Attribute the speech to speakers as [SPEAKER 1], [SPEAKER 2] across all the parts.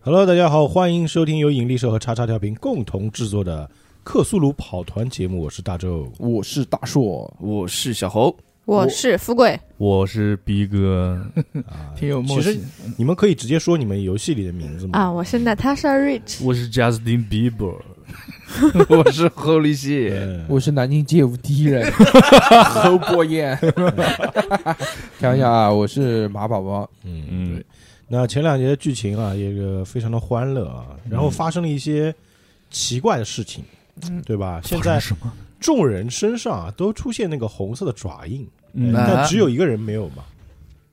[SPEAKER 1] Hello，大家好，欢迎收听由引力社和叉叉调频共同制作的《克苏鲁跑团》节目，我是大周。
[SPEAKER 2] 我是大硕，
[SPEAKER 3] 我是小侯，
[SPEAKER 4] 我是富贵，
[SPEAKER 5] 我是逼哥，
[SPEAKER 2] 挺有
[SPEAKER 1] 默契其你们可以直接说你们游戏里的名字吗？
[SPEAKER 4] 啊，我是 Natasha Rich，
[SPEAKER 5] 我是 Justin Bieber，
[SPEAKER 3] 我是 Holy shit，
[SPEAKER 1] 嗯
[SPEAKER 2] 我是南京街舞第一人 侯博 彦。开玩笑啊，我是马宝宝。
[SPEAKER 1] 嗯
[SPEAKER 5] 嗯，
[SPEAKER 1] 那前两节的剧情啊，也呃非常的欢乐啊，然后发生了一些奇怪的事情，对吧？现在
[SPEAKER 5] 什么？
[SPEAKER 1] 众人身上啊都出现那个红色的爪印，
[SPEAKER 5] 嗯
[SPEAKER 3] 啊
[SPEAKER 1] 但只有一个人没有嘛，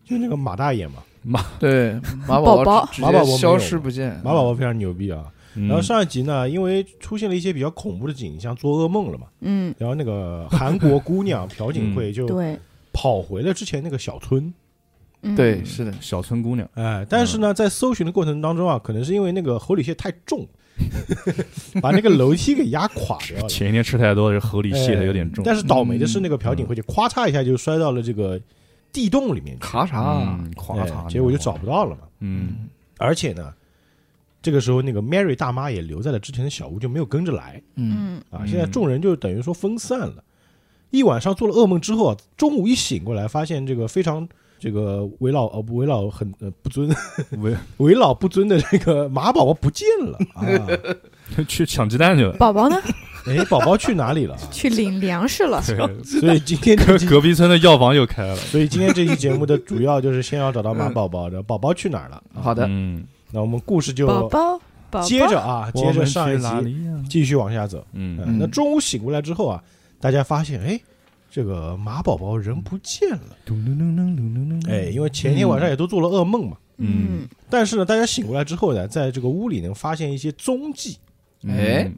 [SPEAKER 1] 就那个马大爷嘛，
[SPEAKER 3] 对，马
[SPEAKER 4] 宝
[SPEAKER 3] 宝
[SPEAKER 4] 宝
[SPEAKER 3] 直
[SPEAKER 1] 马宝
[SPEAKER 3] 接
[SPEAKER 1] 宝没有
[SPEAKER 3] 消失不见，
[SPEAKER 1] 马宝宝非常牛逼啊。
[SPEAKER 5] 然
[SPEAKER 1] 然后上一集呢，因为出现了一些比较恐怖的景象，做噩梦了嘛，
[SPEAKER 4] 嗯，
[SPEAKER 1] 然后那个韩国姑娘朴槿惠就
[SPEAKER 4] 对，
[SPEAKER 1] 跑回了之前那个小村，
[SPEAKER 4] 嗯
[SPEAKER 3] 对，，是的，
[SPEAKER 5] 小村姑娘，
[SPEAKER 1] 哎，但是呢，在搜寻的过程当中啊，可能是因为那个猴里蟹太重，把那个楼梯给压垮掉 了。
[SPEAKER 5] 前一天吃太多，这河里蟹的有点重，
[SPEAKER 1] 哎但是倒霉的是，那个朴槿惠就咵嚓一下就摔到了这个地洞里面去，
[SPEAKER 3] 卡嚓，
[SPEAKER 5] 嗯，
[SPEAKER 1] 哎
[SPEAKER 5] 垮嚓，
[SPEAKER 1] 结果就找，不到了嘛。
[SPEAKER 5] 嗯
[SPEAKER 1] 而且呢，这个时候那个 Mary 大妈也留在了之前的小屋，就没有跟着来
[SPEAKER 3] 嗯，
[SPEAKER 4] 嗯，
[SPEAKER 1] 啊。
[SPEAKER 5] 嗯
[SPEAKER 1] 现在众人就等于说分散了。一晚上做了噩梦之后啊，中午一醒过来，发现这个非常这个为老呃为老很呃不尊
[SPEAKER 5] 为
[SPEAKER 1] 为老不尊的这个马宝宝不见了啊！
[SPEAKER 5] 去抢鸡蛋 去了，
[SPEAKER 4] 宝宝呢
[SPEAKER 1] 哎，宝宝去哪里了？啊
[SPEAKER 4] 去领粮食了，
[SPEAKER 5] 对
[SPEAKER 1] 所以今天这
[SPEAKER 5] 隔
[SPEAKER 1] 期，
[SPEAKER 5] 隔壁村的药房又开了，
[SPEAKER 1] 所以今天这期节目的主要就是先要找到马宝宝的，宝宝去哪儿了？
[SPEAKER 3] 好的，
[SPEAKER 5] 嗯，
[SPEAKER 1] 那我们故事就
[SPEAKER 4] 宝宝，宝宝，
[SPEAKER 1] 接着啊，接着上一集
[SPEAKER 5] 集，
[SPEAKER 1] 继续往下走。
[SPEAKER 5] 嗯，
[SPEAKER 1] 嗯，那中午醒过来之后啊，大家发现，哎，这个马宝宝人不见了。
[SPEAKER 5] 咚咚咚咚咚咚咚，
[SPEAKER 1] 哎，因为前天晚上也都做了噩梦嘛。
[SPEAKER 4] 嗯，
[SPEAKER 1] 但是呢，大家醒过来之后呢，在这个屋里能发现一些踪迹。
[SPEAKER 3] 哎
[SPEAKER 5] 嗯，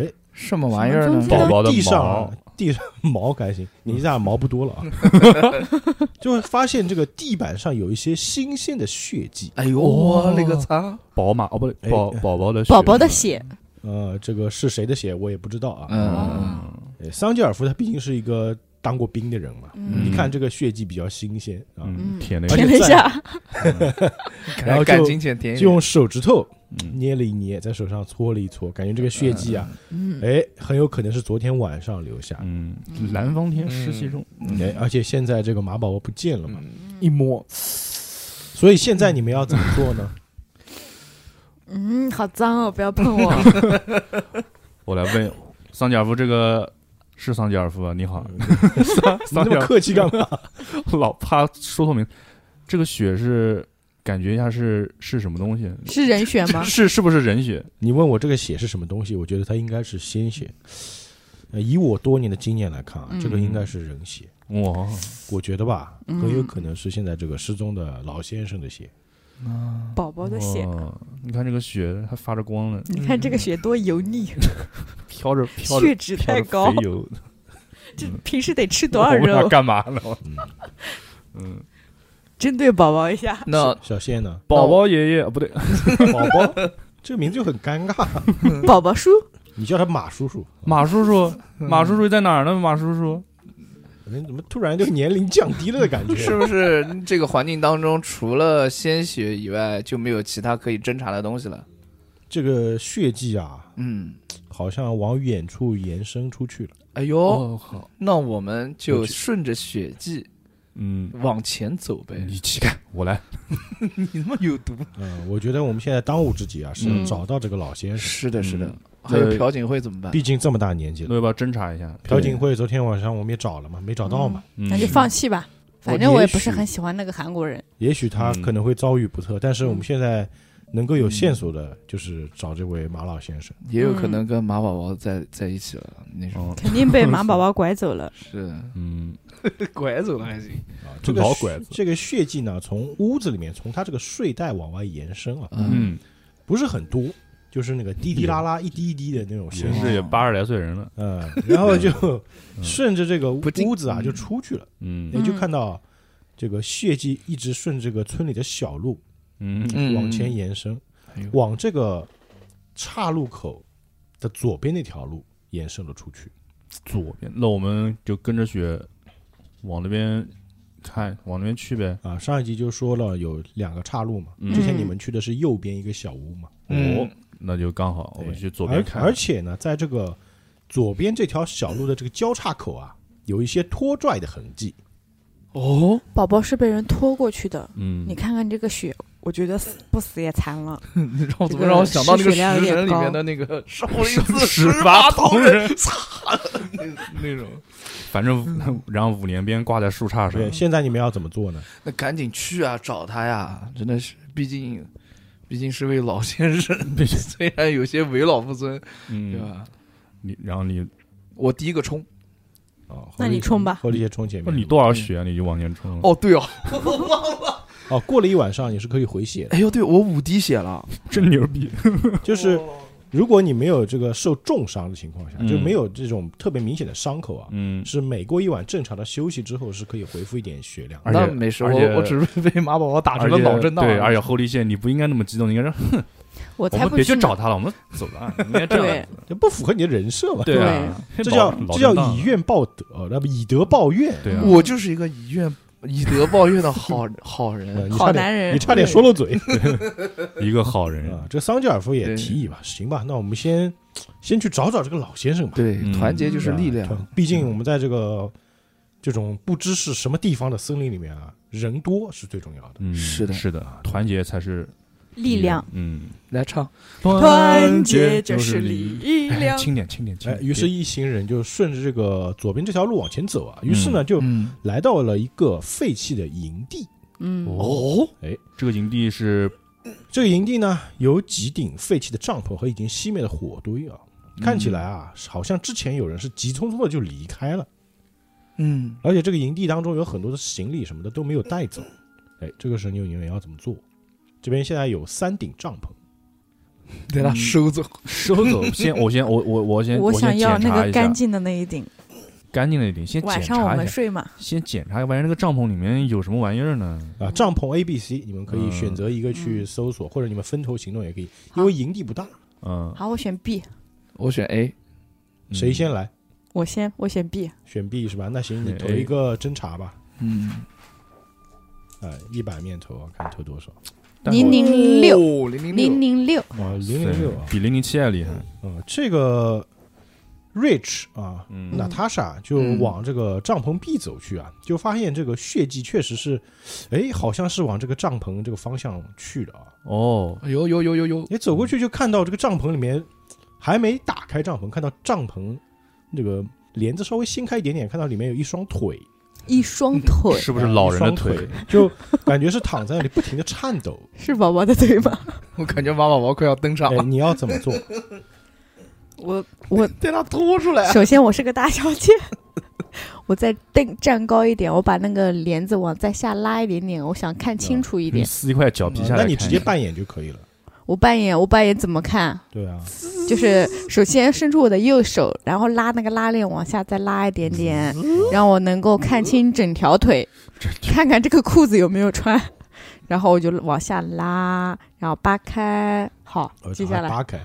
[SPEAKER 1] 哎，
[SPEAKER 3] 什么玩意儿呢
[SPEAKER 4] 什？么
[SPEAKER 5] 宝宝的
[SPEAKER 1] 地上
[SPEAKER 5] 毛
[SPEAKER 1] 啊，地上毛还行，你一下毛不多了 啊，就会发现这个地板上有一些新鲜的血迹。
[SPEAKER 3] 哎呦，
[SPEAKER 5] 哦
[SPEAKER 3] 我勒个擦，
[SPEAKER 5] 宝马哦不
[SPEAKER 1] 哎
[SPEAKER 5] 对，宝宝宝的
[SPEAKER 4] 宝宝的
[SPEAKER 5] 血，
[SPEAKER 4] 血，
[SPEAKER 1] 呃，这个是谁的血我也不知道啊。
[SPEAKER 2] 哦
[SPEAKER 3] 嗯，
[SPEAKER 4] 哦
[SPEAKER 1] 哎桑吉尔夫他毕竟是一个当过兵的人嘛，
[SPEAKER 4] 嗯
[SPEAKER 1] 一看这个血迹比较新鲜啊，
[SPEAKER 5] 嗯，
[SPEAKER 4] 嗯
[SPEAKER 5] 舔那
[SPEAKER 4] 舔
[SPEAKER 5] 个，
[SPEAKER 4] 了一下，
[SPEAKER 1] 然后
[SPEAKER 3] 赶
[SPEAKER 1] 就
[SPEAKER 3] 赶紧捡甜一
[SPEAKER 1] 就
[SPEAKER 3] 点，
[SPEAKER 1] 用手指头
[SPEAKER 5] 嗯
[SPEAKER 1] 捏了一捏，在手上搓了一搓，感觉这个血迹啊，
[SPEAKER 4] 嗯，
[SPEAKER 1] 哎，很有可能是昨天晚上留下。
[SPEAKER 5] 嗯，蓝方天湿气重，
[SPEAKER 1] 哎，而且现在这个马宝宝不见
[SPEAKER 2] 嗯
[SPEAKER 1] 了嘛，
[SPEAKER 3] 嗯
[SPEAKER 2] 一摸，
[SPEAKER 1] 所以现在你们要怎么做呢？
[SPEAKER 4] 嗯，好脏哦，不要碰我，
[SPEAKER 5] 我来问桑吉尔夫这个。是桑吉尔夫啊，你好，
[SPEAKER 3] 嗯
[SPEAKER 1] 你那么客气干嘛？
[SPEAKER 5] 老怕说错名。这个血是感觉一下是是什么东西？？
[SPEAKER 4] 是人血吗
[SPEAKER 5] 是是不是人血？
[SPEAKER 1] 你问我这个血是什么东西，我觉得它应该是鲜血。呃以我多年的经验来看啊，
[SPEAKER 4] 嗯
[SPEAKER 1] 这个应该是人血，
[SPEAKER 5] 哇，
[SPEAKER 1] 我觉得吧，
[SPEAKER 4] 嗯
[SPEAKER 1] 很有可能是现在这个失踪的老先生的血。
[SPEAKER 4] 宝宝的血，
[SPEAKER 5] 哇！你看这个血还发着光呢，
[SPEAKER 4] 你看这个血多油腻，
[SPEAKER 5] 飘着飘着
[SPEAKER 4] 血脂
[SPEAKER 5] 飘
[SPEAKER 4] 太
[SPEAKER 5] 着
[SPEAKER 4] 高
[SPEAKER 5] 肥，油，
[SPEAKER 4] 这平时得吃 多少
[SPEAKER 5] 我想
[SPEAKER 4] 肉？
[SPEAKER 5] 干嘛呢？
[SPEAKER 1] 嗯，
[SPEAKER 5] 嗯，
[SPEAKER 4] 针对宝宝一下，
[SPEAKER 3] 那
[SPEAKER 1] 小仙呢？
[SPEAKER 5] 宝宝爷哦爷不对，
[SPEAKER 3] 嗯
[SPEAKER 1] 宝宝， 这个名字就很尴尬，
[SPEAKER 4] 宝宝叔，
[SPEAKER 1] 你叫他马叔叔，
[SPEAKER 5] 马叔叔，
[SPEAKER 3] 嗯
[SPEAKER 5] 马叔叔在哪儿呢？马叔叔，
[SPEAKER 1] 人怎么突然就年龄降低了的感觉？
[SPEAKER 3] 是不是这个环境当中，除了鲜血以外，就没有其他可以侦查的东西了？
[SPEAKER 1] 这个血迹啊，
[SPEAKER 3] 嗯，
[SPEAKER 1] 好像往远处延伸出去了。
[SPEAKER 3] 哎呦，
[SPEAKER 5] 哦好，
[SPEAKER 3] 那我们就
[SPEAKER 5] 我去
[SPEAKER 3] 顺着血迹
[SPEAKER 5] 嗯，
[SPEAKER 3] 往前走呗。
[SPEAKER 5] 你去看，我来，
[SPEAKER 3] 你他妈有毒！
[SPEAKER 1] 嗯，我觉得我们现在当务之急啊，是
[SPEAKER 4] 嗯
[SPEAKER 1] 找到这个老先生，
[SPEAKER 3] 是的，是的嗯
[SPEAKER 5] 嗯。
[SPEAKER 3] 还有
[SPEAKER 5] 对
[SPEAKER 3] 朴槿惠怎么办？
[SPEAKER 1] 毕竟这么大年纪了。
[SPEAKER 5] 那要不要侦查一下？
[SPEAKER 1] 朴槿惠昨天晚上我们也找了嘛，没找到嘛。
[SPEAKER 5] 嗯
[SPEAKER 4] 那就放弃吧，反正
[SPEAKER 1] 我
[SPEAKER 4] 我也
[SPEAKER 1] 也
[SPEAKER 4] 不是
[SPEAKER 1] 许
[SPEAKER 4] 很喜欢那个韩国人，
[SPEAKER 1] 也许他
[SPEAKER 3] 嗯
[SPEAKER 1] 可能会遭遇不测，但是我们现在能够有线索的，就是找这位马老先生。
[SPEAKER 3] 也有可能跟马宝宝在在一起了。那时候
[SPEAKER 5] 哦，
[SPEAKER 4] 肯定被马宝宝拐走了。
[SPEAKER 3] 是
[SPEAKER 5] 嗯，
[SPEAKER 3] 拐走了还行。
[SPEAKER 1] 啊，
[SPEAKER 5] 这
[SPEAKER 1] 这个
[SPEAKER 5] 老
[SPEAKER 1] 血
[SPEAKER 5] 拐子
[SPEAKER 1] 这个血迹呢，从屋子里面，从他这个睡袋往外延伸啊，
[SPEAKER 3] 嗯，
[SPEAKER 5] 嗯，
[SPEAKER 1] 不是很多，就是那个滴滴啦啦一滴一滴的那种声
[SPEAKER 5] 也
[SPEAKER 1] 音。
[SPEAKER 5] 是也八十来岁人了，
[SPEAKER 1] 嗯，然后就顺着这个
[SPEAKER 3] 不禁
[SPEAKER 1] 屋子啊
[SPEAKER 3] 嗯
[SPEAKER 1] 就出去了，
[SPEAKER 5] 嗯
[SPEAKER 1] 也就
[SPEAKER 4] 嗯
[SPEAKER 1] 看到这个血迹一直顺这个村里的小路
[SPEAKER 5] 嗯
[SPEAKER 3] 嗯
[SPEAKER 1] 往前延伸
[SPEAKER 3] 哎呦，
[SPEAKER 1] 往这个岔路口的左边那条路延伸了出去。
[SPEAKER 5] 左边，那我们就跟着雪往那边看往那边去呗。
[SPEAKER 1] 啊，上一集就说了有两个岔路嘛，
[SPEAKER 5] 嗯
[SPEAKER 1] 之前你们去的是右边一个小屋嘛，
[SPEAKER 3] 嗯
[SPEAKER 5] 哦，那就刚好，我
[SPEAKER 1] 对
[SPEAKER 5] 们去左边看。
[SPEAKER 1] 而而且呢，在这个左边这条小路的这个交叉口啊，有一些拖拽的痕迹。
[SPEAKER 3] 哦，
[SPEAKER 4] 宝宝是被人拖过去的，
[SPEAKER 5] 嗯
[SPEAKER 4] 你，看看这个血，我觉得死不死也残了。
[SPEAKER 3] 你让我怎
[SPEAKER 4] 这
[SPEAKER 3] 么
[SPEAKER 4] 个
[SPEAKER 3] 让我想到那个
[SPEAKER 4] 失血量有
[SPEAKER 3] 食
[SPEAKER 4] 点
[SPEAKER 3] 神里
[SPEAKER 4] 高
[SPEAKER 3] 面的那个少林寺
[SPEAKER 5] 十
[SPEAKER 3] 八
[SPEAKER 5] 八
[SPEAKER 3] 铜
[SPEAKER 5] 铜
[SPEAKER 3] 人
[SPEAKER 5] 人，
[SPEAKER 3] 那那种？
[SPEAKER 5] 反正 然后五连鞭挂在树杈上
[SPEAKER 1] 对，，现在你们要怎么做呢？
[SPEAKER 3] 那赶紧去啊，找他呀！真的是，毕竟毕竟是位老先 生，虽然有些为老不尊，对
[SPEAKER 5] 嗯，
[SPEAKER 3] 吧？
[SPEAKER 5] 你然后你
[SPEAKER 3] 我第一个冲。
[SPEAKER 1] 啊，
[SPEAKER 4] 那你冲吧
[SPEAKER 1] 后力先冲前
[SPEAKER 5] 不
[SPEAKER 1] 面。
[SPEAKER 5] 你多少血啊你就往前冲。，
[SPEAKER 3] 哦，对哦，
[SPEAKER 1] 哦，过了一晚上也是可以回血的。
[SPEAKER 3] 哎呦，对我五滴血了，
[SPEAKER 5] 真牛逼！
[SPEAKER 1] 就是如果你没有这个受重伤的情况下，
[SPEAKER 5] 嗯
[SPEAKER 1] 就没有这种特别明显的伤口啊，
[SPEAKER 5] 嗯，
[SPEAKER 1] 是每过一晚正常的休息之后是可以恢复一点血量的。
[SPEAKER 5] 而且
[SPEAKER 3] 那没事，
[SPEAKER 5] 而且
[SPEAKER 3] 我我只是被马宝宝打成
[SPEAKER 5] 而
[SPEAKER 3] 了
[SPEAKER 5] 且
[SPEAKER 3] 脑震荡。
[SPEAKER 5] 对，而且后立线你不应该那么激动，你应该说
[SPEAKER 4] 我
[SPEAKER 5] 我
[SPEAKER 4] 才
[SPEAKER 5] 们
[SPEAKER 4] 不
[SPEAKER 5] 别去
[SPEAKER 4] 呢
[SPEAKER 5] 找他了，我们走吧，应该这样
[SPEAKER 4] 对
[SPEAKER 5] 子。
[SPEAKER 1] 这不符合你的人设嘛？
[SPEAKER 5] 对啊，
[SPEAKER 1] 这叫
[SPEAKER 5] 老
[SPEAKER 1] 这叫
[SPEAKER 5] 老震荡
[SPEAKER 1] 以怨报德，那不以德报怨。
[SPEAKER 5] 对啊，
[SPEAKER 3] 我就是一个以怨以德报怨的好 好
[SPEAKER 1] 呃
[SPEAKER 3] 人。
[SPEAKER 1] 你
[SPEAKER 4] 好
[SPEAKER 1] 差点
[SPEAKER 4] 男人
[SPEAKER 1] 你差点说漏嘴
[SPEAKER 5] 一个好人
[SPEAKER 1] 啊！这桑吉尔夫也
[SPEAKER 3] 嗯对
[SPEAKER 1] 提议吧，行吧，那我们先先去找找这个老先生吧。
[SPEAKER 3] 对，
[SPEAKER 5] 嗯
[SPEAKER 3] 团结就是
[SPEAKER 1] 啊
[SPEAKER 3] 力量。嗯
[SPEAKER 1] 毕竟我们在这个这种不知是什么地方的森林里面啊，人多是最重要的。
[SPEAKER 5] 嗯，
[SPEAKER 3] 是的
[SPEAKER 5] 是的，团结才是
[SPEAKER 4] 力量，，
[SPEAKER 5] 嗯，
[SPEAKER 3] 来唱，
[SPEAKER 4] 团结就是。力量。
[SPEAKER 5] 轻点，轻点，轻
[SPEAKER 3] 嗯
[SPEAKER 1] 哎，
[SPEAKER 5] 点。
[SPEAKER 1] 于是，一行人就顺着这个左边这条路往前走啊。于是呢，就
[SPEAKER 3] 嗯，
[SPEAKER 1] 来到了一个废弃的营地。
[SPEAKER 4] 嗯，
[SPEAKER 5] 哦，
[SPEAKER 1] 哎，
[SPEAKER 5] 这个营地是
[SPEAKER 1] 这个营地呢，有几顶废弃的帐篷和已经熄灭的火堆啊。看
[SPEAKER 3] 嗯
[SPEAKER 1] 起来，啊，好像之前有人是急匆匆的就离开了，
[SPEAKER 3] 嗯，
[SPEAKER 1] 而且这个营地当中有很多的行李什么的都没有带走。
[SPEAKER 5] 嗯
[SPEAKER 1] 哎，这个时候你们要怎么做？这边现在有三顶帐篷，
[SPEAKER 3] 给他收走。
[SPEAKER 5] 收 走。先，我先，我我嗯我先，
[SPEAKER 4] 我
[SPEAKER 5] 先
[SPEAKER 4] 想要
[SPEAKER 5] 检
[SPEAKER 4] 那
[SPEAKER 5] 查
[SPEAKER 4] 个
[SPEAKER 5] 一
[SPEAKER 4] 干
[SPEAKER 5] 下
[SPEAKER 4] 净的那一顶，
[SPEAKER 5] 干净的一点，先
[SPEAKER 4] 晚
[SPEAKER 5] 检
[SPEAKER 4] 上我
[SPEAKER 5] 查
[SPEAKER 4] 们
[SPEAKER 5] 一下，
[SPEAKER 4] 睡嘛。
[SPEAKER 5] 先检查一下，万一那个帐篷里面有什么玩意儿呢？
[SPEAKER 1] 啊，帐篷 A、B、C，你们可以
[SPEAKER 5] 嗯
[SPEAKER 1] 选择一个去搜索，或者你们分头行动也可以，因为营地不大，
[SPEAKER 5] 嗯，
[SPEAKER 4] 好，我选 B，
[SPEAKER 3] 我选 A，
[SPEAKER 5] 嗯
[SPEAKER 1] 谁先来
[SPEAKER 4] 我先我选 B，
[SPEAKER 1] 选 B 是吧？那行，你
[SPEAKER 5] 选
[SPEAKER 1] 投
[SPEAKER 5] A
[SPEAKER 1] 一个侦查吧，
[SPEAKER 3] 嗯，
[SPEAKER 1] 呃，一百面投啊，看投多少？
[SPEAKER 5] 但
[SPEAKER 4] 零零六
[SPEAKER 3] 哦，零
[SPEAKER 4] 零
[SPEAKER 3] 六，
[SPEAKER 4] 零六，
[SPEAKER 1] 哇，零零六啊，
[SPEAKER 5] 比零零七还厉害。
[SPEAKER 1] 嗯，这个 Rich 啊，
[SPEAKER 5] 嗯，
[SPEAKER 1] 娜塔莎就往这个帐篷壁走去啊，就发现这个血迹确实是，哎，好像是往这个帐篷这个方向去的啊。
[SPEAKER 5] 哦，
[SPEAKER 3] 有有有有有，
[SPEAKER 1] 你
[SPEAKER 5] 嗯
[SPEAKER 1] 走过去就看到这个帐篷里面还没打开帐篷，看到帐篷这个帘子稍微掀开一点点，看到里面有一双腿，哎
[SPEAKER 4] 一双腿
[SPEAKER 3] 嗯
[SPEAKER 5] 是不是老人的
[SPEAKER 1] 一双腿？就感觉是躺在那里不停的颤 抖。
[SPEAKER 4] 是宝宝的腿吗？
[SPEAKER 3] 我感觉马宝宝快要登场
[SPEAKER 1] 哎，
[SPEAKER 3] 了，
[SPEAKER 1] 你要怎么 做？
[SPEAKER 4] 我我
[SPEAKER 3] 带他拖出来。
[SPEAKER 4] 首先我是个大小姐， 我再站站高一点，我把那个帘子往再下拉一点点，我想看清楚一
[SPEAKER 5] 你
[SPEAKER 4] 点。
[SPEAKER 5] 撕一块脚皮下来看一下，
[SPEAKER 1] 那你直接扮演就可以了。
[SPEAKER 4] 我扮演我扮演怎么看？
[SPEAKER 1] 对啊，
[SPEAKER 4] 就是首先伸出我的右手，然后拉那个拉链往下再拉一点点，让我能够看清整条腿，看看这个裤子有没有穿，然后我就往下拉，然后扒开，好
[SPEAKER 1] 呃，
[SPEAKER 4] 接下来
[SPEAKER 1] 扒开。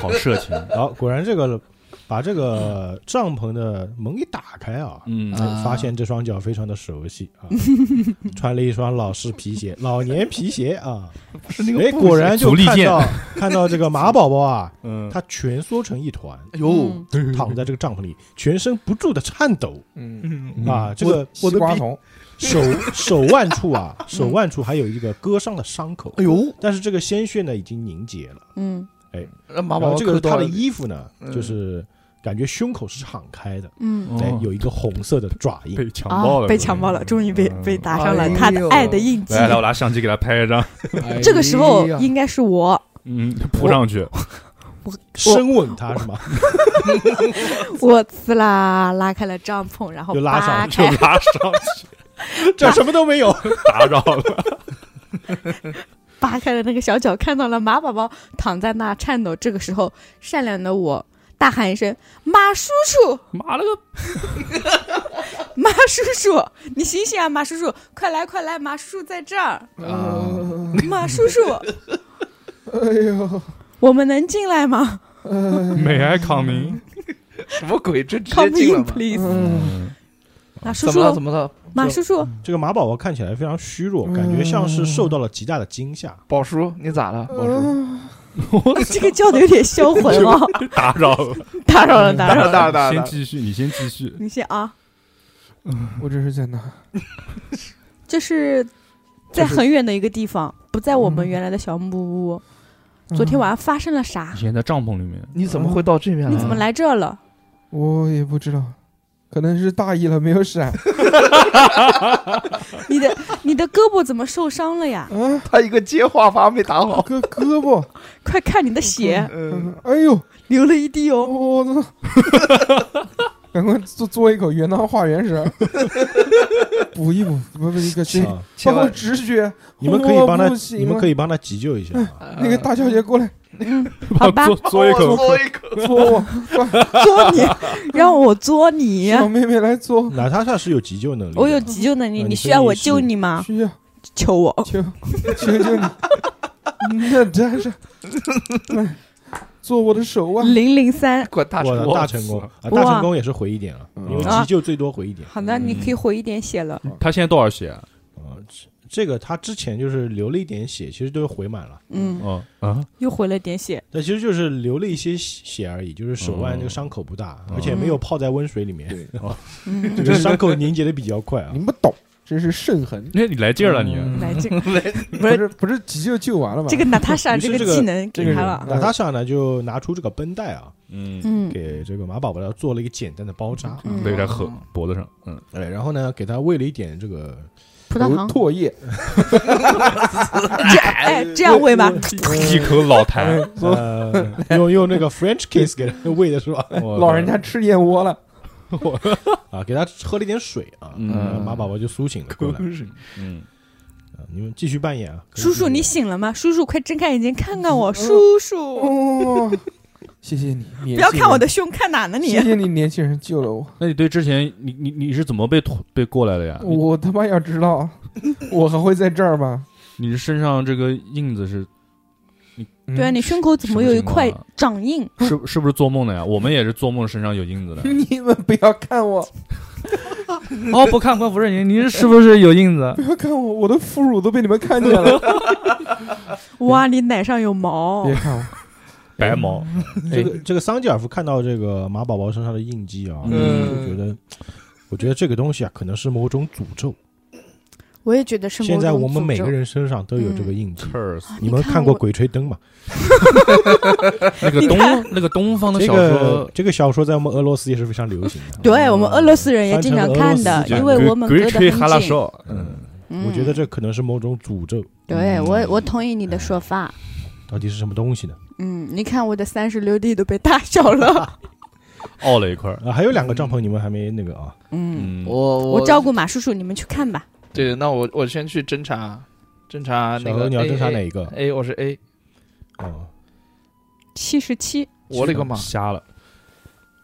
[SPEAKER 5] 好色情。
[SPEAKER 1] 好，果然这个把这个帐篷的门一打开啊，
[SPEAKER 5] 嗯
[SPEAKER 3] 啊
[SPEAKER 1] 发现这双脚非常的熟悉 啊，穿了一双老式皮鞋，老年皮鞋啊，
[SPEAKER 3] 不是那个
[SPEAKER 1] 哎，
[SPEAKER 3] 布
[SPEAKER 1] 果然就
[SPEAKER 5] 足力
[SPEAKER 1] 看
[SPEAKER 5] 健
[SPEAKER 1] 到看到这个马宝宝啊，
[SPEAKER 5] 嗯，
[SPEAKER 1] 他蜷缩成一团，
[SPEAKER 3] 哎呦，
[SPEAKER 4] 嗯
[SPEAKER 1] 躺在这个帐篷里，全身不住的颤抖
[SPEAKER 2] 嗯，
[SPEAKER 3] 嗯，
[SPEAKER 1] 啊，这个
[SPEAKER 2] 西
[SPEAKER 1] 我的
[SPEAKER 2] 瓜
[SPEAKER 1] 鼻
[SPEAKER 2] 虫，
[SPEAKER 1] 手 手腕处啊，
[SPEAKER 3] 嗯
[SPEAKER 1] 手腕处还有一个割伤的伤口，
[SPEAKER 3] 哎呦，
[SPEAKER 1] 但是这个鲜血呢已经凝结了，
[SPEAKER 4] 嗯
[SPEAKER 3] 那
[SPEAKER 1] 然
[SPEAKER 3] 马宝
[SPEAKER 1] 后
[SPEAKER 3] 宝
[SPEAKER 1] 这个
[SPEAKER 3] 磕到
[SPEAKER 1] 他的
[SPEAKER 3] 了
[SPEAKER 1] 衣服呢，
[SPEAKER 3] 嗯
[SPEAKER 1] 就是感觉胸口是敞开的。
[SPEAKER 4] 嗯
[SPEAKER 5] 哦
[SPEAKER 1] 哎，有一个红色的爪印，
[SPEAKER 5] 被强
[SPEAKER 4] 啊
[SPEAKER 5] 暴了，
[SPEAKER 4] 被强暴了，终于被
[SPEAKER 5] 嗯
[SPEAKER 4] 被打上了
[SPEAKER 3] 哎呦
[SPEAKER 4] 他的爱的印记。
[SPEAKER 5] 来来，我拿相机给他拍一张，
[SPEAKER 4] 这个时候
[SPEAKER 3] 哎呀
[SPEAKER 4] 应该是我，
[SPEAKER 5] 嗯，扑上去，
[SPEAKER 1] 深吻他是吗？
[SPEAKER 4] 我呲啦拉开了帐篷，然后
[SPEAKER 1] 就拉上
[SPEAKER 4] 扒
[SPEAKER 1] 了
[SPEAKER 5] 就
[SPEAKER 4] 开，
[SPEAKER 5] 拉上去，
[SPEAKER 1] 这什么都没有，
[SPEAKER 5] 打扰 了。
[SPEAKER 4] 扒开了那个小脚，看到了马宝宝躺在那颤抖。这个时候，善良的我大喊一声：“马叔叔，
[SPEAKER 5] 妈了个，
[SPEAKER 4] 马叔叔，你醒醒啊，马叔叔，快来快来，马叔叔在这 儿，
[SPEAKER 5] 啊
[SPEAKER 4] 马叔叔，
[SPEAKER 2] 哎呦，
[SPEAKER 4] 我们能进来吗
[SPEAKER 5] 美爱康明，
[SPEAKER 3] 什么鬼？这直接
[SPEAKER 4] ？Come
[SPEAKER 3] 进了
[SPEAKER 4] in
[SPEAKER 3] 吗？
[SPEAKER 4] please。”
[SPEAKER 5] 嗯，
[SPEAKER 4] 马叔
[SPEAKER 3] 怎么了？
[SPEAKER 4] 叔
[SPEAKER 3] 怎么了？嗯
[SPEAKER 4] 马叔叔，
[SPEAKER 1] 这个马宝宝看起来非常虚弱，感觉像是受到了极大的惊吓。
[SPEAKER 3] 宝叔，你咋了？宝叔，
[SPEAKER 4] 嗯，这个叫的有点销魂 哦，
[SPEAKER 5] 打扰了，
[SPEAKER 4] 打扰了，打扰了，
[SPEAKER 3] 打扰打扰
[SPEAKER 5] 先继续，你先继续。
[SPEAKER 4] 你先啊，
[SPEAKER 2] 我这是在哪？
[SPEAKER 4] 这是在很远的一个地方，不在我
[SPEAKER 3] 嗯
[SPEAKER 4] 们原来的小木屋。嗯昨天晚上发生了啥
[SPEAKER 5] 以？前在帐篷里面，
[SPEAKER 3] 你怎么会到这边来？
[SPEAKER 4] 你怎么？来这了？
[SPEAKER 2] 嗯我也不知道，可能是大意了，没有闪。
[SPEAKER 4] 你的你的胳膊怎么受伤了 呀？
[SPEAKER 2] 啊，
[SPEAKER 3] 他一个接话法没打好。
[SPEAKER 2] 胳胳膊，
[SPEAKER 4] 快看你的血
[SPEAKER 3] 嗯，
[SPEAKER 2] 哎呦，
[SPEAKER 4] 流了一地 哦！
[SPEAKER 2] 我操！赶快做做一口原汤化原食，补一补，不不，一个这
[SPEAKER 1] 啊
[SPEAKER 3] 千
[SPEAKER 2] 包括
[SPEAKER 3] 万
[SPEAKER 2] 止血，
[SPEAKER 1] 你们可以帮他
[SPEAKER 2] 嗯我不，行啊
[SPEAKER 1] 你们
[SPEAKER 2] 了
[SPEAKER 1] 可以帮他急救一下啊。
[SPEAKER 2] 那
[SPEAKER 4] 呃
[SPEAKER 2] 个大小姐过来
[SPEAKER 4] 好 吧
[SPEAKER 5] 嘬嘬一口，
[SPEAKER 3] 我嗯嘬一口。
[SPEAKER 2] 嘬我，
[SPEAKER 4] 作你，让我作 你。
[SPEAKER 2] 小妹妹来嘬，
[SPEAKER 1] 娜塔莎是有急救能力的，
[SPEAKER 4] 我有急救能力，
[SPEAKER 1] 啊
[SPEAKER 4] 你
[SPEAKER 1] 你
[SPEAKER 4] 需要我
[SPEAKER 1] 可以试
[SPEAKER 4] 救你吗？
[SPEAKER 2] 需要
[SPEAKER 4] 求我，
[SPEAKER 2] 求求求你，那真是来做我的手啊腕，
[SPEAKER 4] 零零三。
[SPEAKER 3] 管大
[SPEAKER 1] 我的
[SPEAKER 3] 成
[SPEAKER 1] 大成功，啊，
[SPEAKER 4] 哇
[SPEAKER 1] 大成功也是回一点了，
[SPEAKER 2] 嗯
[SPEAKER 1] 因为急救最多回一点。
[SPEAKER 4] 好的，你可以回一点血了。
[SPEAKER 5] 他现在多少血啊？
[SPEAKER 1] 啊，这这个他之前就是流了一点血，其实都回满了，
[SPEAKER 4] 嗯，
[SPEAKER 5] 哦啊，
[SPEAKER 4] 又回了点血。
[SPEAKER 1] 但其实就是流了一些血而已，就是手腕
[SPEAKER 2] 哦
[SPEAKER 1] 这个伤口不大，而且没有泡在温水里面，
[SPEAKER 4] 嗯，
[SPEAKER 1] 这个伤口凝结的比较快啊
[SPEAKER 2] 你。们懂，这是圣痕，
[SPEAKER 5] 那你来劲儿了你，啊
[SPEAKER 2] 嗯
[SPEAKER 4] 来这
[SPEAKER 2] 不是不是急救救完了吗？
[SPEAKER 4] 这个娜塔莎
[SPEAKER 1] 于是
[SPEAKER 4] 这个
[SPEAKER 1] 这个
[SPEAKER 4] 技能
[SPEAKER 2] 这
[SPEAKER 4] 给
[SPEAKER 2] 个
[SPEAKER 4] 他
[SPEAKER 2] 人
[SPEAKER 4] 了。
[SPEAKER 1] 娜塔莎呢就拿出这个绷带啊，
[SPEAKER 5] 嗯，
[SPEAKER 4] 嗯
[SPEAKER 1] 给这个马宝宝做了一个简单的包
[SPEAKER 2] 啊
[SPEAKER 1] 扎，
[SPEAKER 4] 嗯
[SPEAKER 5] 勒在后脖子上，嗯，
[SPEAKER 1] 哎，然后呢给他喂了一点这个
[SPEAKER 4] 葡萄
[SPEAKER 2] 头
[SPEAKER 4] 糖，
[SPEAKER 2] 唾液，
[SPEAKER 4] 这哎这样喂吧。
[SPEAKER 5] 一口老痰，
[SPEAKER 1] 呃，用用那个 French kiss 给他喂的是吧？
[SPEAKER 2] 老人家吃燕窝了，
[SPEAKER 1] 啊，给他喝了一点水啊，
[SPEAKER 5] 嗯
[SPEAKER 1] 然后马宝宝就苏醒了过来。
[SPEAKER 5] 嗯，
[SPEAKER 1] 啊你们继续扮演啊，
[SPEAKER 4] 叔叔，你
[SPEAKER 1] 醒
[SPEAKER 4] 醒了吗？叔叔，快睁开眼睛看看我。叔叔，
[SPEAKER 2] 哦，谢谢你，不
[SPEAKER 4] 不要看我的胸，看哪呢你
[SPEAKER 2] 谢？谢你年轻人救了我，
[SPEAKER 5] 那你对之前你你你是怎么被拖被过来的呀？你
[SPEAKER 2] 我他妈要知道，我还会在这儿吗？
[SPEAKER 5] 你身上这个印子 是
[SPEAKER 2] 嗯。
[SPEAKER 4] 对啊，你胸口怎么有一块
[SPEAKER 5] 什么情况啊
[SPEAKER 4] 掌印？
[SPEAKER 5] 是是不是做梦的呀？我们也是做梦身上有印子的
[SPEAKER 2] 你们不要看我，
[SPEAKER 5] 哦，不看官不认您，您是不是有印子
[SPEAKER 2] 不？要看我，我的副乳都被你们看见了，
[SPEAKER 4] 哇，你奶上有毛
[SPEAKER 2] 别！看我，
[SPEAKER 5] 白毛，
[SPEAKER 1] 这个哎这个桑吉尔夫看到这个马宝宝身上的印记啊，就
[SPEAKER 3] 嗯
[SPEAKER 1] 觉得，我觉得这个东西啊，可能是某种诅咒。
[SPEAKER 4] 我也觉得是某
[SPEAKER 1] 现在
[SPEAKER 4] 种
[SPEAKER 1] 我们
[SPEAKER 4] 诅
[SPEAKER 1] 每
[SPEAKER 4] 咒啊
[SPEAKER 1] 个人身上都有这个印记。
[SPEAKER 5] curse。
[SPEAKER 1] 你们
[SPEAKER 4] 你看
[SPEAKER 1] 看过
[SPEAKER 4] 我
[SPEAKER 1] 《鬼吹灯》吗？
[SPEAKER 5] 那个东那个东方的
[SPEAKER 1] 这
[SPEAKER 5] 小
[SPEAKER 1] 个
[SPEAKER 5] 说，
[SPEAKER 1] 这个小说在我们俄罗斯也是非常流行的。
[SPEAKER 4] 对我们俄罗斯人也
[SPEAKER 1] 翻
[SPEAKER 4] 经
[SPEAKER 1] 成
[SPEAKER 4] 常
[SPEAKER 1] 俄罗
[SPEAKER 4] 看
[SPEAKER 1] 斯
[SPEAKER 4] 的，
[SPEAKER 1] 这
[SPEAKER 4] 啊因
[SPEAKER 1] 样
[SPEAKER 4] 为我们
[SPEAKER 5] 鬼
[SPEAKER 4] 隔
[SPEAKER 5] 鬼
[SPEAKER 4] 得
[SPEAKER 5] 吹哈拉
[SPEAKER 4] 很紧。
[SPEAKER 5] 少，
[SPEAKER 1] 嗯，
[SPEAKER 4] 嗯
[SPEAKER 1] 我觉得这嗯可能是某种诅咒，
[SPEAKER 4] 对我，我同意你的说法。
[SPEAKER 1] 到底是什么东西呢？
[SPEAKER 4] 嗯，你看我的三十六 D 都被打 小了。
[SPEAKER 5] 凹了一块儿。
[SPEAKER 1] 啊，还有两个帐篷你们还没那个啊，
[SPEAKER 4] 嗯，
[SPEAKER 5] 嗯，
[SPEAKER 3] 我
[SPEAKER 4] 我照顾马叔叔，你们去看吧。
[SPEAKER 3] 对，那我我先去侦查，侦查啊那
[SPEAKER 1] 小何
[SPEAKER 3] 个。哎
[SPEAKER 1] 你要侦查哪
[SPEAKER 3] 哪
[SPEAKER 1] 一个？
[SPEAKER 3] ？A，我是 A。
[SPEAKER 1] 哦，
[SPEAKER 4] 七十七，
[SPEAKER 3] 我勒个妈！
[SPEAKER 5] 瞎了。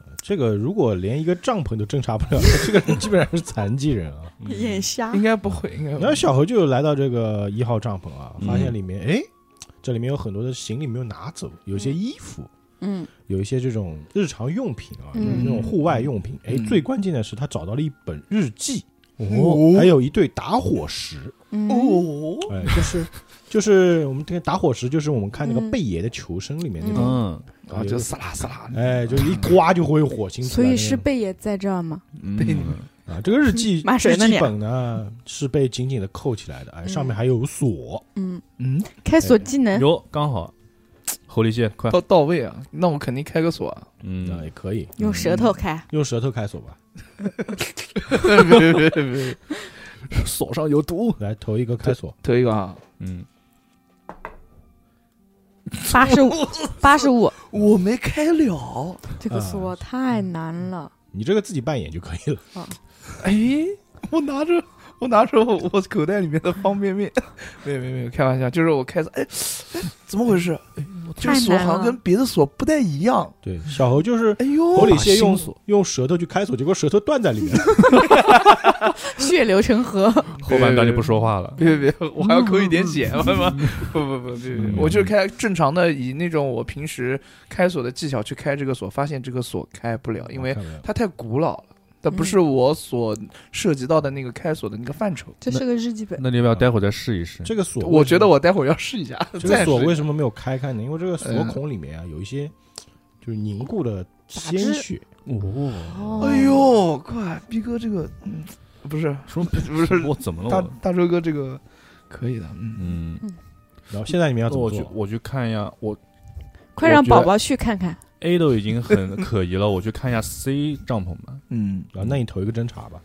[SPEAKER 1] 呃这个如果连一个帐篷都侦查不了， 这个人基本上是残疾人啊。
[SPEAKER 5] 嗯
[SPEAKER 4] 眼瞎
[SPEAKER 3] 应。该不会，应该不
[SPEAKER 1] 然后
[SPEAKER 3] 会。
[SPEAKER 1] 小何就来到这个一号帐篷啊，
[SPEAKER 5] 嗯
[SPEAKER 1] 发现里面哎，这里面有很多的行李没有拿走，有些衣服，
[SPEAKER 4] 嗯
[SPEAKER 1] 有一些这种日常用品啊，
[SPEAKER 4] 嗯
[SPEAKER 1] 就是那种户外用品。哎，
[SPEAKER 5] 嗯
[SPEAKER 1] 最关键的是他找到了一本日记，
[SPEAKER 5] 哦
[SPEAKER 1] 还有一对打火石，
[SPEAKER 4] 嗯，
[SPEAKER 3] 哦
[SPEAKER 1] 哎，就是。就是我们这个打火石，就是我们看那个
[SPEAKER 4] 嗯
[SPEAKER 1] 贝爷的求生里面那种，
[SPEAKER 5] 嗯
[SPEAKER 3] 啊，就撒啦撒啦。
[SPEAKER 1] 哎，就一刮就会有火星出
[SPEAKER 4] 所
[SPEAKER 1] 来那
[SPEAKER 4] 以
[SPEAKER 1] 种。
[SPEAKER 4] 是贝也在这儿吗？
[SPEAKER 3] 对
[SPEAKER 5] 嗯，
[SPEAKER 1] 啊，这个日记
[SPEAKER 4] 骂谁
[SPEAKER 1] 日
[SPEAKER 4] 呢
[SPEAKER 1] 记
[SPEAKER 4] 你啊
[SPEAKER 1] 本呢是被紧紧的扣起来的，哎，上面还有锁，啊
[SPEAKER 4] 嗯，
[SPEAKER 3] 嗯，
[SPEAKER 4] 开锁技能。
[SPEAKER 5] 哟，刚好，狐狸蟹快，
[SPEAKER 3] 到到位啊，那我肯定开个锁 啊。
[SPEAKER 1] 啊，
[SPEAKER 5] 嗯
[SPEAKER 1] 也，可以
[SPEAKER 4] 用舌头开，
[SPEAKER 1] 用舌头开锁吧。
[SPEAKER 3] 别别别别，
[SPEAKER 5] 手上有毒，
[SPEAKER 1] 来投一个开锁，
[SPEAKER 3] 头一个啊，
[SPEAKER 5] 嗯，
[SPEAKER 1] 嗯
[SPEAKER 4] 八十五，八十五，啊
[SPEAKER 3] 我没开了。
[SPEAKER 4] 这个锁太难了。
[SPEAKER 1] 你这个自己扮演就可以 了。
[SPEAKER 3] 哎，我拿着我拿着我 我口袋里面的方便面， 没有没有没有，开玩笑，就是我开始，哎哎，怎么回事？哎，我这个锁好像跟别的锁不太一样。
[SPEAKER 1] 对，小猴就是
[SPEAKER 3] 哎呦，
[SPEAKER 1] 狐狸蟹用
[SPEAKER 5] 把心锁
[SPEAKER 1] 用舌头去开锁，结果舌头断在里 面。
[SPEAKER 4] 血流成河，
[SPEAKER 5] 后半段就不说话了。
[SPEAKER 3] 别别别，我还要扣一 点血，我他妈不不不别别，嗯我就是开正常的，以那种我平时开锁的技巧去开这个锁，发现这个锁开不了，因为
[SPEAKER 1] 嗯看不了
[SPEAKER 3] 它太古老了。但不是
[SPEAKER 5] 嗯
[SPEAKER 3] 我所涉及到的那个开锁的那个范畴。
[SPEAKER 4] 这是个日记本，
[SPEAKER 5] 那你要不要待会儿再试一试？
[SPEAKER 1] 这个锁为什么，
[SPEAKER 3] 我觉得我待会儿要试一下。
[SPEAKER 1] 这个
[SPEAKER 3] 再试
[SPEAKER 1] 锁
[SPEAKER 3] 一下
[SPEAKER 1] 为什么没有开开呢？因为这个锁
[SPEAKER 3] 嗯
[SPEAKER 1] 孔里面啊有一些就是凝固的鲜
[SPEAKER 4] 汁
[SPEAKER 1] 血，
[SPEAKER 5] 哦，
[SPEAKER 3] 哎呦，快，逼哥这个，嗯，不是
[SPEAKER 5] 什么
[SPEAKER 3] 不是
[SPEAKER 5] 我怎么了
[SPEAKER 3] 大
[SPEAKER 5] 我？
[SPEAKER 3] 大周哥这个可以的，嗯，
[SPEAKER 5] 嗯，
[SPEAKER 1] 然后现在你们要
[SPEAKER 5] 那
[SPEAKER 1] 怎
[SPEAKER 5] 我
[SPEAKER 1] 么
[SPEAKER 5] 去
[SPEAKER 1] 做？
[SPEAKER 5] 我去看一下，我
[SPEAKER 4] 快让宝宝去看看。
[SPEAKER 5] A 都已经很可疑了，我去看一下 C 帐篷吧，
[SPEAKER 3] 嗯，
[SPEAKER 1] 啊，那你投一个侦查吧，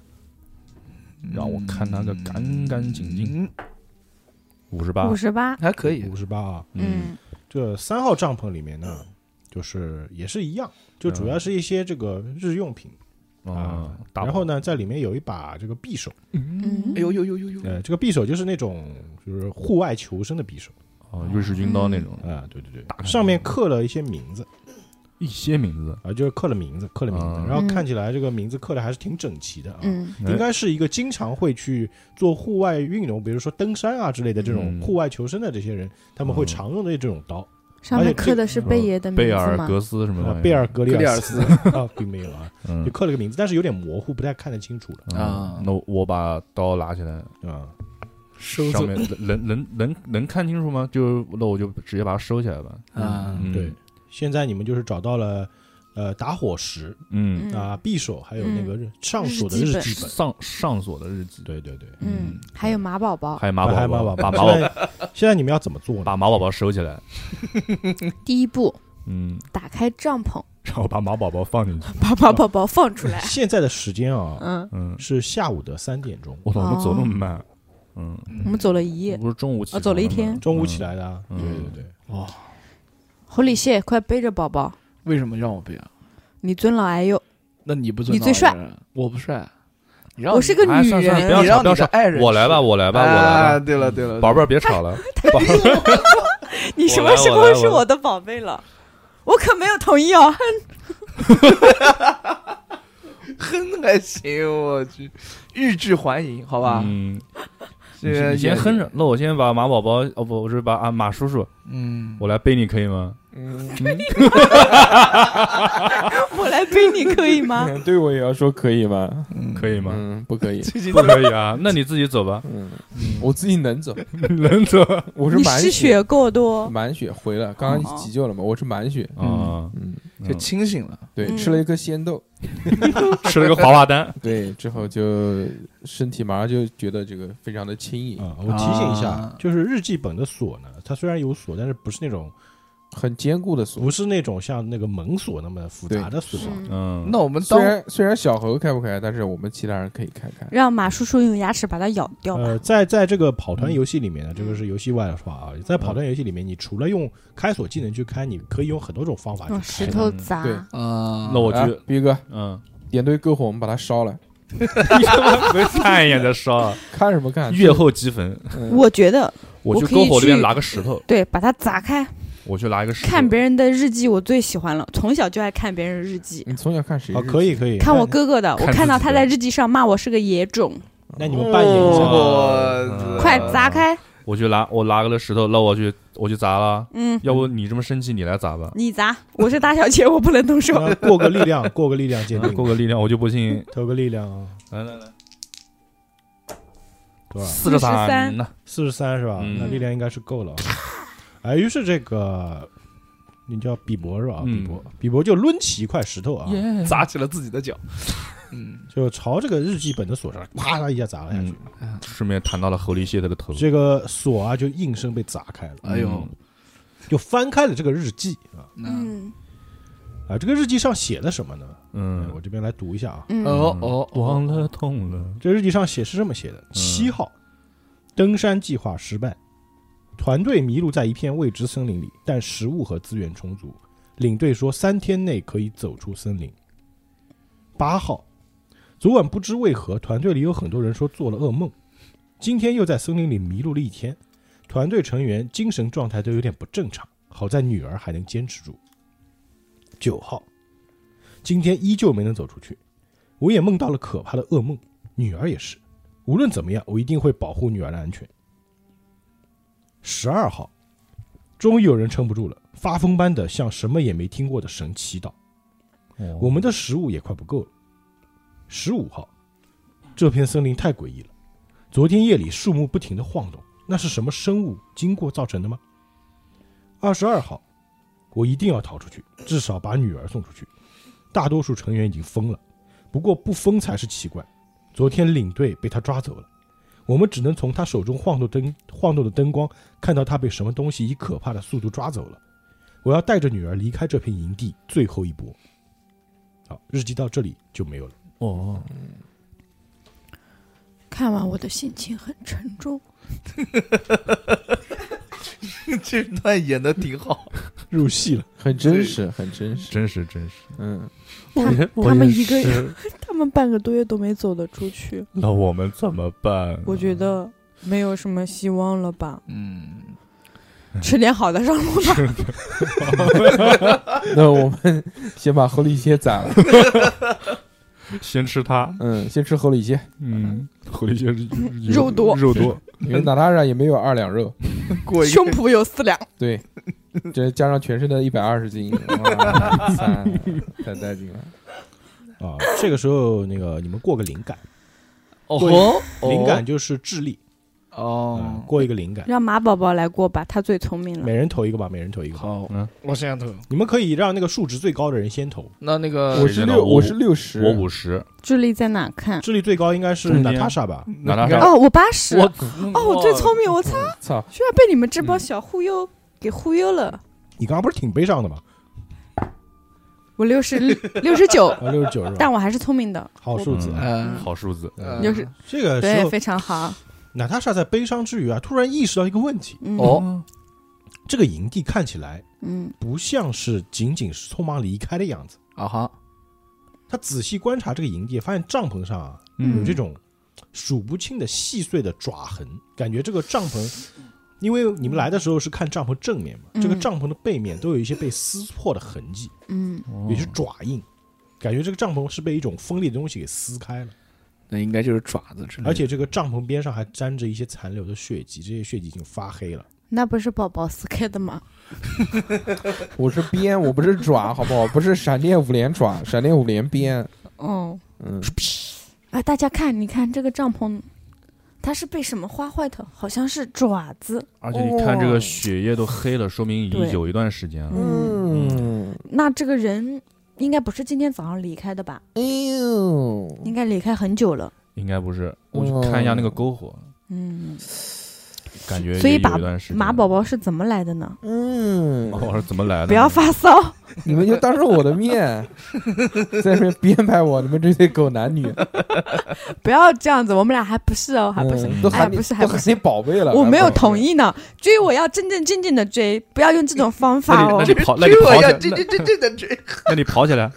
[SPEAKER 5] 让我看他个干干净净，
[SPEAKER 3] 嗯，
[SPEAKER 5] 五十八
[SPEAKER 4] 五，十八，
[SPEAKER 3] 还可以
[SPEAKER 1] 五，十八啊。
[SPEAKER 5] 嗯，
[SPEAKER 4] 嗯，
[SPEAKER 1] 这三号帐篷里面呢，就是也是一样，就主要是一些这个日用品
[SPEAKER 5] 啊，打
[SPEAKER 1] 嗯然后
[SPEAKER 5] 包？
[SPEAKER 1] 呢，在里面有一把这个匕首，
[SPEAKER 4] 嗯
[SPEAKER 3] 哎呦呦呦呦呦，
[SPEAKER 1] 呃，这个匕首就是那种就是户外求生的匕首
[SPEAKER 5] 哦，瑞士军刀那种，
[SPEAKER 1] 啊，对对对，
[SPEAKER 5] 开
[SPEAKER 1] 上面刻了一些名字
[SPEAKER 5] 一些名字，
[SPEAKER 1] 啊，就是刻了名字，刻了名字
[SPEAKER 5] 嗯，
[SPEAKER 1] 然后看起来这个名字刻的还是挺整齐的啊。
[SPEAKER 4] 嗯
[SPEAKER 1] 应该是一个经常会去做户外运动，比如说登山啊之类的这种
[SPEAKER 5] 嗯
[SPEAKER 1] 户外求生的这些人，他们会常用的这种刀。
[SPEAKER 4] 上面刻的嗯是贝爷的名
[SPEAKER 5] 贝尔
[SPEAKER 4] 字吗？
[SPEAKER 5] 格斯什么玩意
[SPEAKER 1] 啊
[SPEAKER 5] 儿？
[SPEAKER 1] 贝尔格里
[SPEAKER 3] 格里
[SPEAKER 1] 尔
[SPEAKER 3] 尔
[SPEAKER 1] 斯 啊，并没有啊，就
[SPEAKER 5] 嗯
[SPEAKER 1] 刻了个名字，但是有点模糊，不太看得清楚了
[SPEAKER 5] 啊
[SPEAKER 3] 啊，
[SPEAKER 5] 那我把刀拿起来，
[SPEAKER 1] 啊。
[SPEAKER 3] 收
[SPEAKER 5] 上面呃能能能能能看清楚吗？就那我就直接把它收起来吧。
[SPEAKER 3] 啊，
[SPEAKER 5] 嗯
[SPEAKER 1] 对，，现在你们就是找到了呃打火石
[SPEAKER 5] 嗯，
[SPEAKER 1] 啊、匕首，还有那个日上锁的
[SPEAKER 4] 日记
[SPEAKER 1] 日
[SPEAKER 4] 本
[SPEAKER 1] 记本。
[SPEAKER 5] 上上锁的日记，
[SPEAKER 1] 对对对，
[SPEAKER 4] 嗯，还有马宝宝，
[SPEAKER 5] 还有马宝
[SPEAKER 1] 还有马
[SPEAKER 5] 宝，
[SPEAKER 1] 宝
[SPEAKER 5] 把马
[SPEAKER 1] 现
[SPEAKER 5] 宝
[SPEAKER 1] 在现在你们要怎么做呢？
[SPEAKER 5] 把马宝宝收起来，
[SPEAKER 4] 第一步
[SPEAKER 5] 嗯，
[SPEAKER 4] 打开帐篷，
[SPEAKER 5] 然后把马宝宝放进去，
[SPEAKER 4] 把马宝宝放出 来。
[SPEAKER 1] 现在的时间啊
[SPEAKER 4] 嗯，
[SPEAKER 5] 嗯，
[SPEAKER 1] 是下午的三点钟，
[SPEAKER 5] 我操，我们走那么慢，嗯，
[SPEAKER 4] 我们走了一夜
[SPEAKER 5] 我，不是中午起床
[SPEAKER 4] 哦哦走了一
[SPEAKER 5] 吗
[SPEAKER 4] 天
[SPEAKER 1] 中午起，来的啊。
[SPEAKER 5] 嗯
[SPEAKER 1] 对
[SPEAKER 5] 嗯
[SPEAKER 1] 对对，
[SPEAKER 3] 哇，
[SPEAKER 4] 狐狸蟹快背着宝宝，
[SPEAKER 3] 为什么让我背啊？
[SPEAKER 4] 你尊老爱幼。
[SPEAKER 3] 那你不尊
[SPEAKER 4] 你
[SPEAKER 3] 重
[SPEAKER 4] 最
[SPEAKER 3] 我的人，我不帅，你让
[SPEAKER 4] 我
[SPEAKER 3] 你
[SPEAKER 4] 是个
[SPEAKER 5] 哎
[SPEAKER 4] 女
[SPEAKER 5] 算了算了
[SPEAKER 4] 人
[SPEAKER 5] 不，要
[SPEAKER 3] 你
[SPEAKER 5] 吵
[SPEAKER 3] 让
[SPEAKER 5] 不要
[SPEAKER 3] 你的
[SPEAKER 5] 吵
[SPEAKER 3] 爱人
[SPEAKER 5] 我来吧，
[SPEAKER 3] 吃，
[SPEAKER 5] 我来吧，我
[SPEAKER 3] 啊
[SPEAKER 5] 来吧，嗯
[SPEAKER 3] 对了对了，
[SPEAKER 5] 宝贝儿别吵了，
[SPEAKER 4] 哎
[SPEAKER 5] 宝贝儿
[SPEAKER 4] 你什么时
[SPEAKER 5] 我
[SPEAKER 4] 候
[SPEAKER 5] 来我来
[SPEAKER 4] 是我的宝贝了？我可没有同意哦。
[SPEAKER 3] 哼 还行，我去，欲拒还迎，好吧，
[SPEAKER 5] 嗯，
[SPEAKER 3] 这
[SPEAKER 5] 你
[SPEAKER 3] 个
[SPEAKER 5] 先你先
[SPEAKER 3] 也
[SPEAKER 5] 哼，着，那我先把马宝宝，哦不，我是把啊马叔叔，
[SPEAKER 3] 嗯，
[SPEAKER 5] 我来背你可以吗？
[SPEAKER 3] 嗯，
[SPEAKER 4] 我来背你可 以吗？
[SPEAKER 2] 对我也要说可以吗？
[SPEAKER 5] 可以吗？
[SPEAKER 2] 嗯，不可以。
[SPEAKER 3] 最近
[SPEAKER 5] 不可以啊，那你自己走吧，啊
[SPEAKER 2] 嗯，我自己能走，
[SPEAKER 5] 能走
[SPEAKER 2] 我是
[SPEAKER 4] 你
[SPEAKER 2] 满
[SPEAKER 4] 失血过多，
[SPEAKER 2] 满血回了，刚刚急救了嘛，我是满血。
[SPEAKER 5] 啊，
[SPEAKER 2] 嗯，
[SPEAKER 3] 就清醒了，
[SPEAKER 2] 对，
[SPEAKER 4] 嗯
[SPEAKER 2] 吃了一颗仙豆，
[SPEAKER 5] 吃了个滑滑丹，
[SPEAKER 2] 对，之后就身体马上就觉得这个非常的轻盈，
[SPEAKER 5] 嗯
[SPEAKER 1] 啊、我提醒一下，
[SPEAKER 3] 啊
[SPEAKER 1] 就是日记本的锁呢，它虽然有锁，但是不是那种
[SPEAKER 2] 很坚固的锁。
[SPEAKER 1] 不是那种像那个门锁那么复杂的锁，啊
[SPEAKER 4] 嗯
[SPEAKER 5] 嗯，
[SPEAKER 3] 那我们
[SPEAKER 2] 虽
[SPEAKER 3] 当
[SPEAKER 2] 然虽然小猴开不开，但是我们其他人可以开开。
[SPEAKER 4] 让马叔叔用牙齿把它咬掉吧。
[SPEAKER 1] 呃，在在这个跑
[SPEAKER 5] 嗯
[SPEAKER 1] 团游戏里面呢，这
[SPEAKER 4] 嗯
[SPEAKER 1] 个是游戏外的话啊，在跑团游戏里面，你除了用开锁技能去开，你可以用很多种方法去
[SPEAKER 4] 用
[SPEAKER 1] 开
[SPEAKER 4] 哦石
[SPEAKER 1] 的。
[SPEAKER 4] 头砸，
[SPEAKER 2] 对
[SPEAKER 3] 啊，
[SPEAKER 5] 那我
[SPEAKER 2] 啊
[SPEAKER 5] 就，
[SPEAKER 2] 逼哥
[SPEAKER 5] 嗯，
[SPEAKER 2] 点对篝火，我们把它烧了，
[SPEAKER 5] 你他妈不看一眼再烧 啊，
[SPEAKER 2] 看什么看？
[SPEAKER 5] 月后积焚，
[SPEAKER 2] 嗯
[SPEAKER 4] 我觉得
[SPEAKER 5] 我
[SPEAKER 4] 我
[SPEAKER 5] 去
[SPEAKER 4] 可以
[SPEAKER 5] 篝火那边
[SPEAKER 4] 去
[SPEAKER 5] 拿个石头，
[SPEAKER 4] 对，把它砸开。
[SPEAKER 5] 我去拿一个石头，
[SPEAKER 4] 看别人的日记，我最喜欢了，从小就爱看别人日记。
[SPEAKER 2] 你从小看谁
[SPEAKER 1] 啊，？可以可以，
[SPEAKER 4] 看我哥哥的，
[SPEAKER 5] 看
[SPEAKER 4] 我看到
[SPEAKER 5] 自己
[SPEAKER 4] 他
[SPEAKER 5] 的
[SPEAKER 4] 在日记上骂我是个野种，
[SPEAKER 1] 那，那你们扮演一下，啊
[SPEAKER 3] 我
[SPEAKER 1] 呃
[SPEAKER 5] 嗯
[SPEAKER 4] 快砸开！
[SPEAKER 5] 我去拿我拿个石头，那我去我去砸了，
[SPEAKER 4] 嗯，
[SPEAKER 5] 要不你这么生气，你来砸吧，
[SPEAKER 4] 你砸，我是大小姐，我不能动手。
[SPEAKER 1] 那过个力量，过个力量鉴定，
[SPEAKER 5] 啊嗯过个力量，我就不信，
[SPEAKER 1] 投个力量啊，
[SPEAKER 5] 来来来，
[SPEAKER 1] 多
[SPEAKER 4] 嗯
[SPEAKER 1] 少？
[SPEAKER 5] 四十
[SPEAKER 4] 43
[SPEAKER 5] 呢，
[SPEAKER 1] 四十三是吧？
[SPEAKER 5] 嗯
[SPEAKER 1] 那力量应该是够了啊。哎，于是这个。你叫比伯是吧？
[SPEAKER 5] 嗯
[SPEAKER 1] 比伯，比伯就抡起一块石头啊，
[SPEAKER 3] 砸起了自己的脚，嗯，
[SPEAKER 1] 就朝这个日记本的锁上，啪啦一下砸了下去。
[SPEAKER 5] 嗯顺便弹到了狐狸蟹的头，
[SPEAKER 1] 这个锁啊，就应声被砸开了，
[SPEAKER 3] 哎呦，
[SPEAKER 1] 就翻开了这个日记啊
[SPEAKER 3] 那
[SPEAKER 4] 嗯
[SPEAKER 1] 啊！这个日记上写的什么呢？哎我
[SPEAKER 5] 嗯，
[SPEAKER 1] 这边来读一下啊。
[SPEAKER 4] 嗯，
[SPEAKER 3] 哦哦，
[SPEAKER 5] 忘了痛了，
[SPEAKER 1] 这日记上写是这么写的：七号，登山计划失败，团队迷路在一片未知森林里，但食物和资源充足。领队说三天内可以走出森林。八号，昨晚不知为何，团队里有很多人说做了噩梦，今天又在森林里迷路了一天，团队成员精神状态都有点不正常。好在女儿还能坚持住。九号，今天依旧没能走出去，我也梦到了可怕的噩梦。女儿也是。无论怎么样，我一定会保护女儿的安全。十二号，终于有人撑不住了，发疯般的
[SPEAKER 5] 哦
[SPEAKER 1] 向什么也没听过的神祈祷。我们的食物也快不够了。十五号，这片森林太诡异了。昨天夜里树木不停的晃动，那是什么生物经过造成的吗？二十二号，我一定要逃出去，至少把女儿送出去。大多数成员已经疯了，不过不疯才是奇怪。昨天领队被他抓走了，我们只能从他手中晃动灯晃动的灯光看到他被什么东西以可怕的速度抓走了。我要带着女儿离开这片营地，最后一搏。好，日记到这里就没有了。
[SPEAKER 5] 哦，
[SPEAKER 4] 看完我的心情很沉重。
[SPEAKER 3] 这段演的挺好，
[SPEAKER 1] 入戏了，
[SPEAKER 2] 很真实，很真实。
[SPEAKER 5] 真实真哎实。
[SPEAKER 2] 嗯，
[SPEAKER 4] 他他们一个， 他们半个多月都没走得出去，
[SPEAKER 5] 那我们怎么办？
[SPEAKER 4] 我觉得没有什么希望了吧？
[SPEAKER 3] 嗯，
[SPEAKER 4] 吃点好的上路吧。
[SPEAKER 2] 那我们先把狐狸蝎宰 了。
[SPEAKER 5] 先吃它，
[SPEAKER 2] 嗯，先吃狐狸蝎，
[SPEAKER 5] 嗯，狐狸就是
[SPEAKER 4] 肉多
[SPEAKER 5] 肉多，
[SPEAKER 2] 因为娜塔莎也没有二两肉。
[SPEAKER 3] 过一
[SPEAKER 4] 胸
[SPEAKER 3] 个
[SPEAKER 4] 脯有四两，
[SPEAKER 2] 对，这加上全身的一百二十斤，哇 塞，太带劲了。
[SPEAKER 1] 啊！这个时候，那个你们过个灵感，
[SPEAKER 3] 哦
[SPEAKER 1] 过
[SPEAKER 3] 吼
[SPEAKER 1] 灵感就是智力啊、
[SPEAKER 3] 哦，
[SPEAKER 1] 过一个灵感，
[SPEAKER 4] 让马宝宝来过吧，他最聪明
[SPEAKER 1] 每
[SPEAKER 4] 了。
[SPEAKER 1] 人投一个吧，每人投一个吧。
[SPEAKER 3] 好
[SPEAKER 5] 嗯，
[SPEAKER 3] 我现在投。
[SPEAKER 1] 你们可以让那个数值最高的人先投，
[SPEAKER 3] 那那个
[SPEAKER 2] 我
[SPEAKER 5] 谁
[SPEAKER 2] 是
[SPEAKER 5] 知道
[SPEAKER 2] 六，
[SPEAKER 5] 我
[SPEAKER 2] 我是六十，
[SPEAKER 5] 我五十，
[SPEAKER 4] 智力在哪看？
[SPEAKER 1] 智力最高应该是
[SPEAKER 5] 中
[SPEAKER 1] 娜
[SPEAKER 5] 间
[SPEAKER 1] 塔莎吧？
[SPEAKER 5] 拿拿上
[SPEAKER 4] 哦，我八十。
[SPEAKER 3] 啊
[SPEAKER 5] 我
[SPEAKER 4] 哦，我最聪明，我操，
[SPEAKER 2] 操，
[SPEAKER 4] 居然被你们这
[SPEAKER 5] 嗯
[SPEAKER 4] 帮小忽悠给忽悠了。
[SPEAKER 1] 你刚刚不是挺悲伤的吗？
[SPEAKER 4] 我六十 六十九，
[SPEAKER 1] 啊，六十九是吧？
[SPEAKER 4] 但我还是聪明的，
[SPEAKER 1] 好数字。
[SPEAKER 5] 嗯
[SPEAKER 3] 嗯，
[SPEAKER 5] 好数字，
[SPEAKER 3] 呃
[SPEAKER 4] 就是
[SPEAKER 1] 这个时
[SPEAKER 4] 对，
[SPEAKER 1] 候，
[SPEAKER 4] 非常好。
[SPEAKER 1] 娜塔莎在悲伤之余啊，突然意识到一个问题：
[SPEAKER 4] 嗯，
[SPEAKER 3] 哦，
[SPEAKER 1] 这个营地看起来
[SPEAKER 4] 嗯，
[SPEAKER 1] 不像是仅仅是匆忙离开的样子。
[SPEAKER 3] 啊哈，
[SPEAKER 1] 他仔细观察这个营地，发现帐篷上啊有
[SPEAKER 4] 嗯
[SPEAKER 1] 这种数不清的细碎的爪痕，感觉这个帐篷，因为你们来的时候是看帐篷正面嘛，
[SPEAKER 4] 嗯
[SPEAKER 1] 这个帐篷的背面都有一些被撕破的痕迹，
[SPEAKER 4] 嗯，
[SPEAKER 1] 也是爪印，感觉这个帐篷是被一种锋利的东西给撕开了，
[SPEAKER 3] 那应该就是爪子之类的。
[SPEAKER 1] 而且这个帐篷边上还沾着一些残留的血迹，这些血迹已经发黑了。
[SPEAKER 4] 那不是宝宝撕开的吗？
[SPEAKER 2] 我是鞭，我不是爪，好不好？不是闪电五连爪，闪电五连鞭。
[SPEAKER 4] 哦，
[SPEAKER 2] 嗯，
[SPEAKER 4] 哎，大家看，你看这个帐篷，它是被什么花坏的？好像是爪子。
[SPEAKER 5] 而且你看这个血液都黑了，说明已经
[SPEAKER 4] 哦对
[SPEAKER 5] 有一段时间了。
[SPEAKER 4] 嗯，
[SPEAKER 2] 嗯，
[SPEAKER 4] 那这个人应该不是今天早上离开的吧？
[SPEAKER 2] 哎呦，
[SPEAKER 5] 嗯
[SPEAKER 4] 应该离开很久了。
[SPEAKER 5] 应该不
[SPEAKER 4] 哦
[SPEAKER 5] 是，我去看一下那个篝火，
[SPEAKER 4] 嗯，
[SPEAKER 5] 感觉
[SPEAKER 4] 所以
[SPEAKER 5] 也
[SPEAKER 4] 把
[SPEAKER 5] 嗯有一段时间。
[SPEAKER 4] 马宝宝是怎么来的呢？
[SPEAKER 2] 嗯
[SPEAKER 5] 马，宝是怎么来的？
[SPEAKER 4] 不要发骚，
[SPEAKER 2] 你们就当着我的 面在那边编排我，你们这些狗男 女，
[SPEAKER 4] 不要这样子，我们俩还不是哦，啊还不是。
[SPEAKER 2] 嗯都
[SPEAKER 4] 哎
[SPEAKER 2] 喊你
[SPEAKER 4] 不是还
[SPEAKER 2] 都
[SPEAKER 4] 不
[SPEAKER 2] 喊
[SPEAKER 4] 是
[SPEAKER 2] 你宝贝了，
[SPEAKER 4] 我没有
[SPEAKER 2] 还宝
[SPEAKER 4] 同
[SPEAKER 2] 贝。
[SPEAKER 4] 意呢，追我要正正经经的追，不要用这种方
[SPEAKER 5] 那
[SPEAKER 4] 法
[SPEAKER 5] 你
[SPEAKER 4] 哦
[SPEAKER 5] 那。你跑，那你
[SPEAKER 3] 这
[SPEAKER 5] 跑
[SPEAKER 3] 我
[SPEAKER 5] 起
[SPEAKER 3] 要
[SPEAKER 5] 来，
[SPEAKER 3] 这这这这的这，
[SPEAKER 5] 那你跑起来。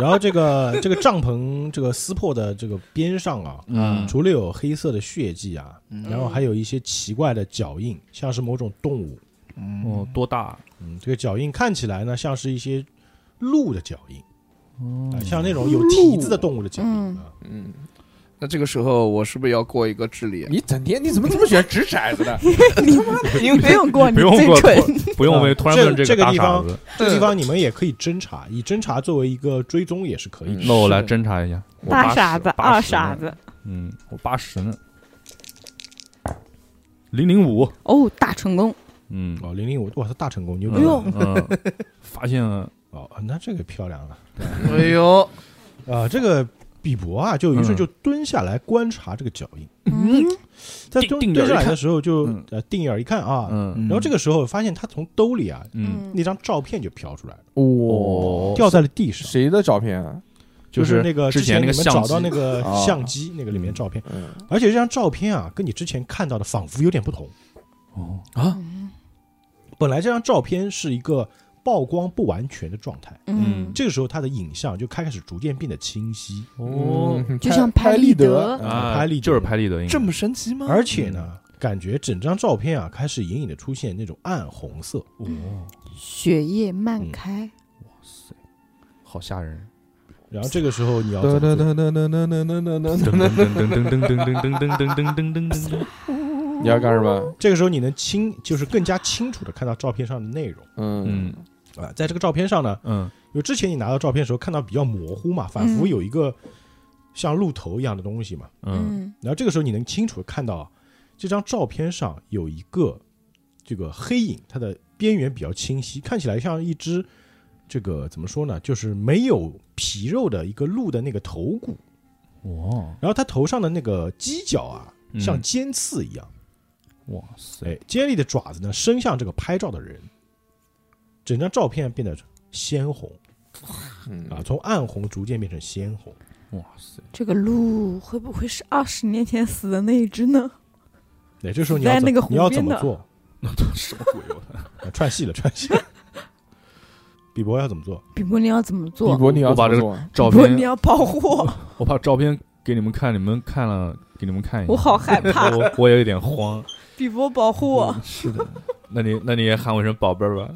[SPEAKER 1] 然后这个这个帐篷这个撕破的这个边上啊，
[SPEAKER 5] 嗯
[SPEAKER 1] 除了有黑色的血迹啊，
[SPEAKER 3] 嗯
[SPEAKER 1] 然后还有一些奇怪的脚印，像是某种动物。
[SPEAKER 5] 哦，多大？
[SPEAKER 1] 嗯，这个脚印看起来呢，像是一些鹿的脚印，
[SPEAKER 5] 哦
[SPEAKER 1] 啊，像那种有蹄子的动物的脚印
[SPEAKER 4] 嗯
[SPEAKER 1] 啊。
[SPEAKER 2] 嗯，
[SPEAKER 3] 那这个时候我是不是要过一个智力？啊
[SPEAKER 2] 你整天你怎么这么喜欢 掷骰子呢？
[SPEAKER 4] 你不用过，你
[SPEAKER 5] 不用
[SPEAKER 4] 最
[SPEAKER 5] 过，
[SPEAKER 4] 蠢。
[SPEAKER 5] 不不用为突然
[SPEAKER 1] 这
[SPEAKER 5] 问
[SPEAKER 1] 这个
[SPEAKER 5] 个大
[SPEAKER 1] 地
[SPEAKER 5] 傻
[SPEAKER 1] 方
[SPEAKER 5] 子。
[SPEAKER 1] 这个地方你们也可以侦查，以侦查作为一个追踪也是可以的。
[SPEAKER 5] 嗯那我来侦查一下。我
[SPEAKER 4] 大
[SPEAKER 5] 80
[SPEAKER 4] 傻子，
[SPEAKER 5] 80
[SPEAKER 4] 二
[SPEAKER 5] 呢
[SPEAKER 4] 傻子。
[SPEAKER 5] 嗯，我八十呢。零零五。
[SPEAKER 4] 哦，大成功，
[SPEAKER 5] 嗯，
[SPEAKER 1] 哦，零零五，哇，他大成功，牛逼！
[SPEAKER 4] 哎呦
[SPEAKER 5] 嗯，发现了
[SPEAKER 1] 哦，那这个漂亮了。
[SPEAKER 3] 哎呦，
[SPEAKER 1] 啊，这个比伯啊，就于是
[SPEAKER 5] 嗯
[SPEAKER 1] 就蹲下来观察这个脚印，
[SPEAKER 4] 嗯，
[SPEAKER 1] 在
[SPEAKER 5] 定
[SPEAKER 1] 蹲
[SPEAKER 5] 定眼
[SPEAKER 1] 蹲下
[SPEAKER 5] 一
[SPEAKER 1] 来
[SPEAKER 5] 看
[SPEAKER 1] 的时候就
[SPEAKER 5] 嗯
[SPEAKER 1] 呃定眼一看啊，
[SPEAKER 5] 嗯
[SPEAKER 1] 然后这个时候发现他从兜里啊
[SPEAKER 5] 嗯，
[SPEAKER 1] 那张照片就飘出来了，
[SPEAKER 2] 哇，
[SPEAKER 1] 掉在了地上。
[SPEAKER 2] 哦谁的照片啊？
[SPEAKER 1] 就是
[SPEAKER 5] 是
[SPEAKER 1] 那个
[SPEAKER 5] 之
[SPEAKER 1] 前
[SPEAKER 5] 前
[SPEAKER 1] 你
[SPEAKER 5] 那个
[SPEAKER 1] 们
[SPEAKER 5] 相
[SPEAKER 1] 找到
[SPEAKER 5] 机
[SPEAKER 1] 那个
[SPEAKER 2] 啊
[SPEAKER 1] 相机那个里面照片，
[SPEAKER 2] 嗯，
[SPEAKER 1] 而且这张照片啊，跟你之前看到的仿佛有点不同。
[SPEAKER 5] 哦，
[SPEAKER 1] 本来这张照片是一个曝光不完全的状态，
[SPEAKER 5] 嗯
[SPEAKER 4] 嗯，
[SPEAKER 1] 这个时候它的影像就开始逐渐变得清晰，
[SPEAKER 5] 哦
[SPEAKER 2] 嗯
[SPEAKER 4] 就像
[SPEAKER 2] 拍
[SPEAKER 4] 拍
[SPEAKER 2] 立
[SPEAKER 4] 立
[SPEAKER 2] 得
[SPEAKER 4] 得
[SPEAKER 5] 啊，
[SPEAKER 1] 拍立得
[SPEAKER 5] 就是拍立得，应该
[SPEAKER 3] 这么神奇吗？
[SPEAKER 1] 而且
[SPEAKER 5] 嗯
[SPEAKER 1] 呢，感觉整张照片啊开始隐隐的出现那种暗红色。
[SPEAKER 5] 哦，
[SPEAKER 4] 血液
[SPEAKER 5] 嗯
[SPEAKER 4] 漫开，
[SPEAKER 5] 好吓人！
[SPEAKER 1] 然后这个时候
[SPEAKER 5] 嗯
[SPEAKER 1] 你要
[SPEAKER 2] 噔
[SPEAKER 1] 怎么
[SPEAKER 2] 噔
[SPEAKER 1] 做？
[SPEAKER 2] 噔噔噔噔噔噔噔噔，
[SPEAKER 5] 噔噔噔噔噔噔噔噔噔噔噔噔噔噔，
[SPEAKER 2] 你要干什么？
[SPEAKER 1] 这个时候你能清，就是更加清楚的看到照片上的内容
[SPEAKER 2] 嗯
[SPEAKER 5] 嗯
[SPEAKER 1] 啊。在这个照片上呢，
[SPEAKER 5] 嗯
[SPEAKER 1] 因为之前你拿到照片的时候看到比较模糊嘛，仿佛
[SPEAKER 4] 嗯
[SPEAKER 1] 有一个像鹿头一样的东西嘛。
[SPEAKER 5] 嗯，
[SPEAKER 1] 然后这个时候你能清楚地看到，这张照片上有一个这个黑影，它的边缘比较清晰，看起来像一只这个怎么说呢，就是没有皮肉的一个鹿的那个头骨，
[SPEAKER 5] 哇
[SPEAKER 1] 然后它头上的那个犄角啊，
[SPEAKER 5] 嗯
[SPEAKER 1] 像尖刺一样，
[SPEAKER 5] 哇塞，
[SPEAKER 1] 哎，尖利的爪子呢伸向这个拍照的人，整张照片变得鲜红
[SPEAKER 2] 嗯
[SPEAKER 1] 啊，从暗红逐渐变成鲜红。
[SPEAKER 5] 哇塞，
[SPEAKER 4] 这个鹿会不会是二十年前死的那一只呢？
[SPEAKER 1] 对，这时候你要
[SPEAKER 4] 在那
[SPEAKER 1] 怎
[SPEAKER 4] 个
[SPEAKER 1] 么
[SPEAKER 4] 湖
[SPEAKER 1] 你要怎么
[SPEAKER 4] 边的
[SPEAKER 1] 做？
[SPEAKER 5] 什么鬼？我操！
[SPEAKER 1] 啊 串戏了，串戏了。比伯要怎么做？
[SPEAKER 4] 比伯尼要怎么做？
[SPEAKER 2] 比伯，你要
[SPEAKER 5] 我把
[SPEAKER 2] 怎
[SPEAKER 5] 这
[SPEAKER 2] 么
[SPEAKER 5] 个
[SPEAKER 2] 做 啊
[SPEAKER 5] 照
[SPEAKER 4] 比伯尼
[SPEAKER 5] 片，嗯
[SPEAKER 4] 要保护我，
[SPEAKER 5] 我把照片给你们看，你们看了，给你们看一下。
[SPEAKER 4] 我好害 怕。
[SPEAKER 5] 我我也有点慌。
[SPEAKER 4] 比伯保护我，
[SPEAKER 5] 是的，那你那你也喊我一声宝贝儿吧。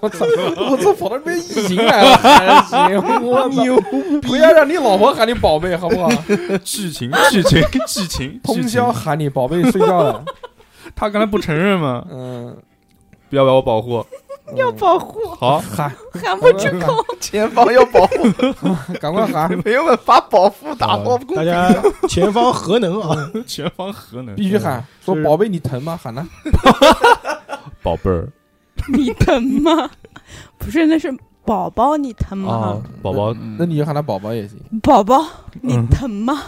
[SPEAKER 2] 我操！我操！跑到这边意淫来了，
[SPEAKER 5] 哎
[SPEAKER 2] 还行，我牛不要让你老婆喊你宝贝，好不好？
[SPEAKER 5] 剧情剧情剧情，
[SPEAKER 2] 通宵喊你宝贝睡觉了，
[SPEAKER 5] 他刚才不承认吗？
[SPEAKER 2] 嗯，
[SPEAKER 5] 不要把我保护。
[SPEAKER 4] 要保护我，
[SPEAKER 5] 好，
[SPEAKER 2] 喊，
[SPEAKER 4] 喊
[SPEAKER 5] 嗯
[SPEAKER 4] 不出口。
[SPEAKER 3] 前方要保护，
[SPEAKER 2] 赶快喊，
[SPEAKER 3] 朋友们把保护打
[SPEAKER 1] 好
[SPEAKER 3] 包，
[SPEAKER 1] 呃大家前方核能啊！
[SPEAKER 5] 前方核能
[SPEAKER 2] 必须喊，说
[SPEAKER 1] 是
[SPEAKER 2] 宝贝你疼吗？喊呐，
[SPEAKER 5] 宝贝儿
[SPEAKER 4] 你疼吗？不是，那是宝宝，你疼
[SPEAKER 2] 嗯
[SPEAKER 4] 吗？
[SPEAKER 5] 啊，宝宝，
[SPEAKER 2] 那你就喊他宝宝也行。
[SPEAKER 4] 宝宝，你疼吗？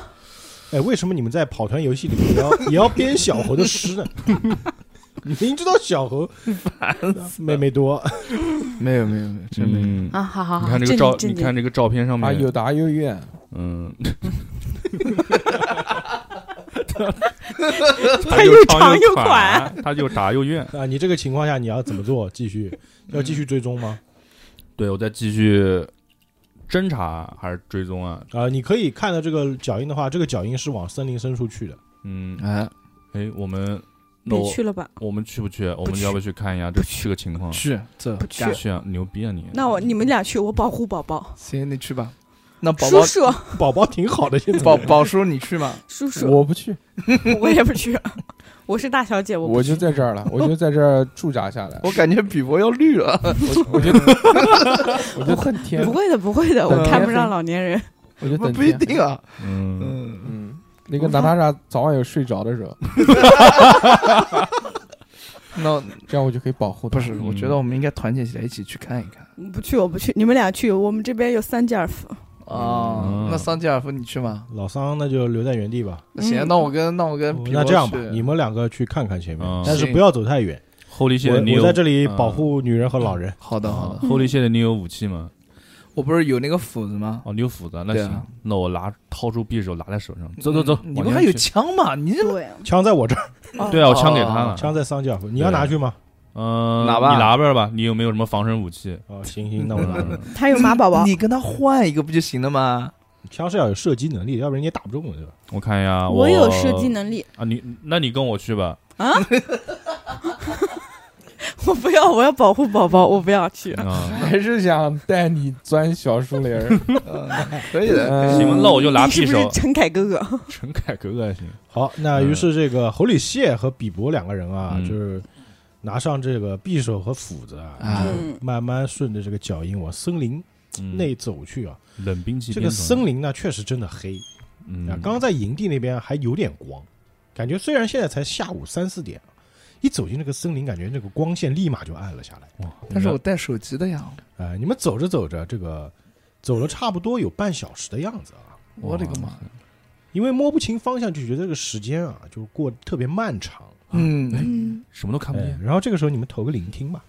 [SPEAKER 1] 哎，为什么你们在跑团游戏里面也要也要编小猴的诗呢？ 你明知道小猴妹妹多，
[SPEAKER 3] 没有没有没有， 真没有。
[SPEAKER 5] 嗯，
[SPEAKER 4] 啊，好好
[SPEAKER 5] 你
[SPEAKER 4] 好，
[SPEAKER 5] 看这个
[SPEAKER 4] 正
[SPEAKER 5] 照，
[SPEAKER 4] 经
[SPEAKER 5] 你
[SPEAKER 4] 正
[SPEAKER 5] 看
[SPEAKER 4] 经，
[SPEAKER 5] 这个照片上
[SPEAKER 2] 啊，有
[SPEAKER 5] 面，
[SPEAKER 2] 答有怨，
[SPEAKER 5] 嗯，
[SPEAKER 4] 他
[SPEAKER 5] 又
[SPEAKER 4] 又长又
[SPEAKER 5] 款
[SPEAKER 4] 宽，，
[SPEAKER 5] 他又打又怨。
[SPEAKER 1] 啊，你这个情况下你要怎么做？继续要继续追踪吗？
[SPEAKER 5] 对我再继续侦查还是追踪啊？
[SPEAKER 1] 啊，你可以看到这个脚印的话，这个脚印是往森林深处去的。
[SPEAKER 5] 嗯，
[SPEAKER 3] 哎，
[SPEAKER 5] 哎，我们那
[SPEAKER 4] 别
[SPEAKER 5] 我
[SPEAKER 4] 去了吧，
[SPEAKER 5] 我们去不去？啊我
[SPEAKER 4] 不
[SPEAKER 5] 们
[SPEAKER 4] 去
[SPEAKER 5] 要不要去看一下这这个情况？
[SPEAKER 3] 去走，
[SPEAKER 4] 不去
[SPEAKER 3] 干。
[SPEAKER 5] 去啊，牛逼啊你！
[SPEAKER 4] 那我你们俩去，我保护宝宝。
[SPEAKER 3] 行，你去吧。那宝宝
[SPEAKER 4] 叔叔，
[SPEAKER 1] 宝宝挺好的，现在
[SPEAKER 3] 宝宝叔你去嘛？
[SPEAKER 4] 叔叔，
[SPEAKER 2] 我不去，
[SPEAKER 4] 我也不去， 我是大小姐，我
[SPEAKER 2] 我
[SPEAKER 4] 不去
[SPEAKER 2] 就在这儿 了，我就在这儿驻扎下来，
[SPEAKER 3] 我感觉比伯要绿了。
[SPEAKER 2] 我就我就等天
[SPEAKER 4] 不，会的，不会的，我
[SPEAKER 2] 嗯
[SPEAKER 4] 看不上老年人。
[SPEAKER 2] 我就等
[SPEAKER 3] 不一
[SPEAKER 2] 天。
[SPEAKER 3] 定啊。
[SPEAKER 5] 嗯，
[SPEAKER 3] 嗯，
[SPEAKER 2] 嗯，那个娜塔莎早晚有睡着的时 候，
[SPEAKER 3] 嗯那
[SPEAKER 2] 这样我就可以保护她。
[SPEAKER 3] 不是，我觉得我们应该团结起来一起去看一看。
[SPEAKER 4] 不去，我不去，你们俩去，我们这边有三件儿服。
[SPEAKER 5] 嗯
[SPEAKER 3] 那桑吉尔夫你去吗？
[SPEAKER 1] 老桑那就留在原地吧。
[SPEAKER 3] 那行，
[SPEAKER 4] 嗯
[SPEAKER 3] 那我跟那我跟比伯
[SPEAKER 1] 哦那这样吧
[SPEAKER 3] 去，
[SPEAKER 1] 你们两个去看看前面
[SPEAKER 5] 嗯，
[SPEAKER 1] 但是
[SPEAKER 3] 行
[SPEAKER 1] 不要走太远。
[SPEAKER 5] 后立
[SPEAKER 1] 我
[SPEAKER 5] 线你
[SPEAKER 1] 我
[SPEAKER 5] 有
[SPEAKER 1] 在这里
[SPEAKER 5] 嗯
[SPEAKER 1] 保护女人和老人。
[SPEAKER 3] 好的好
[SPEAKER 5] 啊
[SPEAKER 3] 的，
[SPEAKER 5] 后立线的你有武器吗？
[SPEAKER 3] 我不是有那个斧子吗？
[SPEAKER 5] 哦，你有斧子啊，那
[SPEAKER 3] 对
[SPEAKER 5] 行，
[SPEAKER 3] 啊
[SPEAKER 5] 那我拿掏出匕首拿在手上，走走走，
[SPEAKER 3] 嗯你
[SPEAKER 5] 往
[SPEAKER 3] 们
[SPEAKER 5] 前
[SPEAKER 3] 还有
[SPEAKER 5] 去
[SPEAKER 3] 枪吗？你这
[SPEAKER 4] 对，
[SPEAKER 1] 枪在我这儿，
[SPEAKER 5] 对啊，我枪给
[SPEAKER 3] 哦
[SPEAKER 5] 他了，
[SPEAKER 1] 枪在桑吉尔夫，你要拿去吗？
[SPEAKER 5] 嗯，
[SPEAKER 3] 拿吧
[SPEAKER 5] 你拿吧吧，你有没有什么防身武器？
[SPEAKER 1] 哦，行行，那我拿。
[SPEAKER 5] 嗯
[SPEAKER 4] 他有马宝宝，
[SPEAKER 3] 你跟他换一个不就行了吗？
[SPEAKER 1] 枪是要有射击能力，要不然你也打不中我，对吧？
[SPEAKER 5] 我看一下，
[SPEAKER 4] 我有射击能力
[SPEAKER 5] 啊，你那你跟我去 吧，
[SPEAKER 4] 啊！ 我不要，我要保护宝宝，我不要去。
[SPEAKER 5] 啊，
[SPEAKER 2] 还是想带你钻小树林儿。
[SPEAKER 3] 可以的，
[SPEAKER 2] 嗯
[SPEAKER 5] 行吧，那我就拿
[SPEAKER 4] 你是
[SPEAKER 5] 匕
[SPEAKER 4] 不是
[SPEAKER 5] 首，
[SPEAKER 4] 陈凯哥哥？
[SPEAKER 5] 陈凯格格还行，
[SPEAKER 1] 好，那
[SPEAKER 5] 嗯
[SPEAKER 1] 于是这个侯里谢和比伯两个人啊，
[SPEAKER 5] 嗯
[SPEAKER 1] 就是拿上这个匕首和斧子啊，
[SPEAKER 3] 啊
[SPEAKER 4] 嗯，
[SPEAKER 1] 慢慢顺着这个脚印往森林
[SPEAKER 5] 嗯
[SPEAKER 1] 内走去啊。
[SPEAKER 5] 冷兵器
[SPEAKER 1] 这
[SPEAKER 5] 编
[SPEAKER 1] 个
[SPEAKER 5] 程
[SPEAKER 1] 森林呢，确实真的黑
[SPEAKER 5] 嗯
[SPEAKER 1] 啊。刚刚在营地那边还有点光，感觉虽然现在才下午三四点，啊一走进那个森林，感觉那个光线立马就暗了下来。
[SPEAKER 5] 哇
[SPEAKER 3] 但是我带手机的呀，
[SPEAKER 1] 哎，你们走着走着，这个走了差不多有半小时的样子啊。
[SPEAKER 3] 我的个妈！
[SPEAKER 1] 因为摸不清方向，就觉得这个时间啊，就是过得特别漫长。
[SPEAKER 3] 嗯，
[SPEAKER 4] 嗯，
[SPEAKER 5] 什么都看不
[SPEAKER 1] 哎
[SPEAKER 5] 见，，
[SPEAKER 1] 然后这个时候你们投个聆听吧，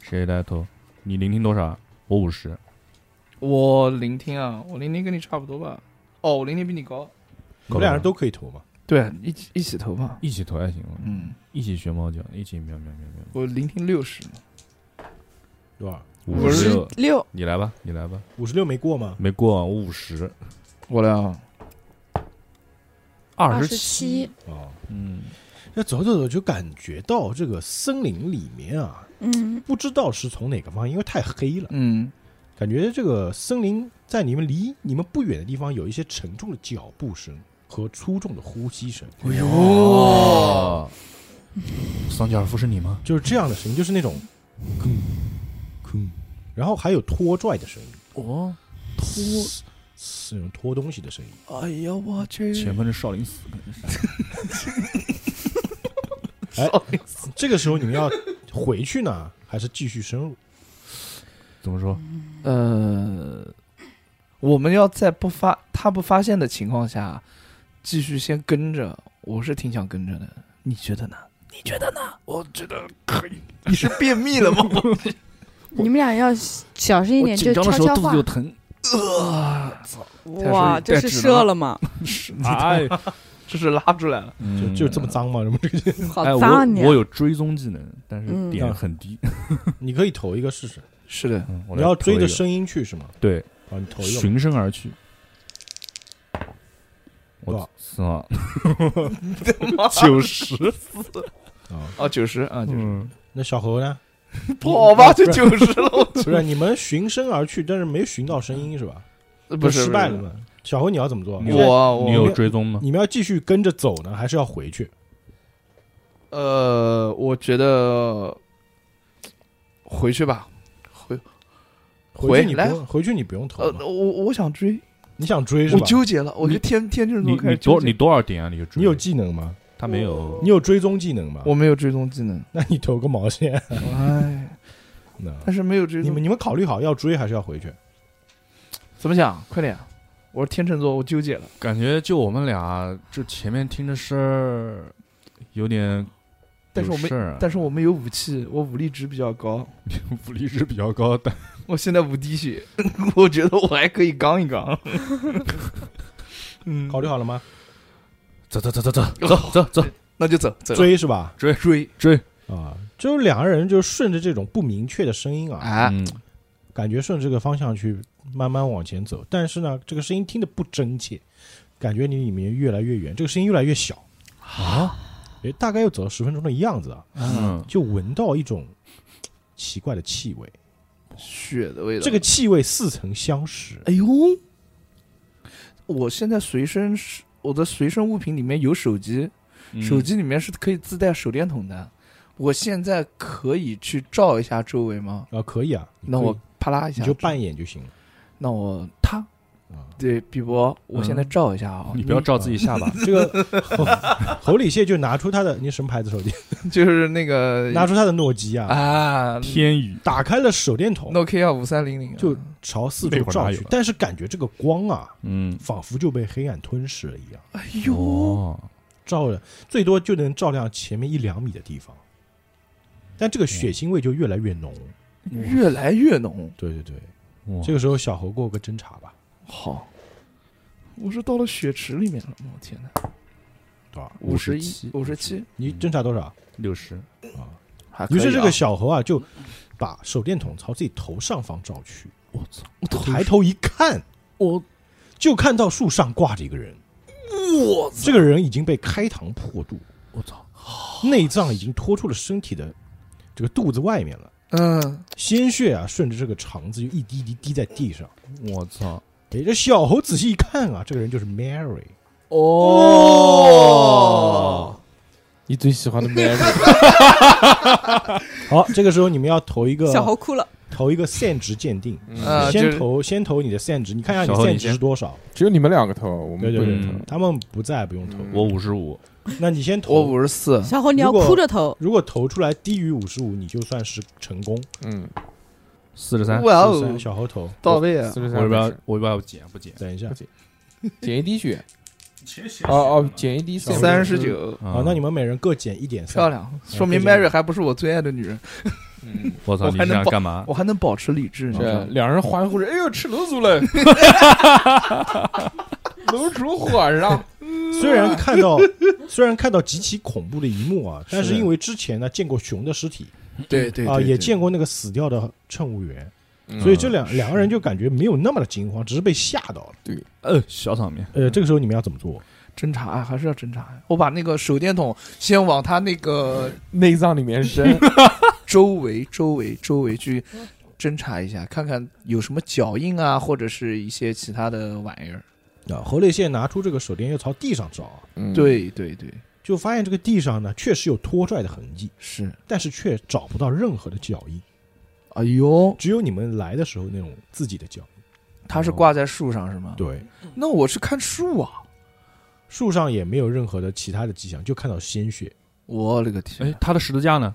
[SPEAKER 5] 谁来投？你聆听多少？我五十，
[SPEAKER 3] 我聆听啊，我聆听跟你差不多吧。哦，我聆听比你高。
[SPEAKER 1] 你们俩人都可以投嘛。
[SPEAKER 3] 对，一起一起投嘛。
[SPEAKER 5] 一起投还行，
[SPEAKER 3] 嗯，
[SPEAKER 5] 一起学猫叫，一起喵喵喵喵。
[SPEAKER 3] 我聆听六十。
[SPEAKER 1] 对吧？
[SPEAKER 5] 五
[SPEAKER 3] 十
[SPEAKER 5] 六，
[SPEAKER 4] 六，
[SPEAKER 5] 你来吧，你来吧，
[SPEAKER 1] 五十六没过吗？
[SPEAKER 5] 没过，我五十，
[SPEAKER 3] 我来啊，
[SPEAKER 5] 二
[SPEAKER 4] 十
[SPEAKER 5] 七，
[SPEAKER 4] 七，
[SPEAKER 1] 啊，
[SPEAKER 5] 嗯，
[SPEAKER 1] 那走走走就感觉到这个森林里面啊，
[SPEAKER 4] 嗯，
[SPEAKER 1] 不知道是从哪个方向，因为太黑了，
[SPEAKER 3] 嗯，
[SPEAKER 1] 感觉这个森林在你们离你们不远的地方有一些沉重的脚步声和粗重的呼吸声，
[SPEAKER 3] 哎呦，
[SPEAKER 5] 哦，桑吉尔夫是你吗？
[SPEAKER 1] 就是这样的声音，就是那种，然后还有拖拽的声音。
[SPEAKER 5] 哦，
[SPEAKER 1] 拖是那种拖东西的声音。
[SPEAKER 3] 哎呀，我去！
[SPEAKER 5] 前面是少林寺，可能是
[SPEAKER 1] 这个时候你们要回去呢，还是继续深入？
[SPEAKER 5] 怎么说？
[SPEAKER 3] 呃，我们要在不发他不发现的情况下，继续先跟着，我是挺想跟着的。你觉得呢？你觉得呢？我觉得可以。你是便秘 了吗？
[SPEAKER 4] 你们俩要小心一点，
[SPEAKER 5] 我紧
[SPEAKER 4] 就
[SPEAKER 5] 张
[SPEAKER 4] 悄
[SPEAKER 5] 的时候
[SPEAKER 4] 悄
[SPEAKER 5] 肚
[SPEAKER 4] 话
[SPEAKER 5] 子。就疼。
[SPEAKER 4] 哇，这是射了吗？
[SPEAKER 3] 啊
[SPEAKER 5] 哎，
[SPEAKER 3] 这是拉出来了。
[SPEAKER 5] 嗯
[SPEAKER 1] 就就这么脏吗？什么这个？
[SPEAKER 4] 好
[SPEAKER 5] 哎，我
[SPEAKER 4] 脏啊你啊！
[SPEAKER 5] 我有追踪技能，但是
[SPEAKER 4] 嗯
[SPEAKER 5] 点很低。
[SPEAKER 1] 你可以投一个试试。
[SPEAKER 3] 是的，
[SPEAKER 5] 嗯 我
[SPEAKER 1] 你要
[SPEAKER 5] 来投一
[SPEAKER 1] 追
[SPEAKER 5] 个
[SPEAKER 1] 着声音去是吗？
[SPEAKER 5] 对，
[SPEAKER 1] 啊，你投一个吧。
[SPEAKER 5] 循声而去。
[SPEAKER 1] 多少
[SPEAKER 5] 我死 亡
[SPEAKER 3] 九十
[SPEAKER 1] 啊，
[SPEAKER 3] 哦，九十啊，就是
[SPEAKER 5] 嗯，
[SPEAKER 1] 那小猴呢？
[SPEAKER 3] 跑吧，就九十 了。
[SPEAKER 1] 不是你们循声而去，但是没寻到声音是吧？
[SPEAKER 3] 不是
[SPEAKER 1] 失败了，吗？小猴你要怎么做？
[SPEAKER 5] 我
[SPEAKER 3] 不是我
[SPEAKER 5] 你
[SPEAKER 3] 我
[SPEAKER 5] 有追踪吗？
[SPEAKER 1] 你们要继续跟着走呢，还是要回去？
[SPEAKER 3] 呃，我觉得回去吧，回
[SPEAKER 1] 回去你不
[SPEAKER 3] 来
[SPEAKER 1] 用，回去你不用投
[SPEAKER 3] 呃，
[SPEAKER 1] 嘛。
[SPEAKER 3] 我我想追，
[SPEAKER 1] 你想追是
[SPEAKER 3] 我
[SPEAKER 1] 吧？
[SPEAKER 3] 纠结了，我
[SPEAKER 5] 你
[SPEAKER 3] 就天天就是
[SPEAKER 5] 你你多你多少点啊？你就追
[SPEAKER 1] 你有技能吗？
[SPEAKER 5] 他没有
[SPEAKER 1] 你有追踪技能吗？
[SPEAKER 3] 我没有追踪技能，
[SPEAKER 1] 那你投个毛线？
[SPEAKER 3] 哎，
[SPEAKER 1] 那
[SPEAKER 3] 但是没有追
[SPEAKER 1] 你们
[SPEAKER 3] 踪，
[SPEAKER 1] 你们考虑好要追还是要回去？
[SPEAKER 3] 怎么想？快点，我是天秤座，我纠结了，
[SPEAKER 5] 感觉就我们俩，就前面听着声儿有点
[SPEAKER 3] 但是我们
[SPEAKER 5] 有事儿啊
[SPEAKER 3] 但是我没有武器，我武力值比较高，
[SPEAKER 5] 武力值比较高，但
[SPEAKER 3] 我现在五滴血， 我觉得我还可以刚一刚。嗯，
[SPEAKER 1] 考虑好了吗？
[SPEAKER 5] 走走走走走
[SPEAKER 3] 好，
[SPEAKER 5] 走走
[SPEAKER 3] 那就走，走
[SPEAKER 1] 追是吧？
[SPEAKER 5] 追
[SPEAKER 3] 追
[SPEAKER 5] 追
[SPEAKER 1] 啊，就是两个人就顺着这种不明确的声音啊，
[SPEAKER 3] 啊！
[SPEAKER 5] 嗯
[SPEAKER 1] 感觉顺着这个方向去慢慢往前走，但是呢，这个声音听得不真切，感觉离你们越来越远，这个声音越来越小啊，诶，大概又走了十分钟的样子啊，
[SPEAKER 5] 嗯，
[SPEAKER 1] 就闻到一种奇怪的气味，
[SPEAKER 3] 血的味道，
[SPEAKER 1] 这个气味似曾相识，
[SPEAKER 3] 哎呦，我现在随身是我的随身物品里面有手机，
[SPEAKER 5] 嗯
[SPEAKER 3] 手机里面是可以自带手电筒的。我现在可以去照一下周围吗？
[SPEAKER 1] 啊，可以啊，
[SPEAKER 3] 那我啪啦一下，
[SPEAKER 1] 你就扮演就行了
[SPEAKER 3] 那我他
[SPEAKER 1] 啊。
[SPEAKER 3] 对比伯，我现在照一下啊、
[SPEAKER 5] 嗯你不要照自己下 巴，
[SPEAKER 1] 这个侯 侯礼蟹就拿出他的，你什么牌子手机？
[SPEAKER 3] 就是那个
[SPEAKER 1] 拿出他的诺基亚，
[SPEAKER 3] 啊
[SPEAKER 5] 天宇
[SPEAKER 1] 打开了手电筒，
[SPEAKER 3] ，Nokia 五三零零，
[SPEAKER 1] 就朝四
[SPEAKER 5] 那
[SPEAKER 1] 处
[SPEAKER 5] 会儿
[SPEAKER 1] 照
[SPEAKER 5] 哪有
[SPEAKER 1] 去
[SPEAKER 5] 啊，
[SPEAKER 1] 但是感觉这个光啊，
[SPEAKER 5] 嗯
[SPEAKER 1] 仿佛就被黑暗吞噬了一样，
[SPEAKER 3] 哎呦，
[SPEAKER 5] 哦，
[SPEAKER 1] 照了最多就能照亮前面一两米的地方。但这个血腥味就越来越浓。
[SPEAKER 3] 越来越浓。
[SPEAKER 1] 对对对，
[SPEAKER 5] 哇
[SPEAKER 1] 这个时候小猴过个侦查吧，
[SPEAKER 3] 好，我是到了血池里面了，我天哪，
[SPEAKER 1] 多少？
[SPEAKER 3] 五十一
[SPEAKER 5] 57，
[SPEAKER 3] 五十七，
[SPEAKER 1] 你侦查多少？
[SPEAKER 5] 六十，
[SPEAKER 3] 还可以
[SPEAKER 1] 于
[SPEAKER 3] 啊
[SPEAKER 1] 是这个小猴啊，就把手电筒朝自己头上方照去，
[SPEAKER 5] 我操，
[SPEAKER 3] 我头
[SPEAKER 1] 抬头一看，
[SPEAKER 5] 我
[SPEAKER 1] 就看到树上挂着一个人，
[SPEAKER 3] 我
[SPEAKER 1] 这个人已经被开膛破肚，
[SPEAKER 5] 我操，
[SPEAKER 1] 内脏已经脱出了身体的这个肚子外面了，
[SPEAKER 3] 嗯，
[SPEAKER 1] 鲜血啊顺着这个肠子就一滴一滴滴在地上。
[SPEAKER 5] 我操，
[SPEAKER 1] 哎，这小猴仔细一看啊，这个人就是 Mary，
[SPEAKER 2] 哦，你最喜欢的 Mary，
[SPEAKER 1] 好，这个时候你们要投一
[SPEAKER 4] 小猴
[SPEAKER 1] 个
[SPEAKER 4] 哭了，
[SPEAKER 1] 投一个 s a n 值鉴定，
[SPEAKER 3] 啊
[SPEAKER 1] 先
[SPEAKER 3] 就是
[SPEAKER 1] 投先投你的 s a n 值，你看一下
[SPEAKER 5] 小
[SPEAKER 1] 你
[SPEAKER 5] 猴
[SPEAKER 1] s a
[SPEAKER 5] 你
[SPEAKER 1] n 值
[SPEAKER 5] 先
[SPEAKER 1] 是多少？
[SPEAKER 2] 嗯只有你们两个投，我
[SPEAKER 1] 对
[SPEAKER 2] 们
[SPEAKER 1] 对
[SPEAKER 2] 不
[SPEAKER 1] 对
[SPEAKER 2] 能
[SPEAKER 5] 嗯
[SPEAKER 2] 投。，
[SPEAKER 1] 他们不在不用投，
[SPEAKER 5] 我五十五，
[SPEAKER 1] 那你先
[SPEAKER 3] 嗯我
[SPEAKER 1] 投。
[SPEAKER 3] 五十四，
[SPEAKER 4] 小猴你要
[SPEAKER 1] 如果
[SPEAKER 4] 哭着投，
[SPEAKER 1] 如果投出来低于五十五，你就算是成功。
[SPEAKER 2] 嗯，
[SPEAKER 5] 四十三，
[SPEAKER 1] 43
[SPEAKER 3] 哇哦，
[SPEAKER 1] 小猴投，
[SPEAKER 3] 到位啊！
[SPEAKER 2] 四十
[SPEAKER 5] 我
[SPEAKER 2] 三
[SPEAKER 5] 要不要
[SPEAKER 2] 没事
[SPEAKER 5] 我要不要减不减？
[SPEAKER 1] 等一下
[SPEAKER 2] 不减减一滴血？
[SPEAKER 5] 其实
[SPEAKER 2] 哦哦，减一滴血。
[SPEAKER 3] 三十九，
[SPEAKER 1] 好，
[SPEAKER 5] 啊
[SPEAKER 1] 那你们每人各减一点
[SPEAKER 3] 漂
[SPEAKER 1] 三。
[SPEAKER 3] 亮，说明
[SPEAKER 1] 嗯对
[SPEAKER 3] Mary 还不是我最爱的女人，
[SPEAKER 2] 嗯，
[SPEAKER 5] 我操，
[SPEAKER 3] 我
[SPEAKER 5] 你
[SPEAKER 3] 还能
[SPEAKER 5] 想
[SPEAKER 3] 报
[SPEAKER 5] 干嘛？
[SPEAKER 3] 我还能保持理智，你知道
[SPEAKER 2] 这
[SPEAKER 3] 吗？
[SPEAKER 2] 两人欢呼着，哎呦，吃卤煮 了，卤煮火 上，
[SPEAKER 1] 虽然看到 虽然看到极其恐怖的一幕啊，但是
[SPEAKER 2] 是
[SPEAKER 1] 因为之前呢见过熊的尸体
[SPEAKER 3] 对对
[SPEAKER 1] 啊，
[SPEAKER 3] 对
[SPEAKER 1] 也
[SPEAKER 3] 对
[SPEAKER 1] 见过那个死掉的乘务员，
[SPEAKER 2] 嗯
[SPEAKER 1] 所以这两两个人就感觉没有那么的惊慌，只是被吓到了。
[SPEAKER 5] 呃，小场面，
[SPEAKER 3] 嗯
[SPEAKER 1] 呃，这个时候你们要怎么做？
[SPEAKER 3] 侦查啊，还是要侦查呀。我把那个手电筒先往他那个
[SPEAKER 2] 内脏里面伸，
[SPEAKER 3] 周围、周围、周围去侦查一下，看看有什么脚印啊，或者是一些其他的玩意儿。
[SPEAKER 1] 啊，侯磊现在拿出这个手电又朝地上照啊，
[SPEAKER 2] 嗯，
[SPEAKER 3] 对对对，
[SPEAKER 1] 就发现这个地上呢确实有拖拽的痕迹，
[SPEAKER 3] 是。
[SPEAKER 1] 但是却找不到任何的脚印，
[SPEAKER 3] 哎呦，
[SPEAKER 1] 嗯只有你们来的时候那种自己的脚印。
[SPEAKER 3] 它是挂在树上是吗？
[SPEAKER 1] 对，
[SPEAKER 3] 那我是看树啊，
[SPEAKER 1] 树上也没有任何的其他的迹象，就看到鲜血。
[SPEAKER 3] 我勒个天啊
[SPEAKER 5] 哎！，他的十字架呢？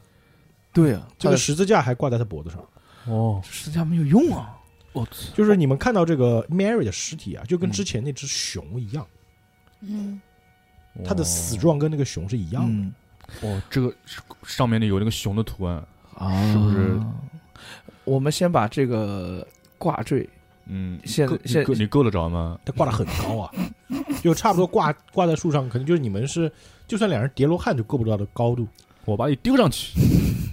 [SPEAKER 3] 对啊，
[SPEAKER 1] 这个
[SPEAKER 3] 它
[SPEAKER 1] 十字架还挂在他脖子上，
[SPEAKER 5] 哦，
[SPEAKER 3] 实际上没有用啊！我操，
[SPEAKER 1] 就是你们看到这个 Mary 的尸体啊，就跟之前那只熊一样，
[SPEAKER 4] 嗯，
[SPEAKER 1] 它的死状跟那个熊是一样的。
[SPEAKER 3] 嗯
[SPEAKER 5] 哦，这个上面那有那个熊的图案，
[SPEAKER 3] 啊，
[SPEAKER 5] 是不是？
[SPEAKER 3] 我们先把这个挂坠
[SPEAKER 5] 嗯，
[SPEAKER 3] 现
[SPEAKER 5] 够
[SPEAKER 3] 现
[SPEAKER 5] 你够你够得着吗？
[SPEAKER 1] 它挂得很高啊， 就差不多挂挂在树上，可能就是你们是，就算两人叠罗汉都够不到的高度，
[SPEAKER 5] 我把你丢上去。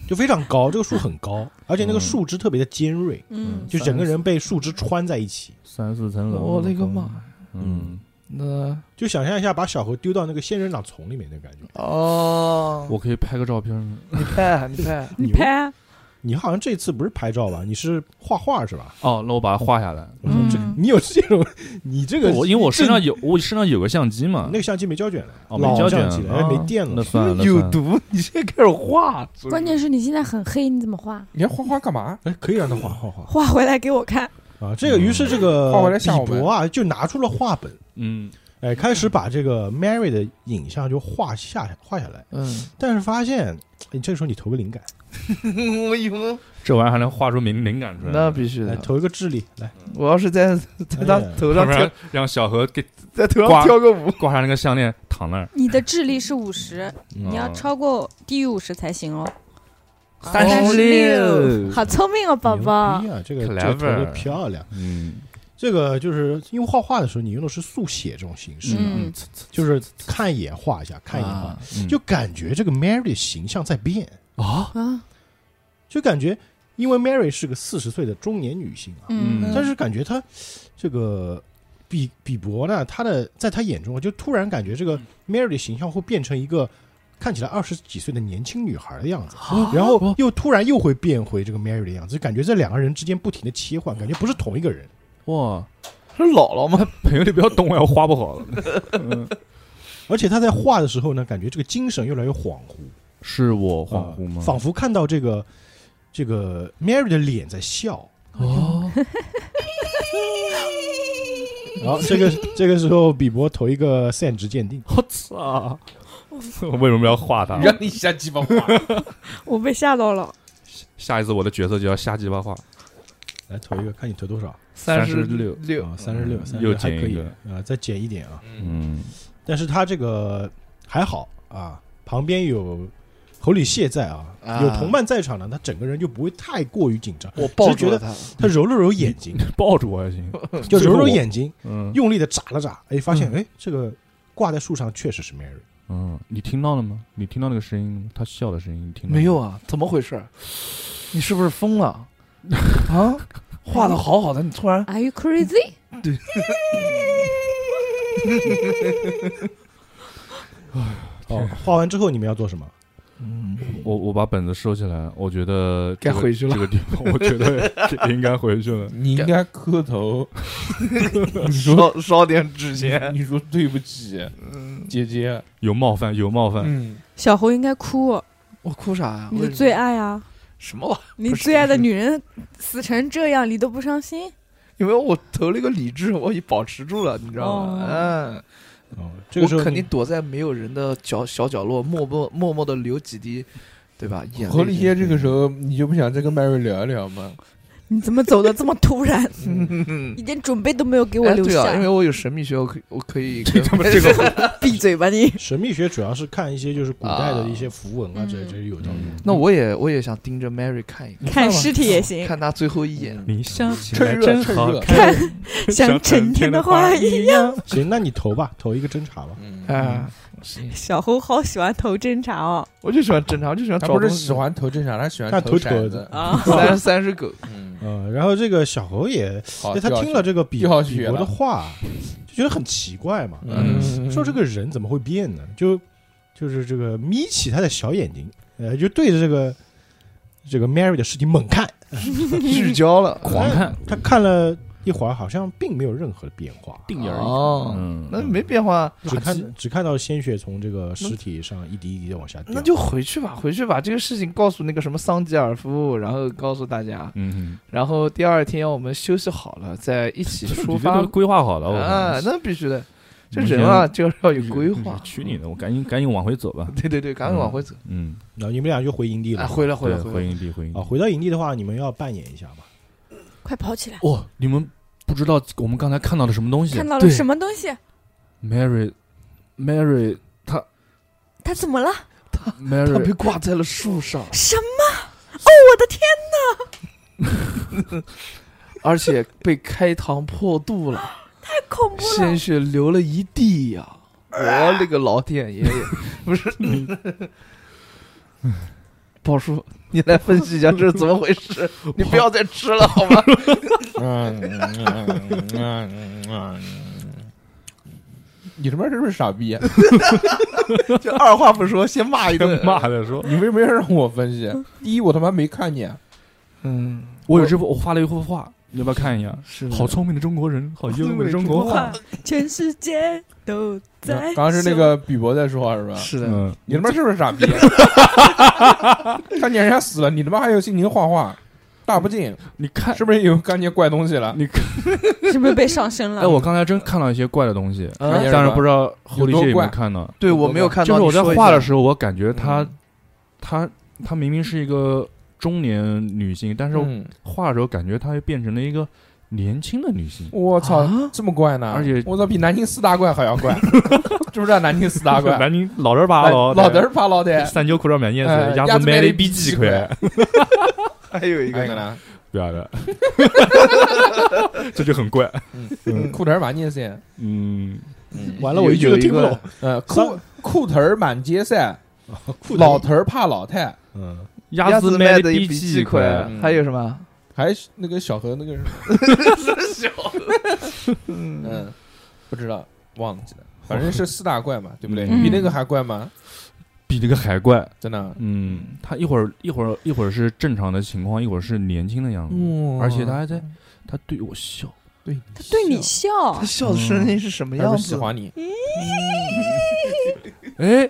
[SPEAKER 1] 就非常高。这个树很高，而且那个树枝特别的尖锐，
[SPEAKER 4] 嗯，
[SPEAKER 1] 就整个人被树枝穿在一起。
[SPEAKER 5] 三四层楼，
[SPEAKER 3] 我勒个妈！
[SPEAKER 5] 嗯，
[SPEAKER 3] 那
[SPEAKER 1] 就想象一下，把小猴丢到那个仙人掌丛里面的感觉。
[SPEAKER 3] 哦，
[SPEAKER 5] 我可以拍个照片吗？
[SPEAKER 3] 你拍你拍，
[SPEAKER 1] 你
[SPEAKER 4] 你拍啊，
[SPEAKER 1] 你好像这次不是拍照吧？你是画画是吧？
[SPEAKER 5] 哦，那我把它画下来。
[SPEAKER 1] 我说这
[SPEAKER 4] 嗯
[SPEAKER 1] 你有这种， 你这个
[SPEAKER 5] 我因为我身上有我身上有个相机嘛
[SPEAKER 1] 那，个相机没胶卷了，
[SPEAKER 5] 哦没
[SPEAKER 1] 老
[SPEAKER 5] 胶卷
[SPEAKER 1] 相机了，哎
[SPEAKER 5] 啊
[SPEAKER 1] 没电
[SPEAKER 5] 那
[SPEAKER 1] 了。
[SPEAKER 5] 算了，那
[SPEAKER 3] 有
[SPEAKER 5] 算了
[SPEAKER 3] 毒！你现在开始画，是不是
[SPEAKER 4] 关键是你现在很黑，你怎么画？
[SPEAKER 2] 你要画画干嘛？
[SPEAKER 1] 哎，可以让他画画画
[SPEAKER 4] 画回来给我看。
[SPEAKER 1] 啊！这个，于是这个
[SPEAKER 2] 画回来
[SPEAKER 1] 比
[SPEAKER 2] 吓我们
[SPEAKER 1] 伯啊，就拿出了画本，
[SPEAKER 5] 嗯，
[SPEAKER 1] 哎，开始把这个 Mary 的影像就画下画下来。
[SPEAKER 3] 嗯，
[SPEAKER 1] 但是发现，哎，这个时候你投个灵感，
[SPEAKER 2] 嗯
[SPEAKER 3] 我有
[SPEAKER 5] 这玩意儿还能画出灵灵感出来？
[SPEAKER 3] 那必须
[SPEAKER 1] 来
[SPEAKER 3] 的。
[SPEAKER 1] 哎投一个智力，来，
[SPEAKER 3] 我要是在在他
[SPEAKER 1] 哎呀
[SPEAKER 3] 头
[SPEAKER 5] 要
[SPEAKER 3] 上
[SPEAKER 5] 不
[SPEAKER 3] 跳
[SPEAKER 5] 然，让小何给
[SPEAKER 3] 在头上
[SPEAKER 5] 刮
[SPEAKER 3] 跳个舞，
[SPEAKER 5] 挂上那个项链，躺那儿。
[SPEAKER 4] 你的智力是五十，你要
[SPEAKER 5] 嗯
[SPEAKER 4] 超过低于五十才行哦。
[SPEAKER 3] 36
[SPEAKER 4] 好聪明哦，宝宝
[SPEAKER 1] 牛。逼啊，这个这个投的
[SPEAKER 5] Clever
[SPEAKER 1] 漂亮。
[SPEAKER 5] 嗯
[SPEAKER 1] 这个就是因为画画的时候，你用的是速写这种形式，
[SPEAKER 4] 嗯
[SPEAKER 5] 呲呲
[SPEAKER 1] 就是看一眼画一下，看一眼画，
[SPEAKER 3] 啊
[SPEAKER 5] 嗯
[SPEAKER 1] 就感觉这个 Mary 的形象在变，
[SPEAKER 5] 啊，
[SPEAKER 4] 啊，
[SPEAKER 1] 就感觉因为 Mary 是个四十岁的中年女性啊，
[SPEAKER 5] 嗯
[SPEAKER 1] 但是感觉她这个比比伯呢，她的在她眼中啊，就突然感觉这个 Mary 的形象会变成一个看起来二十几岁的年轻女孩的样子，然后又突然又会变回这个 Mary 的样子，就感觉这两个人之间不停的切换，感觉不是同一个人。
[SPEAKER 5] 哇，
[SPEAKER 3] 是姥姥吗？
[SPEAKER 5] 朋友你不要动我，要画不好了。
[SPEAKER 1] 而且她在画的时候呢，感觉这个精神越来越恍惚，
[SPEAKER 5] 是我恍惚
[SPEAKER 1] 啊
[SPEAKER 5] 吗？
[SPEAKER 1] 仿佛看到这个这个 Mary 的脸在笑。
[SPEAKER 5] 哦，
[SPEAKER 1] 然后 这个这个时候，比伯投一个散值鉴定，
[SPEAKER 5] 我操！为什么要画他？
[SPEAKER 2] 让你瞎鸡巴画，
[SPEAKER 4] 我被吓到了。
[SPEAKER 5] 下一次我的角色就要瞎鸡巴画。
[SPEAKER 1] 来投一个，看你投多少。
[SPEAKER 3] 十
[SPEAKER 5] 36
[SPEAKER 3] 六，
[SPEAKER 1] 啊，三十六，三十
[SPEAKER 5] 又
[SPEAKER 1] 六还
[SPEAKER 5] 减
[SPEAKER 1] 可
[SPEAKER 5] 一
[SPEAKER 1] 以
[SPEAKER 5] 个
[SPEAKER 1] 啊、再减一点啊。
[SPEAKER 5] 嗯，
[SPEAKER 1] 但是他这个还好啊，旁边有侯礼谢在啊，
[SPEAKER 3] 啊嗯
[SPEAKER 1] 有同伴在场呢，他整个人就不会太过于紧张。
[SPEAKER 3] 我抱
[SPEAKER 1] 只
[SPEAKER 3] 住
[SPEAKER 1] 觉得
[SPEAKER 3] 了他。
[SPEAKER 1] 他揉了揉眼睛，
[SPEAKER 5] 抱住我也行。
[SPEAKER 1] 就揉揉
[SPEAKER 5] 我
[SPEAKER 1] 眼睛，
[SPEAKER 5] 嗯
[SPEAKER 1] 用力的眨了眨，哎，发现哎，这个挂在树上确实是 Mary。
[SPEAKER 5] 嗯，你听到了吗？你听到那个声音了吗？他笑的声音，你听到了吗
[SPEAKER 3] 没有？啊？怎么回事？你是不是疯了？啊，画的好好的，你突然
[SPEAKER 4] Are you crazy？
[SPEAKER 1] 哦，画完之后你们要做什么？
[SPEAKER 3] 嗯，
[SPEAKER 5] 我我把本子收起来，我觉得这
[SPEAKER 3] 该
[SPEAKER 5] 个
[SPEAKER 3] 回去了
[SPEAKER 5] 这个地方我觉得应该回 去了。
[SPEAKER 2] 你应该磕 头。
[SPEAKER 3] 你说烧点纸
[SPEAKER 2] 你，你说对不起，姐姐。
[SPEAKER 5] 有冒犯，有冒犯。
[SPEAKER 2] 嗯，
[SPEAKER 4] 小猴应该哭，哦
[SPEAKER 3] 我哭啥呀？
[SPEAKER 4] 你
[SPEAKER 3] 为
[SPEAKER 4] 的
[SPEAKER 3] 什么
[SPEAKER 4] 最爱啊，
[SPEAKER 3] 什么玩意儿？
[SPEAKER 4] 你
[SPEAKER 3] 不是
[SPEAKER 4] 最爱的女人死成这样，你都不伤心？
[SPEAKER 3] 因为我投了一个理智，我已保持住了，你知道吗？
[SPEAKER 4] 哦
[SPEAKER 3] 嗯，
[SPEAKER 1] 哦，这个时候
[SPEAKER 3] 我肯定躲在没有人的角小角落，默默默默的流几滴，对吧？眼泪
[SPEAKER 2] 何立些这个时候你就不想再跟 Mary 聊一聊吗？
[SPEAKER 4] 你怎么走的这么突然？
[SPEAKER 3] 嗯
[SPEAKER 4] 一点准备都没有给
[SPEAKER 3] 哎
[SPEAKER 4] 我留
[SPEAKER 3] 对
[SPEAKER 4] 下。
[SPEAKER 3] 啊，因为我有神秘学，我可以我可 以
[SPEAKER 5] 这他妈这个
[SPEAKER 4] 闭嘴吧你！
[SPEAKER 1] 神秘学主要是看一些就是古代的一些符文啊，
[SPEAKER 4] 啊
[SPEAKER 1] 这这是有道理。
[SPEAKER 3] 那我也我也想盯着 Mary 看一看，
[SPEAKER 4] 看尸体也行，
[SPEAKER 3] 看她最后一
[SPEAKER 4] 嗯
[SPEAKER 3] 眼。
[SPEAKER 5] 你笑起
[SPEAKER 2] 趁
[SPEAKER 5] 来
[SPEAKER 2] 热
[SPEAKER 5] 真
[SPEAKER 2] 趁
[SPEAKER 5] 好
[SPEAKER 2] 热
[SPEAKER 5] 看，
[SPEAKER 4] 像成天的花一
[SPEAKER 5] 一样。
[SPEAKER 1] 行，那你投吧，投一个侦查吧。
[SPEAKER 2] 嗯，
[SPEAKER 3] 啊，
[SPEAKER 4] 小猴好喜欢投侦查哦
[SPEAKER 3] 我就喜欢侦查，我就喜欢
[SPEAKER 2] 他
[SPEAKER 3] 找
[SPEAKER 2] 不
[SPEAKER 3] 东
[SPEAKER 2] 是
[SPEAKER 3] 西。
[SPEAKER 2] 喜 欢投正常，他喜欢
[SPEAKER 1] 他投
[SPEAKER 2] 骰
[SPEAKER 1] 骰
[SPEAKER 2] 子
[SPEAKER 1] 子。
[SPEAKER 4] 啊！
[SPEAKER 3] 三三只狗，
[SPEAKER 2] 嗯，
[SPEAKER 1] 嗯，然后这个小猴也，
[SPEAKER 2] 好，
[SPEAKER 1] 哎他
[SPEAKER 2] 掉
[SPEAKER 1] 听
[SPEAKER 2] 下
[SPEAKER 1] 了这个比
[SPEAKER 2] 掉哦下去
[SPEAKER 1] 比伯
[SPEAKER 2] 了
[SPEAKER 1] 的话，就觉得很奇怪嘛。
[SPEAKER 2] 去，嗯，
[SPEAKER 1] 说这个人怎么会变呢？就就是这个眯起他的小眼睛，呃，就对着这个这个 Mary 的尸体猛看，
[SPEAKER 3] 聚焦了，
[SPEAKER 5] 狂看，
[SPEAKER 1] 他看了一会儿好像并没有任何的变化，
[SPEAKER 5] 定而已。
[SPEAKER 3] 哦
[SPEAKER 5] 嗯，
[SPEAKER 3] 那没变化，啊
[SPEAKER 1] 只
[SPEAKER 3] 垃圾
[SPEAKER 1] 看只看到鲜血从这个尸体上一滴一滴的往下掉。
[SPEAKER 3] 那就回去吧，回去把这个事情告诉那个什么桑吉尔夫，然后告诉大家，
[SPEAKER 5] 嗯，
[SPEAKER 3] 然后第二天我们休息好了再一 起出
[SPEAKER 5] 你这
[SPEAKER 3] 发
[SPEAKER 5] 都规划好了，我
[SPEAKER 3] 啊，那必须的，这人啊就是要有规划。
[SPEAKER 5] 去你的，我赶紧赶紧往回走吧。
[SPEAKER 3] 对对对，赶紧往回走。
[SPEAKER 5] 嗯，
[SPEAKER 1] 然后你们俩就回营地了
[SPEAKER 3] 啊，回来回来
[SPEAKER 5] 对
[SPEAKER 3] 来
[SPEAKER 5] 回。营地回营地
[SPEAKER 1] 啊。回到营地的话，你们要扮演一下嘛。
[SPEAKER 4] 快跑起来！
[SPEAKER 5] 哦，你们不知道我们刚才看到了什么东西？
[SPEAKER 4] 看到了
[SPEAKER 5] 对
[SPEAKER 4] 什么东西？
[SPEAKER 5] ？Mary，Mary，Mary。Mary
[SPEAKER 4] 他怎么了？
[SPEAKER 3] 他被
[SPEAKER 5] Mary
[SPEAKER 3] 挂在了树上，
[SPEAKER 4] 什么？哦，我的天！
[SPEAKER 3] 而且被开膛破肚了，
[SPEAKER 4] 太哎恐怖了！
[SPEAKER 3] 鲜血流了一地呀、我勒个老天爷爷！不是，宝叔，你来分析一下这是怎么回事？你不要再吃了好吗？
[SPEAKER 2] 你他妈是不是傻逼、啊？
[SPEAKER 3] 就二话不说先骂一顿。
[SPEAKER 5] 骂的说，
[SPEAKER 2] 你为什么要让我分析？第一，我他妈没看见，
[SPEAKER 3] 嗯，
[SPEAKER 5] 我有这幅，我画了一幅画，你要不要看一下？
[SPEAKER 3] 是
[SPEAKER 5] 好聪明的中国人，好优美的中国画。
[SPEAKER 4] 全世界都在。
[SPEAKER 2] 刚刚是那个比伯在说话是吧？
[SPEAKER 3] 是的，
[SPEAKER 5] 嗯，
[SPEAKER 2] 你他妈是不是傻逼？看见人家死了，你他妈还有心情画画？大不敬，
[SPEAKER 5] 你看，
[SPEAKER 2] 是不是有看见怪东西了？
[SPEAKER 5] 你看，
[SPEAKER 4] 是不是被上身了？
[SPEAKER 5] 哎，我刚才真看到一些怪的东西，
[SPEAKER 2] 看见
[SPEAKER 3] 啊
[SPEAKER 2] 人
[SPEAKER 5] 但是
[SPEAKER 2] 吧
[SPEAKER 5] 不知道后力
[SPEAKER 2] 有多
[SPEAKER 5] 蟹有没
[SPEAKER 2] 怪
[SPEAKER 5] 有看到。
[SPEAKER 3] 对我没有看
[SPEAKER 5] 就
[SPEAKER 3] 到。
[SPEAKER 5] 是我在
[SPEAKER 3] 你说一
[SPEAKER 5] 画的
[SPEAKER 3] 下
[SPEAKER 5] 时候，我感觉她
[SPEAKER 2] 嗯
[SPEAKER 5] 她她明明是一个中年女性，但是我
[SPEAKER 2] 嗯
[SPEAKER 5] 画的时候感觉她又变成了一个年轻的女性。
[SPEAKER 2] 我操
[SPEAKER 3] 啊，
[SPEAKER 2] 这么怪呢？
[SPEAKER 5] 而且
[SPEAKER 2] 我操，比南京四大怪还要怪，知不知道南京四大怪？
[SPEAKER 5] 南京老人扒了，
[SPEAKER 2] 老头儿怕老的，
[SPEAKER 5] 三九口罩满眼
[SPEAKER 2] 哎
[SPEAKER 5] 子，鸭
[SPEAKER 2] 鸭
[SPEAKER 5] 子
[SPEAKER 2] 子
[SPEAKER 5] 买
[SPEAKER 2] 买
[SPEAKER 5] 了
[SPEAKER 2] 了
[SPEAKER 5] 一
[SPEAKER 2] 一
[SPEAKER 5] 逼
[SPEAKER 2] 逼哎
[SPEAKER 5] 鸡
[SPEAKER 2] 鸡
[SPEAKER 5] 块
[SPEAKER 2] 块，
[SPEAKER 3] 还有一
[SPEAKER 2] 还有一个
[SPEAKER 3] 个，
[SPEAKER 2] 呢，
[SPEAKER 5] 不要的，啊 这就很怪。
[SPEAKER 2] 裤腿儿满街塞，
[SPEAKER 5] 嗯，
[SPEAKER 1] 完了，我一句都听不懂。
[SPEAKER 2] 呃，裤裤腿儿满街塞，
[SPEAKER 1] 裤
[SPEAKER 2] 老头儿怕老太，
[SPEAKER 1] 嗯，
[SPEAKER 5] 鸭
[SPEAKER 3] 子
[SPEAKER 5] 卖
[SPEAKER 3] 的
[SPEAKER 5] 逼
[SPEAKER 3] 鸡
[SPEAKER 5] 块，
[SPEAKER 2] 嗯
[SPEAKER 3] 还有什么？
[SPEAKER 2] 还是那个小何那个人，
[SPEAKER 3] 嗯，
[SPEAKER 2] 嗯，不知道忘记了，反正是四大怪嘛，对不对？
[SPEAKER 4] 嗯
[SPEAKER 2] 比那个还怪吗？
[SPEAKER 5] 比那个还怪。
[SPEAKER 2] 真的，
[SPEAKER 5] 嗯，他一会儿一会儿一会儿是正常的情况，一会儿是年轻的样子，
[SPEAKER 2] 嗯
[SPEAKER 5] 嗯而且他还在他对我笑。
[SPEAKER 2] 对
[SPEAKER 4] 他对你笑，
[SPEAKER 3] 他笑的声音是啊什么
[SPEAKER 2] 他
[SPEAKER 3] 样
[SPEAKER 2] 不
[SPEAKER 3] 子？
[SPEAKER 2] 喜欢你，
[SPEAKER 5] 哎，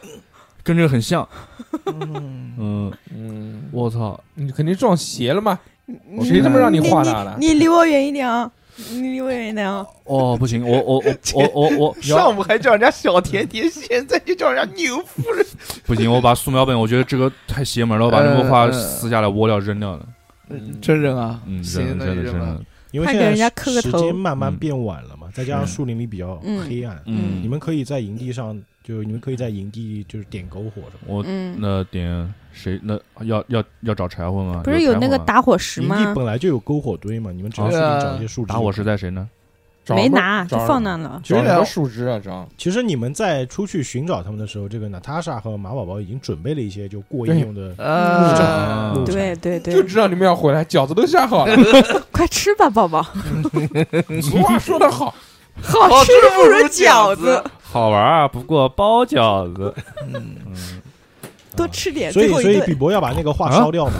[SPEAKER 5] 跟这个很像。
[SPEAKER 3] 嗯
[SPEAKER 5] 嗯，
[SPEAKER 2] 嗯，
[SPEAKER 5] 我操，
[SPEAKER 2] 你肯定撞邪了嘛？
[SPEAKER 4] 你
[SPEAKER 2] 谁他妈让你画
[SPEAKER 4] 你
[SPEAKER 2] 他了
[SPEAKER 4] 你你离我远一点啊！你离我远一点啊！
[SPEAKER 5] 哦，不行，我我我我我我
[SPEAKER 3] 上午还叫人家小甜甜，现在就叫人家牛夫人。
[SPEAKER 5] 不行，我把素描本，我觉得这个太邪门了，我把那幅画撕下来窝掉扔掉了。
[SPEAKER 2] 嗯
[SPEAKER 3] 真人啊，
[SPEAKER 5] 嗯，
[SPEAKER 3] 行，
[SPEAKER 5] 真
[SPEAKER 3] 那
[SPEAKER 5] 的
[SPEAKER 3] 就
[SPEAKER 5] 真的真
[SPEAKER 3] 扔吧。
[SPEAKER 5] 的，
[SPEAKER 1] 因为
[SPEAKER 4] 快
[SPEAKER 1] 现
[SPEAKER 4] 给
[SPEAKER 1] 在
[SPEAKER 4] 人家磕个
[SPEAKER 1] 时
[SPEAKER 4] 头
[SPEAKER 1] 间慢慢
[SPEAKER 5] 嗯
[SPEAKER 1] 变晚了嘛，再加上
[SPEAKER 5] 是
[SPEAKER 1] 树林里比较
[SPEAKER 4] 嗯
[SPEAKER 1] 黑暗，
[SPEAKER 5] 嗯，
[SPEAKER 1] 你们可以在营地上，就是你们可以在营地就是点篝火什么的。
[SPEAKER 5] 我
[SPEAKER 4] 嗯，
[SPEAKER 5] 那点谁？那要要要找柴火吗？
[SPEAKER 4] 不是有那个
[SPEAKER 5] 柴火吗
[SPEAKER 4] 打火石
[SPEAKER 1] 营
[SPEAKER 4] 吗
[SPEAKER 1] 地？本来就有篝火堆嘛，你们只要
[SPEAKER 3] 啊
[SPEAKER 1] 附近找一些树枝。
[SPEAKER 5] 打火石在谁呢？
[SPEAKER 2] 找
[SPEAKER 4] 没
[SPEAKER 2] 什么
[SPEAKER 4] 拿，就
[SPEAKER 2] 找
[SPEAKER 4] 放那了。
[SPEAKER 2] 找什么树枝啊？找
[SPEAKER 1] 其实你们在出去寻找他们的时候，这个娜塔莎和马宝宝已经准备了一些就过夜用的。
[SPEAKER 3] 啊
[SPEAKER 5] 嗯，
[SPEAKER 4] 对对
[SPEAKER 2] 就
[SPEAKER 4] 对，
[SPEAKER 2] 知道你们要回来，饺子都下好了。
[SPEAKER 4] 快吃吧，宝宝，
[SPEAKER 2] 俗话说得好，
[SPEAKER 4] 好吃哦不如饺子，
[SPEAKER 5] 好玩啊，不过包饺子。嗯，
[SPEAKER 4] 多吃点，
[SPEAKER 1] 所以
[SPEAKER 4] 最后一
[SPEAKER 1] 所以比
[SPEAKER 4] 顿。
[SPEAKER 1] 伯要把那个画烧掉嘛。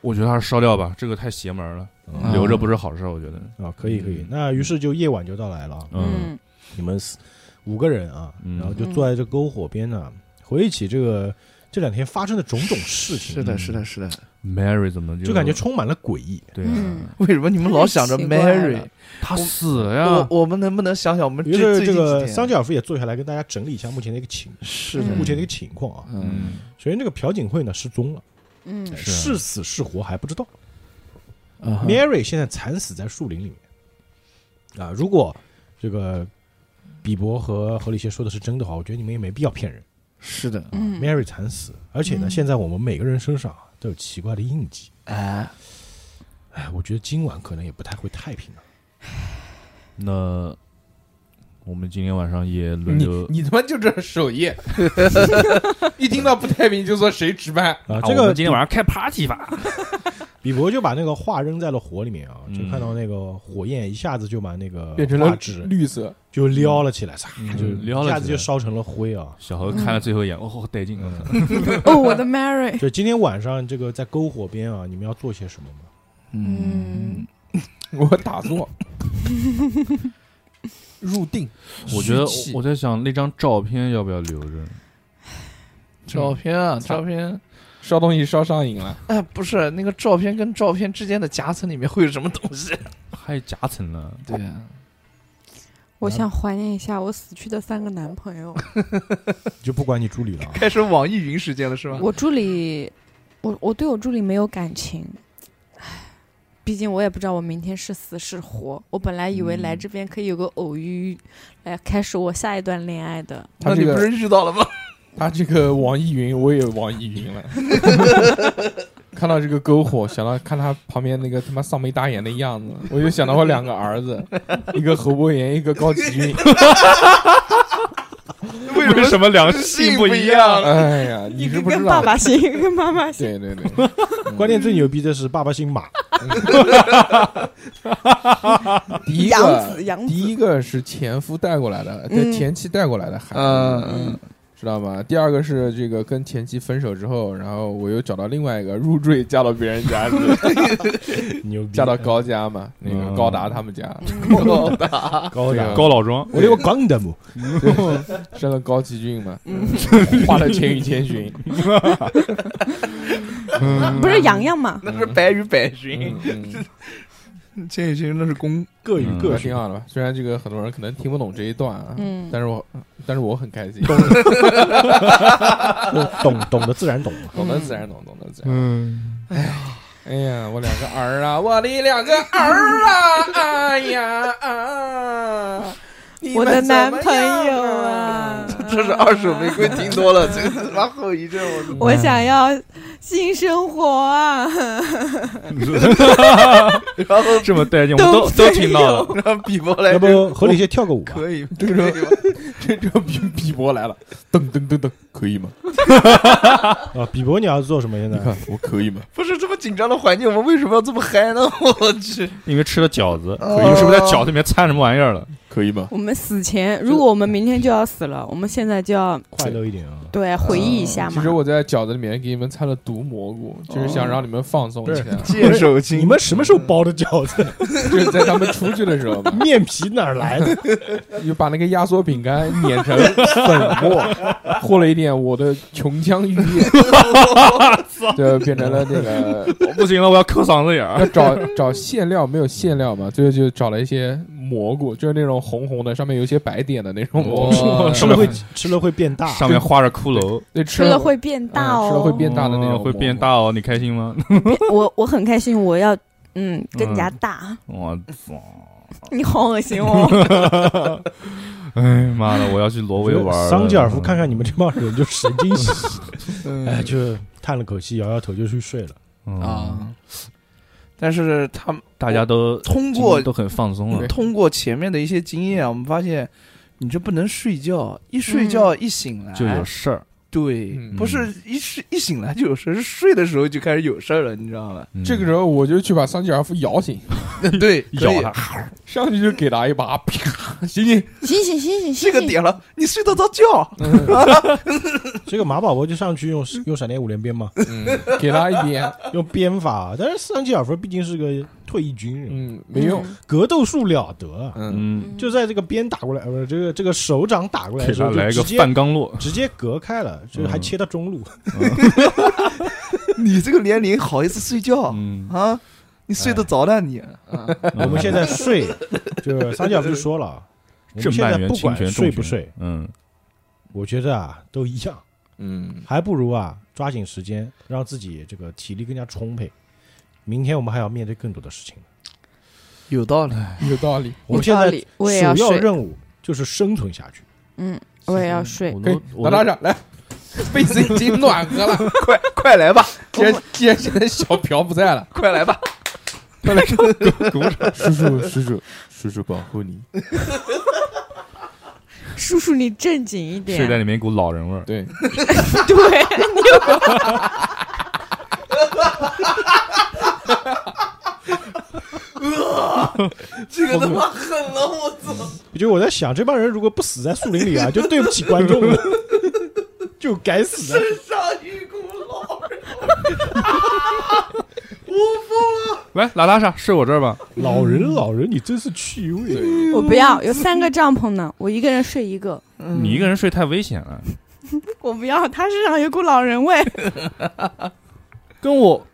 [SPEAKER 5] 我觉得还是烧掉吧，这个太邪门了，
[SPEAKER 1] 嗯
[SPEAKER 5] 留着不是好事，我觉得。
[SPEAKER 1] 啊，可以可以。那于是就夜晚就到来了，啊
[SPEAKER 5] 嗯，
[SPEAKER 4] 嗯，
[SPEAKER 1] 你们四五个人啊，
[SPEAKER 5] 嗯
[SPEAKER 1] 然后就坐在这篝火边呢，回忆起这个这两天发生的种种事情，
[SPEAKER 3] 是的，是的，是的。
[SPEAKER 5] Mary 怎么
[SPEAKER 1] 就感觉充满了诡异。
[SPEAKER 5] 对
[SPEAKER 4] 嗯
[SPEAKER 5] 啊？
[SPEAKER 3] 为什么你们老想着
[SPEAKER 4] 太奇怪了
[SPEAKER 3] Mary？
[SPEAKER 5] 他死了
[SPEAKER 3] 我
[SPEAKER 5] 呀！
[SPEAKER 3] 我们能不能想想我们
[SPEAKER 1] 于
[SPEAKER 3] 这
[SPEAKER 1] 是
[SPEAKER 3] 最
[SPEAKER 1] 这
[SPEAKER 3] 近
[SPEAKER 1] 个
[SPEAKER 3] 几
[SPEAKER 1] 桑
[SPEAKER 3] 天？
[SPEAKER 1] 吉尔夫也坐下来跟大家整理一下目前的一个情，
[SPEAKER 3] 是的，
[SPEAKER 4] 嗯
[SPEAKER 1] 目前的一个情况啊。
[SPEAKER 3] 嗯，
[SPEAKER 1] 首先，这个朴槿惠呢失踪了，
[SPEAKER 4] 嗯，
[SPEAKER 5] 是
[SPEAKER 1] 是死是活还不知道。
[SPEAKER 3] 啊哈
[SPEAKER 1] Mary 现在惨死在树林里面啊！如果这个比伯和何里谢说的是真的话，我觉得你们也没必要骗人。
[SPEAKER 3] 是的，
[SPEAKER 4] 嗯
[SPEAKER 1] 啊 Mary 惨死，而且呢，
[SPEAKER 4] 嗯
[SPEAKER 1] 现在我们每个人身上啊都有奇怪的印记。
[SPEAKER 3] 哎，
[SPEAKER 1] 哎，我觉得今晚可能也不太会太平了。
[SPEAKER 5] 那我们今天晚上也轮
[SPEAKER 2] 你
[SPEAKER 5] 流
[SPEAKER 2] 你他妈就这守夜， 一听到不太平就说谁值班，
[SPEAKER 1] 啊，
[SPEAKER 5] 啊
[SPEAKER 1] 这
[SPEAKER 5] 我
[SPEAKER 1] 个
[SPEAKER 5] 们今天晚上开 party 吧。
[SPEAKER 1] 比伯就把那个画扔在了火里面啊，就
[SPEAKER 5] 嗯
[SPEAKER 1] 看到那个火焰一下子就把那个
[SPEAKER 2] 变成
[SPEAKER 1] 画
[SPEAKER 2] 了
[SPEAKER 1] 纸
[SPEAKER 2] 绿色。
[SPEAKER 1] 就撩了起来，唰、
[SPEAKER 5] 嗯
[SPEAKER 1] 就
[SPEAKER 5] 撩了
[SPEAKER 1] 一
[SPEAKER 5] 起
[SPEAKER 1] 下子就
[SPEAKER 5] 来
[SPEAKER 1] 烧成了灰啊。嗯
[SPEAKER 5] 小何看了最后一眼，哦，好带劲啊！
[SPEAKER 4] 哦，我的 Mary，
[SPEAKER 1] 就今天晚上这个在篝火边啊，你们要做些什么吗？
[SPEAKER 4] 嗯，
[SPEAKER 2] 我打坐，入定。
[SPEAKER 5] 我觉得
[SPEAKER 2] 虚气
[SPEAKER 5] 我在想那张照片要不要留着？
[SPEAKER 3] 照片啊，
[SPEAKER 2] 操
[SPEAKER 3] 照片，
[SPEAKER 2] 烧东西烧上瘾了，
[SPEAKER 3] 哎，不是那个照片跟照片之间的夹层里面会有什么东西？
[SPEAKER 5] 还有夹层呢？
[SPEAKER 3] 对啊，
[SPEAKER 4] 我想怀念一下我死去的三个男朋 友。
[SPEAKER 1] 就不管你助 理了啊。
[SPEAKER 3] 开始网易云时间了是吧？
[SPEAKER 4] 我助理，我我对我助理没有感情，唉，毕竟我也不知道我明天是死是活。我本来以
[SPEAKER 2] 嗯
[SPEAKER 4] 为来这边可以有个偶遇，来开始我下一段恋爱的。
[SPEAKER 2] 他
[SPEAKER 3] 那
[SPEAKER 2] 这
[SPEAKER 3] 你
[SPEAKER 2] 个
[SPEAKER 3] 不是遇到了吗？
[SPEAKER 2] 他这个网易云，我也网易云了。看到这个篝火，想到看他旁边那个他妈丧眉打眼的样子，我就想到我两个儿子，一个侯伯言，一个高启军。
[SPEAKER 3] 为什么
[SPEAKER 5] 什么两个
[SPEAKER 3] 姓
[SPEAKER 5] 姓
[SPEAKER 3] 不
[SPEAKER 5] 不
[SPEAKER 3] 一
[SPEAKER 5] 一
[SPEAKER 3] 样
[SPEAKER 5] 样？
[SPEAKER 2] 哎呀，你是不知道，
[SPEAKER 4] 姓，一个跟妈妈姓。
[SPEAKER 2] 对对对，
[SPEAKER 1] 关键最牛逼的是爸爸姓 马，
[SPEAKER 2] 第一
[SPEAKER 4] 杨
[SPEAKER 2] 个
[SPEAKER 4] 子，杨
[SPEAKER 2] 第
[SPEAKER 4] 子，
[SPEAKER 2] 一个是前夫带过来的，
[SPEAKER 4] 嗯啊
[SPEAKER 2] 在前妻带过来的孩子，
[SPEAKER 3] 嗯，
[SPEAKER 2] 知道吗？第二个是这个跟前妻分手之后，然后我又找到另外一个入赘嫁到别人家 去，
[SPEAKER 1] 牛逼，
[SPEAKER 2] 嫁到高家嘛，那个
[SPEAKER 1] 嗯
[SPEAKER 2] 高达他们家，
[SPEAKER 4] 嗯
[SPEAKER 3] 高达，
[SPEAKER 1] 高
[SPEAKER 2] 对啊
[SPEAKER 1] 高，
[SPEAKER 5] 高老庄，
[SPEAKER 1] 我那个钢的姆，
[SPEAKER 2] 生了高崎骏嘛，
[SPEAKER 4] 嗯，
[SPEAKER 2] 画了《千与千寻》
[SPEAKER 4] 不是洋洋嘛？
[SPEAKER 3] 那是白与百
[SPEAKER 2] 嗯，
[SPEAKER 3] 寻，
[SPEAKER 2] 嗯
[SPEAKER 3] 千与千寻那是公
[SPEAKER 1] 各与各
[SPEAKER 2] 那
[SPEAKER 5] 嗯
[SPEAKER 1] 说
[SPEAKER 2] 挺好的吧？虽然这个很多人可能听不懂这一段啊，
[SPEAKER 4] 嗯
[SPEAKER 2] 但是我但是我很开心，
[SPEAKER 1] 懂懂的自然懂 嘛。
[SPEAKER 4] 嗯
[SPEAKER 2] 懂得自然懂，懂得自然。
[SPEAKER 5] 嗯，
[SPEAKER 2] 哎呀，我两个儿啊，我的两个儿啊，哎呀啊！你们
[SPEAKER 4] 我的
[SPEAKER 2] 怎么
[SPEAKER 4] 男朋友
[SPEAKER 2] 样
[SPEAKER 4] 啊，
[SPEAKER 3] 这是二手玫瑰听多了，这个他妈后遗症，我操！
[SPEAKER 4] 我
[SPEAKER 2] 嗯
[SPEAKER 4] 想要性生活啊！
[SPEAKER 3] 然后
[SPEAKER 5] 这么带劲，我都
[SPEAKER 4] 都
[SPEAKER 5] 都听到了。
[SPEAKER 3] 然后比伯来
[SPEAKER 1] 要
[SPEAKER 3] 就，
[SPEAKER 1] 不何里先跳个舞吧？
[SPEAKER 3] 可以，
[SPEAKER 2] 这个时候，这这比比伯来了，噔噔噔噔，可以吗？
[SPEAKER 1] 啊，比伯你要做什么现
[SPEAKER 2] 你
[SPEAKER 1] 在？
[SPEAKER 2] 看我可以吗？
[SPEAKER 3] 不是这么紧张的环境，我们为什么要这么嗨呢？我去，
[SPEAKER 5] 因为吃了饺子，
[SPEAKER 3] 哦
[SPEAKER 5] 你是不是在饺子里面掺什么玩意儿了？
[SPEAKER 2] 可以吗？
[SPEAKER 4] 我们死前，如果我们明天就要死了，我们现在就要
[SPEAKER 1] 快乐一点啊！
[SPEAKER 4] 对回忆一下
[SPEAKER 2] 嗯其
[SPEAKER 4] 嘛
[SPEAKER 2] 实。我在饺子里面给你们掺了毒蘑菇，就是想让你们放松一下，
[SPEAKER 3] 剑手青
[SPEAKER 1] 你们什么时候包的饺子？
[SPEAKER 2] 就是在他们出去的时候嘛，
[SPEAKER 1] 面皮哪儿来 的？
[SPEAKER 2] 就把那个压缩饼干碾成粉末， 和了一点我的琼浆玉液，就变成了那 个
[SPEAKER 5] 我不行了，我要抠嗓子眼儿。
[SPEAKER 2] 要找找馅料，没有馅料嘛，最后就找了一些蘑菇，就是那种红红的，上面有一些白点的那种蘑菇，
[SPEAKER 3] 哇
[SPEAKER 1] 吃了会吃了会变大，
[SPEAKER 5] 上面画着骷髅，
[SPEAKER 2] 对，
[SPEAKER 4] 吃
[SPEAKER 2] 吃
[SPEAKER 4] 了会变大
[SPEAKER 2] 嗯
[SPEAKER 4] 哦，
[SPEAKER 2] 吃了会变大的那种
[SPEAKER 5] 哦会变大哦，你开心吗？
[SPEAKER 4] 我我很开心，我要嗯更加大。
[SPEAKER 5] 我操！
[SPEAKER 4] 你好恶心 哦！
[SPEAKER 5] 哎妈的，我要去挪威玩儿了。嗯
[SPEAKER 1] 桑吉尔夫看看你们这帮人就神经兮兮， 哎，
[SPEAKER 3] 嗯
[SPEAKER 1] 就叹了口气，摇摇头就去睡了。
[SPEAKER 5] 嗯，
[SPEAKER 3] 啊！但是他们
[SPEAKER 5] 大家都
[SPEAKER 3] 通过
[SPEAKER 5] 都很放松了
[SPEAKER 2] 对。
[SPEAKER 3] 通过前面的一些经验啊，我们发现你这不能睡觉，一睡觉一醒来
[SPEAKER 5] 就有事儿，
[SPEAKER 3] 对，
[SPEAKER 2] 嗯
[SPEAKER 3] 不是一睡一醒来就有事，是睡的时候就开始有事儿了，你知道吧？
[SPEAKER 5] 嗯
[SPEAKER 2] 这个时候我就去把桑吉尔夫摇醒，
[SPEAKER 3] 对，可以
[SPEAKER 5] 咬他，
[SPEAKER 2] 上去就给他一把，啪，醒醒，
[SPEAKER 4] 醒醒醒醒
[SPEAKER 3] 这
[SPEAKER 4] 醒
[SPEAKER 3] 个
[SPEAKER 4] 醒！
[SPEAKER 3] 点了，你睡得着觉，
[SPEAKER 1] 这个马宝宝就上去用 用闪电五连鞭嘛，
[SPEAKER 2] 嗯，给他一鞭，
[SPEAKER 1] 用鞭法。但是桑吉尔夫毕竟是个退役军人，
[SPEAKER 2] 嗯，没用，
[SPEAKER 1] 格斗术了得，啊
[SPEAKER 2] 嗯，
[SPEAKER 5] 嗯，
[SPEAKER 1] 就在这个鞭打过来，呃不是这个这个手掌打过来
[SPEAKER 5] 给
[SPEAKER 1] 的时
[SPEAKER 5] 他
[SPEAKER 1] 候，
[SPEAKER 5] 来
[SPEAKER 1] 就直
[SPEAKER 5] 一个
[SPEAKER 1] 接
[SPEAKER 5] 半刚落，
[SPEAKER 1] 直接隔开了，就是还切到中路。
[SPEAKER 3] 你这个年龄好意思睡觉
[SPEAKER 5] 嗯，
[SPEAKER 3] 啊？你睡得着的你？啊
[SPEAKER 1] 我们现在睡，就是桑吉尔夫就说了啊，我们
[SPEAKER 5] 正
[SPEAKER 1] 现
[SPEAKER 5] 半
[SPEAKER 1] 在
[SPEAKER 5] 圆
[SPEAKER 1] 不
[SPEAKER 5] 清
[SPEAKER 1] 管
[SPEAKER 5] 泉
[SPEAKER 1] 睡
[SPEAKER 5] 重
[SPEAKER 1] 不睡
[SPEAKER 5] 拳，，嗯，
[SPEAKER 1] 我觉得啊都一样。
[SPEAKER 2] 嗯，
[SPEAKER 1] 还不如啊，抓紧时间，让自己这个体力更加充沛。明天我们还要面对更多的事情。
[SPEAKER 3] 有道理，
[SPEAKER 5] 哎
[SPEAKER 2] 有道理。
[SPEAKER 1] 我们现
[SPEAKER 4] 道
[SPEAKER 1] 在
[SPEAKER 4] 理，我也要
[SPEAKER 1] 首要
[SPEAKER 4] 睡，
[SPEAKER 1] 任务就是生存下去。
[SPEAKER 4] 嗯，我也要睡。
[SPEAKER 5] 我
[SPEAKER 2] 可以
[SPEAKER 5] 都，
[SPEAKER 2] 老
[SPEAKER 5] 我
[SPEAKER 2] 大
[SPEAKER 5] 都
[SPEAKER 2] 长来，被子已经暖和了。
[SPEAKER 3] 快快 来吧，
[SPEAKER 2] 既然既然现在小朴不在了，
[SPEAKER 3] 快来吧！
[SPEAKER 2] 快来叔叔叔叔叔叔保护你。嗯
[SPEAKER 4] 叔叔，你正经一点
[SPEAKER 5] 睡。在里面一股老人味儿。
[SPEAKER 2] 对，
[SPEAKER 4] 对，
[SPEAKER 3] 这个他妈狠了，我操！
[SPEAKER 1] 就我在想，这帮人如果不死在树林 里啊，就对不起观众了， 就该死的。
[SPEAKER 3] 身上一股老人味，我疯了！
[SPEAKER 5] 来拉拉萨睡我这儿吧。
[SPEAKER 1] 老人老人，你真是趣味。
[SPEAKER 4] 我不要，有三个帐篷呢，我一个人睡一个。
[SPEAKER 3] 嗯
[SPEAKER 5] 你一个人睡太危险了。
[SPEAKER 4] 我不要，他身上有股老人味。
[SPEAKER 5] 跟我，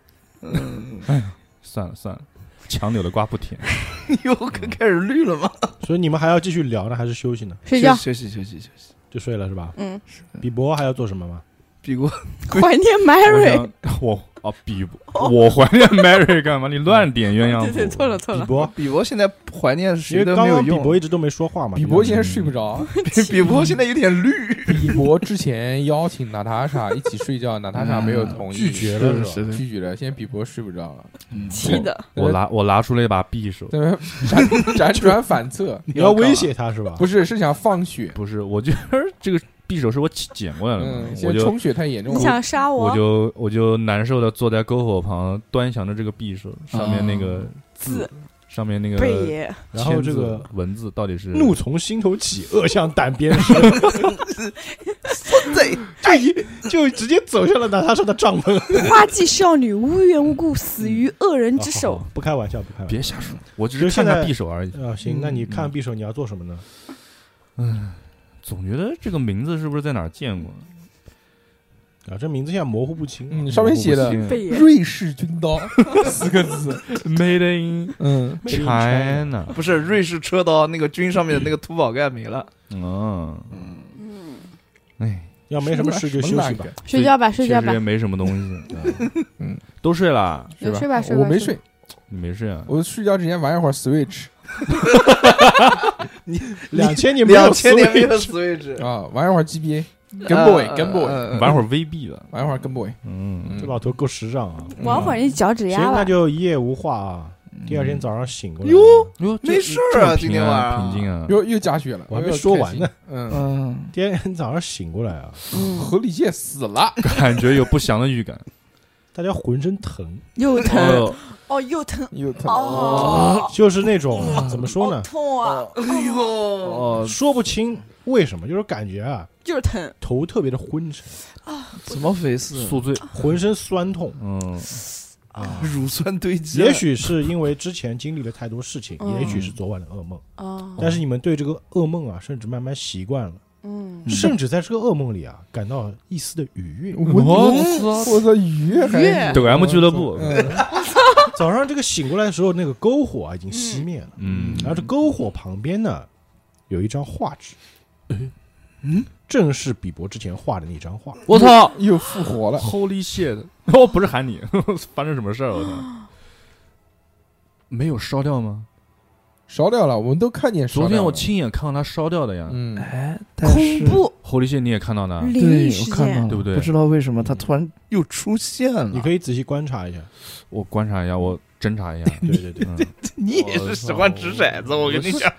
[SPEAKER 5] 哎算了算了，强扭的瓜不甜。
[SPEAKER 3] 又
[SPEAKER 5] 嗯
[SPEAKER 3] 开始绿了吗？
[SPEAKER 1] 所以你们还要继续聊呢，还是休息呢？
[SPEAKER 4] 睡觉，
[SPEAKER 3] 休息休息休息休息。
[SPEAKER 1] 就睡了是吧？
[SPEAKER 4] 嗯，
[SPEAKER 1] 比伯还要做什么吗？
[SPEAKER 3] 比过
[SPEAKER 4] 怀 念
[SPEAKER 5] 我
[SPEAKER 4] Mary。
[SPEAKER 5] 想我啊，比我怀念 Mary 干嘛？你乱点鸳鸯谱。
[SPEAKER 4] 对对，错了错
[SPEAKER 1] 比
[SPEAKER 4] 了，
[SPEAKER 1] 伯，
[SPEAKER 3] 比伯现在怀念
[SPEAKER 1] 因
[SPEAKER 3] 谁
[SPEAKER 1] 为
[SPEAKER 3] 都
[SPEAKER 1] 刚
[SPEAKER 3] 没有
[SPEAKER 1] 刚比
[SPEAKER 3] 用
[SPEAKER 1] 伯
[SPEAKER 3] 了。
[SPEAKER 1] 一直都没说话嘛。
[SPEAKER 2] 比
[SPEAKER 1] 你
[SPEAKER 2] 伯
[SPEAKER 1] 们
[SPEAKER 2] 现在睡不着。
[SPEAKER 3] 比比伯现在有点绿，
[SPEAKER 2] 比伯之前邀请娜塔莎一起睡觉，娜塔莎没有同意，
[SPEAKER 1] 拒绝了
[SPEAKER 2] 是吧
[SPEAKER 3] 是的嗯
[SPEAKER 2] 拒绝了。现在比伯睡不着了，
[SPEAKER 4] 气的。
[SPEAKER 5] 我拿我拿出了一把匕首，
[SPEAKER 2] 在那边辗辗转反侧，
[SPEAKER 1] 你要威胁他是吧？
[SPEAKER 2] 不是是想放血。
[SPEAKER 5] 不是，我觉得这个匕首是我捡捡过来的嘛
[SPEAKER 2] 嗯，，
[SPEAKER 5] 我
[SPEAKER 2] 现在
[SPEAKER 5] 就
[SPEAKER 2] 充血太严重
[SPEAKER 4] 你
[SPEAKER 2] 了。
[SPEAKER 4] 想杀
[SPEAKER 5] 我就我就难受的坐在篝火旁，端详着这个匕首上面那个
[SPEAKER 4] 字
[SPEAKER 5] 上面那个
[SPEAKER 4] 贝爷，
[SPEAKER 1] 然后
[SPEAKER 5] 签
[SPEAKER 1] 这
[SPEAKER 5] 字
[SPEAKER 1] 个
[SPEAKER 5] 文字到底是
[SPEAKER 1] 怒从心头起，恶向胆边生，
[SPEAKER 3] 对，
[SPEAKER 1] 就一就直接走向了娜塔莎的帐篷。
[SPEAKER 4] 花季少女无缘无故死于恶人之手
[SPEAKER 5] 好。
[SPEAKER 1] 哦不开玩笑，不开玩笑。
[SPEAKER 5] 别瞎说，我只
[SPEAKER 1] 就是
[SPEAKER 5] 看
[SPEAKER 1] 现
[SPEAKER 5] 看
[SPEAKER 1] 在
[SPEAKER 5] 匕首而已。
[SPEAKER 1] 啊，行，那你看匕首你要做什么呢？
[SPEAKER 5] 总觉得这个名字是不是在哪儿见过？
[SPEAKER 1] 啊，这名字现在模糊不清。
[SPEAKER 2] 嗯，上面写 的
[SPEAKER 5] 我不
[SPEAKER 4] 贝
[SPEAKER 2] “
[SPEAKER 4] 爷，
[SPEAKER 2] 瑞士军刀”四个字。
[SPEAKER 5] 信 Made in
[SPEAKER 2] 嗯，
[SPEAKER 1] Made in China
[SPEAKER 5] China。
[SPEAKER 3] 不是瑞士车刀那个军上面的那个土宝盖没了。
[SPEAKER 5] 嗯，
[SPEAKER 4] 嗯，
[SPEAKER 5] 哎，
[SPEAKER 1] 要没什么事就休息吧。。
[SPEAKER 4] 睡觉吧，睡觉
[SPEAKER 5] 确实
[SPEAKER 4] 吧
[SPEAKER 5] 也，没什么东西。
[SPEAKER 2] 嗯，
[SPEAKER 5] 都睡了，
[SPEAKER 2] 是吧
[SPEAKER 4] 睡吧睡吧。
[SPEAKER 2] 我没睡
[SPEAKER 4] 吧，，
[SPEAKER 5] 你没睡啊？
[SPEAKER 2] 我睡觉之前玩一会儿 Switch
[SPEAKER 1] 两千嗯年没有
[SPEAKER 3] 两千年没有
[SPEAKER 1] Switch
[SPEAKER 3] Switch，
[SPEAKER 2] 啊，玩一会儿 GBA，跟
[SPEAKER 3] 呃
[SPEAKER 2] boy 跟 boy，
[SPEAKER 3] 呃呃
[SPEAKER 5] 玩会儿 VB 吧。
[SPEAKER 2] 玩一会儿跟 boy。
[SPEAKER 5] 嗯，
[SPEAKER 1] 这老头够时尚啊！
[SPEAKER 4] 玩会儿你脚趾
[SPEAKER 1] 行，
[SPEAKER 4] 丫
[SPEAKER 1] 那
[SPEAKER 4] 吧。
[SPEAKER 1] 就一夜无话啊。第二天早上醒过来，
[SPEAKER 3] 哟
[SPEAKER 5] 哟，这
[SPEAKER 3] 没事儿啊
[SPEAKER 5] 这么
[SPEAKER 3] 今
[SPEAKER 5] 平
[SPEAKER 3] 天
[SPEAKER 5] 安
[SPEAKER 3] 晚上
[SPEAKER 5] 平静啊。
[SPEAKER 2] 又又加血了，
[SPEAKER 1] 我还没
[SPEAKER 2] 又
[SPEAKER 1] 说完呢
[SPEAKER 2] 开心。嗯，
[SPEAKER 3] 嗯，
[SPEAKER 1] 第二天早上醒过来啊，
[SPEAKER 4] 嗯，
[SPEAKER 2] 何礼介死了，
[SPEAKER 5] 感觉有不祥的预感。
[SPEAKER 1] 大家浑身疼，
[SPEAKER 4] 又
[SPEAKER 5] 哎
[SPEAKER 4] 疼
[SPEAKER 5] 呦，
[SPEAKER 4] 哦，又疼
[SPEAKER 2] 又疼。
[SPEAKER 4] 哦，
[SPEAKER 1] 就是那种怎么说
[SPEAKER 4] 好
[SPEAKER 1] 呢，
[SPEAKER 4] 痛啊，
[SPEAKER 3] 哎呦，
[SPEAKER 5] 哦，
[SPEAKER 1] 说不清为什么，就是感觉啊，
[SPEAKER 4] 就是疼。
[SPEAKER 1] 头特别的昏沉，
[SPEAKER 3] 怎么回事？
[SPEAKER 5] 宿
[SPEAKER 4] 哦
[SPEAKER 5] 醉。
[SPEAKER 1] 浑身酸痛。
[SPEAKER 5] 嗯，
[SPEAKER 4] 啊
[SPEAKER 3] 乳酸堆积啊了，
[SPEAKER 1] 也许是因为之前经历了太多事情，
[SPEAKER 4] 嗯
[SPEAKER 1] 也许是昨晚的噩梦，
[SPEAKER 4] 哦，
[SPEAKER 1] 但是你们对这个噩梦啊，甚至慢慢习惯了，
[SPEAKER 4] 嗯，
[SPEAKER 1] 甚至在这个噩梦里啊，感到一丝的愉悦。
[SPEAKER 2] 我操！我操！愉
[SPEAKER 4] 悦
[SPEAKER 5] 抖 M 俱乐部。
[SPEAKER 2] 嗯，
[SPEAKER 1] 早上这个醒过来的时候，那个篝火啊已经熄灭了，
[SPEAKER 5] 嗯，
[SPEAKER 1] 然后这篝火旁边呢有一张画纸，嗯，正是比伯之前画的那张画。
[SPEAKER 5] 我操
[SPEAKER 2] 又复活了。
[SPEAKER 5] ，Holy shit！我不是喊你，发生什么事儿？我操，没有烧掉吗？
[SPEAKER 2] 烧掉了，我们都看见烧掉
[SPEAKER 5] 昨
[SPEAKER 2] 了。
[SPEAKER 5] 天我亲眼看到它烧掉的呀。
[SPEAKER 2] 嗯，
[SPEAKER 3] 哎，但
[SPEAKER 4] 恐
[SPEAKER 3] 是
[SPEAKER 4] 怖
[SPEAKER 5] Holy shit！你也看到的啊？
[SPEAKER 4] 灵
[SPEAKER 3] 对
[SPEAKER 4] 异，事
[SPEAKER 3] 我看到
[SPEAKER 4] 件
[SPEAKER 3] 了，
[SPEAKER 5] 对不对
[SPEAKER 3] 不知道为什么他突然又出现了。
[SPEAKER 4] 嗯
[SPEAKER 1] 你可以仔细观察一下，
[SPEAKER 5] 我观察一下，我侦查一下。
[SPEAKER 1] 对对对，
[SPEAKER 5] 嗯，
[SPEAKER 3] 你也是喜欢掷骰子，我跟你讲，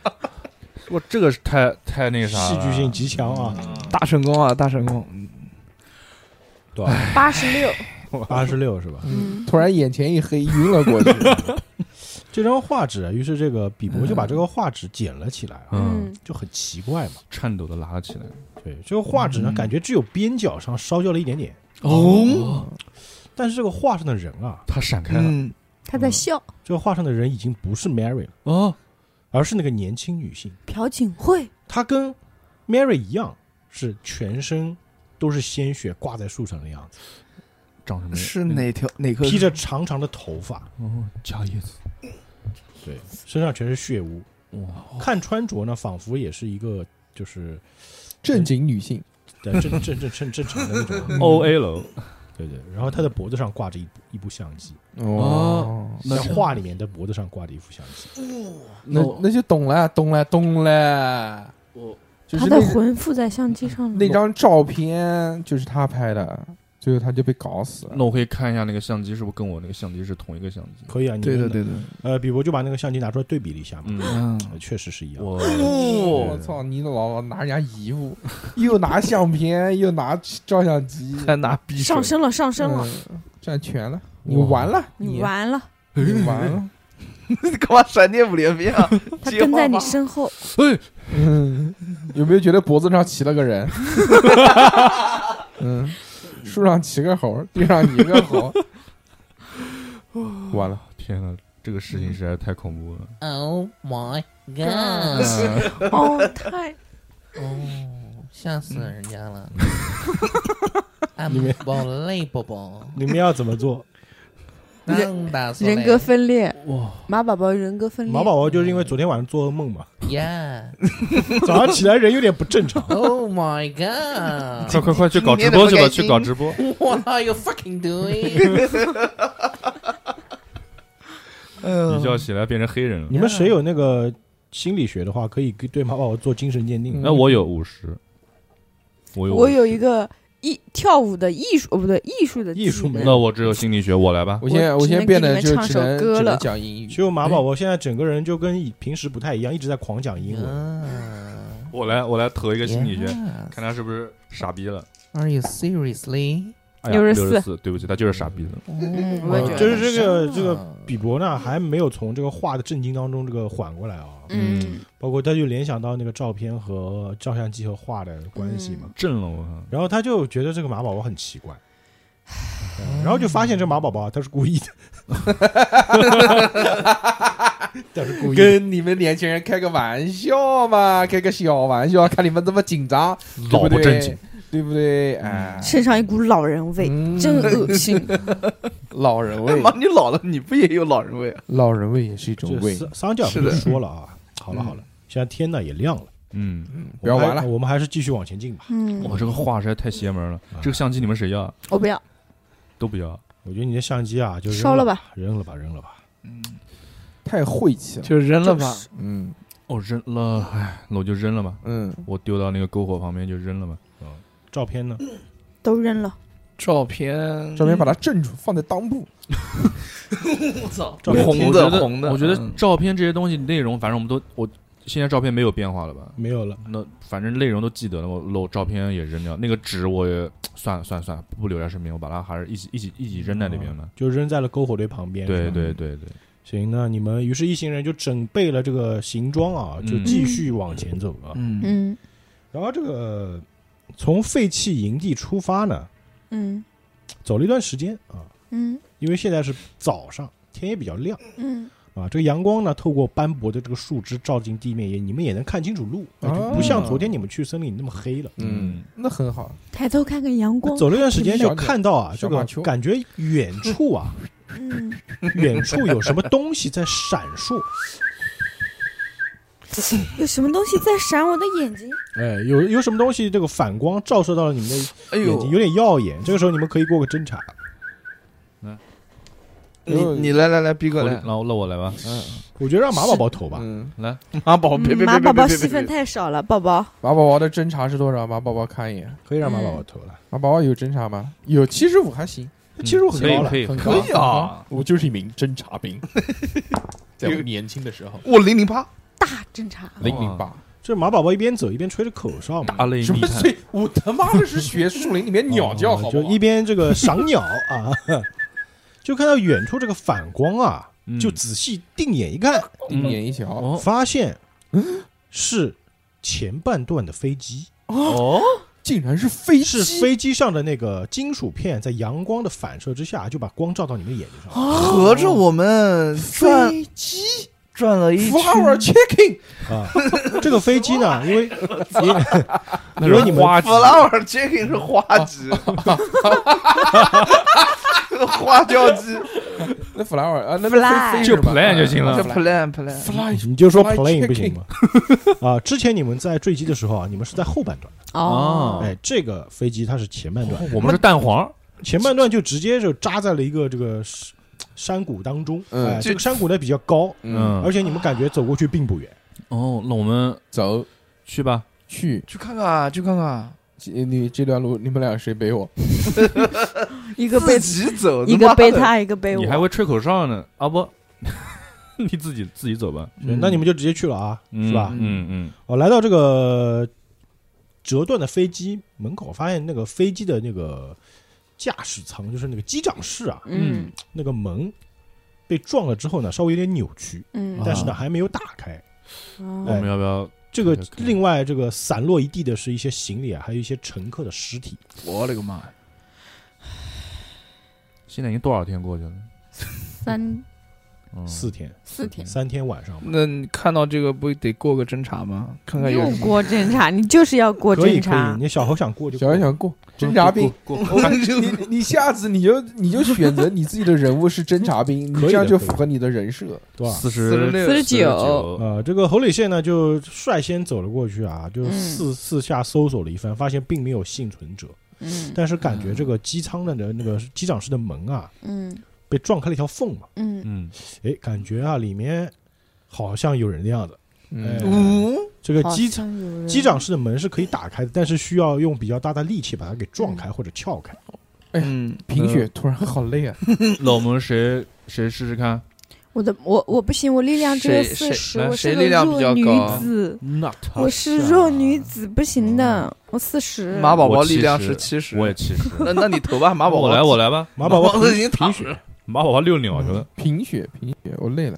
[SPEAKER 5] 我这个是太太那个啥了，
[SPEAKER 1] 戏剧性极强啊！
[SPEAKER 3] 大成功啊，大成功！
[SPEAKER 1] 多少？
[SPEAKER 4] 八十六，
[SPEAKER 1] 八十六是吧？
[SPEAKER 4] 嗯，
[SPEAKER 2] 突然眼前一黑，晕了过去。
[SPEAKER 1] 这张画纸啊，于是这个比
[SPEAKER 3] 嗯
[SPEAKER 1] 伯就把这个画纸捡了起来啊，
[SPEAKER 5] 嗯
[SPEAKER 4] 嗯，
[SPEAKER 1] 就很奇怪嘛。
[SPEAKER 5] 颤抖的拉了起来。
[SPEAKER 1] 对，这个画纸呢，
[SPEAKER 3] 嗯
[SPEAKER 1] 感觉只有边角上烧焦了一点点，
[SPEAKER 3] 哦，
[SPEAKER 1] 但是这个画上的人啊，
[SPEAKER 5] 他闪开了。
[SPEAKER 3] 嗯，
[SPEAKER 4] 他在笑，
[SPEAKER 1] 这个画上的人已经不是 Mary 了，
[SPEAKER 5] 哦，
[SPEAKER 1] 而是那个年轻女性。
[SPEAKER 4] 朴槿惠，
[SPEAKER 1] 她跟 Mary 一样，是全身都是鲜血挂在树上的样子，
[SPEAKER 5] 长什么？
[SPEAKER 3] 是？哪条哪颗？
[SPEAKER 1] 披着长长的头发，
[SPEAKER 5] 哦，加叶子。
[SPEAKER 1] 对，身上全是血污。
[SPEAKER 5] 哇，
[SPEAKER 1] 看穿着呢，仿佛也是一个就是
[SPEAKER 2] 正经女性，
[SPEAKER 1] 对正正正正正常的那种，
[SPEAKER 5] O A 楼，
[SPEAKER 1] 对对。然后她的脖子上挂着一一部相机，
[SPEAKER 5] 哦，
[SPEAKER 1] 在画里面的脖子上挂着一副相机。
[SPEAKER 2] 那那就懂了，懂了，懂了。
[SPEAKER 5] 我
[SPEAKER 2] 就是
[SPEAKER 4] 他
[SPEAKER 2] 那
[SPEAKER 4] 的
[SPEAKER 2] 个
[SPEAKER 4] 魂附在相机上了。
[SPEAKER 2] 那张照片就是他拍的，最后他就被搞死了。
[SPEAKER 5] 那我可以看一下那个相机是不是跟我那个相机是同一个相机？
[SPEAKER 1] 可以啊，你
[SPEAKER 3] 对的
[SPEAKER 1] 们
[SPEAKER 3] 对的，
[SPEAKER 1] 呃，比伯就把那个相机拿出来对比了一下嘛，
[SPEAKER 5] 嗯，
[SPEAKER 3] 嗯，
[SPEAKER 1] 呃确实是一样。
[SPEAKER 5] 我
[SPEAKER 2] 我操！你老老拿人家衣服， 又拿相片，又拿照相机，
[SPEAKER 3] 还拿匕首
[SPEAKER 4] 上，升了，上升了，
[SPEAKER 2] 嗯，占全了，你完了，
[SPEAKER 4] 你完了，
[SPEAKER 2] 你完了，
[SPEAKER 3] 你 干嘛闪电五连鞭 啊？
[SPEAKER 4] 他
[SPEAKER 3] 接
[SPEAKER 4] 跟在
[SPEAKER 3] 话
[SPEAKER 4] 你
[SPEAKER 3] 吧
[SPEAKER 4] 身后，
[SPEAKER 5] 哎，
[SPEAKER 2] 嗯，有没有觉得脖子上骑了个 人？嗯， 树上骑个猴，地上一个猴，完了，
[SPEAKER 5] 天哪，这个事情实在太恐怖了。
[SPEAKER 6] Oh my god！
[SPEAKER 2] 嗯
[SPEAKER 4] 哦，太
[SPEAKER 6] 哦，吓死人家了！
[SPEAKER 1] 你
[SPEAKER 6] 俺
[SPEAKER 1] 们
[SPEAKER 6] 宝累宝宝，
[SPEAKER 1] 你们要怎么做？
[SPEAKER 6] 让打死
[SPEAKER 4] 人格分裂，
[SPEAKER 3] 哇，
[SPEAKER 4] 马宝宝人格分裂，
[SPEAKER 1] 马宝宝就是因为昨天晚上做噩梦嘛，
[SPEAKER 6] ！Yeah！Oh
[SPEAKER 1] 早上起来人有点不正常。
[SPEAKER 6] Oh my god！
[SPEAKER 5] 快快快，去搞直播去吧，去搞直播。
[SPEAKER 6] What are you fucking doing？
[SPEAKER 3] 哎
[SPEAKER 5] 一 觉起来变成黑人了。
[SPEAKER 1] 你们谁有那个心理学的话，可以给对马宝宝做精神鉴定。
[SPEAKER 5] 那我有五十，我有，
[SPEAKER 4] 我有一。个艺跳舞的艺术，哦不对，艺术的
[SPEAKER 1] 艺术
[SPEAKER 4] 技能
[SPEAKER 1] 没
[SPEAKER 5] 那我只有心理学，我来吧。
[SPEAKER 2] 我现在
[SPEAKER 4] 我
[SPEAKER 2] 我现在变得就
[SPEAKER 4] 只能给你们唱
[SPEAKER 2] 只
[SPEAKER 4] 首
[SPEAKER 2] 能
[SPEAKER 4] 歌
[SPEAKER 2] 只能
[SPEAKER 4] 了
[SPEAKER 2] 讲英语
[SPEAKER 1] 其，实马宝宝现在整个人就跟以平时不太一样，一直在狂讲英文。
[SPEAKER 6] 啊
[SPEAKER 5] 我来，我来投一个心理学，
[SPEAKER 6] Yes
[SPEAKER 5] 看他是不是傻逼了。
[SPEAKER 6] Are you seriously？
[SPEAKER 5] 哎呀，
[SPEAKER 4] 64
[SPEAKER 5] 十四，对不起，他就是傻逼了。
[SPEAKER 4] 嗯我也觉得
[SPEAKER 1] 就是这个
[SPEAKER 6] 啊
[SPEAKER 1] 这个比伯呢还没有从这个画的震惊当中这个缓过来啊、
[SPEAKER 4] 嗯，
[SPEAKER 1] 包括他就联想到那个照片和照相机和画的关
[SPEAKER 4] 嗯
[SPEAKER 1] 系嘛，
[SPEAKER 5] 震了我啊靠！
[SPEAKER 1] 然后他就觉得这个马宝宝很奇怪，嗯然后就发现这马宝宝啊他是故意的，他是故意的。
[SPEAKER 2] 跟你们年轻人开个玩笑嘛，开个小玩笑，看你们这么紧张，对
[SPEAKER 5] 老
[SPEAKER 2] 不
[SPEAKER 5] 不
[SPEAKER 2] 对
[SPEAKER 5] 正经，，
[SPEAKER 2] 对不对？哎，
[SPEAKER 4] 身上一股老人味，
[SPEAKER 2] 嗯
[SPEAKER 4] 真恶心。
[SPEAKER 2] 老人
[SPEAKER 3] 哎
[SPEAKER 2] 味
[SPEAKER 3] 妈，，你 老了，你不也有老人味啊？
[SPEAKER 2] 老人味也是一种
[SPEAKER 1] 就
[SPEAKER 2] 味。
[SPEAKER 1] 桑桑教
[SPEAKER 3] 是
[SPEAKER 1] 不
[SPEAKER 3] 的
[SPEAKER 1] 是说了啊，好了好了，现在天呢也亮了，
[SPEAKER 5] 嗯，
[SPEAKER 2] 不要
[SPEAKER 1] 我们还
[SPEAKER 2] 玩了，
[SPEAKER 1] 我们还是继续往前进吧。
[SPEAKER 4] 嗯，
[SPEAKER 5] 哇，这个画实在太邪门了。这个相机你们谁要？
[SPEAKER 4] 我不要，
[SPEAKER 5] 都不要。
[SPEAKER 1] 我觉得你的相机啊，就扔
[SPEAKER 4] 烧了
[SPEAKER 1] 了，
[SPEAKER 4] 吧。
[SPEAKER 1] 扔了吧，扔了吧。
[SPEAKER 2] 太晦气了。
[SPEAKER 3] 就扔了吧。
[SPEAKER 2] 嗯
[SPEAKER 5] 哦，扔了，哎，那我就扔了吧。
[SPEAKER 2] 嗯，
[SPEAKER 5] 我丢到那个篝火旁边就扔了吧。
[SPEAKER 1] 照片呢？
[SPEAKER 4] 都扔了，
[SPEAKER 3] 照片，
[SPEAKER 2] 照片把它镇住，放在裆部。
[SPEAKER 3] 我操，
[SPEAKER 1] 照片
[SPEAKER 3] 红
[SPEAKER 5] 我觉
[SPEAKER 3] 的
[SPEAKER 5] 得
[SPEAKER 3] 红的，
[SPEAKER 5] 我觉得
[SPEAKER 3] 嗯
[SPEAKER 5] 照片这些东西内容，反正我们都我现在照片没有变化了吧？
[SPEAKER 1] 没有了。
[SPEAKER 5] 那反正内容都记得了，我漏照片也扔掉，那个纸我也算了算了算了，不留在身边，我把它还是一起一起一起扔在那边嘛。
[SPEAKER 1] 就扔在了篝火堆旁边。是
[SPEAKER 5] 对
[SPEAKER 1] 吧
[SPEAKER 5] 对对对，
[SPEAKER 1] 行，那你们于是一行人就整备了这个行装啊，
[SPEAKER 5] 嗯
[SPEAKER 1] 就继续往前走啊。
[SPEAKER 3] 嗯，
[SPEAKER 4] 嗯
[SPEAKER 1] 然后这个从废弃营地出发呢，
[SPEAKER 4] 嗯
[SPEAKER 1] 走了一段时间啊，
[SPEAKER 4] 嗯
[SPEAKER 1] 因为现在是早上，天也比较亮
[SPEAKER 4] 嗯，
[SPEAKER 1] 啊。这个阳光呢，透过斑驳的这个树枝照进地面，也你们也能看清楚路，啊
[SPEAKER 2] 啊
[SPEAKER 1] 就不像昨天你们去森林那么黑了。
[SPEAKER 2] 嗯，那很好。
[SPEAKER 4] 抬头看看阳光，
[SPEAKER 1] 走了一段时间，就看到啊，
[SPEAKER 2] 小
[SPEAKER 1] 这
[SPEAKER 2] 马
[SPEAKER 1] 个
[SPEAKER 2] 丘
[SPEAKER 1] 感觉远处啊，
[SPEAKER 4] 嗯，
[SPEAKER 1] 远处有什么东西在闪烁，
[SPEAKER 4] 有什么东西在闪我的眼睛？
[SPEAKER 1] 哎，有有什么东西这个反光照射到了你们的
[SPEAKER 3] 哎
[SPEAKER 1] 眼
[SPEAKER 3] 呦
[SPEAKER 1] 睛，有，点耀眼。这个时候你们可以过个侦查，
[SPEAKER 3] 你你来来来，逼哥
[SPEAKER 5] 我
[SPEAKER 3] 来，
[SPEAKER 5] 那我那我来吧，
[SPEAKER 2] 嗯
[SPEAKER 1] 我觉得让马宝宝投吧。
[SPEAKER 2] 嗯，
[SPEAKER 5] 来，
[SPEAKER 3] 马宝，别别别
[SPEAKER 4] 马宝
[SPEAKER 3] 别
[SPEAKER 4] 宝
[SPEAKER 3] 别
[SPEAKER 4] 戏
[SPEAKER 3] 别
[SPEAKER 4] 份
[SPEAKER 3] 别，
[SPEAKER 4] 太少了，宝宝。
[SPEAKER 2] 马宝宝的侦查是多少？马宝宝看一眼。
[SPEAKER 1] 可以让马宝宝投了。
[SPEAKER 2] 马宝宝有侦查吗？有七十五还行，
[SPEAKER 1] 其实我很
[SPEAKER 5] 嗯可以
[SPEAKER 1] 高了
[SPEAKER 5] 可以
[SPEAKER 2] 很
[SPEAKER 5] 可以
[SPEAKER 2] 高
[SPEAKER 3] 可以 啊！
[SPEAKER 2] 我就是一名侦察兵，在我年轻的时候，
[SPEAKER 3] 我零零八，
[SPEAKER 4] 大侦查，
[SPEAKER 2] 零零八。
[SPEAKER 1] 这马宝宝一边走一边吹着口哨嘛，
[SPEAKER 5] 大类
[SPEAKER 2] 什
[SPEAKER 5] 密
[SPEAKER 2] 么
[SPEAKER 5] 探，
[SPEAKER 2] 水？我他妈的是学树林里面鸟叫，
[SPEAKER 1] 哦
[SPEAKER 2] 好不
[SPEAKER 1] 就
[SPEAKER 2] 好？
[SPEAKER 1] 一边这个赏鸟啊， 就看到远处这个反光啊，
[SPEAKER 5] 嗯
[SPEAKER 1] 就仔细定眼一看，
[SPEAKER 2] 定眼一瞧，
[SPEAKER 5] 哦
[SPEAKER 1] 发现
[SPEAKER 2] 嗯
[SPEAKER 1] 是前半段的飞机，
[SPEAKER 5] 哦，
[SPEAKER 2] 竟然是飞机
[SPEAKER 1] 是飞机上的那个金属片在阳光的反射之下就把光照到你们眼睛上
[SPEAKER 2] 哦
[SPEAKER 1] 了
[SPEAKER 4] 哦
[SPEAKER 3] 合着我们转
[SPEAKER 2] 飞机
[SPEAKER 3] 转了一圈，
[SPEAKER 2] flower checking，
[SPEAKER 1] 啊。这个飞机 呢，因为
[SPEAKER 5] 那
[SPEAKER 1] 因为你
[SPEAKER 5] 是
[SPEAKER 1] 们
[SPEAKER 5] 花枝
[SPEAKER 3] flower chicken 是花枝， 花椒 鸡，
[SPEAKER 2] 那 flower 啊，那
[SPEAKER 4] Fly
[SPEAKER 2] 飞啊
[SPEAKER 5] 就 plan 就行了
[SPEAKER 3] 叫
[SPEAKER 5] 叫
[SPEAKER 3] plan plan，
[SPEAKER 2] fly
[SPEAKER 1] 哎你就说
[SPEAKER 2] Fly
[SPEAKER 1] plane
[SPEAKER 2] 嗯 chicken
[SPEAKER 1] 不行吗？啊，之前你们在坠机的时候啊，你们是在后半段，
[SPEAKER 5] 哦
[SPEAKER 1] 哎，这个飞机它是前半段，
[SPEAKER 5] 我们是蛋黄，
[SPEAKER 1] 前半段就直接就扎在了一个这个山山谷当中，
[SPEAKER 2] 嗯
[SPEAKER 1] 哎，
[SPEAKER 3] 这
[SPEAKER 1] 这个山谷呢比较高，
[SPEAKER 2] 嗯，
[SPEAKER 1] 而且你们感觉走过去并不远，
[SPEAKER 5] 哦，那我们
[SPEAKER 2] 走
[SPEAKER 5] 去吧，
[SPEAKER 2] 去，
[SPEAKER 3] 去看看啊，去看看啊，
[SPEAKER 2] 你这段路你们俩谁背我？
[SPEAKER 4] 一个背
[SPEAKER 3] 自己走，
[SPEAKER 4] 一
[SPEAKER 3] 他
[SPEAKER 4] 个
[SPEAKER 3] 妈
[SPEAKER 4] 背
[SPEAKER 3] 的，
[SPEAKER 4] 他，一个哎背我
[SPEAKER 5] 你。还会吹口哨呢啊 不，你自己自己走吧，
[SPEAKER 3] 嗯
[SPEAKER 1] 那你们就直接去了啊，
[SPEAKER 5] 嗯
[SPEAKER 1] 是吧？
[SPEAKER 5] 嗯嗯，
[SPEAKER 1] 我来到这个折断的飞机门口，发现那个飞机的那个驾驶舱，就是那个机长室啊，
[SPEAKER 4] 嗯
[SPEAKER 1] 那个门被撞了之后呢，稍微有点扭曲，
[SPEAKER 4] 嗯，
[SPEAKER 1] 但是呢还没有打开。
[SPEAKER 5] 我
[SPEAKER 4] 哦
[SPEAKER 5] 们要不要？
[SPEAKER 1] 这个
[SPEAKER 5] 这个可以
[SPEAKER 1] 另外这个散落一地的是一些行李啊，还有一些乘客的尸体。
[SPEAKER 3] 我勒个妈呀！
[SPEAKER 5] 现在已经多少天过去了？
[SPEAKER 4] 三
[SPEAKER 5] 嗯
[SPEAKER 1] 四天，
[SPEAKER 4] 四天，
[SPEAKER 1] 三天晚上吧。
[SPEAKER 3] 那你看到这个不得过个侦查吗？看看有
[SPEAKER 4] 又
[SPEAKER 3] 什么
[SPEAKER 4] 过侦查，你就是要过
[SPEAKER 1] 可以
[SPEAKER 4] 侦
[SPEAKER 1] 可以
[SPEAKER 4] 查，，
[SPEAKER 1] 你小猴想过就过嗯
[SPEAKER 2] 想一想过侦察 兵，
[SPEAKER 1] 过过过
[SPEAKER 2] 你你下次你就你就选择你自己的人物是侦察兵，你
[SPEAKER 1] 可以的
[SPEAKER 2] 这样就
[SPEAKER 1] 可以
[SPEAKER 2] 符合你的 人设。
[SPEAKER 1] 多少？
[SPEAKER 5] 四
[SPEAKER 3] 四十
[SPEAKER 5] 十嗯
[SPEAKER 3] 六
[SPEAKER 4] 四十九，
[SPEAKER 5] 九，
[SPEAKER 1] 呃，这个侯磊宪呢就率先走了过去啊，就
[SPEAKER 4] 嗯
[SPEAKER 1] 四、四下搜索了一番，发现并没有幸存者，
[SPEAKER 4] 嗯
[SPEAKER 1] 但是感觉这个机舱的那个机长室的门啊
[SPEAKER 4] 嗯
[SPEAKER 1] 被撞开了一条缝嘛，
[SPEAKER 4] 嗯，
[SPEAKER 5] 嗯，
[SPEAKER 1] 哎，感觉啊里面好像有人的样子。
[SPEAKER 2] 嗯，
[SPEAKER 1] 嗯这个
[SPEAKER 4] 好
[SPEAKER 1] 机
[SPEAKER 4] 像有人
[SPEAKER 1] 机长室的门是可以打开的，但是需要用比较大的力气把它给撞开或者撬开。
[SPEAKER 3] 嗯，
[SPEAKER 2] 贫血突然好累啊！
[SPEAKER 5] 那我们谁谁试试看
[SPEAKER 4] 我的我我不行，我力量只有
[SPEAKER 3] 谁
[SPEAKER 4] 四十，
[SPEAKER 3] 谁
[SPEAKER 4] 我
[SPEAKER 3] 谁
[SPEAKER 4] 是
[SPEAKER 3] 力
[SPEAKER 4] 个
[SPEAKER 3] 量比
[SPEAKER 4] 弱
[SPEAKER 3] 较
[SPEAKER 4] 女
[SPEAKER 3] 高啊
[SPEAKER 4] 子，
[SPEAKER 5] ？Not，
[SPEAKER 4] 我是弱女子，不行的，我四十。
[SPEAKER 3] 马宝宝
[SPEAKER 5] 我
[SPEAKER 3] 力量
[SPEAKER 5] 70
[SPEAKER 3] 是七十，
[SPEAKER 5] 我也七 十，
[SPEAKER 3] 那那你投吧，马宝宝，
[SPEAKER 5] 我来我来吧，
[SPEAKER 1] 马宝宝
[SPEAKER 3] 我已经躺
[SPEAKER 1] 贫
[SPEAKER 3] 着
[SPEAKER 1] 血
[SPEAKER 3] 了，
[SPEAKER 5] 马宝宝六秒就
[SPEAKER 2] 贫血贫血，我累了。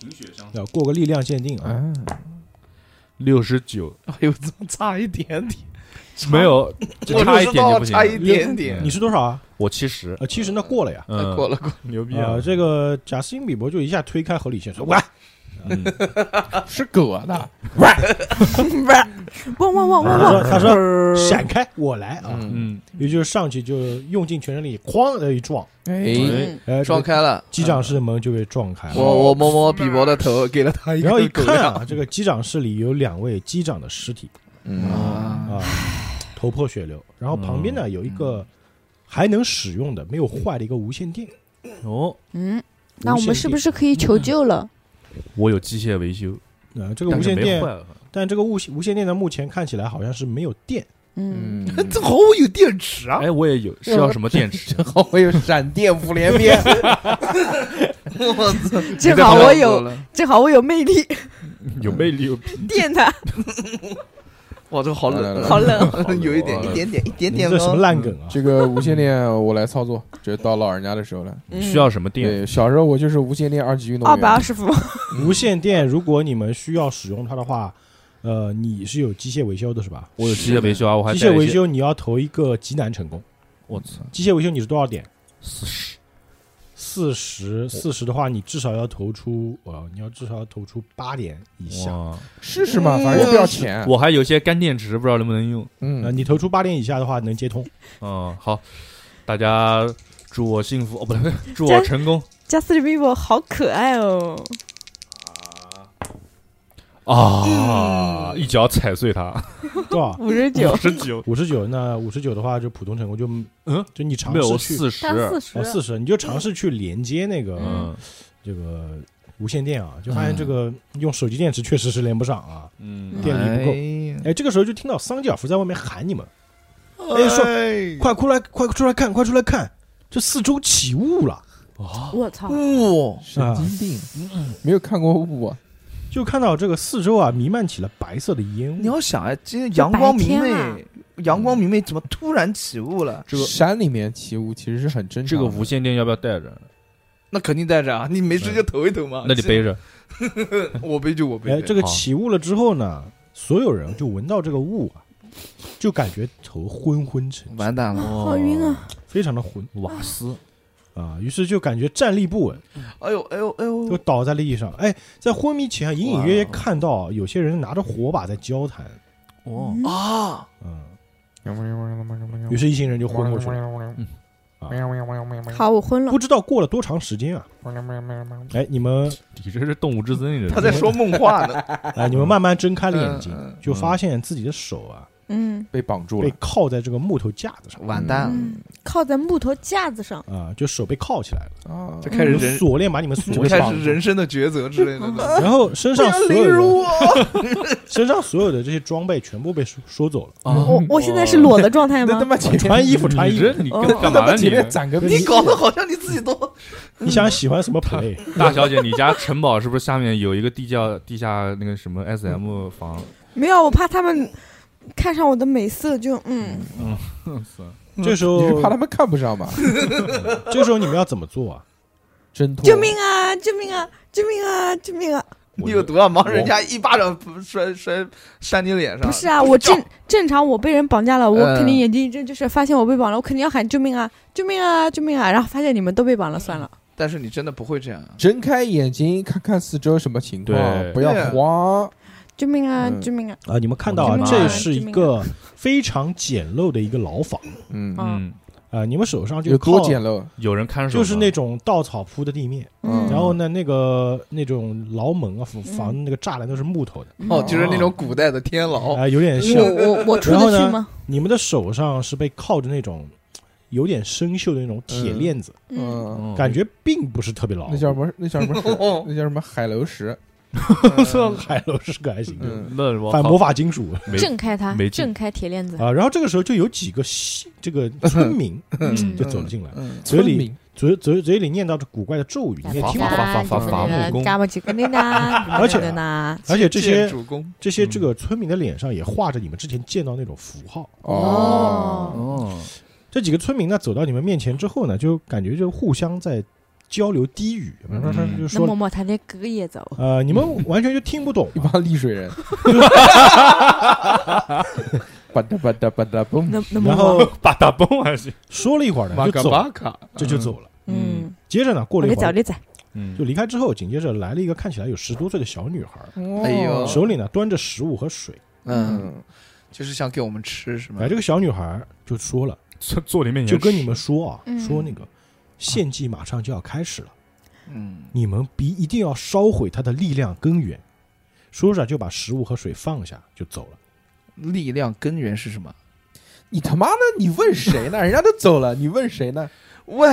[SPEAKER 5] 贫血相
[SPEAKER 1] 要啊过个力量鉴定啊，
[SPEAKER 2] 啊，
[SPEAKER 5] 六十九，
[SPEAKER 3] 哎呦，怎么差一点点？
[SPEAKER 5] 没有，就
[SPEAKER 3] 我
[SPEAKER 5] 差一
[SPEAKER 3] 知
[SPEAKER 5] 点
[SPEAKER 3] 道
[SPEAKER 5] 就不行
[SPEAKER 3] 差一
[SPEAKER 5] 了，
[SPEAKER 3] 点点，
[SPEAKER 1] 你是多少啊？
[SPEAKER 5] 我七十，
[SPEAKER 1] 呃，其实那过了呀。
[SPEAKER 5] 嗯，
[SPEAKER 3] 过了过了，
[SPEAKER 5] 牛逼
[SPEAKER 1] 啊、
[SPEAKER 5] 啊！
[SPEAKER 1] 这个贾斯汀比伯就一下推开何理宪说：“喂，
[SPEAKER 5] 嗯
[SPEAKER 2] 是狗啊的，
[SPEAKER 4] 汪汪汪汪
[SPEAKER 1] 他说
[SPEAKER 4] 汪！
[SPEAKER 1] 他
[SPEAKER 3] 呃
[SPEAKER 1] 说
[SPEAKER 3] 嗯
[SPEAKER 1] 闪开，我来啊！”
[SPEAKER 5] 嗯，
[SPEAKER 1] 也就是上去就用尽全身力，哐的一撞，
[SPEAKER 2] 哎，
[SPEAKER 4] 嗯
[SPEAKER 1] 哎，
[SPEAKER 3] 撞
[SPEAKER 1] 这个
[SPEAKER 3] 开了。
[SPEAKER 1] 机长室的门就被撞开了。
[SPEAKER 2] 哦
[SPEAKER 3] 我我摸摸比伯的头，给了他一个
[SPEAKER 1] 然后一
[SPEAKER 3] 狗
[SPEAKER 1] 看
[SPEAKER 3] 粮
[SPEAKER 1] 啊，这个机长室里有两位机长的尸体
[SPEAKER 2] 嗯
[SPEAKER 3] 啊，
[SPEAKER 1] 啊，头破血流。然后旁边呢有一个还能使用的、没有坏的一个无线电。
[SPEAKER 5] 哦，
[SPEAKER 4] 嗯，那我们是不
[SPEAKER 1] 是？
[SPEAKER 4] 是可以求救了？
[SPEAKER 5] 我有机械维修，
[SPEAKER 1] 呃，这
[SPEAKER 5] 这
[SPEAKER 1] 个无线电，
[SPEAKER 5] 坏，
[SPEAKER 1] 但这个无无线电呢，目前看起来好像是没有电。
[SPEAKER 4] 嗯，
[SPEAKER 2] 嗯，
[SPEAKER 3] 哎这毫无有电池啊！
[SPEAKER 5] 哎，我也有，是要什么电池？
[SPEAKER 2] 好，我有闪电五连 鞭，
[SPEAKER 3] 我操，
[SPEAKER 4] 正好我有，
[SPEAKER 3] 了，
[SPEAKER 4] 正好我有魅 力，
[SPEAKER 5] 有魅力，有
[SPEAKER 4] 电他，
[SPEAKER 3] 哇，这个好
[SPEAKER 2] 来来
[SPEAKER 3] 冷，
[SPEAKER 2] 来
[SPEAKER 4] 好冷。
[SPEAKER 3] 有一点，一点点，一点
[SPEAKER 1] 你
[SPEAKER 3] 点
[SPEAKER 1] 这什么
[SPEAKER 3] 哦。
[SPEAKER 1] 烂梗啊！
[SPEAKER 2] 这个无线电我来操作，这到老人家的时候了。
[SPEAKER 4] 嗯
[SPEAKER 5] 需要什么电？
[SPEAKER 2] 对，小时候我就是无线电二级运动
[SPEAKER 4] 二百二
[SPEAKER 2] 员，
[SPEAKER 4] 十伏，
[SPEAKER 3] 嗯
[SPEAKER 1] 无线电，如果你们需要使用它的话，呃，你是有机械维修的是吧？
[SPEAKER 5] 我有机械维修啊，我还
[SPEAKER 1] 机
[SPEAKER 5] 带
[SPEAKER 1] 械
[SPEAKER 5] 一
[SPEAKER 1] 维
[SPEAKER 5] 些，
[SPEAKER 1] 修你要投一个极难成功。
[SPEAKER 5] 我操，
[SPEAKER 1] 机械维修你是多少点？
[SPEAKER 5] 四十，
[SPEAKER 1] 四十四十的话，你至少要投出，呃，你要至少要投出八点以下。
[SPEAKER 5] 哇，
[SPEAKER 2] 试试
[SPEAKER 3] 嗯
[SPEAKER 2] 嘛，反正
[SPEAKER 3] 哎
[SPEAKER 2] 不要钱。
[SPEAKER 5] 我还有些干电池，不知道能不能用。
[SPEAKER 1] 呃，
[SPEAKER 2] 嗯，
[SPEAKER 1] 你投出八点以下的话，能接 通。
[SPEAKER 5] 嗯，好，大家祝我幸福哦，不对， 祝我成功
[SPEAKER 4] 加斯利比伯好可爱哦！
[SPEAKER 5] 啊！一脚踩碎它，
[SPEAKER 1] 多
[SPEAKER 3] 哦
[SPEAKER 1] 少？
[SPEAKER 4] 五十九，
[SPEAKER 5] 十九，
[SPEAKER 1] 五十九。那五十九的话，就普通成功就
[SPEAKER 5] 嗯，
[SPEAKER 1] 就你尝
[SPEAKER 5] 没有
[SPEAKER 1] 试去
[SPEAKER 5] 四十，
[SPEAKER 1] 哦四十，你就尝试去连接那个、
[SPEAKER 5] 嗯
[SPEAKER 1] 这个无线电啊，就发现这个用手机电池确实是连不上啊。
[SPEAKER 5] 嗯
[SPEAKER 1] 电力不够
[SPEAKER 3] 够。
[SPEAKER 1] 哎，这个时候就听到桑吉尔夫在外面喊你们，哎说快出来，快出来看，快出来看，这四周起雾了，
[SPEAKER 4] 我操！
[SPEAKER 5] 啊
[SPEAKER 3] 哇，
[SPEAKER 2] 神经病，没有看过雾啊。
[SPEAKER 1] 就看到这个四周啊弥漫起了白色的烟
[SPEAKER 3] 你
[SPEAKER 1] 雾。
[SPEAKER 3] 要想哎，今天嗯阳光明
[SPEAKER 4] 白天啊
[SPEAKER 3] 媚，阳光明媚怎么突然起雾了？
[SPEAKER 5] 这个
[SPEAKER 2] 山里面起雾其实是很正
[SPEAKER 5] 这
[SPEAKER 2] 常
[SPEAKER 5] 个
[SPEAKER 2] 的。
[SPEAKER 5] 无线电要不要带着？
[SPEAKER 1] 啊
[SPEAKER 3] 那肯定带着啊，你没事就投一投嘛。
[SPEAKER 5] 那你背着，
[SPEAKER 3] 这， 我背就我背
[SPEAKER 1] 哎，
[SPEAKER 3] 呗。
[SPEAKER 1] 这个
[SPEAKER 5] 好
[SPEAKER 1] 起雾了之后呢，所有人就闻到这个雾啊，就感觉头昏昏沉，
[SPEAKER 3] 完蛋了！
[SPEAKER 5] 哦
[SPEAKER 4] 好晕啊！
[SPEAKER 1] 非常的昏
[SPEAKER 5] 瓦斯，
[SPEAKER 1] 啊，于是就感觉站立不稳，
[SPEAKER 3] 哎呦哎呦哎
[SPEAKER 1] 就
[SPEAKER 3] 呦！
[SPEAKER 1] 倒在了地上。哎，在昏迷前啊隐隐约约看到有些人拿着火把在交谈，
[SPEAKER 5] 哦，
[SPEAKER 3] 啊，
[SPEAKER 1] 嗯，于是一行人就昏过去了。
[SPEAKER 4] 好，我昏了
[SPEAKER 1] 不。知道过了多长时 间啊！哎，你们
[SPEAKER 5] 你这是动物之森，你这
[SPEAKER 3] 他在说梦话呢。
[SPEAKER 1] 哎，你们慢慢睁开了眼睛
[SPEAKER 3] 嗯嗯，
[SPEAKER 1] 就发现自己的手啊
[SPEAKER 4] 嗯
[SPEAKER 2] 被绑住
[SPEAKER 1] 被
[SPEAKER 2] 了，
[SPEAKER 1] 铐在这个木头架子上
[SPEAKER 3] 完蛋了，
[SPEAKER 4] 嗯，靠在木头架子上。
[SPEAKER 1] 啊，就手被铐起来了，
[SPEAKER 2] 啊
[SPEAKER 3] 这开始
[SPEAKER 1] 用
[SPEAKER 3] 人
[SPEAKER 1] 锁链把你们锁起
[SPEAKER 3] 嗯开
[SPEAKER 1] 来
[SPEAKER 3] 始，人生嗯的抉择之类的了。
[SPEAKER 1] 然后身
[SPEAKER 3] 不
[SPEAKER 1] 上
[SPEAKER 3] 要
[SPEAKER 1] 所
[SPEAKER 3] 凌
[SPEAKER 1] 有
[SPEAKER 3] 辱
[SPEAKER 1] 的
[SPEAKER 3] 我！
[SPEAKER 1] 身上所有的这些装备全部被收收走了，
[SPEAKER 3] 啊
[SPEAKER 4] 我我现在是裸的状态
[SPEAKER 2] 那他
[SPEAKER 4] 吗？
[SPEAKER 2] 妈前面
[SPEAKER 1] 穿衣服穿
[SPEAKER 5] 你
[SPEAKER 1] 衣服
[SPEAKER 5] 这，你
[SPEAKER 4] 哦
[SPEAKER 5] 干干
[SPEAKER 2] 那他
[SPEAKER 5] 嘛
[SPEAKER 2] 妈
[SPEAKER 5] 呢？你哦
[SPEAKER 2] 前面攒个
[SPEAKER 3] 你
[SPEAKER 2] 屁，
[SPEAKER 3] 搞得好像你自己都
[SPEAKER 1] 你想喜欢什么 play？
[SPEAKER 2] 嗯
[SPEAKER 5] 大小姐，你家城堡是不是下面有一个地窖地下那个什么 SM 房？
[SPEAKER 4] 没有，我怕他们看上我的美色就嗯。
[SPEAKER 1] 这时
[SPEAKER 2] 你是
[SPEAKER 1] 候
[SPEAKER 2] 怕他们看不上 吧？
[SPEAKER 1] 这时候你们要怎么做啊？
[SPEAKER 2] 挣脱！
[SPEAKER 4] 救命！啊！救命啊！救命啊！救命啊！
[SPEAKER 1] 我
[SPEAKER 3] 你有多少忙？人家一巴掌摔摔扇你脸上。
[SPEAKER 4] 不是啊，我正正常，我被人绑架了，我
[SPEAKER 1] 呃
[SPEAKER 3] 嗯
[SPEAKER 4] 肯
[SPEAKER 1] 嗯
[SPEAKER 4] 定眼睛一睁，就是发现我被绑了，我肯定要喊救命啊！救命啊！救命啊！然后发现你们都被绑了，算了，
[SPEAKER 3] 但是你真的不会这样。
[SPEAKER 2] 睁开眼睛看看四周什么情况，
[SPEAKER 5] 对
[SPEAKER 2] 不要慌。
[SPEAKER 4] 救命啊！
[SPEAKER 2] 嗯
[SPEAKER 4] 救命啊！
[SPEAKER 1] 啊，你们看到啊
[SPEAKER 5] 我，的妈
[SPEAKER 1] 这
[SPEAKER 5] 呀
[SPEAKER 1] 是
[SPEAKER 4] 救
[SPEAKER 1] 一
[SPEAKER 4] 命啊
[SPEAKER 1] 个非常简陋的一个牢房
[SPEAKER 2] 嗯，
[SPEAKER 4] 啊
[SPEAKER 5] 嗯，
[SPEAKER 1] 啊，你们手上就
[SPEAKER 2] 有多
[SPEAKER 1] 靠
[SPEAKER 2] 简陋？
[SPEAKER 5] 有人看守吗，
[SPEAKER 1] 就是那种稻草铺的地面，
[SPEAKER 2] 嗯
[SPEAKER 1] 然后呢，那个那种牢门啊，房房那个栅栏都是木头的，
[SPEAKER 3] 哦，就是那种古代的天 牢，
[SPEAKER 1] 啊，有点像
[SPEAKER 4] 我我我出
[SPEAKER 1] 然后
[SPEAKER 4] 得
[SPEAKER 1] 呢
[SPEAKER 4] 去吗？
[SPEAKER 1] 你们的手上是被铐着那种有点生锈的那种铁链子，
[SPEAKER 4] 嗯，
[SPEAKER 2] 嗯，
[SPEAKER 5] 嗯
[SPEAKER 1] 感觉并不是特别牢。
[SPEAKER 2] 那叫什么？那叫什么石？
[SPEAKER 3] 嗯
[SPEAKER 2] 那叫什么海楼石？
[SPEAKER 1] 这海楼是个还行，
[SPEAKER 2] 嗯，
[SPEAKER 5] 那我
[SPEAKER 1] 反
[SPEAKER 5] 好
[SPEAKER 1] 魔法金属
[SPEAKER 5] 没
[SPEAKER 4] 震开它
[SPEAKER 5] 没，劲
[SPEAKER 4] 震开铁链子。
[SPEAKER 1] 啊。然后这个时候就有几个西这个村民
[SPEAKER 4] 嗯
[SPEAKER 1] 就走了进来，
[SPEAKER 3] 嗯，
[SPEAKER 1] 嘴
[SPEAKER 2] 村
[SPEAKER 1] 里
[SPEAKER 2] 民
[SPEAKER 1] 嘴嘴嘴里念叨着古怪的咒语，你也听不懂。
[SPEAKER 5] 伐伐伐伐伐木工
[SPEAKER 4] 嘎巴吉格内纳，
[SPEAKER 1] 而且
[SPEAKER 4] 呢，
[SPEAKER 1] 而且这些
[SPEAKER 3] 建主公
[SPEAKER 1] 这些这个村民的脸上也画着你们之前见到那种符号。
[SPEAKER 2] 哦，
[SPEAKER 5] 哦，
[SPEAKER 1] 这几个村民呢走到你们面前之后呢，就感觉就互相在交流低语，
[SPEAKER 5] 嗯
[SPEAKER 1] 就
[SPEAKER 4] 那么
[SPEAKER 1] 说
[SPEAKER 4] 么他的隔夜走，
[SPEAKER 1] 呃，你们完全就听不 懂
[SPEAKER 2] 一帮丽 水人。吧嗒吧嗒吧嗒嘣，
[SPEAKER 4] 那那么
[SPEAKER 1] 然后
[SPEAKER 5] 把打崩 还行，
[SPEAKER 1] 说了一会儿呢，就走了，
[SPEAKER 2] 卡，
[SPEAKER 1] 这就走了。
[SPEAKER 4] 嗯，
[SPEAKER 1] 接着呢，过
[SPEAKER 4] 我
[SPEAKER 1] 了一
[SPEAKER 4] 给
[SPEAKER 1] 会
[SPEAKER 4] 早
[SPEAKER 1] 儿
[SPEAKER 4] 点仔，
[SPEAKER 5] 嗯
[SPEAKER 1] 就离开之后，紧接着来了一个看起来有十多岁的小女孩，
[SPEAKER 2] 嗯。
[SPEAKER 3] 哎呦
[SPEAKER 1] 手里呢端着食物和水。
[SPEAKER 3] 嗯，就是想给我们吃是吗
[SPEAKER 1] 哎，？这个小女孩就说了，
[SPEAKER 5] 坐坐里面也
[SPEAKER 1] 就跟
[SPEAKER 5] 是
[SPEAKER 1] 你们说啊，
[SPEAKER 4] 嗯
[SPEAKER 1] 说那个献祭马上就要开始了，
[SPEAKER 3] 嗯，
[SPEAKER 1] 你们必一定要烧毁它的力量根源。说着就把食物和水放下就走了。
[SPEAKER 3] 力量根源是什么？
[SPEAKER 2] 你他妈的，你问谁呢？人家都走了，你问谁呢？
[SPEAKER 3] 喂，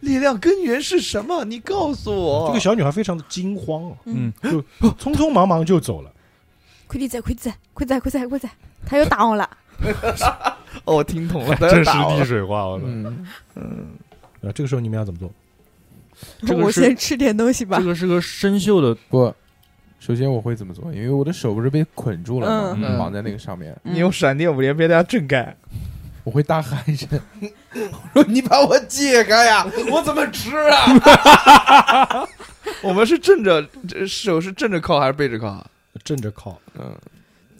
[SPEAKER 3] 力量根源是什么？你告诉我
[SPEAKER 1] 这个小女孩非常的惊慌啊，
[SPEAKER 5] 嗯，
[SPEAKER 1] 就匆匆忙忙就走了。
[SPEAKER 4] 快点仔，快点仔，快点仔，快点仔，快点仔，他又打我了，
[SPEAKER 3] 哦，我听 懂了，他要
[SPEAKER 5] 真是
[SPEAKER 3] 打我
[SPEAKER 5] 丽
[SPEAKER 3] 了
[SPEAKER 5] 水话，我操！
[SPEAKER 2] 嗯，
[SPEAKER 1] 呃，这个时候你们要怎么做？
[SPEAKER 5] 这个
[SPEAKER 4] 我
[SPEAKER 5] 是
[SPEAKER 4] 先吃点东西吧
[SPEAKER 5] 这。个是个生锈的，
[SPEAKER 2] 不，首先我会怎么做？因为我的手不是被捆住了
[SPEAKER 5] 嗯
[SPEAKER 2] 嘛，
[SPEAKER 5] 嗯
[SPEAKER 2] 绑在那个上面，
[SPEAKER 4] 嗯
[SPEAKER 3] 你用闪电五连鞭他震开，
[SPEAKER 2] 我会大喊一声，
[SPEAKER 3] 我说 你把我解开 呀，我怎么吃啊？ 我们是正着这手是正着靠还是背着靠啊？
[SPEAKER 1] 正着靠
[SPEAKER 2] 嗯，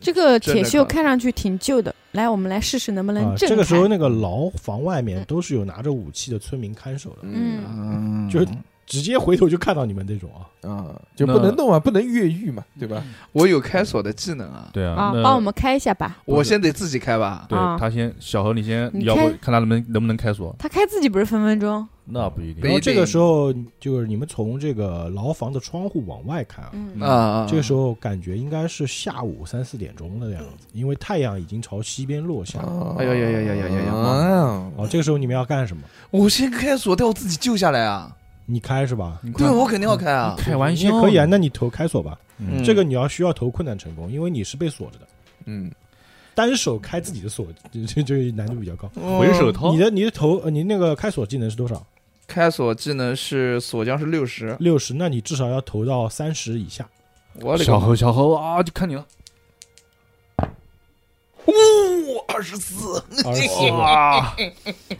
[SPEAKER 4] 这个铁
[SPEAKER 3] 真的
[SPEAKER 4] 锈
[SPEAKER 3] 可
[SPEAKER 4] 看上去挺旧的，来，我们来试试能不
[SPEAKER 1] 啊
[SPEAKER 4] 能！震开。
[SPEAKER 1] 这个时候，那个牢房外面都是有拿着武器的村民看守的，
[SPEAKER 4] 嗯，
[SPEAKER 3] 嗯
[SPEAKER 1] 就是直接回头就看到你们这种啊。
[SPEAKER 2] 啊，就不能动啊，不能越狱嘛，对吧？
[SPEAKER 3] 我有开锁的技能啊，
[SPEAKER 5] 对
[SPEAKER 4] 啊
[SPEAKER 5] 啊，，
[SPEAKER 4] 帮我
[SPEAKER 5] 那
[SPEAKER 4] 们开一下吧。
[SPEAKER 5] 不是
[SPEAKER 3] 我先得自己开吧。
[SPEAKER 5] 对
[SPEAKER 4] 啊
[SPEAKER 5] 他先小何，你先，
[SPEAKER 4] 你
[SPEAKER 5] 要不
[SPEAKER 4] 开
[SPEAKER 5] 看他能不能能不能开锁？
[SPEAKER 4] 他开自己不是分分钟，
[SPEAKER 5] 那不一
[SPEAKER 1] 然
[SPEAKER 5] 定，
[SPEAKER 1] 后
[SPEAKER 3] 一
[SPEAKER 1] 这个
[SPEAKER 3] 定
[SPEAKER 1] 时候就是你们从这个牢房的窗户往外看啊，
[SPEAKER 4] 嗯
[SPEAKER 5] 嗯
[SPEAKER 3] 啊啊，
[SPEAKER 1] 这个时候感觉应该是下午三四点钟的样子，因为太阳已经朝西边落下了。
[SPEAKER 2] 啊
[SPEAKER 3] 哎呀呀呀呀呀呀呀
[SPEAKER 2] 啊！
[SPEAKER 1] 哦，这个时候你们要干什么？
[SPEAKER 3] 我先开锁，但我自己救下来啊。
[SPEAKER 1] 你开是吧？
[SPEAKER 5] 你
[SPEAKER 3] 对，
[SPEAKER 5] 看
[SPEAKER 3] 我肯定要开啊。
[SPEAKER 5] 开玩
[SPEAKER 1] 你也
[SPEAKER 5] 笑
[SPEAKER 1] 可以啊，那你投开锁吧。
[SPEAKER 5] 嗯
[SPEAKER 1] 这个你要需要投困难成功，因为你是被锁着的，
[SPEAKER 2] 嗯，
[SPEAKER 1] 单手开自己的锁，这这这难度比较高。
[SPEAKER 5] 回手掏
[SPEAKER 1] 你，的你的投呃你那个开锁技能是多少？
[SPEAKER 5] 啊
[SPEAKER 3] 开锁技能是锁匠是六十，
[SPEAKER 1] 六十，那你至少要投到三十以下。
[SPEAKER 3] 我勒个
[SPEAKER 5] 小何小何啊，就看你了，
[SPEAKER 3] 呜二十四，
[SPEAKER 1] 二十四
[SPEAKER 5] 哇，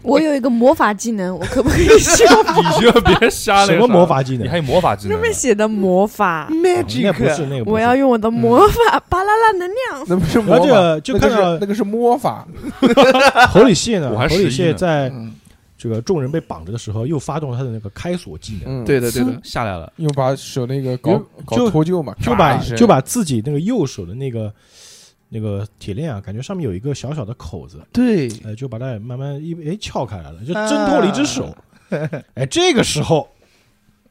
[SPEAKER 4] 我有一个魔法技能，我可不可以修？
[SPEAKER 5] 你就别瞎那
[SPEAKER 1] 什
[SPEAKER 5] 个
[SPEAKER 1] 么
[SPEAKER 5] 啥
[SPEAKER 1] 魔？法技能
[SPEAKER 5] 你还？有魔法技
[SPEAKER 4] 上
[SPEAKER 5] 能呢？啊
[SPEAKER 4] 面写的魔法，
[SPEAKER 2] 哎
[SPEAKER 1] 那不是哎那个不是，
[SPEAKER 4] 我要用我的魔法巴啦啦能量。
[SPEAKER 2] 那不是魔
[SPEAKER 1] 然后这
[SPEAKER 2] 法，
[SPEAKER 1] 个就
[SPEAKER 2] 那个
[SPEAKER 1] 看
[SPEAKER 2] 是
[SPEAKER 1] 到
[SPEAKER 2] 那个是魔法，
[SPEAKER 1] 侯礼谢呢，
[SPEAKER 5] 我还
[SPEAKER 1] 侯
[SPEAKER 5] 失忆
[SPEAKER 1] 礼
[SPEAKER 5] 呢
[SPEAKER 1] 谢在
[SPEAKER 3] 嗯
[SPEAKER 1] 这个众人被绑着的时候，又发动了他的那个开锁技能，
[SPEAKER 2] 嗯，
[SPEAKER 3] 对的对的，
[SPEAKER 5] 下来了，
[SPEAKER 2] 又把手那个搞搞
[SPEAKER 1] 就
[SPEAKER 2] 脱臼嘛，
[SPEAKER 1] 就
[SPEAKER 2] 嘎
[SPEAKER 1] 把
[SPEAKER 2] 一声
[SPEAKER 1] 就把自己那个右手的那个那个铁链啊，感觉上面有一个小小的口子，
[SPEAKER 3] 对，
[SPEAKER 1] 呃，就把它慢慢一哎撬开来了，就挣脱了一只手。哎，这个时候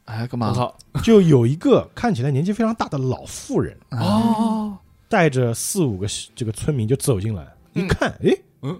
[SPEAKER 3] 哎干
[SPEAKER 5] 我
[SPEAKER 3] 嘛？
[SPEAKER 5] 操！
[SPEAKER 1] 就有一个看起来年纪非常大的老妇人，
[SPEAKER 3] 哦，
[SPEAKER 1] 带着四五个这个村民就走进来，一
[SPEAKER 3] 嗯
[SPEAKER 1] 看，哎，
[SPEAKER 5] 嗯，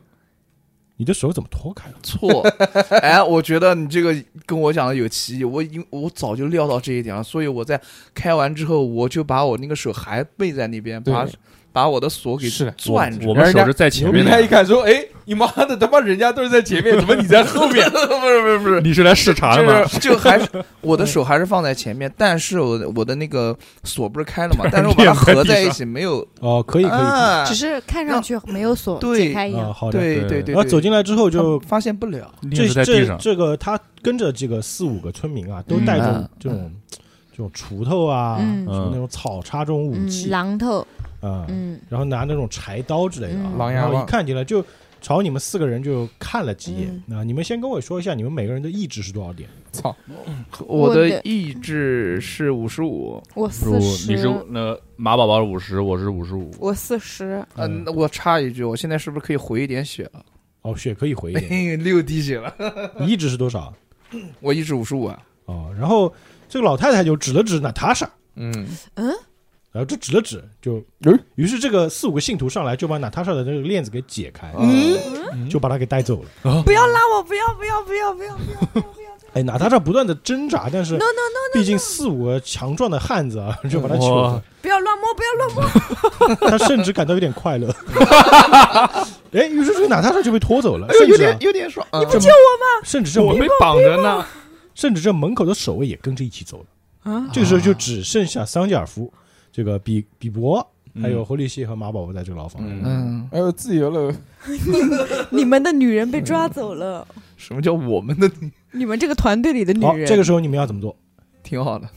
[SPEAKER 1] 你的手怎么脱开了？
[SPEAKER 3] 错， 哎，我觉得你这个跟我讲的有歧义，我已经我早就料到这一点了，所以我在开完之后，我就把我那个手还背在那边，
[SPEAKER 2] 对
[SPEAKER 3] 把把我的锁给
[SPEAKER 2] 是的
[SPEAKER 3] 攥
[SPEAKER 5] 我
[SPEAKER 3] 着，
[SPEAKER 5] 们手是在前面
[SPEAKER 2] 人家一
[SPEAKER 5] 的，
[SPEAKER 2] 看说，哎，你妈的，他妈人家都是在前 面，怎么你在后面？
[SPEAKER 3] 不是不是不是。
[SPEAKER 5] 你是来视察的吗？
[SPEAKER 3] 就是就 还是我的手还是放在前面，但是我的我的那个锁不是开了 嘛，但是我把它合在一起，没有
[SPEAKER 1] 哦，可以可以，啊，
[SPEAKER 3] 啊
[SPEAKER 4] 只，是看上去没有锁
[SPEAKER 3] 对
[SPEAKER 4] 解开一样。
[SPEAKER 1] 好的。
[SPEAKER 3] 对
[SPEAKER 5] 对
[SPEAKER 3] 对
[SPEAKER 5] 对
[SPEAKER 3] 对，
[SPEAKER 1] 然后
[SPEAKER 3] 对
[SPEAKER 1] 走进来之后就
[SPEAKER 3] 发现不了，
[SPEAKER 5] 链
[SPEAKER 1] 这
[SPEAKER 5] 子在地上
[SPEAKER 1] 这，这个他跟着这个四五个村民啊，都
[SPEAKER 5] 嗯
[SPEAKER 1] 带着
[SPEAKER 3] 啊
[SPEAKER 1] 这种、这种锄头啊，
[SPEAKER 4] 嗯
[SPEAKER 1] 什么那种草叉这种武
[SPEAKER 4] 嗯，
[SPEAKER 1] 器啊、
[SPEAKER 4] 榔头，嗯，
[SPEAKER 1] 然后拿那种柴刀之类的啊，
[SPEAKER 4] 嗯
[SPEAKER 2] 狼牙
[SPEAKER 1] 然后
[SPEAKER 2] 棒
[SPEAKER 1] 一看进来就。朝你们四个人就看了几眼
[SPEAKER 4] 嗯。
[SPEAKER 1] 那你们先跟我说一下，你们每个人的意志是多少点？
[SPEAKER 2] 操，
[SPEAKER 3] 我
[SPEAKER 4] 我
[SPEAKER 3] 的
[SPEAKER 4] 的
[SPEAKER 3] 意志是五十五，
[SPEAKER 4] 我
[SPEAKER 5] 如
[SPEAKER 4] 四
[SPEAKER 5] 你是
[SPEAKER 4] 十，
[SPEAKER 5] 那马宝宝五十，我是五十五，
[SPEAKER 4] 我四十，
[SPEAKER 1] 嗯
[SPEAKER 3] 嗯，那我插一句，我现在是不是可以回一点血了？
[SPEAKER 1] 哦，血可以回一点。
[SPEAKER 3] 六滴血了，
[SPEAKER 1] 你意志是多少？
[SPEAKER 3] 我意志五十五 啊，
[SPEAKER 1] 哦，然后这个老太太就指了指娜塔莎，
[SPEAKER 2] 嗯，
[SPEAKER 4] 嗯，
[SPEAKER 1] 然后就指了指，就
[SPEAKER 2] 嗯
[SPEAKER 1] 于是这个四五个信徒上来就把娜塔莎的那个链子给解开，
[SPEAKER 3] 嗯
[SPEAKER 1] 就把她给带走了。
[SPEAKER 4] 不要拉我，不要不要不要不要不 要不要不要
[SPEAKER 1] 哎，娜塔莎不断的挣扎，但是
[SPEAKER 4] ，no no no，
[SPEAKER 1] 毕竟四五个强壮的汉子啊， 就把她求
[SPEAKER 5] 哇
[SPEAKER 1] 了，
[SPEAKER 4] 不要乱摸，不要乱摸，
[SPEAKER 1] 她甚至感到有点快 乐。哎，于是这个娜塔莎就被拖走了，
[SPEAKER 3] 哎呦，
[SPEAKER 1] 甚
[SPEAKER 3] 有
[SPEAKER 1] 至啊
[SPEAKER 3] 点有点爽，你
[SPEAKER 1] 不救甚至这门
[SPEAKER 5] 绑着呢，
[SPEAKER 1] 甚至这门口的守卫也跟着一起走了。
[SPEAKER 4] 啊，
[SPEAKER 1] 这个时候就只剩下桑吉尔夫、这个比比伯
[SPEAKER 5] 嗯
[SPEAKER 1] 还有侯利希和马宝宝在这个牢房里。
[SPEAKER 5] 嗯
[SPEAKER 3] 嗯，
[SPEAKER 2] 哎呦，自由了，
[SPEAKER 4] 你们的女人被抓走了，
[SPEAKER 3] 什么叫我们的
[SPEAKER 4] 你们这个团队里的女
[SPEAKER 1] 好，
[SPEAKER 4] 人，
[SPEAKER 1] 这个时候你们要怎么做？
[SPEAKER 3] 挺好的？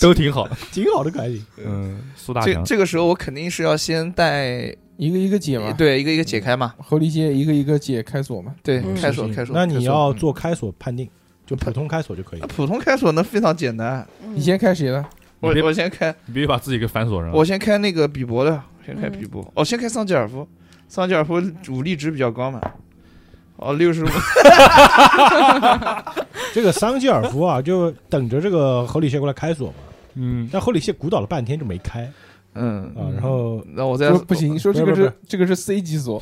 [SPEAKER 5] 都挺好的。
[SPEAKER 1] 挺好的感觉。
[SPEAKER 5] 嗯，苏大
[SPEAKER 3] 这
[SPEAKER 5] 强，
[SPEAKER 3] 这个时候我肯定是要先带
[SPEAKER 2] 一个一个解嘛，
[SPEAKER 3] 对一个一个
[SPEAKER 1] 嗯
[SPEAKER 3] 解开嘛，
[SPEAKER 2] 侯狸街一个一个解开锁嘛，
[SPEAKER 3] 对
[SPEAKER 4] 嗯，
[SPEAKER 3] 开锁开锁。
[SPEAKER 1] 那你
[SPEAKER 3] 开
[SPEAKER 5] 嗯
[SPEAKER 3] 锁
[SPEAKER 1] 要做开锁判定，就普通开锁就可以
[SPEAKER 3] 那。普通开锁那非常简单，
[SPEAKER 4] 嗯
[SPEAKER 2] 你先开谁的？
[SPEAKER 3] 我
[SPEAKER 5] 别
[SPEAKER 3] 我先开
[SPEAKER 5] 你别把自己给反锁上。
[SPEAKER 1] 嗯
[SPEAKER 3] 我先开那个比伯的，先开
[SPEAKER 4] 嗯
[SPEAKER 3] 比伯，哦，先开桑吉尔夫，桑吉尔夫武力值比较高嘛，哦，六十五，
[SPEAKER 1] 这个桑吉尔夫啊，就等着这个侯里谢过来开锁嘛。
[SPEAKER 5] 嗯，
[SPEAKER 1] 但侯里谢鼓捣了半天就没开
[SPEAKER 3] 嗯，
[SPEAKER 1] 啊，然后
[SPEAKER 3] 那我再
[SPEAKER 2] 说不，行，说这个
[SPEAKER 1] 不是
[SPEAKER 2] 是这个是 C 级锁，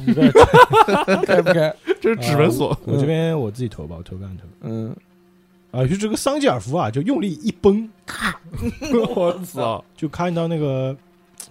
[SPEAKER 2] 开不开？
[SPEAKER 3] 哦
[SPEAKER 5] 这是指纹锁。
[SPEAKER 1] 我这边我自己投吧，我投干投
[SPEAKER 2] 嗯，
[SPEAKER 1] 啊。于是这个桑吉尔夫啊，就用力一崩，
[SPEAKER 5] 我操，
[SPEAKER 1] 就看到那个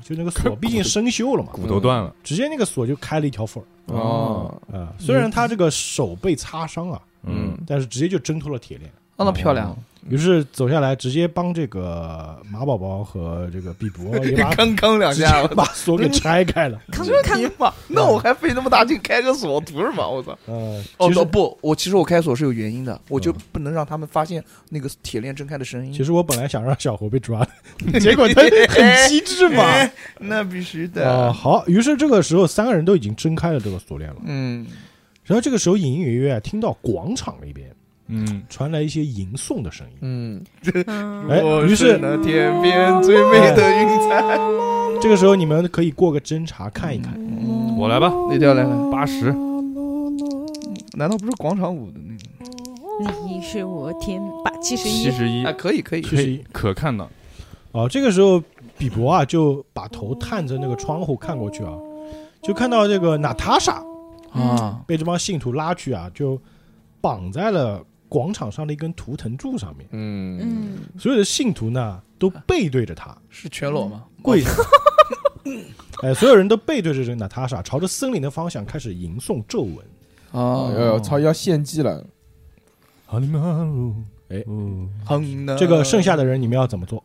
[SPEAKER 1] 就那个锁，毕竟生锈了嘛，
[SPEAKER 5] 骨头断了。
[SPEAKER 1] 直接那个锁就开了一条缝儿。
[SPEAKER 2] 哦，
[SPEAKER 3] 嗯
[SPEAKER 1] 啊，虽然他这个手被擦伤啊，
[SPEAKER 5] 嗯，
[SPEAKER 1] 但是直接就挣脱了铁链，
[SPEAKER 3] 哦那漂亮，
[SPEAKER 1] 于是走下来直接帮这个马宝宝和这个比伯也 把
[SPEAKER 3] 刚刚两
[SPEAKER 1] 直接
[SPEAKER 3] 下，我
[SPEAKER 1] 把锁给拆开 了。
[SPEAKER 4] 康康
[SPEAKER 3] 你妈，那我还费那么大劲开个锁，图什么？我操！
[SPEAKER 1] 呃，
[SPEAKER 3] 哦
[SPEAKER 1] 其实嗯
[SPEAKER 3] 不，我其实我开锁是有原因的，我就不能让他们发现那个铁链挣开的声音。
[SPEAKER 1] 其实我本来想让小猴被 抓的，结果他很机智嘛。
[SPEAKER 3] 哎那必须
[SPEAKER 1] 啊、
[SPEAKER 3] 的，
[SPEAKER 1] 好，于是这个时候三个人都已经挣开了这个锁链了。
[SPEAKER 3] 嗯，
[SPEAKER 1] 然后这个时候隐隐约约啊听到广场那边
[SPEAKER 5] 嗯，
[SPEAKER 1] 传来一些吟诵的声音。
[SPEAKER 2] 嗯，
[SPEAKER 4] 嗯
[SPEAKER 1] 哎
[SPEAKER 3] 我
[SPEAKER 1] 于是
[SPEAKER 3] 是那天边最美的云彩，
[SPEAKER 1] 这个时候你们可以过个侦查看一看。
[SPEAKER 5] 我来吧，
[SPEAKER 1] 嗯
[SPEAKER 3] 那条来了，
[SPEAKER 5] 八十。
[SPEAKER 3] 难道不是广场舞的那个？
[SPEAKER 4] 你是我天霸七十
[SPEAKER 5] 七
[SPEAKER 4] 一，
[SPEAKER 5] 十一
[SPEAKER 3] 啊，，可以可以，
[SPEAKER 1] 可以
[SPEAKER 5] 可看的。
[SPEAKER 1] 哦，这个时候比伯啊就把头探着那个窗户看过去啊，就看到这个娜塔莎
[SPEAKER 3] 啊，
[SPEAKER 1] 被这帮信徒拉去啊，就绑在了广场上的一根图腾柱上面。
[SPEAKER 2] 嗯，
[SPEAKER 4] 嗯，
[SPEAKER 1] 所有的信徒呢都背对着他
[SPEAKER 3] 是全裸吗？
[SPEAKER 1] 跪着，哎，所有人都背对着这个娜塔莎，朝着森林的方向开始吟诵咒文。哦
[SPEAKER 3] 啊
[SPEAKER 2] 哎呦，操，要献祭了，
[SPEAKER 1] 哎，
[SPEAKER 3] 哼呢
[SPEAKER 1] 这个剩下的人你们要怎么做？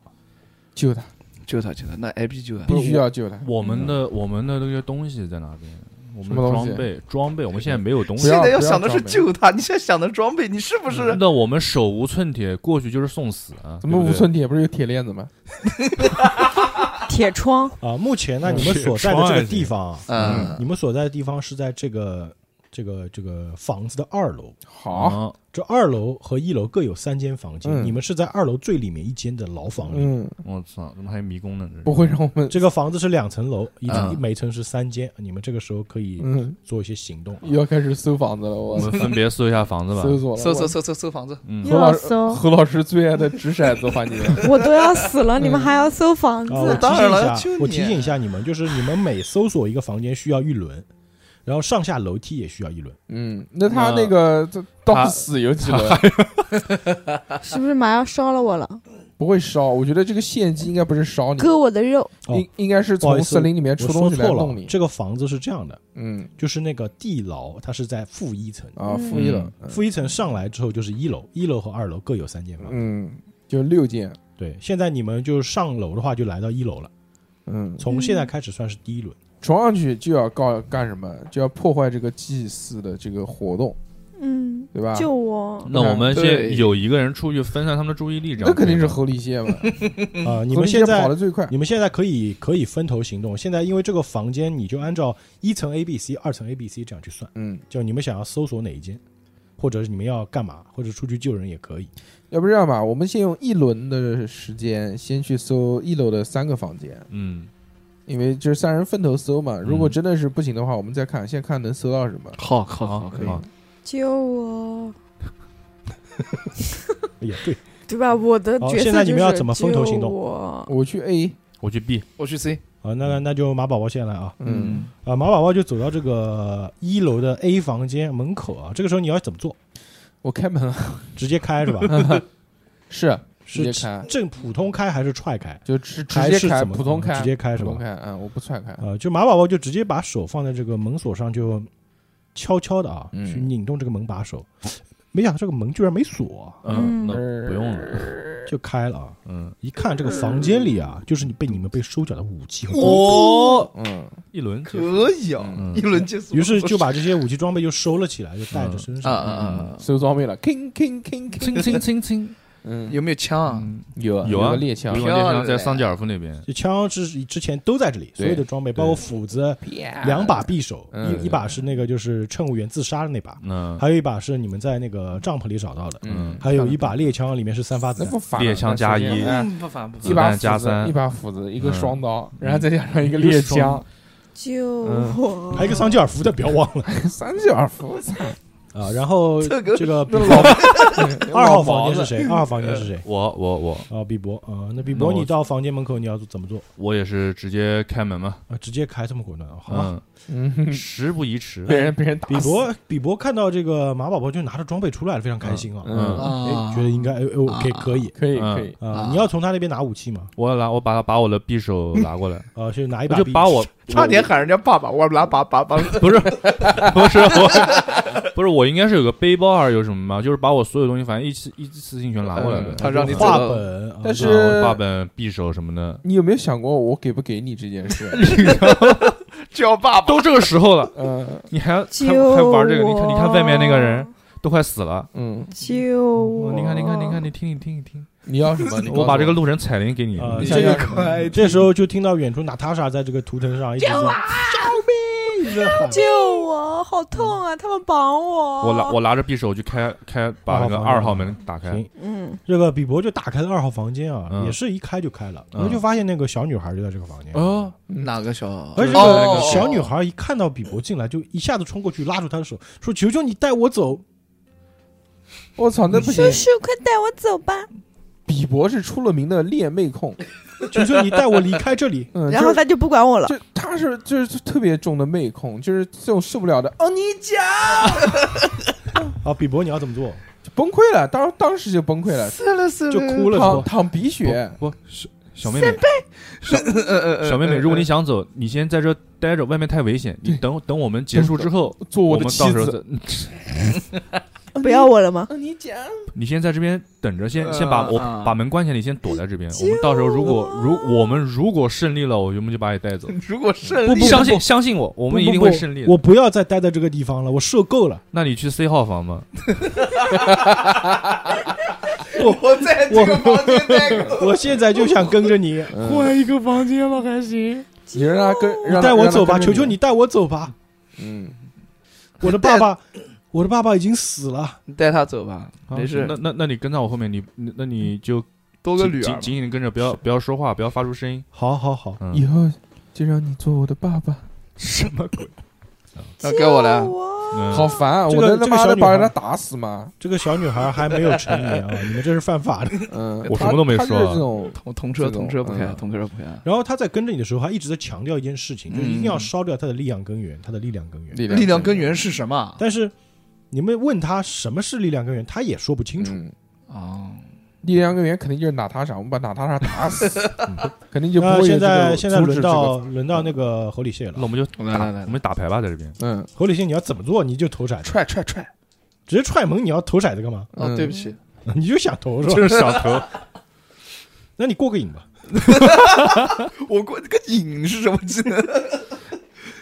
[SPEAKER 2] 救他，
[SPEAKER 3] 救他救他，那 IP 救他，
[SPEAKER 2] 必须要救他，
[SPEAKER 5] 我们的我们的那些东西在哪边？我
[SPEAKER 2] 什
[SPEAKER 5] 们
[SPEAKER 2] 么
[SPEAKER 5] 的
[SPEAKER 2] 东西
[SPEAKER 5] 装备装备，我们现在没有东
[SPEAKER 2] 不
[SPEAKER 5] 西
[SPEAKER 3] 现。
[SPEAKER 2] 要
[SPEAKER 3] 在要想的是救他，你现在想的装备，你是不是？
[SPEAKER 5] 那我们手无寸铁，过去就是送死啊！
[SPEAKER 2] 怎么
[SPEAKER 5] 对不
[SPEAKER 2] 无
[SPEAKER 5] 对
[SPEAKER 2] 寸铁不是有铁链子吗？
[SPEAKER 4] 铁窗，
[SPEAKER 1] 啊，目前呢，
[SPEAKER 5] 嗯
[SPEAKER 1] 你们所在的这个地方啊，
[SPEAKER 5] 嗯
[SPEAKER 1] 你们所在的地方是在这个这个这个房子的二楼。
[SPEAKER 2] 好，
[SPEAKER 5] 啊？
[SPEAKER 1] 这二楼和一楼各有三间房间，
[SPEAKER 2] 嗯
[SPEAKER 1] 你们是在二楼最里面一间的牢房里。
[SPEAKER 2] 嗯，
[SPEAKER 5] 我操，怎么还有迷宫呢？这
[SPEAKER 2] 不会让我们，
[SPEAKER 1] 这个房子是两层楼，一
[SPEAKER 2] 啊
[SPEAKER 1] 层、
[SPEAKER 3] 嗯
[SPEAKER 1] 每层是三间，你们这个时候可以
[SPEAKER 2] 嗯，
[SPEAKER 1] 做一些行动。
[SPEAKER 2] 又要开始搜房子了，
[SPEAKER 5] 我
[SPEAKER 2] 我
[SPEAKER 5] 们分别搜一下房子吧。
[SPEAKER 2] 搜索了，
[SPEAKER 3] 搜
[SPEAKER 2] 我
[SPEAKER 3] 搜搜搜搜房子，
[SPEAKER 5] 嗯
[SPEAKER 2] 又要
[SPEAKER 4] 搜
[SPEAKER 2] 何老师最爱的掷骰子环节，
[SPEAKER 4] 我都要死了，你们
[SPEAKER 2] 嗯
[SPEAKER 4] 还要搜房
[SPEAKER 1] 啊，我
[SPEAKER 4] 子？
[SPEAKER 1] 提
[SPEAKER 3] 当
[SPEAKER 1] 醒
[SPEAKER 3] 然
[SPEAKER 1] 一
[SPEAKER 3] 了
[SPEAKER 1] 下
[SPEAKER 3] 就，你
[SPEAKER 1] 我提醒一下你们，就是你们每搜索一个房间需要一轮，然后上下楼梯也需要一轮。
[SPEAKER 2] 嗯，那他
[SPEAKER 5] 那
[SPEAKER 2] 那个这
[SPEAKER 5] 他
[SPEAKER 2] 到死有几轮？
[SPEAKER 4] 是不是马上要烧了我了？
[SPEAKER 2] 不会烧，我觉得这个献祭应该不是烧你，
[SPEAKER 4] 割我的肉，
[SPEAKER 1] 哦
[SPEAKER 2] 应应该是
[SPEAKER 1] 不好意
[SPEAKER 2] 从
[SPEAKER 1] 思
[SPEAKER 2] 森林里面
[SPEAKER 1] 我
[SPEAKER 2] 哎出
[SPEAKER 1] 说
[SPEAKER 2] 东西来
[SPEAKER 1] 错
[SPEAKER 2] 弄
[SPEAKER 1] 了，
[SPEAKER 2] 你。
[SPEAKER 1] 这个房子是这样的，
[SPEAKER 2] 嗯
[SPEAKER 1] 就是那个地牢，它是在负一层，
[SPEAKER 2] 啊，
[SPEAKER 4] 嗯
[SPEAKER 2] 负一了，
[SPEAKER 1] 负一层上来之后就是一楼，一楼和二楼各有三间房。
[SPEAKER 2] 嗯，就六件，
[SPEAKER 1] 对，现在你们就上楼的话，就来到一楼了。
[SPEAKER 2] 嗯，
[SPEAKER 1] 从现在开始算是第一轮。
[SPEAKER 2] 冲上去就要告干什么？就要破坏这个祭祀的这个活动。
[SPEAKER 7] 嗯，
[SPEAKER 2] 对吧？
[SPEAKER 7] 救我！
[SPEAKER 5] 那我们
[SPEAKER 3] 对
[SPEAKER 5] 先有一个人出去分散他们的注意力，这样
[SPEAKER 2] 那肯定
[SPEAKER 5] 可
[SPEAKER 2] 是
[SPEAKER 5] 以吗
[SPEAKER 2] 侯立蟹嘛，
[SPEAKER 1] 啊、 你
[SPEAKER 2] 侯
[SPEAKER 1] 们
[SPEAKER 2] 立
[SPEAKER 1] 现
[SPEAKER 2] 蟹跑
[SPEAKER 1] 在
[SPEAKER 2] 得最快。
[SPEAKER 1] 你们现在可以可以分头行动。现在因为这个房间，你就按照一层 A、B、C、二层 A、B、C 这样去算，
[SPEAKER 2] 嗯，
[SPEAKER 1] 就你们想要搜索哪一间，或者是你们要干嘛，或者出去救人也可以。
[SPEAKER 2] 要不这样吧，我们先用一轮的时间，先去搜一楼的三个房间，
[SPEAKER 5] 嗯，
[SPEAKER 2] 因为就是三人分头搜嘛。如果真的是不行的话，我们再看，先看能搜到什么。哎
[SPEAKER 3] 好好好，可以。
[SPEAKER 5] 好，
[SPEAKER 7] 救我！
[SPEAKER 1] 也哎对，
[SPEAKER 7] 对吧？我的
[SPEAKER 1] 好
[SPEAKER 7] 角色
[SPEAKER 1] 现在你们要
[SPEAKER 7] 就是
[SPEAKER 1] 怎么分头行动
[SPEAKER 7] 救我
[SPEAKER 2] 我去 A，
[SPEAKER 5] 我去 B，
[SPEAKER 3] 我去 C，
[SPEAKER 1] 啊，那那就马宝宝先来啊。
[SPEAKER 2] 嗯，
[SPEAKER 1] 啊，马宝宝就走到这个一楼的 A 房间门口啊。这个时候你要怎么做？
[SPEAKER 2] 我开门了，
[SPEAKER 1] 直接开是吧？
[SPEAKER 2] 是嗯直接
[SPEAKER 1] 是
[SPEAKER 2] 开，
[SPEAKER 1] 正普通开还是踹开？
[SPEAKER 2] 就直
[SPEAKER 1] 还
[SPEAKER 2] 直接
[SPEAKER 1] 是
[SPEAKER 2] 开，
[SPEAKER 1] 怎么啊
[SPEAKER 2] 普通开，
[SPEAKER 1] 直接开是
[SPEAKER 2] 普
[SPEAKER 1] 吧
[SPEAKER 2] 通？开，嗯，我不踹开，
[SPEAKER 1] 呃，就马宝宝就直接把手放在这个门锁上，就悄悄的啊，
[SPEAKER 2] 嗯
[SPEAKER 1] 去拧动这个门把手。没想到这个门居然没锁，
[SPEAKER 7] 嗯
[SPEAKER 5] 嗯，那
[SPEAKER 2] 呃
[SPEAKER 5] 不用了，
[SPEAKER 1] 就开了啊！
[SPEAKER 5] 嗯，
[SPEAKER 1] 一看这个房间里啊，就是你被你们被收缴的武器和装备，
[SPEAKER 3] 哦，
[SPEAKER 2] 嗯，
[SPEAKER 5] 一轮结束
[SPEAKER 3] 可以啊
[SPEAKER 5] 嗯
[SPEAKER 3] 一轮结束
[SPEAKER 1] 于是就把这些武器装备就收了起来，就带着身
[SPEAKER 3] 啊
[SPEAKER 2] 嗯
[SPEAKER 1] 上。
[SPEAKER 3] 啊啊啊！
[SPEAKER 2] 搜装备了，king king king king，
[SPEAKER 5] 轻轻轻，
[SPEAKER 2] 嗯，
[SPEAKER 3] 有没有枪啊？
[SPEAKER 2] 有啊
[SPEAKER 5] 有啊
[SPEAKER 2] 个猎枪
[SPEAKER 5] 有，
[SPEAKER 3] 有
[SPEAKER 5] 完电
[SPEAKER 3] 漂
[SPEAKER 5] 枪在
[SPEAKER 3] 亮
[SPEAKER 5] 桑吉尔夫那边，
[SPEAKER 1] 这枪是之前都在这里，所有的装备，包括斧子、两把匕首，
[SPEAKER 2] 嗯
[SPEAKER 1] 一一把是那个就是乘务员自杀的那把，
[SPEAKER 5] 那
[SPEAKER 1] 还有一把是你们在那个帐篷里找到的，
[SPEAKER 5] 嗯
[SPEAKER 1] 还有一把猎枪，里面是三发子
[SPEAKER 2] 那
[SPEAKER 1] 弹
[SPEAKER 2] 不。反
[SPEAKER 5] 猎枪加一
[SPEAKER 2] 哎
[SPEAKER 3] 嗯不烦不
[SPEAKER 5] 子
[SPEAKER 2] 一把
[SPEAKER 5] 弹加
[SPEAKER 2] 斧子
[SPEAKER 5] 三
[SPEAKER 2] 一把斧子，一个
[SPEAKER 5] 嗯
[SPEAKER 2] 双刀，然后再加上一个猎枪，
[SPEAKER 7] 救
[SPEAKER 2] 嗯
[SPEAKER 7] 我！
[SPEAKER 1] 还有一个桑吉尔夫的，不要忘了
[SPEAKER 2] 三角斧子，
[SPEAKER 1] 啊！然后
[SPEAKER 3] 这个
[SPEAKER 1] 这个比
[SPEAKER 2] 那老
[SPEAKER 1] 二号
[SPEAKER 2] 毛
[SPEAKER 1] 房间
[SPEAKER 2] 子
[SPEAKER 1] 是谁？二号房间是谁？
[SPEAKER 5] 我我我
[SPEAKER 1] 啊，比伯啊，那比
[SPEAKER 5] 那
[SPEAKER 1] 伯，
[SPEAKER 5] 我
[SPEAKER 1] 你到房间门口你要怎么做
[SPEAKER 5] 我也是直接开门嘛，
[SPEAKER 1] 啊？直接开这么果断啊？好吧，
[SPEAKER 5] 嗯，
[SPEAKER 2] 嗯，
[SPEAKER 5] 时不宜迟，
[SPEAKER 2] 被人被人打死
[SPEAKER 1] 比伯，比伯看到这个马宝宝就拿着装备出来了，非常开心啊，
[SPEAKER 2] 嗯，
[SPEAKER 1] 哎，觉得应该哎哎，OK 可以
[SPEAKER 2] 可以
[SPEAKER 5] 嗯
[SPEAKER 2] 可以，
[SPEAKER 1] 啊
[SPEAKER 3] 啊。
[SPEAKER 1] 你要从他那边拿武器吗？
[SPEAKER 5] 我拿我把把我的 匕首拿过来，
[SPEAKER 1] 啊，是拿一
[SPEAKER 5] 我
[SPEAKER 1] 把
[SPEAKER 5] 就
[SPEAKER 1] 匕
[SPEAKER 5] 把我
[SPEAKER 3] 差点喊人家爸爸，我拿爸爸爸。
[SPEAKER 5] 不是不是我不是我应该是有个背包还是有什么吗？就是把我所有东西反正一次一次性全拿过来的
[SPEAKER 2] 嗯，
[SPEAKER 3] 他让你走
[SPEAKER 1] 画
[SPEAKER 3] 到
[SPEAKER 1] 本，啊
[SPEAKER 2] 但是
[SPEAKER 5] 嗯画本、匕首什么的，
[SPEAKER 2] 你有没有想过我给不给你这件事？
[SPEAKER 3] 叫爸爸，
[SPEAKER 5] 都这个时候了，
[SPEAKER 2] 嗯
[SPEAKER 5] 你还还
[SPEAKER 7] 救我！
[SPEAKER 5] 还玩这个？你看你看外面那个人，都快死了。
[SPEAKER 2] 嗯，
[SPEAKER 7] 救我！
[SPEAKER 5] 你看，你看，你看，你听，你听，你听，
[SPEAKER 2] 你要什 么？你告诉
[SPEAKER 5] 我把这个路人彩铃给你。
[SPEAKER 1] 啊，
[SPEAKER 2] 你
[SPEAKER 1] 这
[SPEAKER 2] 想
[SPEAKER 1] 个
[SPEAKER 2] 要
[SPEAKER 1] 快！这时候就听到远处娜塔莎在这个图腾上一直说：“救命！”一直在喊。
[SPEAKER 7] 救我！好痛啊！他们绑我！
[SPEAKER 5] 我拿我拿着匕首去开开，把那个
[SPEAKER 1] 二号
[SPEAKER 5] 二号
[SPEAKER 1] 房门
[SPEAKER 5] 门打开
[SPEAKER 1] 行。
[SPEAKER 7] 嗯，
[SPEAKER 1] 这个比伯就打开了二号房间啊，
[SPEAKER 5] 嗯
[SPEAKER 1] 也是一开就开了，我
[SPEAKER 5] 嗯
[SPEAKER 1] 们就发现那个小女孩就在这个房间。
[SPEAKER 5] 哦，
[SPEAKER 3] 哪个小？
[SPEAKER 1] 而且这
[SPEAKER 3] 哦
[SPEAKER 1] 个小女孩一看到比伯进来，就一下子冲过去拉住他的手，说：“求求你带我走
[SPEAKER 2] 我操，那不行
[SPEAKER 7] 叔！叔，快带我走吧！
[SPEAKER 2] 比伯是出了名的恋妹控，！！”
[SPEAKER 1] 求求你带我离开这里
[SPEAKER 2] 嗯，
[SPEAKER 7] 然后
[SPEAKER 2] 就是
[SPEAKER 7] 他就不管我了。
[SPEAKER 2] 就他是就是特别重的妹控，就是这种受不了的，哦，你讲
[SPEAKER 1] 啊，比伯你要怎么做？
[SPEAKER 2] 就崩溃了，当当时就崩溃了，
[SPEAKER 3] 是了是了，
[SPEAKER 1] 就哭了是
[SPEAKER 2] 淌
[SPEAKER 1] 吧？
[SPEAKER 2] 淌鼻血，
[SPEAKER 5] 不，小小妹妹，
[SPEAKER 3] 嗯呃
[SPEAKER 5] 小妹妹，如果你想走，你先在这待着，外面太危险。你等等我们结束之后，
[SPEAKER 2] 做
[SPEAKER 5] 我
[SPEAKER 2] 我
[SPEAKER 5] 们
[SPEAKER 2] 的
[SPEAKER 5] 到
[SPEAKER 2] 妻
[SPEAKER 5] 时候
[SPEAKER 2] 子。
[SPEAKER 5] 再，
[SPEAKER 7] 不要我了吗？
[SPEAKER 6] 哦，你讲，
[SPEAKER 5] 你先在这边等着，先先把
[SPEAKER 3] 嗯
[SPEAKER 5] 我
[SPEAKER 3] 嗯
[SPEAKER 5] 把门关起来，你先躲在这边。我们到时候如果如我们如果胜利了，我们就把你带走。
[SPEAKER 3] 如果胜利，
[SPEAKER 5] 相信相信我，我
[SPEAKER 1] 我
[SPEAKER 5] 们一定会胜利的
[SPEAKER 1] 我。不要再待在这个地方了，我受够了。
[SPEAKER 5] 那你去 C 号房吧。
[SPEAKER 3] 我在这个房间待过。
[SPEAKER 1] 我现在就想跟着 你，
[SPEAKER 2] 换一个房间了还行，你让他跟让
[SPEAKER 1] 你
[SPEAKER 2] 他
[SPEAKER 1] 带我走吧，
[SPEAKER 2] 让他跟着
[SPEAKER 1] 求求你带我走吧！
[SPEAKER 2] 嗯，
[SPEAKER 1] 我的爸爸，我的爸爸已经死了。
[SPEAKER 3] 你 带他走吧，
[SPEAKER 5] 啊
[SPEAKER 3] 没事
[SPEAKER 5] 那那那你跟在我后面，你你那你就
[SPEAKER 3] 多个
[SPEAKER 5] 紧
[SPEAKER 3] 女
[SPEAKER 5] 紧
[SPEAKER 3] 儿。
[SPEAKER 5] 紧紧地跟着，不要不要说话，不要发出声音。
[SPEAKER 1] 好好好，
[SPEAKER 5] 嗯
[SPEAKER 2] 以后就让你做我的爸爸。
[SPEAKER 5] 什么鬼？哦
[SPEAKER 3] 那该
[SPEAKER 7] 救
[SPEAKER 3] 我了，
[SPEAKER 7] 我
[SPEAKER 5] 嗯
[SPEAKER 2] 好烦啊！
[SPEAKER 1] 这
[SPEAKER 2] 我
[SPEAKER 1] 个
[SPEAKER 2] 能他
[SPEAKER 1] 这个
[SPEAKER 2] 妈
[SPEAKER 1] 小
[SPEAKER 2] 的
[SPEAKER 1] 女孩
[SPEAKER 2] 把他打死吗？
[SPEAKER 1] 这个小女孩还没有成年啊，你们这是犯法的。
[SPEAKER 2] 嗯，
[SPEAKER 5] 我
[SPEAKER 2] 他
[SPEAKER 5] 什么都没说
[SPEAKER 2] 他就是这种
[SPEAKER 3] 同同车
[SPEAKER 2] 这种
[SPEAKER 3] 同车不开，
[SPEAKER 2] 嗯
[SPEAKER 3] 同车不开，
[SPEAKER 1] 然后她在跟着你的时候，她一直在强调一件事情，就是一定要烧掉她的力量根源，她的力量根源。
[SPEAKER 2] 力
[SPEAKER 3] 力量根源是什么啊？
[SPEAKER 1] 但是你们问她什么是力量根源，她也说不清楚。
[SPEAKER 2] 嗯
[SPEAKER 3] 哦，
[SPEAKER 2] 力量根源肯定就是娜塔莎，我们把娜塔莎打 死，肯定就不
[SPEAKER 1] 那
[SPEAKER 2] 会有
[SPEAKER 1] 现
[SPEAKER 2] 这
[SPEAKER 1] 在
[SPEAKER 2] 个
[SPEAKER 1] 现在
[SPEAKER 2] 阻止
[SPEAKER 1] 轮
[SPEAKER 2] 这个
[SPEAKER 1] 到轮到那个侯里谢
[SPEAKER 5] 那
[SPEAKER 1] 了。
[SPEAKER 5] 我们就
[SPEAKER 3] 来
[SPEAKER 5] 打
[SPEAKER 3] 来来
[SPEAKER 5] 我们打牌吧，在这边。
[SPEAKER 2] 嗯
[SPEAKER 1] 侯里谢，你要怎么做？你就投骰子，
[SPEAKER 3] 踹踹踹！
[SPEAKER 1] 直接踹门。你要投骰子干嘛？
[SPEAKER 3] 哦，
[SPEAKER 2] 嗯
[SPEAKER 3] 对不起，
[SPEAKER 1] 你就想投是吧？
[SPEAKER 5] 就是小头，
[SPEAKER 1] 那你过个瘾吧。
[SPEAKER 3] 我过这个瘾是什么技能？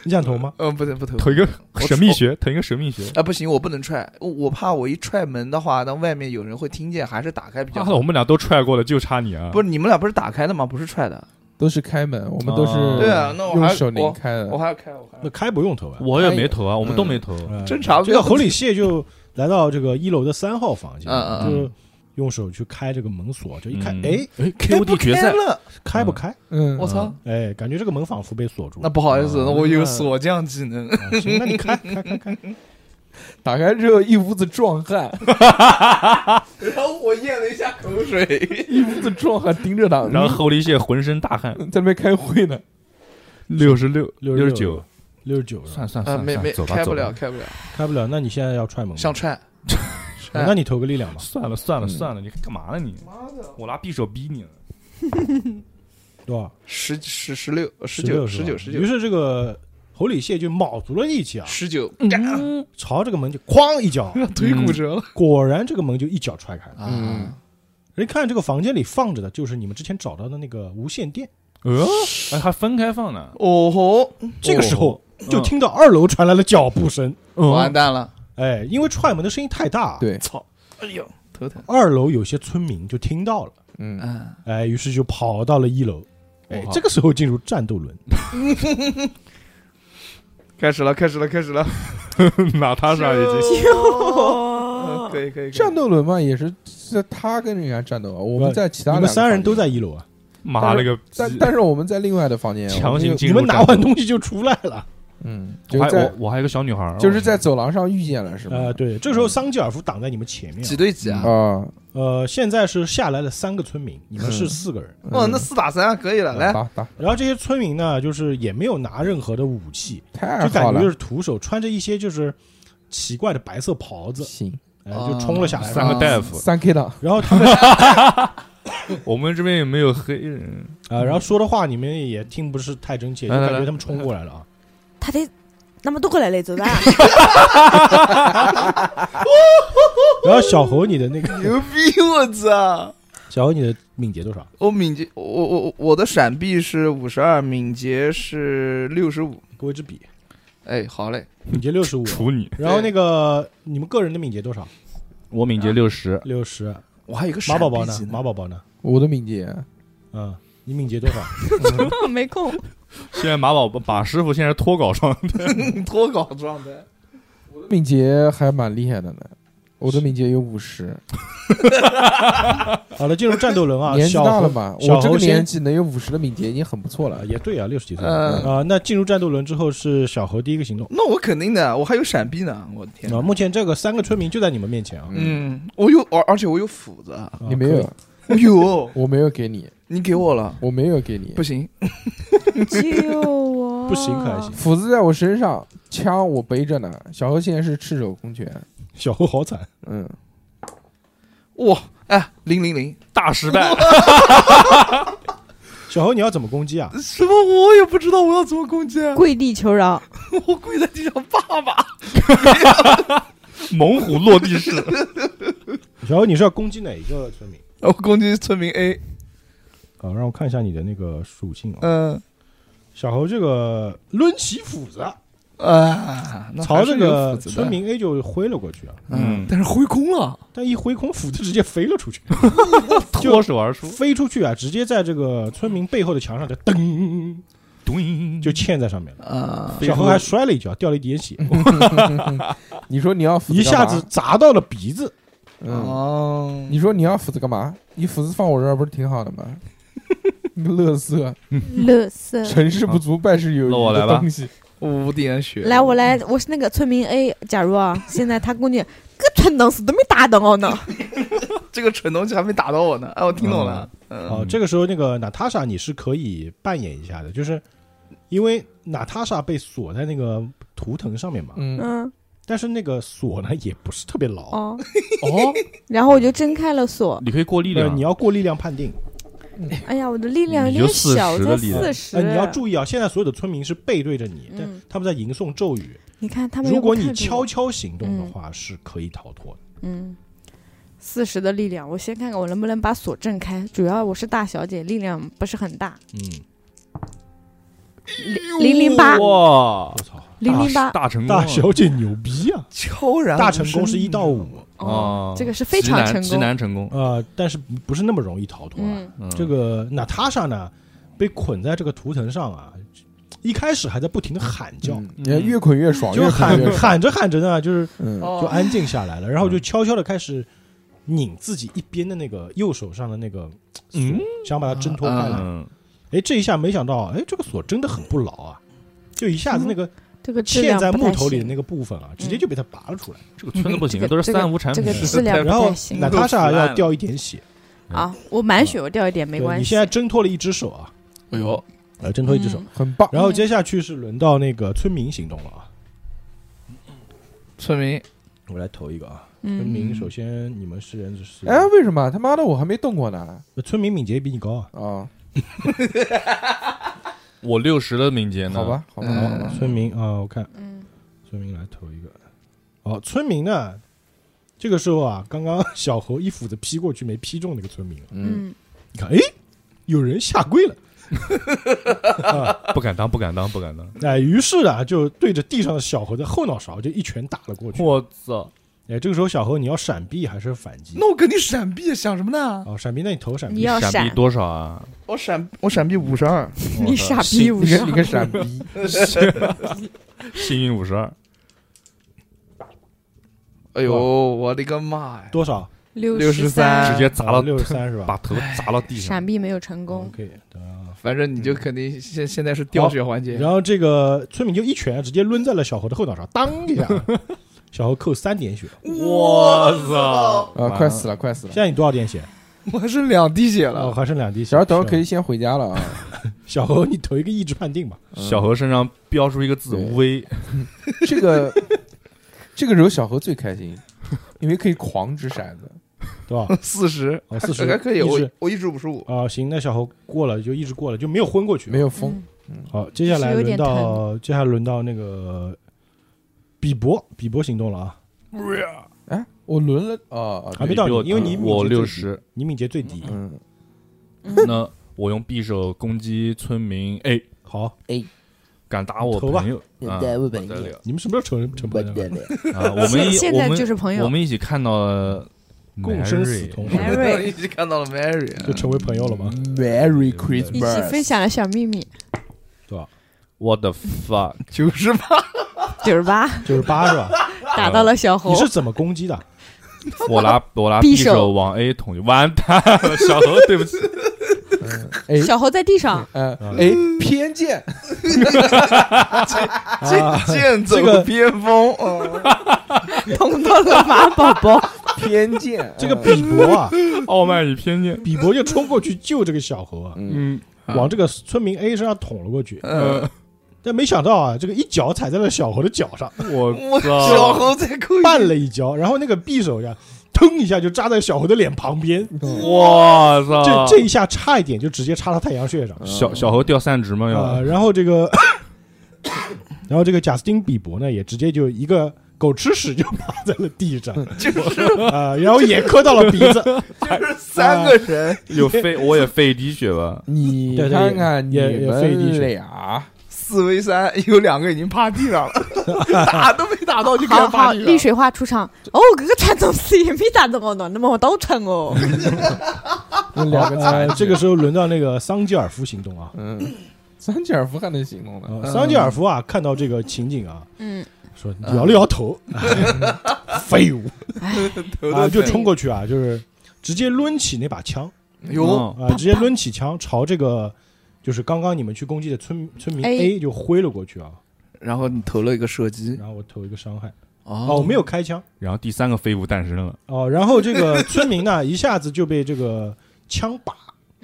[SPEAKER 1] 你想投吗？
[SPEAKER 3] 呃，不对，不投
[SPEAKER 5] 投一个
[SPEAKER 3] 我
[SPEAKER 5] 神秘学，投一个神秘学。
[SPEAKER 3] 啊，不行，我不能踹，我我怕我一踹门的话，那外面有人会听见，还是打开比较
[SPEAKER 5] 妈
[SPEAKER 3] 好。
[SPEAKER 5] 的，我们俩都踹过了，就差你啊！
[SPEAKER 3] 不是你们俩不是打开的吗？不是踹的。
[SPEAKER 2] 都是开门，我们都
[SPEAKER 5] 啊
[SPEAKER 2] 是
[SPEAKER 5] 对
[SPEAKER 3] 啊那我
[SPEAKER 2] 用
[SPEAKER 3] 还
[SPEAKER 2] 手拧开的
[SPEAKER 3] 我。还要开，
[SPEAKER 2] 嗯
[SPEAKER 3] 我还
[SPEAKER 1] 那
[SPEAKER 3] 要
[SPEAKER 1] 开不用投啊，
[SPEAKER 5] 我也没投啊，我们都没投。
[SPEAKER 1] 呃
[SPEAKER 3] 侦查
[SPEAKER 1] 这个侯礼谢就来到这个一楼的三号房间，
[SPEAKER 3] 嗯嗯
[SPEAKER 1] 就用手去开这个门锁，这一看，
[SPEAKER 5] 嗯
[SPEAKER 1] 哎，
[SPEAKER 5] 哎
[SPEAKER 3] 开不
[SPEAKER 5] ，KOD 决
[SPEAKER 3] 开
[SPEAKER 5] 赛，
[SPEAKER 3] 了？
[SPEAKER 1] 开不开？
[SPEAKER 2] 嗯，
[SPEAKER 3] 我操！
[SPEAKER 1] 哎，感觉这个门仿佛被锁住
[SPEAKER 3] 那
[SPEAKER 1] 了。
[SPEAKER 3] 不好意思，
[SPEAKER 5] 嗯
[SPEAKER 3] 那我有锁匠技 能。
[SPEAKER 1] 啊行，那你开开开开，
[SPEAKER 2] 打开之后一屋子壮汉，
[SPEAKER 3] 然后我咽了一下口水。
[SPEAKER 2] 一屋子壮汉盯着他，
[SPEAKER 5] 然后侯立谢浑身大汗，
[SPEAKER 2] 在那边开会呢。
[SPEAKER 5] 六十六、
[SPEAKER 1] 六
[SPEAKER 5] 十
[SPEAKER 1] 十
[SPEAKER 5] 九
[SPEAKER 1] 九，六十九了，
[SPEAKER 5] 算算
[SPEAKER 3] 啊，
[SPEAKER 5] 算，
[SPEAKER 3] 没
[SPEAKER 5] 算
[SPEAKER 3] 没
[SPEAKER 5] 走吧
[SPEAKER 3] 开
[SPEAKER 5] 走
[SPEAKER 3] 不
[SPEAKER 5] 吧
[SPEAKER 3] 了，开不了，
[SPEAKER 1] 开不了。那你现在要踹门吗？
[SPEAKER 3] 想踹。
[SPEAKER 1] 啊那你投个力量吧。
[SPEAKER 5] 算了算了
[SPEAKER 2] 嗯
[SPEAKER 5] 算了，你干嘛呢你？我拿匕首逼你了。
[SPEAKER 1] 多少？
[SPEAKER 3] 十十十六十
[SPEAKER 1] 六
[SPEAKER 3] 九十九十
[SPEAKER 1] 于
[SPEAKER 3] 九
[SPEAKER 1] 是这个侯礼谢就卯足了力气啊，
[SPEAKER 3] 十九，
[SPEAKER 1] 朝这个门就哐一脚，
[SPEAKER 3] 腿骨折了
[SPEAKER 1] 果然这个门就一脚踹开了。
[SPEAKER 2] 嗯
[SPEAKER 3] 啊！
[SPEAKER 1] 人看这个房间里放着的就是你们之前找到的那个无线电。
[SPEAKER 5] 呃，哎，还分开放呢。
[SPEAKER 3] 哦嗯吼，
[SPEAKER 1] 这个时候
[SPEAKER 5] 嗯
[SPEAKER 1] 哦就听到二楼传来了脚步声，
[SPEAKER 3] 完蛋了！
[SPEAKER 1] 哎，因为踹门的声音太大，
[SPEAKER 2] 对，
[SPEAKER 3] 操！哎呦，头疼。
[SPEAKER 1] 二楼有些村民就听到了，
[SPEAKER 2] 嗯，
[SPEAKER 3] 嗯，
[SPEAKER 1] 哎，于是就跑到了一楼。哎，这个时候进入战斗轮，
[SPEAKER 3] 开始了，开始了，开始了。
[SPEAKER 5] 拿他上已经。
[SPEAKER 4] 哦
[SPEAKER 5] 哦
[SPEAKER 3] 嗯可以可以。可以
[SPEAKER 2] 战斗轮嘛，也是是他跟人家战斗啊，我们在其他
[SPEAKER 1] 你
[SPEAKER 2] 两
[SPEAKER 1] 们
[SPEAKER 2] 个
[SPEAKER 1] 三人
[SPEAKER 2] 房间
[SPEAKER 1] 都在，一楼啊，
[SPEAKER 5] 妈了个
[SPEAKER 2] 但
[SPEAKER 5] 鸡！
[SPEAKER 2] 但是我们在另外的房间
[SPEAKER 5] 强行进
[SPEAKER 1] 你
[SPEAKER 5] 入
[SPEAKER 1] 们
[SPEAKER 5] 战
[SPEAKER 1] 拿
[SPEAKER 5] 斗
[SPEAKER 1] 完东西就出来了。
[SPEAKER 2] 嗯，
[SPEAKER 5] 我
[SPEAKER 2] 就
[SPEAKER 5] 还
[SPEAKER 2] 是在
[SPEAKER 5] 我我还有个小女孩儿，
[SPEAKER 2] 就是在走廊上遇见了，是
[SPEAKER 1] 哎啊，
[SPEAKER 2] 吗？
[SPEAKER 1] 对，这时候桑吉尔夫挡在你们前面
[SPEAKER 3] 几。对几啊？
[SPEAKER 2] 啊，
[SPEAKER 1] 呃，现在是下来了三个村民，你们是
[SPEAKER 2] 嗯
[SPEAKER 1] 四个人。
[SPEAKER 3] 哦，那四打三可以了，来，
[SPEAKER 2] 打打
[SPEAKER 1] 然后这些村民呢，就是也没有拿任何的武器，
[SPEAKER 2] 太
[SPEAKER 1] 就感
[SPEAKER 2] 好
[SPEAKER 1] 觉
[SPEAKER 2] 了
[SPEAKER 1] 就，是徒手，穿着一些就是奇怪的白色袍子，
[SPEAKER 2] 行，
[SPEAKER 1] 哎，就冲了下来。
[SPEAKER 5] 三个大夫，
[SPEAKER 2] 三 K 档，
[SPEAKER 1] 然后他们啊、
[SPEAKER 5] 我们这边也没有黑人，
[SPEAKER 1] 啊然后说的话你们也听不是太真切，就
[SPEAKER 5] 来来
[SPEAKER 1] 感觉他们冲过来了啊。
[SPEAKER 7] 他得那么多过来嘞，走 吧。
[SPEAKER 1] 然后小猴，你的那个
[SPEAKER 3] 牛逼！我操！
[SPEAKER 1] 小猴，你的敏捷多少？
[SPEAKER 3] 我敏捷，我我我我的闪避是五十二，敏捷是六十五。
[SPEAKER 1] 给我一支笔，
[SPEAKER 3] 哎，好嘞，
[SPEAKER 1] 敏捷六十五。
[SPEAKER 5] 处女，
[SPEAKER 1] 然后那个你们个人的敏捷多少？
[SPEAKER 5] 我敏捷六十，
[SPEAKER 1] 六十。
[SPEAKER 3] 我还有一个闪
[SPEAKER 1] 马
[SPEAKER 3] 避
[SPEAKER 1] 宝宝呢
[SPEAKER 3] 技？能
[SPEAKER 1] 马宝宝呢？
[SPEAKER 2] 我的敏捷，
[SPEAKER 1] 嗯，你敏捷多少？
[SPEAKER 4] 没空。
[SPEAKER 5] 现在马宝马师傅现在脱稿状态，
[SPEAKER 3] 脱稿状态。
[SPEAKER 2] 我的敏捷还蛮厉害的呢，我的敏捷有五十，
[SPEAKER 1] 好了，进入战斗轮 啊。
[SPEAKER 2] 年纪
[SPEAKER 1] 小
[SPEAKER 2] 大了
[SPEAKER 1] 猴
[SPEAKER 2] 嘛，
[SPEAKER 1] 小
[SPEAKER 2] 我这
[SPEAKER 1] 猴
[SPEAKER 2] 个
[SPEAKER 1] 先
[SPEAKER 2] 年纪能有五十的敏捷已经很不错
[SPEAKER 1] 啊
[SPEAKER 2] 了，
[SPEAKER 1] 也对啊，六十几岁
[SPEAKER 3] 嗯
[SPEAKER 1] 啊。那进入战斗轮之后是小猴第一个行动
[SPEAKER 3] 那我肯定的，我还有闪避呢。我的天！
[SPEAKER 1] 啊。目前这个三个村民就在你们面前啊。
[SPEAKER 3] 嗯，我有，而而且我有斧子。
[SPEAKER 1] 啊
[SPEAKER 2] 你没
[SPEAKER 1] 可以
[SPEAKER 2] 有，
[SPEAKER 3] 我有，
[SPEAKER 2] 我没有给你，
[SPEAKER 3] 你给我了，
[SPEAKER 2] 我没有给你
[SPEAKER 3] 不，行，
[SPEAKER 7] 救我！
[SPEAKER 1] 不行可还行。
[SPEAKER 2] 斧子在我身上，枪我背着呢，小何现在是赤手空拳，
[SPEAKER 1] 小猴好惨，
[SPEAKER 2] 嗯，
[SPEAKER 3] 哇！哎，零零零，
[SPEAKER 5] 大失败。
[SPEAKER 1] 小猴你要怎么攻击啊？
[SPEAKER 3] 什么？我也不知道我要怎么攻击啊。
[SPEAKER 4] 跪地求饶，
[SPEAKER 3] 我跪在地上，爸爸，
[SPEAKER 5] 猛虎落地式，
[SPEAKER 1] 小猴你是要攻击哪一个村民？
[SPEAKER 3] 我攻击村民 A。
[SPEAKER 1] 啊，让我看一下你的那个属性啊。
[SPEAKER 3] 嗯
[SPEAKER 1] 小猴这个抡起斧子啊，
[SPEAKER 3] 啊，那
[SPEAKER 1] 朝
[SPEAKER 3] 还是
[SPEAKER 1] 这
[SPEAKER 3] 有
[SPEAKER 1] 个
[SPEAKER 3] 斧子的
[SPEAKER 1] 村，民 A 就挥了过去啊，
[SPEAKER 5] 嗯
[SPEAKER 3] 嗯，但是挥空了。
[SPEAKER 1] 但一挥空，斧子直接飞了出去，啊
[SPEAKER 5] 脱手而出，
[SPEAKER 1] 飞出去啊，直接在这个村民背后的墙上就噔
[SPEAKER 5] 咚
[SPEAKER 1] 就嵌在上面了。
[SPEAKER 3] 啊，
[SPEAKER 1] 小猴还摔了一跤，掉了一滴
[SPEAKER 3] 嗯
[SPEAKER 1] 血，
[SPEAKER 2] 你说你要斧子
[SPEAKER 1] 一
[SPEAKER 2] 干嘛
[SPEAKER 1] 下子，啊砸到了鼻子。
[SPEAKER 2] 嗯，
[SPEAKER 3] 哦，
[SPEAKER 2] 你说你要斧子干嘛？你斧子放我这儿不是挺好的吗？ 你个乐色，
[SPEAKER 7] 乐色。
[SPEAKER 2] 成事不足败事有余
[SPEAKER 5] 那我来
[SPEAKER 2] 的
[SPEAKER 5] 吧
[SPEAKER 2] 东西，
[SPEAKER 3] 五点血，
[SPEAKER 4] 来，我来，我是那个村民 A。假如啊，现在他估计个蠢东西都没打到我呢，
[SPEAKER 3] 这个蠢东西还没打到我呢。哎，我听懂了，嗯
[SPEAKER 2] 嗯
[SPEAKER 1] 哦，这个时候那个娜塔莎你是可以扮演一下的，就是因为娜塔莎被锁在那个图腾上面嘛，
[SPEAKER 2] 嗯，
[SPEAKER 7] 嗯
[SPEAKER 1] 但是那个锁呢也不是特别牢，
[SPEAKER 4] 哦，
[SPEAKER 5] 哦，
[SPEAKER 4] 然后我就睁开了 锁。
[SPEAKER 5] 你可以过力
[SPEAKER 1] 呃
[SPEAKER 5] 量，
[SPEAKER 1] 你要过力量判定。
[SPEAKER 4] 哎呀，我的力量有
[SPEAKER 5] 你就
[SPEAKER 4] 点小，我
[SPEAKER 5] 40的
[SPEAKER 4] 才
[SPEAKER 5] 力量
[SPEAKER 4] 四十。
[SPEAKER 1] 呃，你要注意啊，现在所有的村民是背对着你，但
[SPEAKER 4] 嗯
[SPEAKER 1] 他们在吟诵咒语。
[SPEAKER 4] 你看他们
[SPEAKER 1] 如
[SPEAKER 4] 又不
[SPEAKER 1] 果
[SPEAKER 4] 看着我，
[SPEAKER 1] 你悄悄行动的话，是可以逃脱的。
[SPEAKER 4] 嗯，四十的力量，我先看看我能不能
[SPEAKER 2] 嗯
[SPEAKER 4] 把锁挣开。主要我是大小姐，力量不是很大。
[SPEAKER 1] 嗯，
[SPEAKER 4] 零零八
[SPEAKER 5] 哇，
[SPEAKER 4] 零零八，
[SPEAKER 5] 大成功啊，
[SPEAKER 1] 大小姐牛逼啊！
[SPEAKER 3] 悄然
[SPEAKER 1] 大成功是一到五，
[SPEAKER 5] 哦
[SPEAKER 4] 这个是非常成
[SPEAKER 5] 极
[SPEAKER 4] 功。
[SPEAKER 5] 难成功，
[SPEAKER 1] 呃，但是不是那么容易逃脱啊。
[SPEAKER 4] 嗯，
[SPEAKER 5] 嗯
[SPEAKER 1] 这个娜塔莎呢，被捆在这个图腾上啊，一开始还在不停的喊叫，
[SPEAKER 3] 嗯
[SPEAKER 2] 你看越捆越爽，
[SPEAKER 1] 就
[SPEAKER 2] 越
[SPEAKER 1] 喊
[SPEAKER 2] 捆越爽。
[SPEAKER 1] 喊着喊着呢，就是
[SPEAKER 2] 嗯，
[SPEAKER 1] 就哎
[SPEAKER 3] 哦，
[SPEAKER 1] 安静下来了，然后就悄悄的开始拧自己一边的那个右手上的那个锁，
[SPEAKER 5] 嗯
[SPEAKER 1] 想把它挣脱开来。
[SPEAKER 5] 嗯，
[SPEAKER 1] 哎，这一下没想到，哎，这个锁真的很不牢啊，就一下子那个
[SPEAKER 4] 这个嗯质
[SPEAKER 1] 嵌
[SPEAKER 4] 量
[SPEAKER 1] 在
[SPEAKER 4] 不太
[SPEAKER 1] 木头里的
[SPEAKER 4] 行嗯
[SPEAKER 1] 那个部分啊，直接就被它拔了出来。
[SPEAKER 5] 这个村子不行
[SPEAKER 4] 这，个
[SPEAKER 5] 都是三无产
[SPEAKER 4] 这
[SPEAKER 5] 品
[SPEAKER 4] 个，质量不
[SPEAKER 1] 然后
[SPEAKER 4] 太行
[SPEAKER 1] 娜塔莎要掉一点血，
[SPEAKER 4] 啊！我满血，我掉一点没
[SPEAKER 1] 对
[SPEAKER 4] 关系。
[SPEAKER 1] 你现在挣脱了一只手啊，
[SPEAKER 3] 哎呦，
[SPEAKER 1] 呃，挣脱一只手。
[SPEAKER 4] 嗯
[SPEAKER 2] 很棒。
[SPEAKER 1] 然后接下去是轮到那个村民行动了啊，
[SPEAKER 3] 村民
[SPEAKER 1] 我来投一个啊。村
[SPEAKER 4] 嗯，
[SPEAKER 1] 民首先你们是人是
[SPEAKER 2] 哎，为什么他妈的我还没动过呢？
[SPEAKER 1] 村民敏捷比你高啊，
[SPEAKER 2] 啊，
[SPEAKER 5] 我六十的敏捷呢，
[SPEAKER 2] 好，吧，好
[SPEAKER 1] 嗯
[SPEAKER 2] 吧，好吧
[SPEAKER 1] 好，，村民啊，我看
[SPEAKER 4] 嗯，
[SPEAKER 1] 村民来投一个。好，村民呢，这个时候啊，刚刚小猴一斧子劈过去没劈中那个村民啊，
[SPEAKER 4] 嗯
[SPEAKER 1] 你看，哎，有人下跪了。
[SPEAKER 5] 不敢当，不敢当，不敢 当，
[SPEAKER 1] 哎，于是呢，就对着地上的小猴的后脑勺就一拳打了过去。
[SPEAKER 5] 我操，
[SPEAKER 1] 哎，这个时候小猴你要闪避还是反击？
[SPEAKER 3] 那我跟你闪避，想什么呢？
[SPEAKER 1] 哦，闪避，那你投闪
[SPEAKER 4] 你
[SPEAKER 1] 避。
[SPEAKER 4] 要
[SPEAKER 5] 闪
[SPEAKER 4] 闪
[SPEAKER 5] 避，多少啊？
[SPEAKER 3] 我闪，我闪避五十二，
[SPEAKER 4] 你傻逼五
[SPEAKER 2] 你
[SPEAKER 4] 十
[SPEAKER 2] 个你，个傻 逼，
[SPEAKER 5] 幸运五十二，
[SPEAKER 3] 哎呦，我的个妈呀！
[SPEAKER 1] 多少？
[SPEAKER 4] 六
[SPEAKER 3] 63
[SPEAKER 5] 直接砸了，
[SPEAKER 1] 哎六十三是吧？
[SPEAKER 5] 把头
[SPEAKER 4] 哎
[SPEAKER 5] 砸到地上
[SPEAKER 4] 闪，避没有成功，
[SPEAKER 1] 可以。啊
[SPEAKER 3] 反正你就肯定现现在是掉血
[SPEAKER 2] 啊
[SPEAKER 3] 环节，
[SPEAKER 1] 然后这个村民就一拳直接抡在了小猴的后脑勺，当一 下，小猴扣三点血。
[SPEAKER 5] 我操，
[SPEAKER 2] 啊，快死了，快死了
[SPEAKER 1] 现。在你多少点血？
[SPEAKER 3] 我还剩两滴血
[SPEAKER 1] 哦，
[SPEAKER 3] 了。
[SPEAKER 1] 还剩两滴血。
[SPEAKER 2] 小孩等会儿可以先回家了啊。
[SPEAKER 1] 小猴，你投一个意志判定吧。
[SPEAKER 5] 嗯小何身上标出一个字
[SPEAKER 2] 对
[SPEAKER 5] 无威，
[SPEAKER 2] 这个这个时候小何最开心，因为可以狂掷骰子。
[SPEAKER 1] 对吧？
[SPEAKER 3] 四十
[SPEAKER 1] 哦，40
[SPEAKER 3] 还可以，
[SPEAKER 1] 一
[SPEAKER 3] 我
[SPEAKER 1] 直
[SPEAKER 3] 我一直五十五。
[SPEAKER 1] 啊、行，那小猴过了就一直过了，就没有昏过去。
[SPEAKER 2] 没有风，
[SPEAKER 4] 嗯
[SPEAKER 1] 好，接下来
[SPEAKER 4] 是有
[SPEAKER 1] 轮
[SPEAKER 4] 点
[SPEAKER 1] 到接下来轮到那个比伯，比伯行动了啊！
[SPEAKER 4] 嗯
[SPEAKER 2] 哎，我轮了啊，啊
[SPEAKER 1] 还没到
[SPEAKER 5] 比我
[SPEAKER 1] 你因为你
[SPEAKER 5] 哎我
[SPEAKER 1] 敏捷最
[SPEAKER 5] 六
[SPEAKER 1] 低
[SPEAKER 5] 十，
[SPEAKER 1] 你敏捷最低，
[SPEAKER 2] 嗯，
[SPEAKER 5] 那我用匕首攻击村民 A，
[SPEAKER 1] 好，
[SPEAKER 5] 敢打我
[SPEAKER 1] 投吧
[SPEAKER 5] 朋友，啊
[SPEAKER 6] 对我朋
[SPEAKER 5] 不得了
[SPEAKER 1] 你们什么时候成成朋友的？
[SPEAKER 5] 啊！我们
[SPEAKER 4] 现
[SPEAKER 5] 一
[SPEAKER 4] 现
[SPEAKER 5] 我
[SPEAKER 4] 在
[SPEAKER 5] 们
[SPEAKER 4] 就是朋
[SPEAKER 5] 我
[SPEAKER 4] 友，
[SPEAKER 5] 们一起看到了
[SPEAKER 1] 共生死同
[SPEAKER 5] Mary
[SPEAKER 3] 一起看到了 Mary，
[SPEAKER 1] 就成为朋友了吗？
[SPEAKER 2] 嗯 Merry
[SPEAKER 4] 一起分
[SPEAKER 2] Christmas，
[SPEAKER 4] 享了小秘密，
[SPEAKER 5] What the fuck！
[SPEAKER 3] 九十八，
[SPEAKER 4] 九十八
[SPEAKER 1] 九十八 是吧？哦
[SPEAKER 4] 打到了小猴
[SPEAKER 1] 你，是怎么攻击的？
[SPEAKER 5] 我拿我拿
[SPEAKER 4] 匕
[SPEAKER 5] 匕
[SPEAKER 4] 首
[SPEAKER 5] 首往 A 捅去，完蛋了，小何，对不起，
[SPEAKER 2] 哎
[SPEAKER 4] 小猴在 地上，
[SPEAKER 2] 嗯，哎，偏见，
[SPEAKER 1] 啊，
[SPEAKER 3] 剑走
[SPEAKER 1] 这个
[SPEAKER 3] 偏锋。哦
[SPEAKER 4] 捅到了马宝宝，
[SPEAKER 2] 偏见， 嗯
[SPEAKER 1] 这个比伯啊，
[SPEAKER 5] 傲慢与偏见。
[SPEAKER 1] 比伯就冲过去救这个小猴啊，
[SPEAKER 5] 嗯，
[SPEAKER 1] 往这个村民 A 身上捅了过去，
[SPEAKER 3] 嗯，
[SPEAKER 1] 但没想到啊，这个一脚踩在了小猴的脚上，
[SPEAKER 5] 呃我
[SPEAKER 3] 我小
[SPEAKER 5] 操！
[SPEAKER 3] 猴在扣一
[SPEAKER 1] 绊了一跤，然后那个匕首呀，腾一下就扎在小猴的脸旁边，
[SPEAKER 2] 哦
[SPEAKER 5] 我操！
[SPEAKER 1] 这这一下差一点就直接插到太阳穴上。
[SPEAKER 5] 小小猴掉散值吗？
[SPEAKER 1] 啊，
[SPEAKER 5] 要
[SPEAKER 1] 然后这个，然后这个贾斯汀·比伯呢，也直接就一个狗吃屎就趴在了地上，啊、然后也磕到了鼻子，
[SPEAKER 3] 就是三个人，
[SPEAKER 5] 有费，我也费一滴血吧。
[SPEAKER 2] 你
[SPEAKER 1] 对对
[SPEAKER 2] 看看你
[SPEAKER 1] 也也费力
[SPEAKER 2] 们
[SPEAKER 1] 气
[SPEAKER 2] 俩，
[SPEAKER 3] 四 v 三，有两个已经趴地上了， 打都没打到就开
[SPEAKER 4] 好
[SPEAKER 3] 始
[SPEAKER 4] 好
[SPEAKER 3] 趴地上
[SPEAKER 4] 丽。水花出场，哦，这个传宗是也没打到我呢，那么我倒传哦，
[SPEAKER 2] 那两个
[SPEAKER 1] 啊
[SPEAKER 2] 猜，
[SPEAKER 1] 这个时候轮到那个桑吉尔夫行动啊，
[SPEAKER 2] 嗯，三吉尔夫还能行动
[SPEAKER 1] 啊
[SPEAKER 2] 呢，
[SPEAKER 1] 桑吉尔夫啊，看到这个情景啊，
[SPEAKER 4] 嗯，
[SPEAKER 1] 说摇了摇头，废物啊，就冲过去啊，就是直接抡起那把枪
[SPEAKER 5] 哦
[SPEAKER 3] 哟，
[SPEAKER 5] 嗯
[SPEAKER 1] 啊，直接抡起枪朝这个就是刚刚你们去攻击的村村民
[SPEAKER 4] A
[SPEAKER 1] A 就挥了过去啊，
[SPEAKER 3] 然后你投了一个射击，
[SPEAKER 1] 然后我投一个伤害，哦，
[SPEAKER 3] 哦
[SPEAKER 1] 我没有开枪。
[SPEAKER 5] 然后第三个废物诞生了，
[SPEAKER 1] 哦，然后这个村民呢，一下子就被这个枪靶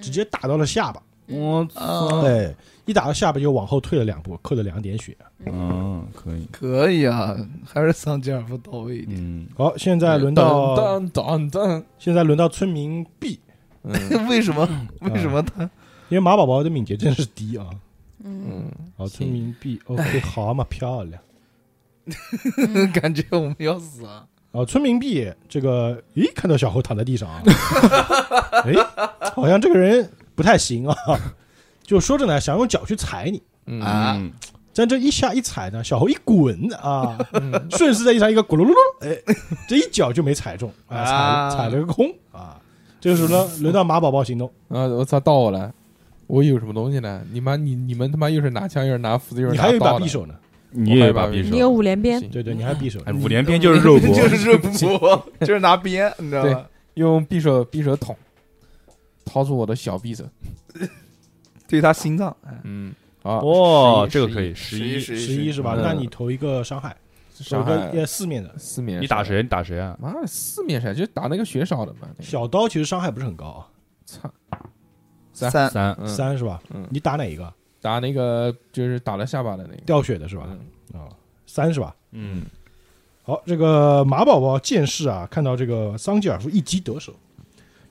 [SPEAKER 1] 直接打到了下巴，
[SPEAKER 5] 我
[SPEAKER 3] 嗯啊
[SPEAKER 5] 操！
[SPEAKER 1] 哎，一打到下巴就往后退了两步，扣了两点血。
[SPEAKER 5] 嗯，可以，
[SPEAKER 3] 可以啊，还是桑吉尔夫到位一点。
[SPEAKER 5] 嗯，
[SPEAKER 1] 好，现在轮到
[SPEAKER 2] 噔噔噔
[SPEAKER 1] 现在轮到村民 B，
[SPEAKER 2] 噔，
[SPEAKER 5] 嗯
[SPEAKER 3] 为什么？为什么他？
[SPEAKER 1] 因为马宝宝的敏捷真是低啊。
[SPEAKER 4] 嗯，
[SPEAKER 2] 嗯，
[SPEAKER 1] 好，村民 B，OK，好嘛，漂亮。
[SPEAKER 3] 感觉我们要死啊！
[SPEAKER 1] 啊，村民 B 这个，咦，看到小猴躺在地上 啊，哎，好像这个人不太行啊，就说着呢，想用脚去踩你，
[SPEAKER 2] 嗯
[SPEAKER 3] 啊
[SPEAKER 5] 嗯
[SPEAKER 1] 但这一下一踩呢，小猴一滚啊，
[SPEAKER 2] 嗯
[SPEAKER 1] 顺势再一踩一个咕噜噜噜，哎，这一脚就没踩中啊，
[SPEAKER 3] 啊
[SPEAKER 1] 踩踩了个空啊。这个时候呢，轮到马宝宝行 动，
[SPEAKER 2] 啊！我操，到我了，我有什么东西呢？你妈，你你们他妈又是拿枪，又是拿斧子，又是
[SPEAKER 1] 你
[SPEAKER 2] 拿
[SPEAKER 1] 还
[SPEAKER 2] 刀
[SPEAKER 1] 有一把
[SPEAKER 2] 的
[SPEAKER 1] 匕，
[SPEAKER 2] 嗯
[SPEAKER 1] 首呢，
[SPEAKER 5] 你也有一把匕
[SPEAKER 7] 你有
[SPEAKER 5] 首，
[SPEAKER 7] 五连鞭，
[SPEAKER 2] 行
[SPEAKER 1] 对对，你还有匕首呢，
[SPEAKER 5] 哎，五连鞭就是肉搏，
[SPEAKER 3] 就是肉搏， 就是拿鞭，你知道吗？
[SPEAKER 2] 用匕首匕首捅，掏出我的小匕首。
[SPEAKER 3] 对他心脏，
[SPEAKER 2] 嗯，啊，
[SPEAKER 5] 哦，
[SPEAKER 2] 十
[SPEAKER 5] 这
[SPEAKER 2] 一
[SPEAKER 5] 个可以，十一，
[SPEAKER 1] 十一是吧？
[SPEAKER 2] 嗯
[SPEAKER 1] 那你投一个伤害，投
[SPEAKER 2] 上
[SPEAKER 1] 一个
[SPEAKER 2] 海
[SPEAKER 1] 呃四面的
[SPEAKER 2] 四面，
[SPEAKER 5] 你打？谁？你打谁啊？
[SPEAKER 2] 妈的，四面闪就打那个血少的嘛。那个
[SPEAKER 1] 小刀，其实伤害不是很高啊，
[SPEAKER 2] 操，三
[SPEAKER 3] 三
[SPEAKER 5] 三，
[SPEAKER 2] 嗯
[SPEAKER 1] 三是吧
[SPEAKER 2] 嗯？
[SPEAKER 1] 你打哪一个？
[SPEAKER 2] 打那个就是打了下巴的那个，
[SPEAKER 1] 掉血的是吧？
[SPEAKER 2] 嗯
[SPEAKER 1] 啊，三是吧？
[SPEAKER 5] 嗯，
[SPEAKER 1] 好，这个马宝宝见势啊，看到这个桑吉尔夫一击得手，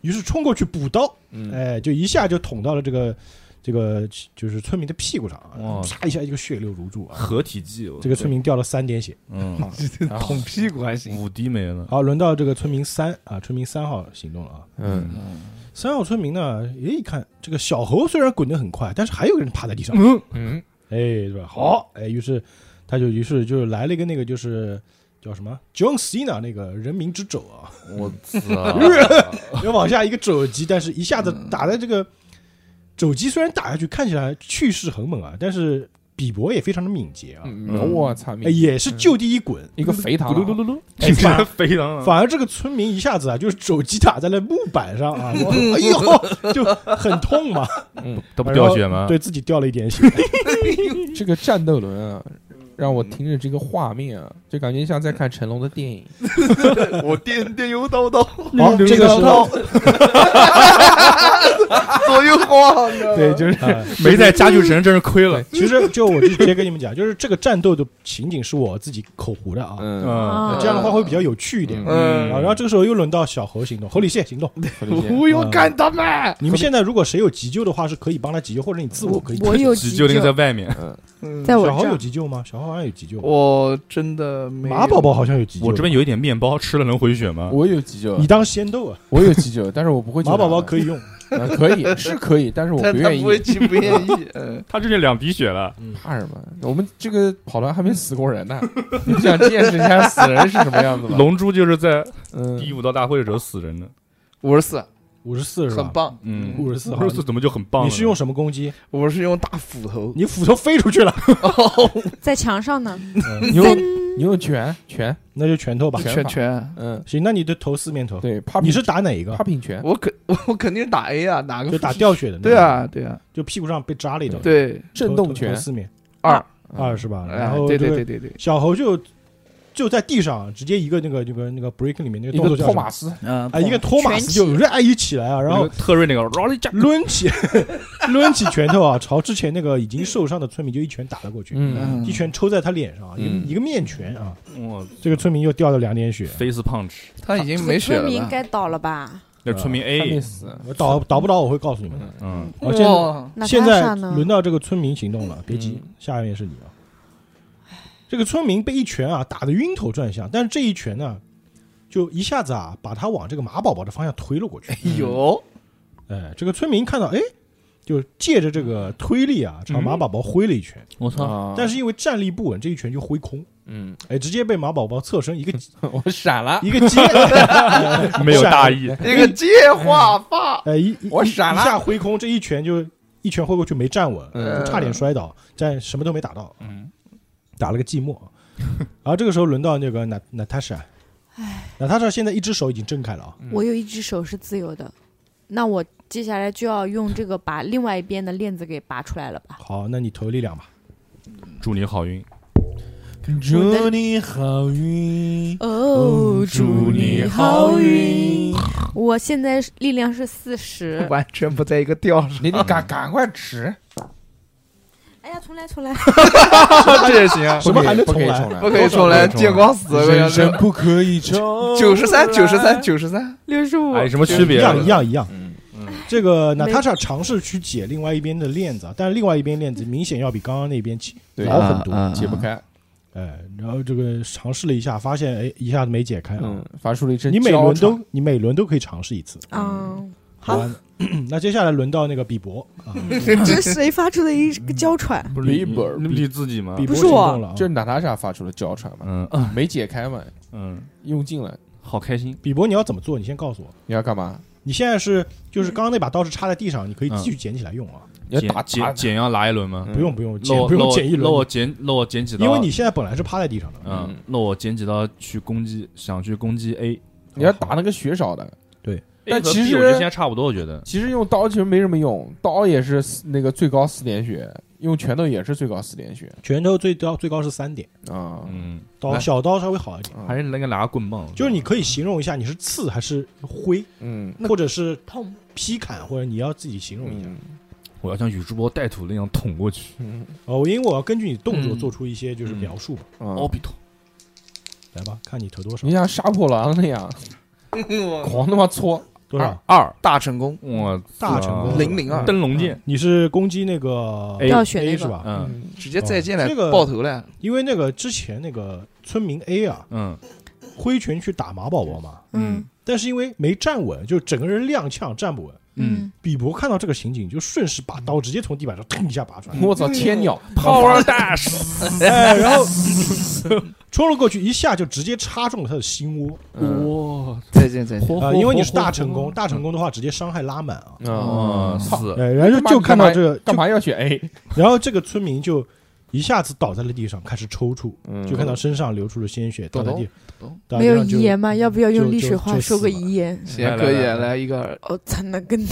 [SPEAKER 1] 于是冲过去补刀，
[SPEAKER 2] 嗯，
[SPEAKER 1] 哎，就一下就捅到了这个这个就是村民的屁股上啊，
[SPEAKER 5] 哇
[SPEAKER 1] 啪一下一个血流如注啊，
[SPEAKER 5] 合体技，我
[SPEAKER 1] 这个村民掉了三点血。
[SPEAKER 5] 嗯，
[SPEAKER 2] 然后
[SPEAKER 3] 捅屁股还行。
[SPEAKER 5] 五滴没了，
[SPEAKER 1] 好，轮到这个村民三啊，村民三号行动了啊。
[SPEAKER 2] 嗯，
[SPEAKER 1] 三号村民呢，也一看这个小猴虽然滚得很快，但是还有个人趴在地上，
[SPEAKER 2] 嗯，
[SPEAKER 1] 哎，对吧？好，哎，于是他就于是就来了一个那个就是叫什么 John Cena 那个人民之肘啊，
[SPEAKER 5] 我
[SPEAKER 1] 要往下一个肘击，但是一下子打在这个肘击，虽然打下去看起来气势很猛啊，但是比搏也非常的敏捷啊，
[SPEAKER 2] 嗯我操，
[SPEAKER 1] 哎也是就地一滚，
[SPEAKER 2] 一个肥啊
[SPEAKER 5] 咕
[SPEAKER 2] 螳
[SPEAKER 5] 噜
[SPEAKER 2] 螂，
[SPEAKER 5] 噜噜噜，
[SPEAKER 1] 哎反而
[SPEAKER 5] 飞狼，
[SPEAKER 1] 反而这个村民一下子啊，就是肘击打在了木板上 啊，哎呦，就很痛嘛，
[SPEAKER 2] 嗯，
[SPEAKER 5] 都不掉血吗？
[SPEAKER 1] 啊对自己掉了一点血，
[SPEAKER 2] 这个战斗轮啊，让我听着这个画面啊，就感觉像在看成龙的电影。
[SPEAKER 3] 我颠颠悠叨叨，
[SPEAKER 1] 好，哦这个时候
[SPEAKER 3] 左右晃，你知道吗
[SPEAKER 2] 对，就是
[SPEAKER 1] 啊
[SPEAKER 5] 没带家具绳真是亏了，
[SPEAKER 1] 其实就我就直接跟你们讲，就是这个战斗的情景是我自己口胡的啊，
[SPEAKER 2] 嗯，
[SPEAKER 4] 哦
[SPEAKER 5] 嗯，
[SPEAKER 1] 这样的话会比较有趣一点。
[SPEAKER 2] 嗯
[SPEAKER 1] 啊，
[SPEAKER 3] 嗯，
[SPEAKER 1] 然后这个时候又轮到小猴行动，猴里蟹行动。
[SPEAKER 2] 狐
[SPEAKER 1] 哎
[SPEAKER 2] 狸精
[SPEAKER 3] 我要干他们。
[SPEAKER 1] 你们现在如果谁有急救的话，是可以帮他急救，或者你自我可以
[SPEAKER 4] 我有
[SPEAKER 5] 急救那个在外面，
[SPEAKER 4] 在我
[SPEAKER 1] 小豪
[SPEAKER 4] 这
[SPEAKER 1] 有
[SPEAKER 4] 儿，
[SPEAKER 1] 急救吗？小豪好像有急救。
[SPEAKER 3] 我真的没有
[SPEAKER 1] 马宝宝好像有急救。
[SPEAKER 5] 我这边有一点面包，吃了能回血吗？
[SPEAKER 2] 我有急救
[SPEAKER 1] 你，当仙豆啊，
[SPEAKER 2] 我有急救，但是我不会救他。
[SPEAKER 1] 马宝宝可以用。
[SPEAKER 2] 啊可以是 可以，但是我
[SPEAKER 3] 但
[SPEAKER 2] 不
[SPEAKER 3] 他
[SPEAKER 2] 愿意
[SPEAKER 3] 不。会去，不愿意。嗯，
[SPEAKER 5] 他这就两滴血了，
[SPEAKER 2] 怕什么？我们这个跑团还没死过人呢， 你不想见识一下死人是什么样子吗？
[SPEAKER 5] 龙珠就是在第
[SPEAKER 2] 嗯，
[SPEAKER 5] 武道大会的时候死人的，
[SPEAKER 3] 五十四，
[SPEAKER 1] 五十四是吧？
[SPEAKER 3] 很。棒。
[SPEAKER 5] 嗯
[SPEAKER 1] 五十四
[SPEAKER 5] 不
[SPEAKER 1] 号
[SPEAKER 5] 是。怎么就很棒了？
[SPEAKER 1] 你是用什么攻击？
[SPEAKER 3] 我是用大斧头，
[SPEAKER 1] 你斧头飞出去了，
[SPEAKER 4] 在墙上呢，
[SPEAKER 2] 你用你用拳拳，
[SPEAKER 1] 那就拳头吧。
[SPEAKER 3] 拳拳。
[SPEAKER 2] 嗯，
[SPEAKER 1] 行，那你就投四面头。
[SPEAKER 2] 对，帕
[SPEAKER 1] 你是打哪一个
[SPEAKER 2] 帕？平拳，
[SPEAKER 3] 我肯 我我肯定打 A 啊，哪个
[SPEAKER 1] 就打？掉血的。
[SPEAKER 3] 对，啊，对啊，
[SPEAKER 1] 就屁股上被扎了一刀。投，
[SPEAKER 3] 对
[SPEAKER 2] 震动
[SPEAKER 1] 投
[SPEAKER 2] 拳嗯
[SPEAKER 1] 投四面
[SPEAKER 3] 二，
[SPEAKER 1] 二是吧？
[SPEAKER 3] 哎
[SPEAKER 1] 然后
[SPEAKER 3] 对
[SPEAKER 1] 这
[SPEAKER 3] 对
[SPEAKER 1] 个
[SPEAKER 3] 对对对，
[SPEAKER 1] 小猴就就在地上直接一个那个那个那个 break 里面那个
[SPEAKER 2] 一
[SPEAKER 1] 动
[SPEAKER 2] 个
[SPEAKER 1] 作叫
[SPEAKER 2] 托
[SPEAKER 1] 什么
[SPEAKER 2] 马斯，
[SPEAKER 3] 嗯
[SPEAKER 1] 啊，一个托马斯就哎一起来啊，然后
[SPEAKER 5] 那个特瑞那个劳力加，
[SPEAKER 1] 抡起 抡起拳头啊，朝之前那个已经受伤的村民就一拳打了过去，
[SPEAKER 2] 嗯，
[SPEAKER 1] 一拳抽在他脸上，啊，一
[SPEAKER 2] 嗯
[SPEAKER 1] 个一个面拳啊，
[SPEAKER 5] 哇
[SPEAKER 1] 这个村民又掉了两点血，
[SPEAKER 5] ，face punch，
[SPEAKER 3] 他已经没血
[SPEAKER 4] 村
[SPEAKER 3] 了
[SPEAKER 4] 民
[SPEAKER 3] 吧。
[SPEAKER 4] 该倒了吧？
[SPEAKER 5] 那是村民
[SPEAKER 2] 还没
[SPEAKER 3] 哎
[SPEAKER 5] A，
[SPEAKER 2] 死，
[SPEAKER 1] 我倒倒不倒我会告诉你们的。
[SPEAKER 5] 嗯，
[SPEAKER 1] 好，哦现在
[SPEAKER 3] 哇，
[SPEAKER 4] 那
[SPEAKER 1] 现
[SPEAKER 4] 他
[SPEAKER 1] 在
[SPEAKER 4] 上呢？
[SPEAKER 1] 轮到这个村民行动了，别急
[SPEAKER 2] 嗯，
[SPEAKER 1] 下面是你啊。这个村民被一拳啊打得晕头转向，但是这一拳呢，就一下子啊把他往这个马宝宝的方向推了过去。
[SPEAKER 3] 哎呦，
[SPEAKER 1] 哎，这个村民看到哎，就借着这个推力啊朝
[SPEAKER 5] 嗯
[SPEAKER 1] 马宝宝挥了一拳，
[SPEAKER 5] 我，
[SPEAKER 2] 啊
[SPEAKER 1] 但是因为站立不稳，这一拳就挥空。
[SPEAKER 2] 嗯，
[SPEAKER 1] 哎，直接被马宝宝侧身一 个
[SPEAKER 2] 我闪了
[SPEAKER 1] 一个接，
[SPEAKER 5] 没有大意，
[SPEAKER 3] 一个接话发，，
[SPEAKER 1] 哎一一
[SPEAKER 2] 我闪
[SPEAKER 1] 一
[SPEAKER 2] 了
[SPEAKER 1] 下挥空，这一拳就一拳挥过去没站稳，
[SPEAKER 2] 嗯
[SPEAKER 1] 就差点摔倒，但什么都没打到，
[SPEAKER 5] 嗯，
[SPEAKER 1] 打了个寂寞。啊 然后这个时候轮到那啊个娜娜塔莎，娜塔莎现在一只手已经挣开了
[SPEAKER 2] 嗯
[SPEAKER 1] 啊，
[SPEAKER 4] 我有一只手是自由的，那我接下来就要用这个把另外一边的链子给拔出来了吧？
[SPEAKER 1] 好，那你投力量吧，
[SPEAKER 5] 祝你好运，
[SPEAKER 2] 祝你好运，
[SPEAKER 4] 哦，
[SPEAKER 5] 祝你
[SPEAKER 4] 好运！我现在是力量是四十
[SPEAKER 3] 完全不在一个调上。
[SPEAKER 2] 你得赶赶快吃，
[SPEAKER 7] 哎呀，重来重来，
[SPEAKER 3] 这也行啊，
[SPEAKER 1] 什么还能
[SPEAKER 2] 不可以
[SPEAKER 1] 重来
[SPEAKER 2] 重来
[SPEAKER 3] 不可以重来，见光死。
[SPEAKER 2] 人生不可以重，
[SPEAKER 3] 九十三， 九十三，九 十三，
[SPEAKER 4] 六十五
[SPEAKER 5] 哎，什么区
[SPEAKER 1] 一
[SPEAKER 5] 别？
[SPEAKER 1] 样一样一样。
[SPEAKER 2] 嗯
[SPEAKER 1] 这个娜塔莎尝试去解另外一边的链子啊，但是另外一边链子明显要比刚刚那边起
[SPEAKER 2] 对啊
[SPEAKER 1] 牢很多。
[SPEAKER 2] 解不开，
[SPEAKER 1] 哎，然后这个尝试了一下，发现哎一下子没解开啊。
[SPEAKER 2] 嗯嗯，发出了一声
[SPEAKER 1] 你每
[SPEAKER 2] 娇
[SPEAKER 1] 轮
[SPEAKER 2] 喘
[SPEAKER 1] 都你每轮都可以尝试一次，
[SPEAKER 4] 嗯，
[SPEAKER 1] 好
[SPEAKER 4] 好
[SPEAKER 1] 吧， 那接下来轮到那个比伯啊，
[SPEAKER 4] 这是谁发出的一个娇喘？
[SPEAKER 5] 不
[SPEAKER 2] 是
[SPEAKER 5] 是
[SPEAKER 2] 你
[SPEAKER 5] 你
[SPEAKER 2] 你
[SPEAKER 5] 你
[SPEAKER 2] 不
[SPEAKER 5] 不你自己吗
[SPEAKER 1] 比？
[SPEAKER 4] 不
[SPEAKER 1] 伯
[SPEAKER 4] 是
[SPEAKER 1] 行
[SPEAKER 4] 我
[SPEAKER 1] 动了啊
[SPEAKER 2] 就，是娜塔莎发出了娇喘嘛，
[SPEAKER 5] 嗯嗯
[SPEAKER 2] 没解开嘛，
[SPEAKER 5] 嗯，
[SPEAKER 2] 用尽了。
[SPEAKER 5] 好开心，
[SPEAKER 1] 比伯你要怎么做？你先告诉我。
[SPEAKER 2] 你要干嘛？
[SPEAKER 1] 你现在是就是刚刚那把刀是插在地上，你可以
[SPEAKER 5] 嗯
[SPEAKER 1] 继续捡起来用啊，
[SPEAKER 2] 你要
[SPEAKER 5] 剪
[SPEAKER 2] 打打
[SPEAKER 5] 剪剪要来一轮吗？
[SPEAKER 2] 嗯
[SPEAKER 1] 不用不用
[SPEAKER 5] 那
[SPEAKER 1] 捡
[SPEAKER 5] 我
[SPEAKER 1] 不
[SPEAKER 5] 那
[SPEAKER 1] 用
[SPEAKER 5] 我
[SPEAKER 1] 捡一
[SPEAKER 5] 那我
[SPEAKER 1] 轮，
[SPEAKER 5] 剪那我剪几刀，啊
[SPEAKER 1] 因为你现在本来是趴在地上的嘛。
[SPEAKER 5] 嗯，那我捡几刀去攻击，想去攻击 A，
[SPEAKER 2] 你要打那个血少的。但
[SPEAKER 5] A 和
[SPEAKER 2] 其
[SPEAKER 5] B
[SPEAKER 2] 实
[SPEAKER 5] 我觉得现在差不多，我觉得
[SPEAKER 2] 其实用刀其实没什么用，刀也是四那个最高四点血，用拳头也是最高四点血
[SPEAKER 1] 拳头最高最高是三点，
[SPEAKER 2] 啊。
[SPEAKER 5] 嗯，
[SPEAKER 1] 刀
[SPEAKER 5] 来
[SPEAKER 1] 小刀稍微好一点。
[SPEAKER 5] 嗯还是那个拿棍棒，
[SPEAKER 1] 就是你可以形容一下你是刺还是挥，
[SPEAKER 2] 嗯，
[SPEAKER 1] 或者是
[SPEAKER 7] 痛，
[SPEAKER 1] 劈砍，或者你要自己形容一下。
[SPEAKER 2] 嗯
[SPEAKER 5] 我要像宇智波带土那样捅过去，
[SPEAKER 2] 嗯，
[SPEAKER 1] 哦，我因为我要根据你动作
[SPEAKER 5] 嗯
[SPEAKER 1] 做出一些就是
[SPEAKER 5] 嗯
[SPEAKER 1] 描述嘛。
[SPEAKER 2] 哦，
[SPEAKER 5] 比托，
[SPEAKER 1] 来吧，看你投多少
[SPEAKER 5] 嗯
[SPEAKER 2] 你像杀破狼那样，
[SPEAKER 3] 哦
[SPEAKER 2] 狂他妈搓，
[SPEAKER 1] 多少
[SPEAKER 3] 二大成功，
[SPEAKER 5] 我
[SPEAKER 1] 大成功
[SPEAKER 3] 零零二，
[SPEAKER 5] 灯笼剑，
[SPEAKER 1] 你是攻击那个
[SPEAKER 5] A
[SPEAKER 4] 掉血那
[SPEAKER 1] A
[SPEAKER 4] 个
[SPEAKER 1] 是吧？
[SPEAKER 5] 嗯
[SPEAKER 3] 直接再见了
[SPEAKER 1] 这，个
[SPEAKER 3] 爆头了，
[SPEAKER 1] 因为那个之前那个村民 A 啊，
[SPEAKER 5] 嗯
[SPEAKER 1] 挥拳去打马宝宝嘛，
[SPEAKER 4] 嗯
[SPEAKER 1] 但是因为没站稳，就整个人踉跄站不稳。
[SPEAKER 5] 嗯，
[SPEAKER 1] 比伯看到这个情景，就顺势把刀直接从地板上腾一下拔出来，
[SPEAKER 2] 嗯我操，千鸟， 啊
[SPEAKER 5] ，Power Dash，
[SPEAKER 1] 哎，然后 冲了过去，一下就直接插中了他的心窝
[SPEAKER 2] 嗯
[SPEAKER 5] 哇，
[SPEAKER 3] 再见 再见，
[SPEAKER 5] 活
[SPEAKER 2] 哎
[SPEAKER 1] 啊、因为你是大成功，，大成功的话直接伤害拉满啊。
[SPEAKER 5] 哦，
[SPEAKER 2] 操
[SPEAKER 5] 四，
[SPEAKER 1] 哎，然后就
[SPEAKER 2] 干嘛
[SPEAKER 1] 就看到这个，就
[SPEAKER 2] 干嘛要选 A？
[SPEAKER 1] 然后这个村民就一下子倒在了地上，开始抽搐，
[SPEAKER 2] 嗯
[SPEAKER 1] 就看到身上流出了鲜血，倒在地，倒在
[SPEAKER 4] 嗯没
[SPEAKER 1] 地
[SPEAKER 4] 有
[SPEAKER 1] 上就
[SPEAKER 4] 遗言吗？要不要
[SPEAKER 1] 就
[SPEAKER 4] 用丽
[SPEAKER 1] 就
[SPEAKER 4] 水话
[SPEAKER 1] 就
[SPEAKER 4] 说
[SPEAKER 1] 死了
[SPEAKER 4] 个遗言？
[SPEAKER 3] 行
[SPEAKER 5] 来来
[SPEAKER 3] 可以
[SPEAKER 5] 来来
[SPEAKER 3] 来一个，
[SPEAKER 4] 我操，那跟你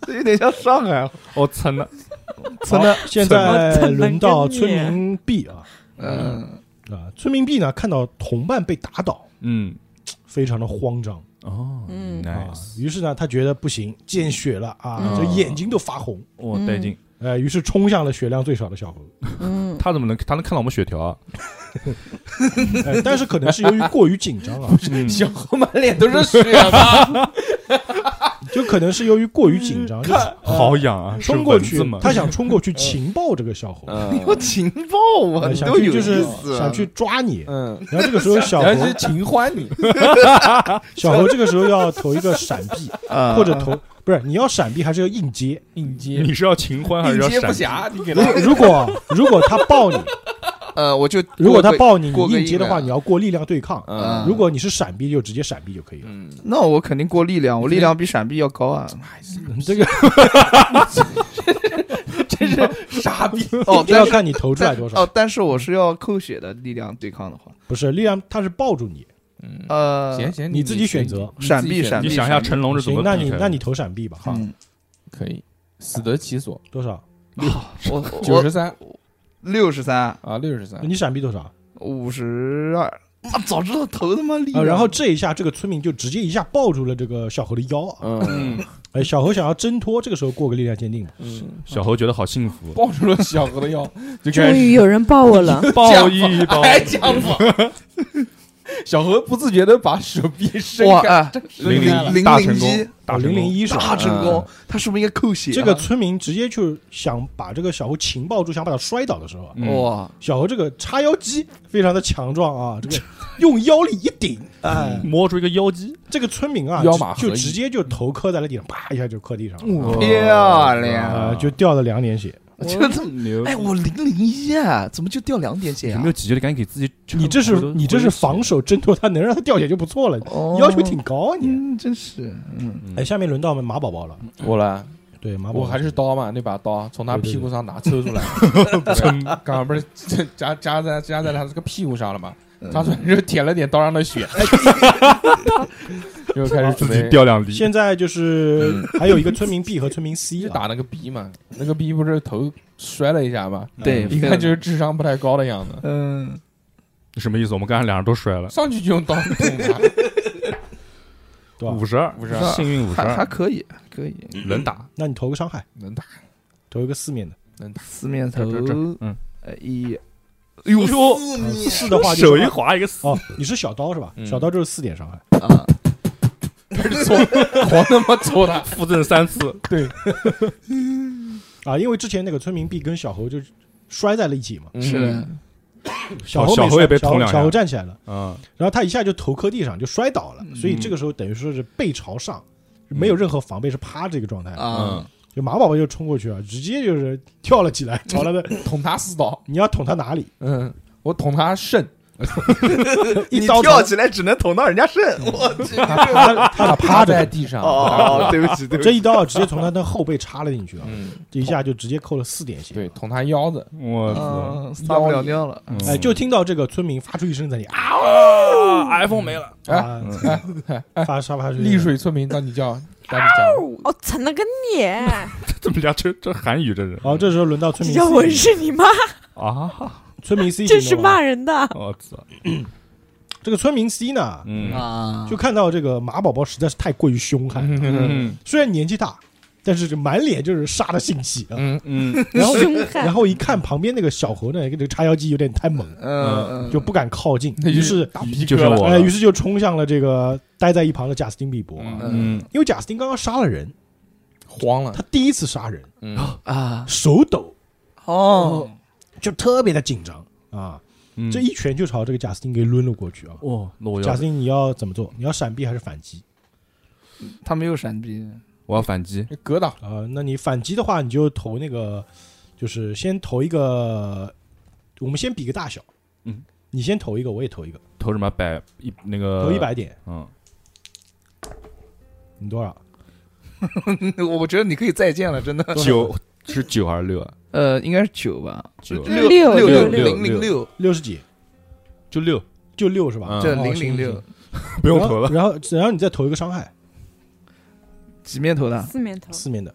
[SPEAKER 3] 这有点像上海，
[SPEAKER 5] 我操哦 了，哦
[SPEAKER 1] 好现在轮到村
[SPEAKER 4] 怎么跟
[SPEAKER 1] 民 B 啊
[SPEAKER 3] 嗯，
[SPEAKER 1] 啊，村民 B 呢看到同伴被打倒，
[SPEAKER 5] 嗯，
[SPEAKER 1] 非常的慌张
[SPEAKER 5] 哦，
[SPEAKER 4] 嗯
[SPEAKER 3] 哎
[SPEAKER 1] 啊
[SPEAKER 5] nice，，
[SPEAKER 1] 于是呢他觉得不行，见血了啊，
[SPEAKER 4] 嗯
[SPEAKER 1] 这眼睛都发红，
[SPEAKER 5] 我带劲，
[SPEAKER 1] 呃，于是冲向了血量最少的小猴，
[SPEAKER 4] 嗯，
[SPEAKER 5] 他怎么能他能看到我们血条啊？
[SPEAKER 1] 呃但是可能是由于过于紧张啊，
[SPEAKER 5] 嗯
[SPEAKER 2] 小猴满脸都是血 吧？
[SPEAKER 1] 就可能是由于过于紧张，就
[SPEAKER 5] 好痒啊，
[SPEAKER 1] 嗯冲过
[SPEAKER 5] 是
[SPEAKER 1] 去
[SPEAKER 5] 蚊子吗，
[SPEAKER 1] 他想冲过去情报这个小猴。
[SPEAKER 3] 我
[SPEAKER 2] 嗯
[SPEAKER 3] 情报啊，
[SPEAKER 1] 呃
[SPEAKER 3] 你
[SPEAKER 1] 想
[SPEAKER 3] 都
[SPEAKER 1] 去
[SPEAKER 3] 嗯有
[SPEAKER 1] 就
[SPEAKER 3] 意
[SPEAKER 1] 是
[SPEAKER 3] 思，啊
[SPEAKER 1] 想去，抓你，
[SPEAKER 2] 嗯，
[SPEAKER 1] 然后这个 时候小
[SPEAKER 2] 然后
[SPEAKER 1] 猴
[SPEAKER 2] 是秦欢你，
[SPEAKER 1] 小猴这个时候要投一个 闪避，
[SPEAKER 3] 啊
[SPEAKER 1] 或者投不是你要闪避还是要硬 接？
[SPEAKER 2] 应接
[SPEAKER 5] 你是要秦欢 还是要
[SPEAKER 2] 应接不
[SPEAKER 5] 闪？
[SPEAKER 2] 暇，你给
[SPEAKER 1] 如
[SPEAKER 2] 他
[SPEAKER 1] 如果如果他抱你，
[SPEAKER 3] 呃，我就
[SPEAKER 1] 如果他
[SPEAKER 3] 过
[SPEAKER 1] 抱你，你
[SPEAKER 3] 过个
[SPEAKER 1] 硬接的话，
[SPEAKER 3] 硬来
[SPEAKER 1] 你要过力量对抗。
[SPEAKER 3] 嗯
[SPEAKER 1] 如果你是闪避，就直接闪避就可以了。
[SPEAKER 2] 嗯，
[SPEAKER 3] 那我肯定过力量，我力量比闪避要高 啊！
[SPEAKER 1] 这个
[SPEAKER 2] 真是傻逼，
[SPEAKER 3] 哦，
[SPEAKER 1] 这
[SPEAKER 3] 但
[SPEAKER 1] 要
[SPEAKER 3] 是
[SPEAKER 1] 看你投出来多
[SPEAKER 3] 哦
[SPEAKER 1] 少，，
[SPEAKER 3] 但是我是要扣血的力量对抗的话，
[SPEAKER 1] 不是力量，他是抱住你，
[SPEAKER 2] 嗯，
[SPEAKER 3] 呃，
[SPEAKER 2] 行行，
[SPEAKER 1] 你自己选择
[SPEAKER 2] 你
[SPEAKER 3] 闪
[SPEAKER 2] 自己
[SPEAKER 3] 避
[SPEAKER 2] 选
[SPEAKER 3] 闪
[SPEAKER 5] 你
[SPEAKER 3] 避
[SPEAKER 5] 想一下成龙是怎
[SPEAKER 1] 行
[SPEAKER 5] 么？，
[SPEAKER 1] 那你那你投闪避吧，哈，
[SPEAKER 3] 嗯，
[SPEAKER 2] 可以，死得其所，
[SPEAKER 1] 多少？
[SPEAKER 3] 我
[SPEAKER 2] 九十
[SPEAKER 3] 我
[SPEAKER 2] 三
[SPEAKER 3] 六十三，
[SPEAKER 2] 啊，六十三，
[SPEAKER 3] 嗯
[SPEAKER 1] 你闪避多少？啊
[SPEAKER 3] 五十二，妈早知道投他妈力量，
[SPEAKER 1] 啊然后这一下，这个村民就直接一下抱住了这个小猴的腰啊！
[SPEAKER 2] 嗯
[SPEAKER 5] 嗯，
[SPEAKER 1] 哎，小猴想要挣脱，这个时候过个力量鉴定吧。
[SPEAKER 2] 嗯，
[SPEAKER 5] 小猴觉得好幸福，。
[SPEAKER 2] 抱住了小何的腰，就
[SPEAKER 4] 终
[SPEAKER 2] 开始
[SPEAKER 4] 于有人抱我了
[SPEAKER 5] 抱一抱，
[SPEAKER 1] 哎
[SPEAKER 2] 还讲我。小何不自觉的把手臂伸
[SPEAKER 3] 哇
[SPEAKER 2] 开，
[SPEAKER 3] 啊，
[SPEAKER 5] 零
[SPEAKER 2] 开了
[SPEAKER 5] 零
[SPEAKER 3] 零
[SPEAKER 5] 哎大
[SPEAKER 3] 零
[SPEAKER 5] 成
[SPEAKER 3] 一
[SPEAKER 5] 功，大成
[SPEAKER 1] 零零
[SPEAKER 5] 功，
[SPEAKER 1] 一是吧
[SPEAKER 3] 大成功，他是不是应该扣血啊？
[SPEAKER 1] 这个村民直接就想把这个小猴情抱住，想把他摔倒的时候啊，
[SPEAKER 5] 嗯
[SPEAKER 3] 哇，
[SPEAKER 1] 小猴这个叉腰肌非常的强壮啊，这个 用腰力一顶，
[SPEAKER 3] 嗯
[SPEAKER 1] 哎，
[SPEAKER 5] 摸出一个妖姬，
[SPEAKER 1] 这个村民啊，
[SPEAKER 2] 腰
[SPEAKER 1] 就
[SPEAKER 2] 马合
[SPEAKER 1] 就
[SPEAKER 2] 一
[SPEAKER 1] 直接就头磕在了地上，啪一下就磕地
[SPEAKER 3] 嗯
[SPEAKER 1] 上了，
[SPEAKER 3] 漂亮
[SPEAKER 1] 啊，就掉了两点血。
[SPEAKER 3] 就这么
[SPEAKER 5] 牛
[SPEAKER 3] 哎，我零零一啊，怎么就掉两点血
[SPEAKER 5] 有
[SPEAKER 3] 啊
[SPEAKER 5] 没有？急了？赶紧给自己，
[SPEAKER 1] 你这是你这是防守挣脱，他能让他掉血就不错了，
[SPEAKER 3] 哦
[SPEAKER 1] 要求挺高啊你。
[SPEAKER 3] 嗯，真是，嗯，
[SPEAKER 1] 哎，下面轮到我们马宝宝了，
[SPEAKER 2] 我来，
[SPEAKER 1] 啊对马宝宝，
[SPEAKER 2] 嗯我还是刀嘛，那把刀从他屁股上拿抽 出来，从刚刚不是夹夹在夹在他这个屁股上了嘛？
[SPEAKER 3] 嗯
[SPEAKER 2] 他突然就舔了点刀上的 血，又开始
[SPEAKER 5] 自
[SPEAKER 2] 准
[SPEAKER 5] 己
[SPEAKER 2] 备
[SPEAKER 5] 掉两滴，
[SPEAKER 1] 现在就是还有一个村民 B 和村民 C
[SPEAKER 2] 就
[SPEAKER 1] 啊
[SPEAKER 2] 打那个逼嘛，那个逼不是头摔了一下嘛，
[SPEAKER 3] 对，
[SPEAKER 1] 嗯
[SPEAKER 2] 一看就是智商不太高的样子，
[SPEAKER 3] 嗯，
[SPEAKER 5] 什么意思？我们刚才两人都摔了，
[SPEAKER 2] 上去就用刀捅 他，
[SPEAKER 1] 对吧
[SPEAKER 5] 五？十二，
[SPEAKER 2] 不是
[SPEAKER 3] 啊
[SPEAKER 5] 幸运五十
[SPEAKER 3] 还还
[SPEAKER 5] 二，
[SPEAKER 3] 可以，可以，
[SPEAKER 5] 能打，
[SPEAKER 1] 那你投个伤害，
[SPEAKER 2] 能打
[SPEAKER 1] 投一个四面的，
[SPEAKER 2] 能打，
[SPEAKER 3] 四面
[SPEAKER 5] 这
[SPEAKER 3] 头
[SPEAKER 5] 这这，嗯，
[SPEAKER 3] 呃一，
[SPEAKER 5] 哟哎呦，
[SPEAKER 1] 呃四的话就是
[SPEAKER 5] 手一滑一个死，
[SPEAKER 1] 哦，你是小刀是吧？
[SPEAKER 2] 嗯
[SPEAKER 1] 小刀就是四点伤害。
[SPEAKER 3] 啊，
[SPEAKER 2] 开始搓，狂他妈搓他，
[SPEAKER 5] 附赠三次，
[SPEAKER 1] 啊，因为之前那个村民 B 跟小猴就是摔在了一起嘛，
[SPEAKER 3] 是的
[SPEAKER 2] 嗯，
[SPEAKER 1] 小猴
[SPEAKER 5] 小
[SPEAKER 1] 没
[SPEAKER 5] 猴
[SPEAKER 1] 摔
[SPEAKER 5] 也被
[SPEAKER 1] 小
[SPEAKER 5] 捅两
[SPEAKER 1] 小猴
[SPEAKER 5] 下
[SPEAKER 1] 站起来了，
[SPEAKER 5] 嗯，
[SPEAKER 1] 然后他一下就头磕地上，就摔倒了，所以
[SPEAKER 5] 嗯
[SPEAKER 1] 这个时候等于说是背朝上，没有任何防备，是趴这个状态。
[SPEAKER 5] 嗯
[SPEAKER 3] 啊，
[SPEAKER 1] 就马宝宝就冲过去啊，直接就是跳了起来，朝他的
[SPEAKER 2] 捅他四刀，
[SPEAKER 1] 你要捅他哪里？
[SPEAKER 2] 嗯，我捅他 肾，
[SPEAKER 1] 一
[SPEAKER 3] 你
[SPEAKER 1] 刀
[SPEAKER 3] 跳
[SPEAKER 1] 捅
[SPEAKER 3] 起来只能捅到人家肾，
[SPEAKER 5] 嗯
[SPEAKER 3] 我去！
[SPEAKER 1] 他趴他俩趴
[SPEAKER 2] 在
[SPEAKER 1] 着，
[SPEAKER 2] 地上，
[SPEAKER 5] 嗯
[SPEAKER 3] 哦，对不起，对不
[SPEAKER 1] 这
[SPEAKER 3] 起，
[SPEAKER 1] 一刀直接从他的后背插了进去啊，
[SPEAKER 2] 嗯，
[SPEAKER 1] 这一下就直接扣了四点血。
[SPEAKER 2] 对，捅他腰子，
[SPEAKER 5] 我操！
[SPEAKER 3] 嗯撒不了尿了。
[SPEAKER 5] 嗯
[SPEAKER 1] 哎，就听到这个村民发出一声在里啊
[SPEAKER 5] 啊，iPhone 没了，
[SPEAKER 1] 啊，发沙发出
[SPEAKER 2] 丽水村民到你叫，到你
[SPEAKER 1] 啊
[SPEAKER 2] 叫，
[SPEAKER 7] 哦，成了个你，
[SPEAKER 5] 怎么聊这这韩语这是
[SPEAKER 1] 好，哦这时候轮到村
[SPEAKER 7] 这叫
[SPEAKER 1] 民 C，
[SPEAKER 7] 我是你妈，
[SPEAKER 5] 啊？
[SPEAKER 1] 村民 C
[SPEAKER 7] 这
[SPEAKER 1] 行
[SPEAKER 7] 是
[SPEAKER 1] 动了
[SPEAKER 7] 骂人的。
[SPEAKER 5] 我操！
[SPEAKER 1] 这个村民 C 呢，
[SPEAKER 5] 嗯
[SPEAKER 3] 啊
[SPEAKER 1] 就看到这个马宝宝实在是太过于凶悍，
[SPEAKER 5] 嗯
[SPEAKER 1] 虽然年纪大，但是这满脸就是杀的性气啊。
[SPEAKER 2] 嗯，
[SPEAKER 5] 嗯
[SPEAKER 1] 然后
[SPEAKER 7] 凶悍
[SPEAKER 1] 然后一看旁边那个小猴呢，跟这个叉腰鸡有点太猛了，
[SPEAKER 3] 嗯，
[SPEAKER 1] 就不敢靠近，
[SPEAKER 2] 那
[SPEAKER 1] 于是
[SPEAKER 2] 打皮
[SPEAKER 5] 就
[SPEAKER 2] 哥
[SPEAKER 5] 是
[SPEAKER 2] 了
[SPEAKER 5] 我
[SPEAKER 1] 哎，于是就冲向了这个待在一旁的贾斯汀比伯啊，
[SPEAKER 2] 嗯，
[SPEAKER 5] 嗯，
[SPEAKER 1] 因为贾斯汀刚刚杀了人，
[SPEAKER 2] 慌了，
[SPEAKER 1] 他第一次杀人，
[SPEAKER 2] 嗯，
[SPEAKER 3] 啊
[SPEAKER 1] 手抖，
[SPEAKER 3] 哦，
[SPEAKER 1] 就特别的紧张啊，
[SPEAKER 5] 嗯
[SPEAKER 1] 这一拳就朝这个贾斯汀给抡了过去啊。
[SPEAKER 5] 哇，那我
[SPEAKER 1] 贾
[SPEAKER 5] 要
[SPEAKER 1] 斯汀，你要怎么做？你要闪避还是反击？
[SPEAKER 3] 他没有闪避，
[SPEAKER 5] 我要反击，
[SPEAKER 2] 格挡，
[SPEAKER 1] 啊、那你反击的话，你就投那个，就是先投一个，我们先比个大小，
[SPEAKER 5] 嗯，
[SPEAKER 1] 你先投一个，我也投一个，
[SPEAKER 5] 投什么百一那个
[SPEAKER 1] 投一，百点，
[SPEAKER 5] 嗯，
[SPEAKER 1] 你多少？
[SPEAKER 3] 我觉得你可以再见 了，真的。
[SPEAKER 5] 九是九还是六啊？
[SPEAKER 3] 呃，应该是九吧，
[SPEAKER 5] 九
[SPEAKER 7] 六
[SPEAKER 3] 六
[SPEAKER 5] 六
[SPEAKER 3] 零零
[SPEAKER 5] 六
[SPEAKER 3] 六，
[SPEAKER 1] 六十几，
[SPEAKER 5] 就六，
[SPEAKER 1] 就六是吧？
[SPEAKER 5] 嗯
[SPEAKER 3] 这
[SPEAKER 1] 哦
[SPEAKER 3] 零零，
[SPEAKER 1] 行
[SPEAKER 3] 六
[SPEAKER 1] 行
[SPEAKER 5] 不用 投了。
[SPEAKER 1] 然后然后然后你再投一个伤害，
[SPEAKER 3] 几面头的？
[SPEAKER 7] 四面头，
[SPEAKER 1] 四面的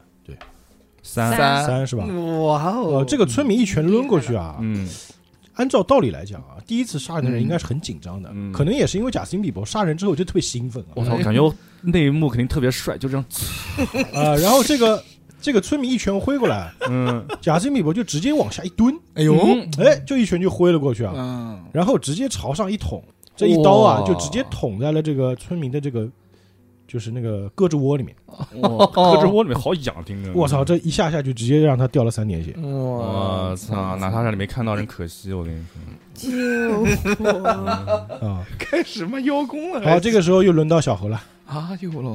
[SPEAKER 5] 三，
[SPEAKER 3] 三
[SPEAKER 1] 三是吧？
[SPEAKER 3] 哇哦
[SPEAKER 1] 呃，，这个村民一拳抡过去啊，
[SPEAKER 5] 嗯
[SPEAKER 1] 按照道理来讲啊，第一次杀人的人
[SPEAKER 3] 嗯
[SPEAKER 1] 应该是很紧张的，
[SPEAKER 5] 嗯
[SPEAKER 1] 可能也是因为贾斯汀比伯杀人之后就特别兴奋啊，
[SPEAKER 5] 我操，感觉我那一幕肯定特别帅，就这样，
[SPEAKER 1] 啊，然后这个这个村民一拳挥过来，
[SPEAKER 5] 嗯，
[SPEAKER 1] 贾斯汀比伯就直接往下一蹲，
[SPEAKER 3] 哎呦，
[SPEAKER 1] 哎，就一拳就挥了过去啊，
[SPEAKER 3] 嗯，
[SPEAKER 1] 然后直接朝上一捅，这一刀啊
[SPEAKER 3] 哇
[SPEAKER 1] 就直接捅在了这个村民的这个就是那个胳肢窝里面。
[SPEAKER 5] 哇， 胳肢窝里面好痒，听着，
[SPEAKER 1] 我操，这一下下就直接让他掉了三点血。
[SPEAKER 2] 嗯
[SPEAKER 5] 我
[SPEAKER 2] 我
[SPEAKER 5] 操，哪怕让你没看到，真可惜，我跟你说，
[SPEAKER 7] 救我！
[SPEAKER 1] 啊！
[SPEAKER 3] 开什么邀功啊了？
[SPEAKER 1] 好，这个时候又轮到小猴了。
[SPEAKER 3] 啊，有了，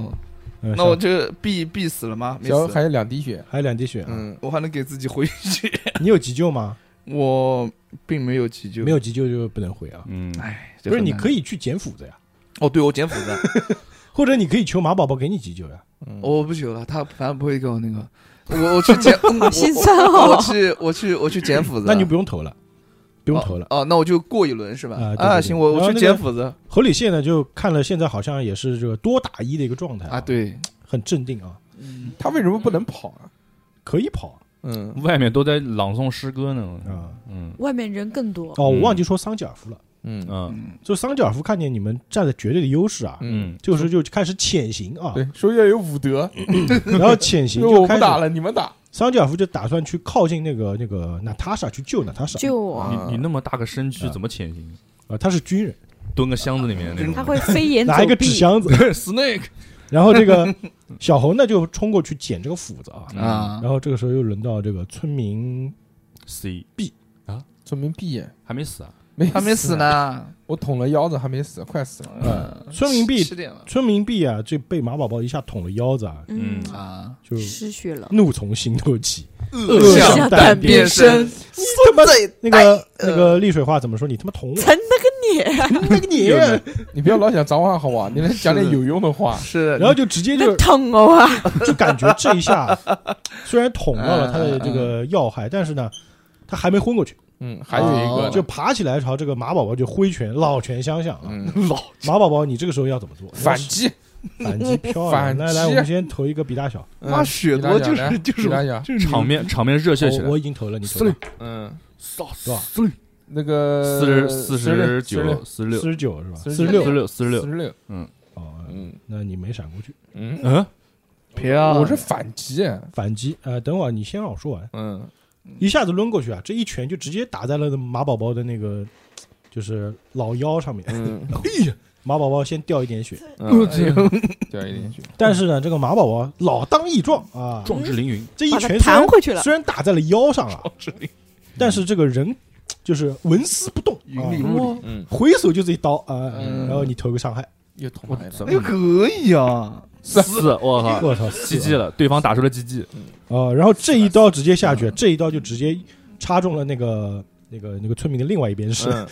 [SPEAKER 1] 呃
[SPEAKER 3] 那我
[SPEAKER 1] 小
[SPEAKER 3] 这必必死了吗？没
[SPEAKER 2] 小
[SPEAKER 3] 死，
[SPEAKER 2] 还有两滴血，
[SPEAKER 1] 还有两滴血啊，
[SPEAKER 2] 嗯，
[SPEAKER 3] 我还能给自己回去。
[SPEAKER 1] 你有急救吗？
[SPEAKER 3] 我并没有急救，
[SPEAKER 1] 没有，急救就不能回啊。
[SPEAKER 5] 嗯，
[SPEAKER 3] 哎，
[SPEAKER 1] 不是，你可
[SPEAKER 3] 以
[SPEAKER 1] 以去捡斧子呀，
[SPEAKER 3] 哦，对我捡斧子，
[SPEAKER 1] 或者你可以求马宝宝给你急救呀。
[SPEAKER 3] 我不求了，他反正不会给我那个，我我去 捡，
[SPEAKER 7] 好心酸哦
[SPEAKER 3] 我我去我去我去捡
[SPEAKER 2] 啊
[SPEAKER 3] 斧子，
[SPEAKER 1] 那你就不用投了，不
[SPEAKER 3] 不
[SPEAKER 1] 用投了。
[SPEAKER 3] 哦，哦那我就过一轮是吧
[SPEAKER 1] 啊？对对
[SPEAKER 3] 啊，
[SPEAKER 1] 对
[SPEAKER 3] 行，我
[SPEAKER 1] 然后
[SPEAKER 3] 我
[SPEAKER 1] 那
[SPEAKER 3] 去
[SPEAKER 1] 个
[SPEAKER 3] 捡斧子
[SPEAKER 1] 侯礼宪呢，就看了现在好像也是这个多打一的一个状态
[SPEAKER 3] 啊，，对，
[SPEAKER 1] 很镇定啊，
[SPEAKER 2] 嗯他为什么不能跑啊？
[SPEAKER 1] 可以跑
[SPEAKER 2] 嗯，
[SPEAKER 5] 外面都在朗诵诗歌呢，
[SPEAKER 1] 啊。
[SPEAKER 5] 嗯
[SPEAKER 7] 外面人更 多，
[SPEAKER 1] 哦，我忘记说桑吉尔夫了，
[SPEAKER 2] 嗯
[SPEAKER 5] 嗯
[SPEAKER 1] 就桑吉尔夫看见你们占了绝对的优势啊，
[SPEAKER 2] 嗯，
[SPEAKER 5] 嗯，
[SPEAKER 1] 就是就开始潜行啊，
[SPEAKER 2] 对，说要有武德，
[SPEAKER 1] 然后潜 行
[SPEAKER 2] 因为我
[SPEAKER 1] 就开
[SPEAKER 2] 不
[SPEAKER 1] 始，
[SPEAKER 2] 打了，你们打，
[SPEAKER 1] 桑吉尔夫就打算去靠近那个那个娜塔莎去救娜塔莎，
[SPEAKER 7] 救我！
[SPEAKER 5] 你你那么大个身躯怎么潜行？
[SPEAKER 1] 啊，他是军人，
[SPEAKER 5] 蹲个箱子里面
[SPEAKER 4] 嗯
[SPEAKER 5] 那种，
[SPEAKER 7] 他会飞檐走
[SPEAKER 1] 拿一个纸
[SPEAKER 7] 壁，
[SPEAKER 1] 箱子，
[SPEAKER 5] snake
[SPEAKER 1] 然后这个小猴呢就冲过去捡这个斧子啊，
[SPEAKER 5] 嗯
[SPEAKER 3] 啊
[SPEAKER 1] 然后这个时候又轮到这个村民
[SPEAKER 5] C
[SPEAKER 2] 村民闭眼，
[SPEAKER 5] 还没死啊？
[SPEAKER 2] 没
[SPEAKER 3] 还没死，呢，
[SPEAKER 2] 我捅了腰子还没死，快死了，
[SPEAKER 3] 嗯，
[SPEAKER 1] 村民币
[SPEAKER 3] 七点了
[SPEAKER 1] 村民币啊，这被马宝宝一下捅了腰子啊，
[SPEAKER 7] 嗯，
[SPEAKER 3] 啊，
[SPEAKER 1] 就
[SPEAKER 7] 失血了。
[SPEAKER 1] 怒从心头起，
[SPEAKER 3] 恶
[SPEAKER 1] 向
[SPEAKER 7] 向
[SPEAKER 1] 胆
[SPEAKER 7] 胆
[SPEAKER 1] 边
[SPEAKER 7] 边
[SPEAKER 3] 生
[SPEAKER 7] 生，
[SPEAKER 1] 他妈那个那个丽水话怎么说？你他妈捅我！
[SPEAKER 7] 成那个你，
[SPEAKER 1] 那个你，
[SPEAKER 2] 你不要老讲脏话好不好？你来讲点有用的话，
[SPEAKER 3] 啊是，
[SPEAKER 1] 然后就直接就
[SPEAKER 7] 那疼我啊！
[SPEAKER 1] 就感觉这一 下虽然捅到了他的这个要害，但是呢，他还没昏过去，
[SPEAKER 2] 嗯，还有一个
[SPEAKER 3] 哦
[SPEAKER 1] 啊就爬起来朝这个马宝宝就挥拳老拳相向啊！
[SPEAKER 2] 嗯，
[SPEAKER 3] 老
[SPEAKER 1] 马宝宝，你这个时候要怎么做？
[SPEAKER 2] 反击，
[SPEAKER 1] 反击漂亮！
[SPEAKER 2] 反击
[SPEAKER 1] 来来，我们先投一个比大小，
[SPEAKER 2] 嗯
[SPEAKER 3] 妈血多就
[SPEAKER 2] 比他
[SPEAKER 3] 是
[SPEAKER 2] 讲
[SPEAKER 3] 就是
[SPEAKER 2] 比他讲
[SPEAKER 3] 就是
[SPEAKER 5] 场面 哦场面热血起
[SPEAKER 1] 我
[SPEAKER 5] 来
[SPEAKER 1] 我，已经投了，你投了
[SPEAKER 2] 嗯，
[SPEAKER 1] 是吧？
[SPEAKER 2] 那个
[SPEAKER 5] 四十四十九
[SPEAKER 1] 四
[SPEAKER 5] 四十六
[SPEAKER 1] 十九是吧？
[SPEAKER 2] 呃四
[SPEAKER 1] 四
[SPEAKER 2] 十
[SPEAKER 1] 十
[SPEAKER 2] 六
[SPEAKER 1] 六
[SPEAKER 5] 十六四
[SPEAKER 2] 四
[SPEAKER 5] 十
[SPEAKER 2] 十
[SPEAKER 5] 六，
[SPEAKER 2] 六，
[SPEAKER 1] 哦，
[SPEAKER 2] 嗯
[SPEAKER 1] 那你没闪过去，
[SPEAKER 2] 嗯，
[SPEAKER 5] 嗯，
[SPEAKER 3] 漂
[SPEAKER 2] 我是反击，
[SPEAKER 1] 反击呃，等会儿你先让我说完，
[SPEAKER 2] 嗯，
[SPEAKER 1] 一下子抡过去啊，这一拳就直接打在了马宝宝的那个就是老腰上面，哎
[SPEAKER 2] 嗯，
[SPEAKER 1] 马宝宝先掉一点血，
[SPEAKER 2] 嗯掉一点血，
[SPEAKER 1] 但是呢，这个马宝宝老当益壮啊，
[SPEAKER 5] 壮志凌云，
[SPEAKER 1] 这一
[SPEAKER 7] 把它
[SPEAKER 1] 拳虽然
[SPEAKER 7] 弹回去了，
[SPEAKER 1] 虽然打在了腰上
[SPEAKER 5] 嗯
[SPEAKER 1] 啊，但是这个人就是纹丝不动，啊
[SPEAKER 3] 哇，
[SPEAKER 2] 嗯，
[SPEAKER 1] 回手就是一刀啊，
[SPEAKER 2] 嗯
[SPEAKER 1] 然后你投个伤害，
[SPEAKER 2] 又捅了一刀，
[SPEAKER 3] 哎呦可以啊，
[SPEAKER 5] 四，我靠，
[SPEAKER 1] 我操，
[SPEAKER 5] 鸡鸡了，对方打出了鸡鸡，
[SPEAKER 1] 啊！然后这一刀直接下去，这一刀就直接插中了那个那个那个村民的另外一边是，
[SPEAKER 2] 嗯，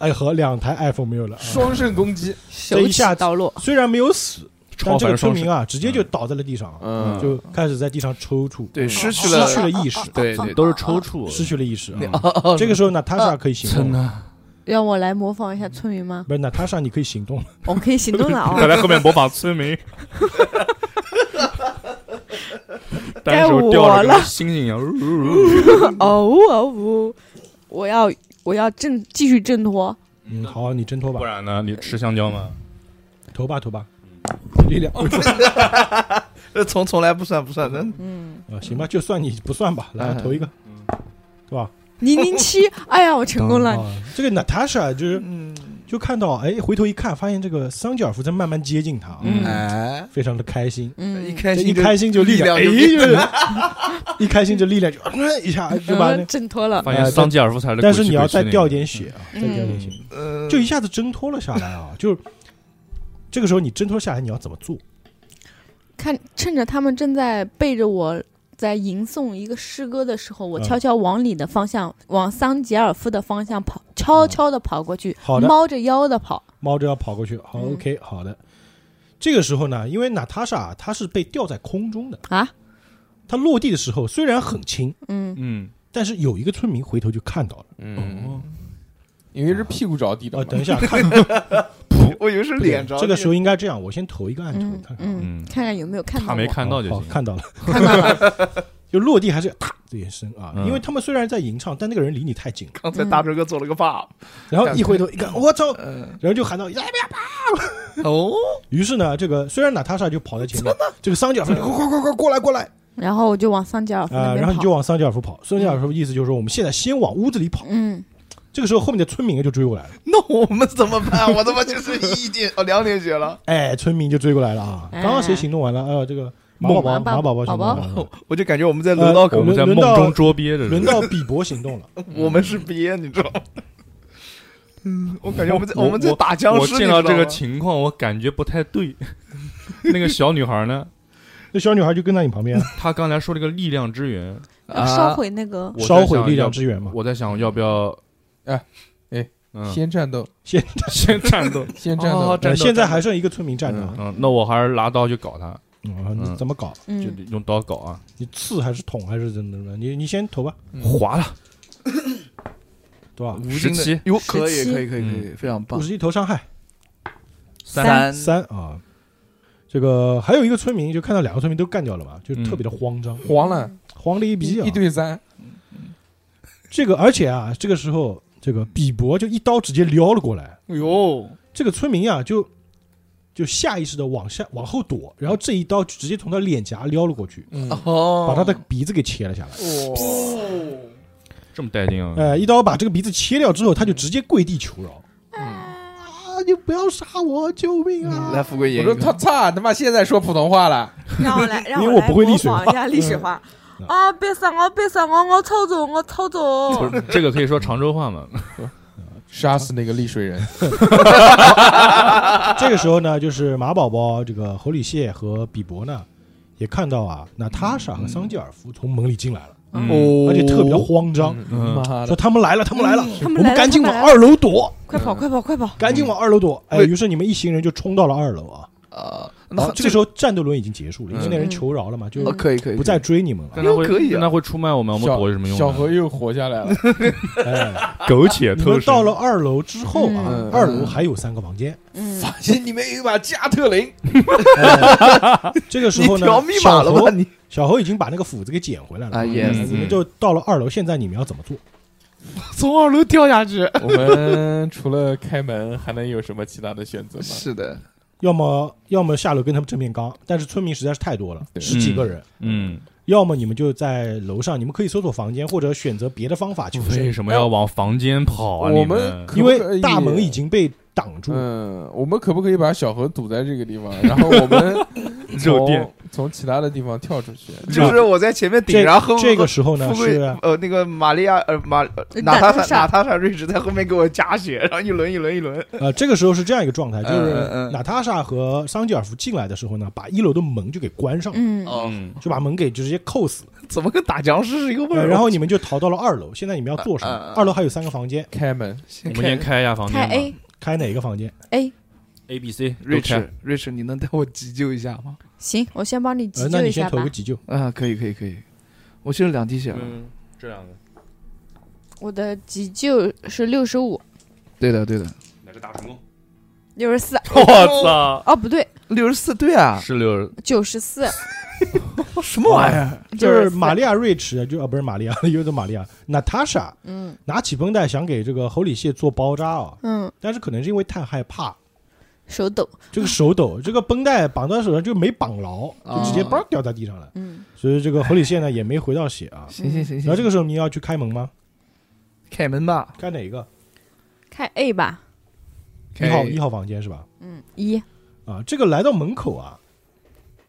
[SPEAKER 1] 哎和两台 iPhone 没有了。啊
[SPEAKER 2] 双刃攻击，
[SPEAKER 1] 这一下
[SPEAKER 4] 刀落，
[SPEAKER 1] 虽然没有死，但
[SPEAKER 5] 超
[SPEAKER 1] 这个村
[SPEAKER 5] 凡双手
[SPEAKER 1] 民，啊，直接就倒在了地上，
[SPEAKER 2] 嗯，
[SPEAKER 1] 就开始在地上抽搐，
[SPEAKER 3] 对，失去
[SPEAKER 1] 失
[SPEAKER 3] 了，
[SPEAKER 1] 去了意识，
[SPEAKER 3] 对对，
[SPEAKER 5] 都是抽搐，
[SPEAKER 1] 失去了意识啊。
[SPEAKER 3] 哦
[SPEAKER 1] 这个时候，娜塔莎可以行动
[SPEAKER 5] 真
[SPEAKER 1] 了，
[SPEAKER 5] 的。
[SPEAKER 4] 让我来模仿一下村民吗？
[SPEAKER 1] 不是娜塔莎，你可以行动了。
[SPEAKER 4] 我可以行 动了
[SPEAKER 5] 再
[SPEAKER 4] 啊！
[SPEAKER 5] 来后面模仿 村民，
[SPEAKER 4] 该
[SPEAKER 5] 单手
[SPEAKER 4] 我
[SPEAKER 5] 吊着
[SPEAKER 4] 了
[SPEAKER 5] 跟星星一样，呜呜呜
[SPEAKER 4] 哦呜哦呜，我要我要挣继续挣脱，
[SPEAKER 1] 嗯，好，你挣脱吧
[SPEAKER 5] 不，然呢？你吃香蕉吗？
[SPEAKER 1] 投吧投吧，力量。
[SPEAKER 3] 这呃从从来不算不算，真
[SPEAKER 4] 嗯，
[SPEAKER 1] 啊，行吧，就算你不算吧，来
[SPEAKER 3] 嗯
[SPEAKER 1] 投一个，对吧？
[SPEAKER 4] 零零七，哎呀，我成功了，
[SPEAKER 1] 啊，这个 Natasha 就是
[SPEAKER 3] 嗯，
[SPEAKER 1] 就看到，哎，回头一看，发现这个桑吉尔夫在慢慢接近他，
[SPEAKER 5] 嗯
[SPEAKER 3] 哎，
[SPEAKER 1] 非常的开心。
[SPEAKER 3] 一
[SPEAKER 4] 嗯，
[SPEAKER 3] 开
[SPEAKER 1] 这
[SPEAKER 3] 心
[SPEAKER 1] 一
[SPEAKER 3] 就
[SPEAKER 1] 开心就力量，哎，就
[SPEAKER 3] 力量就 是
[SPEAKER 1] 一开心就力量就呃一下就把那
[SPEAKER 4] 嗯，，挣脱了，
[SPEAKER 5] 发现桑吉尔夫才是
[SPEAKER 1] 呃
[SPEAKER 5] 鬼
[SPEAKER 1] 但是你
[SPEAKER 5] 鬼
[SPEAKER 1] 要
[SPEAKER 5] 区那
[SPEAKER 1] 再
[SPEAKER 5] 个
[SPEAKER 1] 掉点血啊，再掉点血，
[SPEAKER 5] 嗯
[SPEAKER 3] 呃，
[SPEAKER 1] 就一下子挣脱了下来啊，就是这个时候你挣脱下来，你要怎么做？
[SPEAKER 4] 看，趁着他们正在背着我在吟诵一个诗歌的时候，我
[SPEAKER 1] 嗯
[SPEAKER 4] 悄悄往里的方向，往桑吉尔夫的方向跑，悄悄的跑过去，
[SPEAKER 1] 嗯好的，
[SPEAKER 4] 猫着腰的跑。
[SPEAKER 1] 猫着要跑过去，好
[SPEAKER 4] 嗯
[SPEAKER 1] ，OK，好的。这个时候呢，因为娜塔莎啊她是被吊在空中的
[SPEAKER 4] 啊，
[SPEAKER 1] 她落地的时候虽然很轻，
[SPEAKER 4] 嗯，
[SPEAKER 5] 嗯，
[SPEAKER 1] 但是有一个村民回头就看到了，
[SPEAKER 2] 嗯，因为是屁股着地的
[SPEAKER 1] 呃，
[SPEAKER 2] 嘛，
[SPEAKER 1] 等一下，看
[SPEAKER 3] 我以为是脸着地，
[SPEAKER 1] 这个时候应该这样，我先投一个案头
[SPEAKER 4] 嗯，
[SPEAKER 1] 看看啊
[SPEAKER 4] 嗯
[SPEAKER 5] 嗯
[SPEAKER 4] 看看有没有看到
[SPEAKER 5] 他没
[SPEAKER 4] 我
[SPEAKER 5] 看到就
[SPEAKER 1] 哦好
[SPEAKER 5] 行。
[SPEAKER 1] 看到了，
[SPEAKER 4] 看到了，
[SPEAKER 1] 就落地还是啪这一声啊，
[SPEAKER 5] 嗯
[SPEAKER 1] 因为他们虽然在吟唱，但那个人离你太近了，
[SPEAKER 3] 刚才大周哥做了个 pop，
[SPEAKER 1] 然后一回头一看，我操，
[SPEAKER 3] 嗯，
[SPEAKER 1] 然后就喊到，哎
[SPEAKER 3] 哦，
[SPEAKER 1] 于是呢，这个虽然娜塔莎就跑在前面，这个桑吉尔夫就快快快快过来过来
[SPEAKER 4] 然后我就往桑吉尔夫
[SPEAKER 1] 啊，
[SPEAKER 4] 嗯那边
[SPEAKER 1] 然
[SPEAKER 4] 跑。
[SPEAKER 1] 后你就往桑吉尔夫跑，桑吉尔夫意思就是说我们现在先往屋子里跑。
[SPEAKER 4] 嗯，
[SPEAKER 1] 这个时候，后面的村民就追过来了。
[SPEAKER 3] 那我们怎么办？我他妈就是一点哦两点血了，
[SPEAKER 1] 哎，村民就追过来了啊！
[SPEAKER 4] 哎
[SPEAKER 1] 刚刚谁行动完了？哎呦，这个马宝宝，
[SPEAKER 4] 马
[SPEAKER 1] 马宝宝行动完
[SPEAKER 4] 宝
[SPEAKER 1] 了。
[SPEAKER 3] 我就感觉我们在楼道口
[SPEAKER 5] 我，们在
[SPEAKER 1] 轮
[SPEAKER 5] 梦
[SPEAKER 1] 到
[SPEAKER 5] 中捉鳖着，
[SPEAKER 1] 轮到比伯行动了，
[SPEAKER 3] 我们是憋，你知道吗？嗯，我感觉我们在
[SPEAKER 5] 我
[SPEAKER 3] 们在
[SPEAKER 5] 我
[SPEAKER 3] 打 僵
[SPEAKER 5] 我
[SPEAKER 3] 尸，
[SPEAKER 5] 见到这个
[SPEAKER 3] 情，
[SPEAKER 5] 情况，我感觉不太对。 那个小女孩呢？
[SPEAKER 1] 那小女孩就跟在你旁边，啊
[SPEAKER 5] 她刚才说了一个力量之源，
[SPEAKER 4] 要烧毁那个
[SPEAKER 5] 我在
[SPEAKER 1] 烧毁
[SPEAKER 5] 想
[SPEAKER 1] 力
[SPEAKER 5] 要
[SPEAKER 1] 量之源嘛。
[SPEAKER 5] 我在想要不要？
[SPEAKER 2] 哎哎，
[SPEAKER 5] 嗯，
[SPEAKER 2] 先战斗，
[SPEAKER 5] 先 战斗。
[SPEAKER 2] 先战斗
[SPEAKER 3] 哦，
[SPEAKER 1] 呃
[SPEAKER 3] 战斗
[SPEAKER 1] 现在还剩一个村民站着啊，
[SPEAKER 5] 嗯，那我还是拿刀去搞他，
[SPEAKER 1] 嗯啊你
[SPEAKER 5] 嗯
[SPEAKER 1] 怎么搞？
[SPEAKER 5] 就
[SPEAKER 4] 嗯，
[SPEAKER 5] 用刀搞啊，
[SPEAKER 1] 你刺还是捅还是怎么怎么？你你先投吧，
[SPEAKER 5] 划了
[SPEAKER 1] 对吧？
[SPEAKER 3] 无
[SPEAKER 5] 十
[SPEAKER 3] 尽的
[SPEAKER 5] 七
[SPEAKER 3] 哟，可以
[SPEAKER 4] 17
[SPEAKER 3] 可以可以可以，非常棒
[SPEAKER 1] 五，十一投伤害
[SPEAKER 4] 三
[SPEAKER 3] 嗯
[SPEAKER 1] 三啊。这个还有一个村民，就看到两个村民都干掉了嘛，就特别的慌张，
[SPEAKER 2] 黄了
[SPEAKER 1] 慌了一
[SPEAKER 2] 一
[SPEAKER 1] 逼啊
[SPEAKER 2] 一！对三，
[SPEAKER 1] 这个而且啊，这个时候这个比伯就一刀直接撩了过来，
[SPEAKER 3] 哟，
[SPEAKER 1] 这个村民啊，就就下意识的往下往后躲，然后这一刀就直接从他脸颊撩了过去，
[SPEAKER 2] 嗯，
[SPEAKER 3] 哦，
[SPEAKER 1] 把他的鼻子给切了下来。
[SPEAKER 3] 哦，
[SPEAKER 5] 这么带劲啊！
[SPEAKER 1] 呃，一刀把这个鼻子切掉之后，他就直接跪地求饶
[SPEAKER 2] 嗯，
[SPEAKER 1] 啊！你不要杀我，救命啊！
[SPEAKER 3] 来富贵
[SPEAKER 2] 我
[SPEAKER 3] 演一
[SPEAKER 2] 说
[SPEAKER 3] 个，
[SPEAKER 2] 他操他妈现在说普通话了，
[SPEAKER 7] 让 我来，让
[SPEAKER 1] 因为
[SPEAKER 7] 我
[SPEAKER 1] 我
[SPEAKER 7] 来
[SPEAKER 1] 不会
[SPEAKER 7] 模
[SPEAKER 1] 丽水
[SPEAKER 7] 仿一下丽水话。
[SPEAKER 1] 嗯
[SPEAKER 7] 啊！别杀我！别杀我！我操走！我操 走！
[SPEAKER 5] 不是这个可以说常州话吗？
[SPEAKER 2] 杀死那个丽水人，
[SPEAKER 1] 这个时候呢，就是马宝宝、这个侯礼谢和比伯呢，也看到啊，娜塔莎和桑吉尔夫从门里进来了，
[SPEAKER 5] 嗯
[SPEAKER 3] 哦，
[SPEAKER 1] 而且特别的慌张，
[SPEAKER 5] 嗯
[SPEAKER 2] 妈
[SPEAKER 1] 说
[SPEAKER 2] 的，
[SPEAKER 1] 他们来了，他们来了，
[SPEAKER 4] 嗯他
[SPEAKER 1] 我
[SPEAKER 4] 们来
[SPEAKER 1] 们
[SPEAKER 4] 了，
[SPEAKER 1] 赶紧哎
[SPEAKER 4] 他
[SPEAKER 1] 往
[SPEAKER 4] 们来了，
[SPEAKER 1] 二楼躲，
[SPEAKER 4] 快跑！快跑！快跑！
[SPEAKER 1] 赶紧往二楼躲。哎，于是你们一行人就冲到了二楼啊。
[SPEAKER 3] 啊，
[SPEAKER 1] 然
[SPEAKER 3] 那
[SPEAKER 1] 后这个时候战斗轮已经结束了，因为
[SPEAKER 5] 嗯
[SPEAKER 1] 那人求饶了嘛，就
[SPEAKER 3] 哦可以可以，
[SPEAKER 1] 不再追你们了。
[SPEAKER 5] 但他
[SPEAKER 3] 哟
[SPEAKER 5] 会
[SPEAKER 3] 可以啊
[SPEAKER 5] 但他会出卖我们，我们
[SPEAKER 2] 小
[SPEAKER 5] 躲有什么用呢？啊
[SPEAKER 2] 小何又活下来了，
[SPEAKER 1] 哎，
[SPEAKER 5] 苟且
[SPEAKER 1] 你们到了二楼之后啊
[SPEAKER 2] 嗯，
[SPEAKER 1] 二楼还有三个房间。
[SPEAKER 4] 嗯，
[SPEAKER 2] 发现里面有一把加特林，
[SPEAKER 1] 这个时
[SPEAKER 3] 你
[SPEAKER 1] 候呢
[SPEAKER 3] 调密，码
[SPEAKER 1] 小
[SPEAKER 3] 了吧
[SPEAKER 1] 侯
[SPEAKER 3] 你？
[SPEAKER 1] 小侯已经把那个斧子给捡回来了
[SPEAKER 3] 啊
[SPEAKER 1] 嗯
[SPEAKER 3] yes
[SPEAKER 1] 你们就到了二楼，现在你们要怎么做？
[SPEAKER 3] 从二楼掉下去，
[SPEAKER 2] 我们除了开门，还能有什么其他的选择吗？
[SPEAKER 3] 是的，
[SPEAKER 1] 要么要么下楼跟他们正面刚，但是村民实在是太多了，
[SPEAKER 2] 对
[SPEAKER 1] 十几个人。
[SPEAKER 5] 嗯，
[SPEAKER 1] 要么你们就在楼上，你们可以搜索房间，或者选择别的方法求
[SPEAKER 5] 为
[SPEAKER 1] 生，
[SPEAKER 3] 嗯
[SPEAKER 5] 什么要往房间跑啊？
[SPEAKER 2] 我
[SPEAKER 5] 你
[SPEAKER 2] 们可
[SPEAKER 1] 因
[SPEAKER 2] 不可
[SPEAKER 1] 为
[SPEAKER 2] 以
[SPEAKER 1] 大门已经被挡住了。
[SPEAKER 2] 嗯 嗯，我们可不可以把小何堵在这个地方？然后我们
[SPEAKER 5] 肉垫
[SPEAKER 2] 从从其他的地方跳出 去，
[SPEAKER 3] 就是我在前面顶，
[SPEAKER 1] 这
[SPEAKER 3] 然后
[SPEAKER 1] 这个时候呢
[SPEAKER 3] 富贵
[SPEAKER 1] 是
[SPEAKER 3] 呃那个玛利亚呃玛呃
[SPEAKER 4] 呃
[SPEAKER 3] 娜塔莎娜
[SPEAKER 4] 娜
[SPEAKER 3] 塔莎瑞士在后面给我加血，然后一轮一轮一轮，
[SPEAKER 1] 呃，这个时候是这样一个状态，就
[SPEAKER 3] 嗯嗯
[SPEAKER 1] 是
[SPEAKER 3] 嗯
[SPEAKER 1] 娜塔莎和桑吉尔夫进来的时候呢，把一楼的门就给关上了，
[SPEAKER 4] 嗯，
[SPEAKER 3] 哦，
[SPEAKER 5] 嗯，
[SPEAKER 1] 就把门给直接扣死了。
[SPEAKER 3] 怎么跟打僵尸是一个味
[SPEAKER 1] 呃
[SPEAKER 3] 儿？啊
[SPEAKER 1] 然后你们就逃到了二楼，现在你们要做什么
[SPEAKER 3] 嗯嗯嗯？
[SPEAKER 1] 二楼还有三个房间，
[SPEAKER 2] 开门，
[SPEAKER 5] 我
[SPEAKER 3] 先
[SPEAKER 5] 们先
[SPEAKER 3] 看
[SPEAKER 5] 开一下房间
[SPEAKER 4] 开
[SPEAKER 5] 吧
[SPEAKER 4] A
[SPEAKER 1] 开哪个房间？
[SPEAKER 4] A，
[SPEAKER 5] A B C
[SPEAKER 3] 瑞
[SPEAKER 5] 都开
[SPEAKER 3] 士，瑞士，你能带我急救一下吗？
[SPEAKER 4] 行，我先帮你急
[SPEAKER 1] 呃，那
[SPEAKER 4] 救
[SPEAKER 1] 你
[SPEAKER 4] 一
[SPEAKER 1] 先
[SPEAKER 4] 下
[SPEAKER 1] 投
[SPEAKER 4] 吧
[SPEAKER 1] 个。急救。
[SPEAKER 3] 啊，可以可以可以，我剩两滴血了。
[SPEAKER 5] 嗯，这两个
[SPEAKER 4] 我的急救是六十五、
[SPEAKER 3] 对的对的，
[SPEAKER 5] 哪个大成功？
[SPEAKER 4] 六十四，
[SPEAKER 5] 我操，
[SPEAKER 4] 哦不对，
[SPEAKER 3] 六十四对啊，
[SPEAKER 5] 是六
[SPEAKER 4] 九十四，
[SPEAKER 3] 什么玩意儿？
[SPEAKER 1] 就是玛
[SPEAKER 4] 丽，
[SPEAKER 1] 利亚瑞驰，就啊不是玛利亚， 又是玛利亚，娜塔莎
[SPEAKER 4] 嗯
[SPEAKER 1] 拿起绷带想给这个侯里谢做包扎啊，
[SPEAKER 4] 嗯，
[SPEAKER 1] 但是可能是因为太害怕，
[SPEAKER 4] 手抖，
[SPEAKER 1] 这个手抖，这个绷带绑到手上就没绑牢，就直接
[SPEAKER 3] 哦
[SPEAKER 1] 嘣掉在地上了。
[SPEAKER 4] 嗯，
[SPEAKER 1] 所以这个侯里谢呢也没回到血 啊。
[SPEAKER 3] 行行行
[SPEAKER 1] 然后
[SPEAKER 3] 行，
[SPEAKER 1] 这个时候你要去开门吗？
[SPEAKER 3] 开门吧。
[SPEAKER 1] 开哪一个？
[SPEAKER 4] 开 A 吧，
[SPEAKER 1] 一号
[SPEAKER 3] 开
[SPEAKER 1] 一号房间是吧？
[SPEAKER 4] 嗯，一，
[SPEAKER 1] 啊，这个来到门口啊，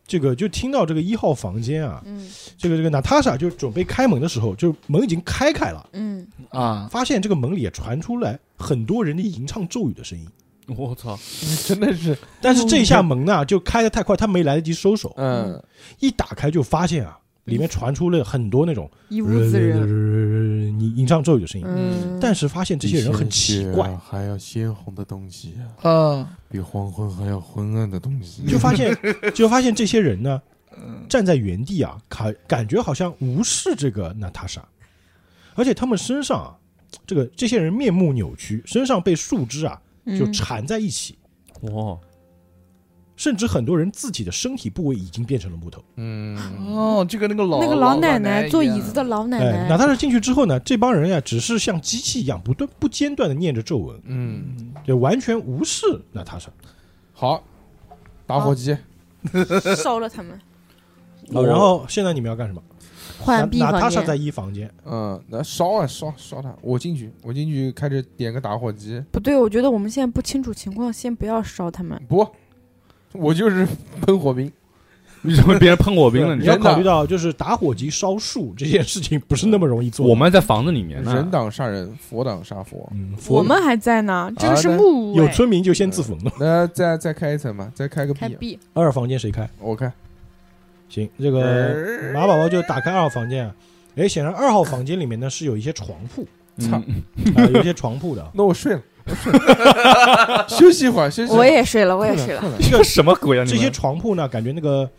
[SPEAKER 1] 这个就听到这个一号房间啊，
[SPEAKER 4] 嗯
[SPEAKER 1] 这个这个娜塔莎就准备开门的时候，就门已经开开了，
[SPEAKER 4] 嗯，
[SPEAKER 3] 啊，
[SPEAKER 1] 发现这个门里也传出来很多人的吟唱咒语的声音。
[SPEAKER 4] 哦
[SPEAKER 5] 个，我操，
[SPEAKER 2] 你真 的是，
[SPEAKER 1] 但是这一下门呢，就开的太快，他没来得及收手，
[SPEAKER 4] 哦
[SPEAKER 2] 嗯，
[SPEAKER 1] 一打开就发现啊，里面传出了很多那种
[SPEAKER 4] 嗯
[SPEAKER 1] 呃
[SPEAKER 4] 一屋子人，
[SPEAKER 1] 你吟唱咒语的声音。
[SPEAKER 4] 嗯，
[SPEAKER 1] 但是发现这些人很奇怪，，
[SPEAKER 2] 还要鲜红的东西，
[SPEAKER 3] 嗯，
[SPEAKER 2] 比黄昏还要昏暗的东西，
[SPEAKER 1] 就发现 就发现这些人呢，
[SPEAKER 4] 嗯
[SPEAKER 1] 站在原地啊，感感觉好像无视这个娜塔莎，而且他们身上啊，这个这些人面目扭曲，身上被树枝啊
[SPEAKER 4] 嗯
[SPEAKER 1] 就缠在一起，
[SPEAKER 5] 哇，
[SPEAKER 1] 甚至很多人自己的身体部位已经变成了木头。
[SPEAKER 2] 嗯，
[SPEAKER 3] 哦，就跟那个老
[SPEAKER 4] 那个
[SPEAKER 3] 老
[SPEAKER 4] 奶
[SPEAKER 3] 奶
[SPEAKER 4] 坐
[SPEAKER 3] 一样
[SPEAKER 4] 椅子的老奶
[SPEAKER 1] 哎，娜
[SPEAKER 4] 奶，
[SPEAKER 1] 塔莎进去之后呢，这帮人呀、只是像机器一样不断不间断的念着咒文，
[SPEAKER 2] 嗯，
[SPEAKER 1] 就完全无视娜塔莎。
[SPEAKER 2] 好，打火
[SPEAKER 1] 啊
[SPEAKER 2] 机，
[SPEAKER 4] 烧了 他们，
[SPEAKER 1] 哦，然后现在你们要干什么？
[SPEAKER 4] 换 B
[SPEAKER 1] 娜娜塔
[SPEAKER 4] 房
[SPEAKER 1] 莎
[SPEAKER 4] 间
[SPEAKER 1] 在，一房间，
[SPEAKER 2] 嗯，那烧啊烧烧它，我进去，我进去开始点个打火机，
[SPEAKER 4] 不对，我觉得我们现在不清楚情况，先不要烧他们，
[SPEAKER 2] 不，我就是喷火兵，
[SPEAKER 5] 你怎么别人喷我兵了？
[SPEAKER 1] 你
[SPEAKER 5] 你
[SPEAKER 1] 要
[SPEAKER 2] 人呢
[SPEAKER 1] 考虑到就是打火机烧树这件事情不是那么容易做的。
[SPEAKER 5] 我们在房子里面呢，
[SPEAKER 2] 人挡杀人，佛挡杀佛。
[SPEAKER 1] 嗯，佛
[SPEAKER 4] 我们还在呢，这
[SPEAKER 2] 啊
[SPEAKER 4] 个是
[SPEAKER 2] 那
[SPEAKER 4] 木屋
[SPEAKER 1] 有
[SPEAKER 4] 哎，
[SPEAKER 1] 村民就先自焚了。
[SPEAKER 2] 那再再开一层吧，再开个
[SPEAKER 4] 开
[SPEAKER 2] B，
[SPEAKER 4] B，
[SPEAKER 1] 二房间谁开？
[SPEAKER 2] 我开。
[SPEAKER 1] 行，这个
[SPEAKER 4] 呃
[SPEAKER 1] 马宝宝就打开二号房间啊。哎，显然二号房间里面呢是有一些床铺
[SPEAKER 2] 操，
[SPEAKER 1] 啊、有一些床铺的啊。
[SPEAKER 2] 那我睡了，我睡了， 休息一会儿，休息。
[SPEAKER 4] 我也睡了，我
[SPEAKER 2] 困
[SPEAKER 4] 也
[SPEAKER 2] 了
[SPEAKER 4] 睡了，
[SPEAKER 2] 困了
[SPEAKER 5] 这什么鬼啊？
[SPEAKER 1] 这些床铺呢，感觉那个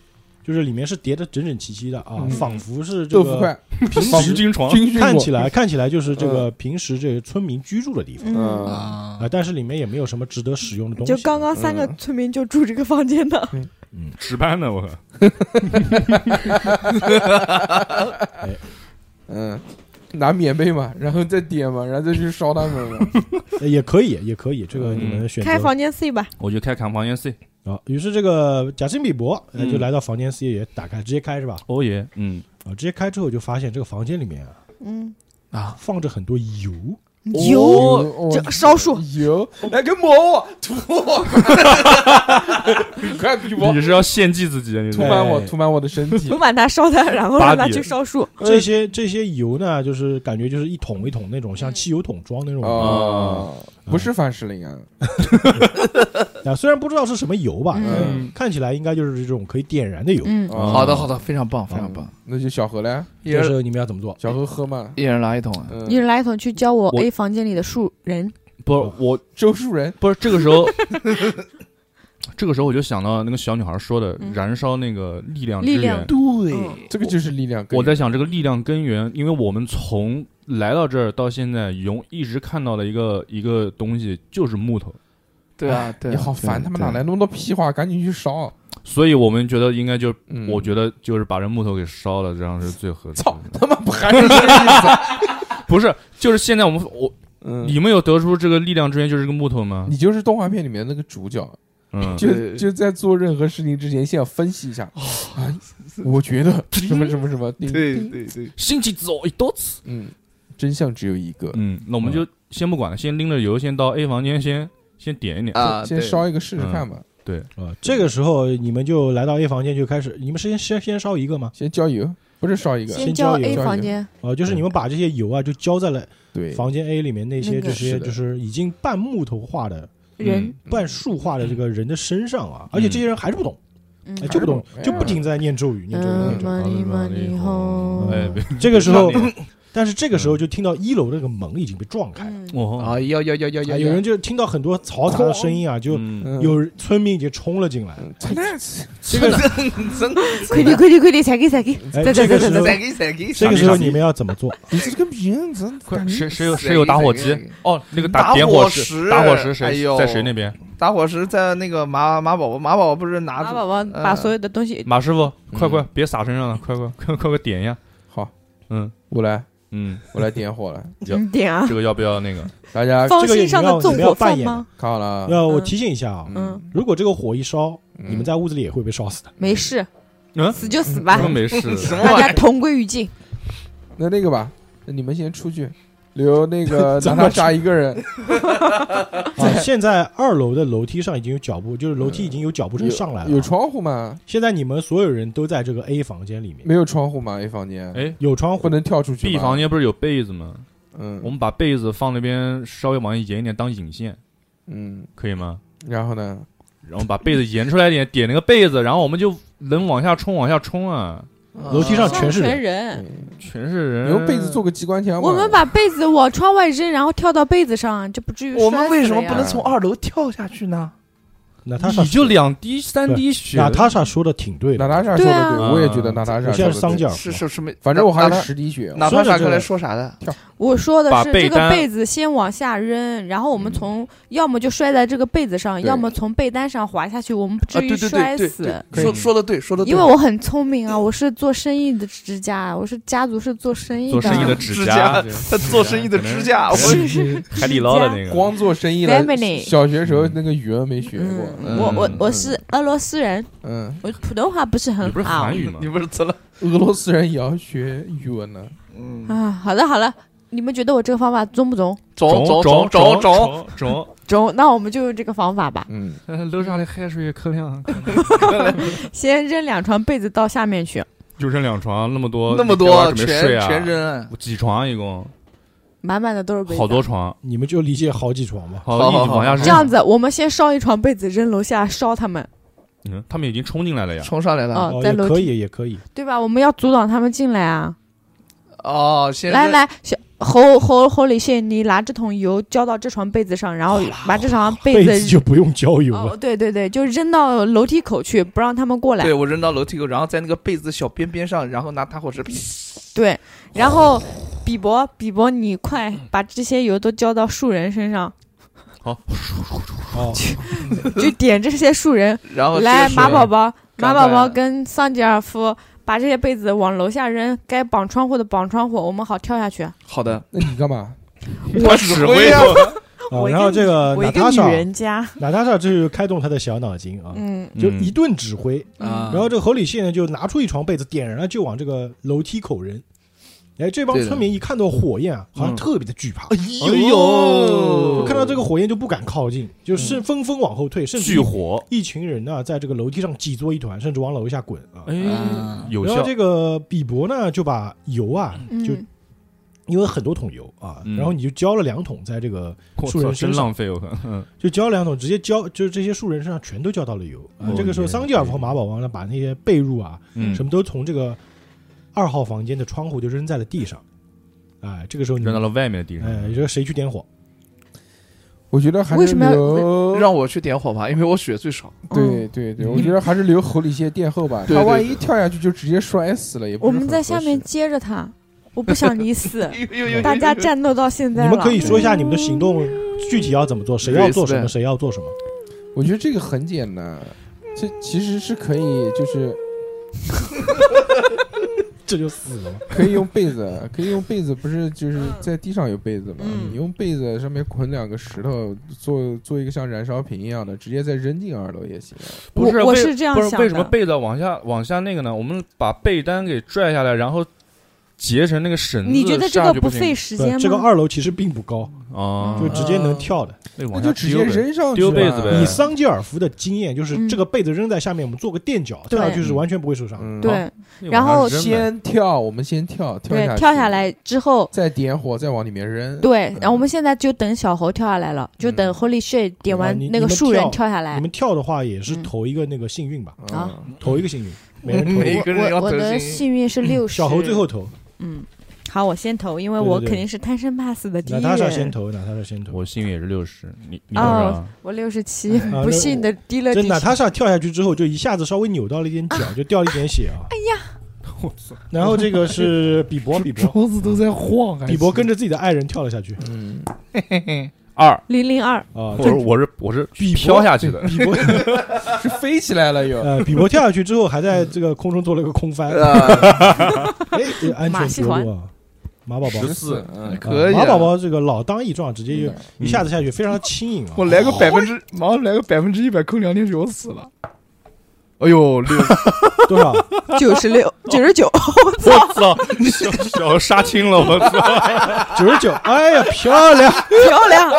[SPEAKER 1] 就是里面是叠的整整齐齐的啊，
[SPEAKER 2] 嗯
[SPEAKER 1] 仿佛是这
[SPEAKER 2] 豆腐
[SPEAKER 1] 个
[SPEAKER 2] 块，
[SPEAKER 1] 平
[SPEAKER 5] 行
[SPEAKER 1] 时
[SPEAKER 5] 军床，
[SPEAKER 2] 军训
[SPEAKER 1] 看
[SPEAKER 2] 过
[SPEAKER 1] 起来看起来就是这
[SPEAKER 2] 呃
[SPEAKER 1] 个平时这个村民居住的地方
[SPEAKER 4] 嗯。
[SPEAKER 2] 嗯，
[SPEAKER 3] 啊
[SPEAKER 1] 啊，但是里面也没有什么值得使用的东西。
[SPEAKER 4] 就刚刚三个
[SPEAKER 2] 嗯
[SPEAKER 4] 村民就住这个房间的，
[SPEAKER 5] 值班呢，我靠
[SPEAKER 2] 嗯，拿棉被嘛，然后再点嘛，然后再去烧他们 嘛。
[SPEAKER 1] 呃也可以，也可以，这个你们选择。
[SPEAKER 4] 开房间 C 吧。
[SPEAKER 5] 我就开看房间 C。
[SPEAKER 1] 啊，于是这个贾辛比伯呃
[SPEAKER 5] 嗯
[SPEAKER 1] 就来到房间 C 也打开，直接开是吧？
[SPEAKER 5] 哦耶，嗯，
[SPEAKER 1] 啊，直接开之后就发现这个房间里面啊
[SPEAKER 4] 嗯，
[SPEAKER 3] 啊，
[SPEAKER 1] 放着很多油，哦
[SPEAKER 4] 有这烧树
[SPEAKER 2] 有，哦来个抹我涂我， 快比我
[SPEAKER 5] 你是要献祭自己啊？你
[SPEAKER 2] 涂
[SPEAKER 5] 这
[SPEAKER 2] 满我，涂满我的身体
[SPEAKER 4] 涂。满它烧它，然后让
[SPEAKER 5] 芭
[SPEAKER 4] 它
[SPEAKER 5] 比
[SPEAKER 4] 去烧树。
[SPEAKER 2] 呃
[SPEAKER 1] 这些这些油呢，就是感觉就是一桶一桶那种像
[SPEAKER 4] 嗯
[SPEAKER 1] 汽油桶装那种油
[SPEAKER 2] 啊，
[SPEAKER 1] 哦
[SPEAKER 2] 不是凡士林啊，
[SPEAKER 1] 啊，虽然不知道是什么油吧，
[SPEAKER 4] 嗯
[SPEAKER 1] 但看起来应该就是这种可以点燃的油。
[SPEAKER 4] 嗯
[SPEAKER 2] 啊
[SPEAKER 3] 好的好的，非常棒非
[SPEAKER 1] 嗯
[SPEAKER 3] 常棒，
[SPEAKER 2] 嗯那就小何嘞，
[SPEAKER 3] 一
[SPEAKER 1] 哦这时
[SPEAKER 3] 人
[SPEAKER 1] 候你们要怎么做？
[SPEAKER 2] 小何喝嘛，
[SPEAKER 3] 一人拿一桶啊，
[SPEAKER 2] 嗯，
[SPEAKER 4] 一人来一桶去教我
[SPEAKER 5] 我
[SPEAKER 4] A 房间里的树人。
[SPEAKER 5] 不是我，
[SPEAKER 2] 周树人，
[SPEAKER 5] 不是这个时 候， 这个时候我就想到那个小女孩说的
[SPEAKER 4] 嗯
[SPEAKER 5] 燃烧那个力量
[SPEAKER 4] 力
[SPEAKER 5] 之
[SPEAKER 4] 量嗯
[SPEAKER 5] 源。
[SPEAKER 3] 对
[SPEAKER 2] 这个就是力量根源。
[SPEAKER 5] 我在想这个力量根源，因为我们从来到这儿到现在，永一直看到的一个一个东西就是木头，
[SPEAKER 3] 对啊对啊，
[SPEAKER 2] 你好烦，
[SPEAKER 3] 对
[SPEAKER 2] 他们哪来？那么多屁话？赶紧去烧！
[SPEAKER 5] 所以我们觉得应该就，
[SPEAKER 2] 嗯
[SPEAKER 5] 我觉得就是把这木头给烧了，这样是最合适
[SPEAKER 2] 操
[SPEAKER 5] 的。
[SPEAKER 2] 他妈不还是这个意思？
[SPEAKER 5] 不是，就是现在我们我
[SPEAKER 2] 嗯，
[SPEAKER 5] 你们有得出这个力量之源就是这个木头吗？
[SPEAKER 2] 你就是动画片里面那个主角，
[SPEAKER 5] 嗯，
[SPEAKER 2] 就
[SPEAKER 3] 对
[SPEAKER 2] 就在做任何事情之前，先要分析一下。啊，我觉得什么什么什么，
[SPEAKER 4] 嗯
[SPEAKER 3] 对
[SPEAKER 2] 对，
[SPEAKER 3] 对对对，
[SPEAKER 5] 星期走一多次。
[SPEAKER 2] 嗯，真相只有一个，
[SPEAKER 5] 嗯，那我们就先不管了，先拎着油，先到 A 房间先先点一点。
[SPEAKER 3] 啊
[SPEAKER 2] 先
[SPEAKER 3] 对
[SPEAKER 2] 烧一个试试看吧。
[SPEAKER 5] 对，
[SPEAKER 1] 啊、这个时候你们就来到 A 房间，就开始，你们先先先烧一个吗？
[SPEAKER 2] 先浇油，不是烧一个，
[SPEAKER 1] 先
[SPEAKER 4] 交
[SPEAKER 1] 交一
[SPEAKER 4] A
[SPEAKER 2] 个
[SPEAKER 4] 房间，
[SPEAKER 1] 啊、就是你们把这些油啊，就浇在了
[SPEAKER 2] 对，
[SPEAKER 1] 房间 A 里面那些
[SPEAKER 4] 那个
[SPEAKER 1] 这
[SPEAKER 2] 是
[SPEAKER 1] 些
[SPEAKER 2] 的
[SPEAKER 1] 就是已经半木头化的、
[SPEAKER 4] 人
[SPEAKER 2] 嗯
[SPEAKER 1] 半树化的这个人的身上啊，而且这些人还是不懂，
[SPEAKER 4] 嗯，
[SPEAKER 1] 哎就不懂
[SPEAKER 2] 还，是不懂
[SPEAKER 1] 就不停在念咒语，念咒语，念
[SPEAKER 4] 嗯，
[SPEAKER 1] 咒语。
[SPEAKER 4] 玛丽玛丽
[SPEAKER 5] 嗯
[SPEAKER 4] 红，
[SPEAKER 5] 哎，别
[SPEAKER 1] 这个时候
[SPEAKER 2] 嗯
[SPEAKER 5] 让你，
[SPEAKER 1] 但是这个时候就听到一楼那个门已经被撞开了，
[SPEAKER 4] 嗯
[SPEAKER 5] 哦，
[SPEAKER 3] 啊，要要要要要，
[SPEAKER 1] 哎有人就听到很多嘈杂的声音啊，就
[SPEAKER 5] 嗯
[SPEAKER 2] 嗯
[SPEAKER 1] 有村民已经冲了进来。
[SPEAKER 2] 嗯真的
[SPEAKER 1] 这个
[SPEAKER 3] 真
[SPEAKER 4] 快点快点快点，踩给踩给，
[SPEAKER 1] 哎
[SPEAKER 4] 再
[SPEAKER 1] 这
[SPEAKER 4] 再
[SPEAKER 1] 个
[SPEAKER 4] 再
[SPEAKER 1] 时
[SPEAKER 4] 再
[SPEAKER 1] 候
[SPEAKER 4] 再，
[SPEAKER 3] 给谁给
[SPEAKER 1] 这个时候你们要怎么做？
[SPEAKER 2] 你这个逼人真
[SPEAKER 5] 快，
[SPEAKER 2] 干
[SPEAKER 5] 谁谁有
[SPEAKER 3] 谁
[SPEAKER 5] 谁有打火
[SPEAKER 3] 谁
[SPEAKER 5] 机
[SPEAKER 3] 谁？
[SPEAKER 5] 哦，那个
[SPEAKER 3] 打
[SPEAKER 5] 点
[SPEAKER 3] 火
[SPEAKER 5] 火
[SPEAKER 3] 石
[SPEAKER 5] 打火石
[SPEAKER 3] 哎
[SPEAKER 5] 谁
[SPEAKER 3] 呦
[SPEAKER 5] 在谁那边？
[SPEAKER 3] 打火石在那个马马宝宝，马宝宝不是拿
[SPEAKER 4] 马
[SPEAKER 3] 着
[SPEAKER 4] 宝宝把所有的东西，
[SPEAKER 5] 马师傅，
[SPEAKER 2] 嗯
[SPEAKER 5] 快快别撒身上了，快快快快快点一下。
[SPEAKER 2] 好，
[SPEAKER 5] 嗯
[SPEAKER 2] 我来，
[SPEAKER 5] 嗯，
[SPEAKER 2] 我来点火了，
[SPEAKER 5] 嗯
[SPEAKER 4] 你点啊，
[SPEAKER 5] 这个要不要那个？
[SPEAKER 2] 大家
[SPEAKER 4] 放
[SPEAKER 1] 这个
[SPEAKER 4] 心上的
[SPEAKER 1] 你
[SPEAKER 4] 纵
[SPEAKER 1] 们要
[SPEAKER 4] 火
[SPEAKER 1] 扮
[SPEAKER 4] 犯
[SPEAKER 1] 演
[SPEAKER 4] 吗？
[SPEAKER 2] 看好了啊，
[SPEAKER 1] 那我
[SPEAKER 4] 嗯
[SPEAKER 1] 提醒一下啊，
[SPEAKER 4] 嗯，
[SPEAKER 1] 如果这个火一烧，
[SPEAKER 2] 嗯
[SPEAKER 1] 你们在屋子里也会被烧 死的。
[SPEAKER 4] 没事，
[SPEAKER 5] 嗯，
[SPEAKER 4] 死就死吧，
[SPEAKER 5] 真没事。
[SPEAKER 4] 大家同归于尽。
[SPEAKER 2] 那那个吧，那你们先出去，留那个
[SPEAKER 1] 怎
[SPEAKER 2] 娜
[SPEAKER 1] 么
[SPEAKER 2] 塔莎一个人，
[SPEAKER 1] 啊，现在二楼的楼梯上已经有脚步，就是楼梯已经有脚步声
[SPEAKER 2] 有
[SPEAKER 1] 上来了啊。
[SPEAKER 2] 嗯有窗户吗？
[SPEAKER 1] 现在你们所有人都在这个 A 房间里面，
[SPEAKER 2] 没有窗户吗？A 房间，
[SPEAKER 5] 哎
[SPEAKER 1] 有窗户
[SPEAKER 2] 不，能跳出去吗。
[SPEAKER 5] ，B 房间不是有被子吗？
[SPEAKER 2] 嗯，
[SPEAKER 5] 我们把被子放那边，稍微往延一点当引线，
[SPEAKER 2] 嗯，
[SPEAKER 5] 可以吗？
[SPEAKER 2] 然后呢？
[SPEAKER 5] 然后把被子延出来一点，点那个被子，然后我们就能往下冲，往下冲啊！
[SPEAKER 4] 嗯
[SPEAKER 1] 楼梯上全是人。
[SPEAKER 4] 人，
[SPEAKER 2] 嗯
[SPEAKER 5] 全是人，
[SPEAKER 2] 用被子做个机关枪嘛。
[SPEAKER 4] 我们把被子往窗外扔，然后跳到被子上，啊就不至于摔死
[SPEAKER 3] 我
[SPEAKER 4] 了呀。
[SPEAKER 3] 们为什么不能从二楼跳下去呢？
[SPEAKER 1] 娜塔莎
[SPEAKER 5] 你，就两滴三滴血，
[SPEAKER 1] 娜塔莎说的挺对
[SPEAKER 2] 娜
[SPEAKER 1] 的，
[SPEAKER 2] 塔莎说
[SPEAKER 4] 对
[SPEAKER 2] 的
[SPEAKER 4] 啊
[SPEAKER 2] 对，我也觉得娜塔莎
[SPEAKER 1] 我现
[SPEAKER 2] 说
[SPEAKER 1] 在
[SPEAKER 2] 的
[SPEAKER 1] 是桑吉
[SPEAKER 2] 对。
[SPEAKER 1] 尔夫，
[SPEAKER 3] 是是什么？
[SPEAKER 2] 反正我还
[SPEAKER 3] 娜
[SPEAKER 2] 是
[SPEAKER 3] 塔
[SPEAKER 2] 十滴血。
[SPEAKER 3] 娜塔莎刚才说啥的？
[SPEAKER 4] 我说的
[SPEAKER 5] 把
[SPEAKER 4] 是
[SPEAKER 5] 被
[SPEAKER 4] 这个
[SPEAKER 5] 单
[SPEAKER 4] 被子先往下扔，然后我们
[SPEAKER 2] 嗯
[SPEAKER 4] 从、要么就摔在这个被子上，
[SPEAKER 2] 对
[SPEAKER 4] 要么从被单上滑下去，我们不至
[SPEAKER 3] 啊
[SPEAKER 4] 于
[SPEAKER 3] 对对对
[SPEAKER 4] 摔
[SPEAKER 3] 对
[SPEAKER 4] 死。
[SPEAKER 2] 可以
[SPEAKER 3] 说说的对，说的对。
[SPEAKER 4] 因为我很聪明啊，我是做生意的之家，我是家 族是做生意的。
[SPEAKER 5] 做生意的指
[SPEAKER 3] 指甲
[SPEAKER 5] 对
[SPEAKER 3] 他做生意的支架，我
[SPEAKER 5] 可能嗯海底捞的那个，
[SPEAKER 2] 光做生意了
[SPEAKER 4] Family，
[SPEAKER 2] 小学时候
[SPEAKER 1] 嗯
[SPEAKER 2] 那个语文没学过。嗯
[SPEAKER 4] 嗯，我我
[SPEAKER 5] 嗯
[SPEAKER 4] 我是俄罗斯人，
[SPEAKER 2] 嗯，
[SPEAKER 4] 我普通话不是
[SPEAKER 5] 啊你
[SPEAKER 4] 很
[SPEAKER 5] 不是
[SPEAKER 4] 好
[SPEAKER 5] 韩语吗
[SPEAKER 3] 你？不是吃了？
[SPEAKER 2] 俄罗斯人也要学语文呢。
[SPEAKER 3] 嗯，
[SPEAKER 4] 啊。好的好了，你们觉得我这个方法中不中？
[SPEAKER 3] 中中中中中，
[SPEAKER 5] 中中，
[SPEAKER 4] 中，那我们就用这个方法吧，
[SPEAKER 2] 嗯，
[SPEAKER 5] 楼上的海水可凉，
[SPEAKER 4] 先扔两床被子到下面去，
[SPEAKER 5] 就剩两床，那么多
[SPEAKER 3] 那么
[SPEAKER 5] 你
[SPEAKER 3] 多
[SPEAKER 5] 干嘛准
[SPEAKER 3] 全
[SPEAKER 5] 备睡啊？
[SPEAKER 3] 全扔，
[SPEAKER 5] 几床啊一共？
[SPEAKER 4] 满满的都是被子。
[SPEAKER 5] 好多床，
[SPEAKER 1] 你们就理解好几床吧。
[SPEAKER 5] 好一
[SPEAKER 3] 好好
[SPEAKER 5] 直往下
[SPEAKER 3] 好
[SPEAKER 5] 扔。
[SPEAKER 4] 这样子，我们先烧一床被子扔楼下烧他们，
[SPEAKER 5] 嗯，他们已经冲进来了呀。
[SPEAKER 3] 冲上来了。
[SPEAKER 4] 哦
[SPEAKER 1] 哦，
[SPEAKER 4] 在
[SPEAKER 1] 也
[SPEAKER 4] 楼
[SPEAKER 1] 可
[SPEAKER 4] 梯
[SPEAKER 1] 以，也可以。
[SPEAKER 4] 对吧？我们要阻挡他们进来啊！
[SPEAKER 3] 哦，先
[SPEAKER 4] 来来，小侯侯侯礼宪，你拿这桶油浇到这床被子上，然后把这床
[SPEAKER 1] 被
[SPEAKER 4] 被子
[SPEAKER 1] 子就不用浇油
[SPEAKER 4] 哦，
[SPEAKER 1] 了。
[SPEAKER 4] 对对对，就扔到楼梯口去，不让他们过来
[SPEAKER 3] 对。我扔到楼梯口，然后在那个被子小边边上，然后拿打火石，
[SPEAKER 4] 对，然后比伯比伯，你快把这些油都浇到树人身 上，
[SPEAKER 1] 哦，
[SPEAKER 4] 就点这些哦树人。
[SPEAKER 3] 然后
[SPEAKER 4] 来，
[SPEAKER 3] 这个水
[SPEAKER 4] 马宝宝，马
[SPEAKER 3] 赶
[SPEAKER 4] 宝
[SPEAKER 3] 快
[SPEAKER 4] 宝跟桑吉尔夫把这些被子往楼下扔，该绑窗户的绑窗户，我们好跳下去。
[SPEAKER 3] 好的，
[SPEAKER 2] 那你干嘛？
[SPEAKER 5] 我指挥
[SPEAKER 3] 呀，
[SPEAKER 1] 哦
[SPEAKER 4] 我一个
[SPEAKER 1] 然后这个
[SPEAKER 4] 我
[SPEAKER 1] 娜
[SPEAKER 4] 一
[SPEAKER 1] 塔
[SPEAKER 4] 个女
[SPEAKER 1] 莎，
[SPEAKER 4] 人家，
[SPEAKER 1] 娜塔莎这就开动她的小脑筋啊，
[SPEAKER 4] 嗯，
[SPEAKER 1] 就一顿指挥。
[SPEAKER 3] 啊
[SPEAKER 1] 然后这个侯礼宪呢，就拿出一床被子，点燃了，就往这个楼梯口扔。哎，这帮
[SPEAKER 3] 对的
[SPEAKER 1] 村民一看到火焰啊，好像
[SPEAKER 5] 嗯
[SPEAKER 1] 特别的惧怕，
[SPEAKER 3] 哎
[SPEAKER 1] 就
[SPEAKER 3] 呦
[SPEAKER 1] 看到这个火焰就不敢靠近，就是纷纷往后退，甚至
[SPEAKER 5] 聚
[SPEAKER 1] 一
[SPEAKER 5] 火，
[SPEAKER 1] 一群人呢，在这个楼梯上挤作一团，甚至往楼下滚啊。
[SPEAKER 5] 哎
[SPEAKER 3] 啊，
[SPEAKER 5] 有
[SPEAKER 1] 然后
[SPEAKER 5] 效。
[SPEAKER 1] 这个比伯呢，就把油啊，就
[SPEAKER 4] 嗯，
[SPEAKER 1] 因为很多桶油啊，
[SPEAKER 5] 嗯
[SPEAKER 1] 然后你就浇了两桶在这个
[SPEAKER 5] 我
[SPEAKER 1] 树人
[SPEAKER 5] 操，
[SPEAKER 1] 身
[SPEAKER 5] 真
[SPEAKER 1] 上
[SPEAKER 5] 浪费，我 看。嗯
[SPEAKER 1] 就浇两桶，直接浇，就是这些树人身上全都浇到了油。啊
[SPEAKER 5] 哦
[SPEAKER 1] 这个时候，
[SPEAKER 5] 也
[SPEAKER 1] 桑吉尔夫和马宝王呢，把那些被褥啊，
[SPEAKER 5] 嗯，
[SPEAKER 1] 什么都从这个二号房间的窗户就扔在了地上。哎，这个时候你
[SPEAKER 5] 扔到
[SPEAKER 1] 们，
[SPEAKER 5] 了外面的地上。
[SPEAKER 1] 哎，你说谁去点火？
[SPEAKER 2] 我觉得还
[SPEAKER 4] 为嗯
[SPEAKER 2] 是
[SPEAKER 4] 什么要
[SPEAKER 2] 留
[SPEAKER 3] 让我去点火吧，因为我血最少。
[SPEAKER 4] 哦
[SPEAKER 2] 对对对，我觉得还是留侯礼谢殿后吧。
[SPEAKER 3] 对
[SPEAKER 2] 他
[SPEAKER 3] 对
[SPEAKER 2] 万
[SPEAKER 3] 对。
[SPEAKER 2] 一跳下去就直接摔死了，也不
[SPEAKER 4] 我
[SPEAKER 2] 是
[SPEAKER 4] 们
[SPEAKER 2] 很
[SPEAKER 4] 在
[SPEAKER 2] 合
[SPEAKER 4] 下
[SPEAKER 2] 适
[SPEAKER 4] 面接着他，我不想你死
[SPEAKER 3] 哎呦呦
[SPEAKER 4] 大家战斗到现
[SPEAKER 1] 你
[SPEAKER 4] 在了，
[SPEAKER 1] 们可以说一下你们的行动具体要怎么
[SPEAKER 5] 嗯
[SPEAKER 1] 做，谁要做什么，
[SPEAKER 3] Respect
[SPEAKER 1] 谁要做什么。
[SPEAKER 2] 我觉得这个很简单，这其实是可以，就是
[SPEAKER 1] 这就死了嘛。
[SPEAKER 2] 可以用被 子，可以用被子，不是就是在地上有被子嘛？
[SPEAKER 4] 嗯
[SPEAKER 2] 你用被子上面捆两个石头，做做一个像燃烧瓶一样的，直接再扔进二楼也行。啊
[SPEAKER 5] 不是
[SPEAKER 4] 我我
[SPEAKER 5] 为
[SPEAKER 4] 是这样
[SPEAKER 5] 不
[SPEAKER 4] 想
[SPEAKER 5] 是
[SPEAKER 4] 的。
[SPEAKER 5] 为什么被子往下往下那个呢？我们把被单给拽下来，然后结成那个绳子，
[SPEAKER 4] 你觉得这
[SPEAKER 5] 下
[SPEAKER 4] 个
[SPEAKER 5] 去
[SPEAKER 4] 不
[SPEAKER 5] 不
[SPEAKER 4] 费嗯
[SPEAKER 5] 行
[SPEAKER 4] 时间
[SPEAKER 1] 对
[SPEAKER 4] 吗？
[SPEAKER 1] 这个二楼其实并不高，
[SPEAKER 5] 啊？
[SPEAKER 1] 就直接能跳的。
[SPEAKER 5] 那
[SPEAKER 2] 那
[SPEAKER 5] 往
[SPEAKER 2] 就
[SPEAKER 5] 下
[SPEAKER 2] 直接
[SPEAKER 5] 丢呗
[SPEAKER 2] 扔上去
[SPEAKER 5] 丢
[SPEAKER 2] 嘛嗯
[SPEAKER 5] 被子呗
[SPEAKER 1] 以桑吉尔夫的经验，就是
[SPEAKER 4] 嗯
[SPEAKER 1] 这个被子扔在下面，我们做个垫脚，这
[SPEAKER 4] 对
[SPEAKER 1] 样就是完全不会受伤。
[SPEAKER 2] 嗯好
[SPEAKER 4] 对
[SPEAKER 5] 那
[SPEAKER 4] 然
[SPEAKER 5] 往
[SPEAKER 4] 后
[SPEAKER 5] 下扔呗
[SPEAKER 2] 先跳，我们先跳，跳
[SPEAKER 4] 对
[SPEAKER 2] 下，
[SPEAKER 4] 跳下
[SPEAKER 2] 去，
[SPEAKER 4] 来之后，
[SPEAKER 2] 再点火，再往里面扔。
[SPEAKER 4] 对
[SPEAKER 2] 嗯，
[SPEAKER 4] 然后我们现在就等小猴跳下来了，就等
[SPEAKER 2] 嗯
[SPEAKER 4] Holy shit 点完
[SPEAKER 1] 啊你
[SPEAKER 4] 那个
[SPEAKER 1] 你们
[SPEAKER 4] 树人
[SPEAKER 1] 跳
[SPEAKER 4] 跳下
[SPEAKER 1] 你
[SPEAKER 4] 来。
[SPEAKER 1] 们跳的话也是
[SPEAKER 4] 嗯
[SPEAKER 1] 投一个那个幸运吧，
[SPEAKER 4] 啊
[SPEAKER 2] 嗯，
[SPEAKER 1] 投一个幸运，每人投一
[SPEAKER 4] 嗯
[SPEAKER 3] 每
[SPEAKER 1] 个。
[SPEAKER 3] 个人要
[SPEAKER 4] 我我
[SPEAKER 3] 得
[SPEAKER 4] 的
[SPEAKER 3] 心
[SPEAKER 4] 幸运是六十，
[SPEAKER 1] 小猴最后投，
[SPEAKER 4] 嗯，好，我先投，因为
[SPEAKER 1] 对对
[SPEAKER 4] 我
[SPEAKER 1] 对
[SPEAKER 4] 肯定是贪生怕死的第一
[SPEAKER 1] 娜塔莎先
[SPEAKER 4] 人。
[SPEAKER 1] 投，娜塔莎先投。
[SPEAKER 5] 我幸运也是六十，你你多
[SPEAKER 4] 哦
[SPEAKER 5] 少？
[SPEAKER 4] 我六十七，
[SPEAKER 1] 啊那
[SPEAKER 4] 不幸的低了
[SPEAKER 1] 这
[SPEAKER 4] 底
[SPEAKER 1] 娜
[SPEAKER 4] 线
[SPEAKER 1] 塔莎跳下去之后，就一下子稍微扭到了一点脚，就掉了一点血啊。哎呀，然后这个是比伯，比伯，
[SPEAKER 2] 桌子都在晃，啊
[SPEAKER 1] 比伯跟着自己的爱人跳了下去
[SPEAKER 2] 嗯，
[SPEAKER 5] 二，
[SPEAKER 4] 零零二，
[SPEAKER 1] 啊。
[SPEAKER 5] 我是我是我是
[SPEAKER 1] 比伯
[SPEAKER 5] 飘下去的，
[SPEAKER 1] 比伯，
[SPEAKER 2] 是飞起来了又。
[SPEAKER 1] 呃，比伯跳下去之后，还在这个空中做了个空翻，
[SPEAKER 3] 啊，
[SPEAKER 1] 哎，这安
[SPEAKER 4] 马
[SPEAKER 1] 全
[SPEAKER 4] 戏
[SPEAKER 1] 着
[SPEAKER 4] 团
[SPEAKER 1] 陆啊，马宝宝。
[SPEAKER 5] 十四，
[SPEAKER 2] 嗯，
[SPEAKER 3] 可以啊
[SPEAKER 1] 马宝宝这个老当益壮，直接就
[SPEAKER 2] 嗯
[SPEAKER 1] 一下子下去，非常轻盈啊！
[SPEAKER 3] 我来个百分之，马上来个百分之一百，扣两点血，我死了。哎呦， 六
[SPEAKER 1] 多少？
[SPEAKER 4] 九十六，九十九，
[SPEAKER 5] 我操，小小杀青了，我操，
[SPEAKER 1] 九十九！哎呀，漂亮！
[SPEAKER 4] 漂 亮！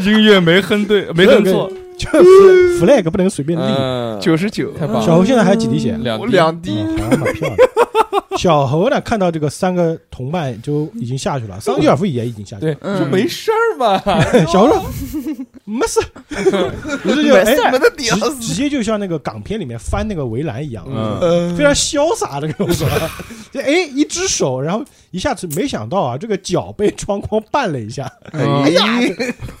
[SPEAKER 5] 音乐没哼对，没哼错，
[SPEAKER 1] 就是 flag 不能随便立。
[SPEAKER 2] 嗯，
[SPEAKER 3] 九十九，啊
[SPEAKER 2] 太棒了，
[SPEAKER 1] 小猴现在还几滴血？啊
[SPEAKER 2] 两
[SPEAKER 3] 我
[SPEAKER 2] 滴
[SPEAKER 3] 两滴。
[SPEAKER 1] 嗯好像蛮漂亮。 小猴呢，看到这个三个同伴就已经下去了，桑吉尔夫也已经下去了。
[SPEAKER 2] 对，
[SPEAKER 4] 嗯
[SPEAKER 2] 说没事儿嘛，
[SPEAKER 1] 小猴说：“没事， 于是就哎，
[SPEAKER 3] 没得屌
[SPEAKER 1] 直直
[SPEAKER 3] 丝，
[SPEAKER 1] 接就像那个港片里面翻那个围栏一样，
[SPEAKER 5] 嗯
[SPEAKER 3] 嗯
[SPEAKER 1] 非常潇洒的跟我说，就 哎一只手，然后一下子没想到啊，这个脚被窗框绊了一 下，
[SPEAKER 3] 哎
[SPEAKER 2] 嗯
[SPEAKER 3] 呀，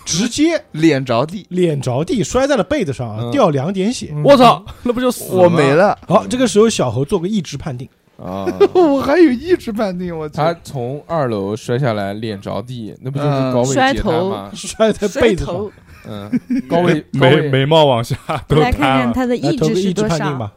[SPEAKER 1] 直接
[SPEAKER 3] 脸着地，
[SPEAKER 1] 脸着地摔在了被子上啊，
[SPEAKER 2] 嗯
[SPEAKER 1] 掉两点血。
[SPEAKER 5] 我操，那不就死
[SPEAKER 3] 我没
[SPEAKER 5] 了
[SPEAKER 3] 了
[SPEAKER 1] 好，这个时候小猴做个意志判定，
[SPEAKER 2] 啊！
[SPEAKER 3] 我还有意志判定，我
[SPEAKER 2] 他
[SPEAKER 3] 操！
[SPEAKER 2] 从二楼摔下来，脸着地，那不就是
[SPEAKER 3] 嗯
[SPEAKER 2] 高位
[SPEAKER 4] 摔
[SPEAKER 2] 截瘫
[SPEAKER 4] 头
[SPEAKER 2] 吗？
[SPEAKER 1] 摔在
[SPEAKER 4] 摔
[SPEAKER 1] 被子上
[SPEAKER 4] 头。，
[SPEAKER 2] 嗯，高位高
[SPEAKER 5] 眉
[SPEAKER 2] 位
[SPEAKER 5] 眉毛往下都
[SPEAKER 4] 来看
[SPEAKER 5] 塌
[SPEAKER 4] 看
[SPEAKER 5] 了，
[SPEAKER 4] 他的
[SPEAKER 1] 来
[SPEAKER 4] 意
[SPEAKER 1] 投
[SPEAKER 4] 志
[SPEAKER 1] 个意
[SPEAKER 4] 是
[SPEAKER 1] 志
[SPEAKER 4] 多
[SPEAKER 1] 判定
[SPEAKER 4] 少？
[SPEAKER 1] 吧。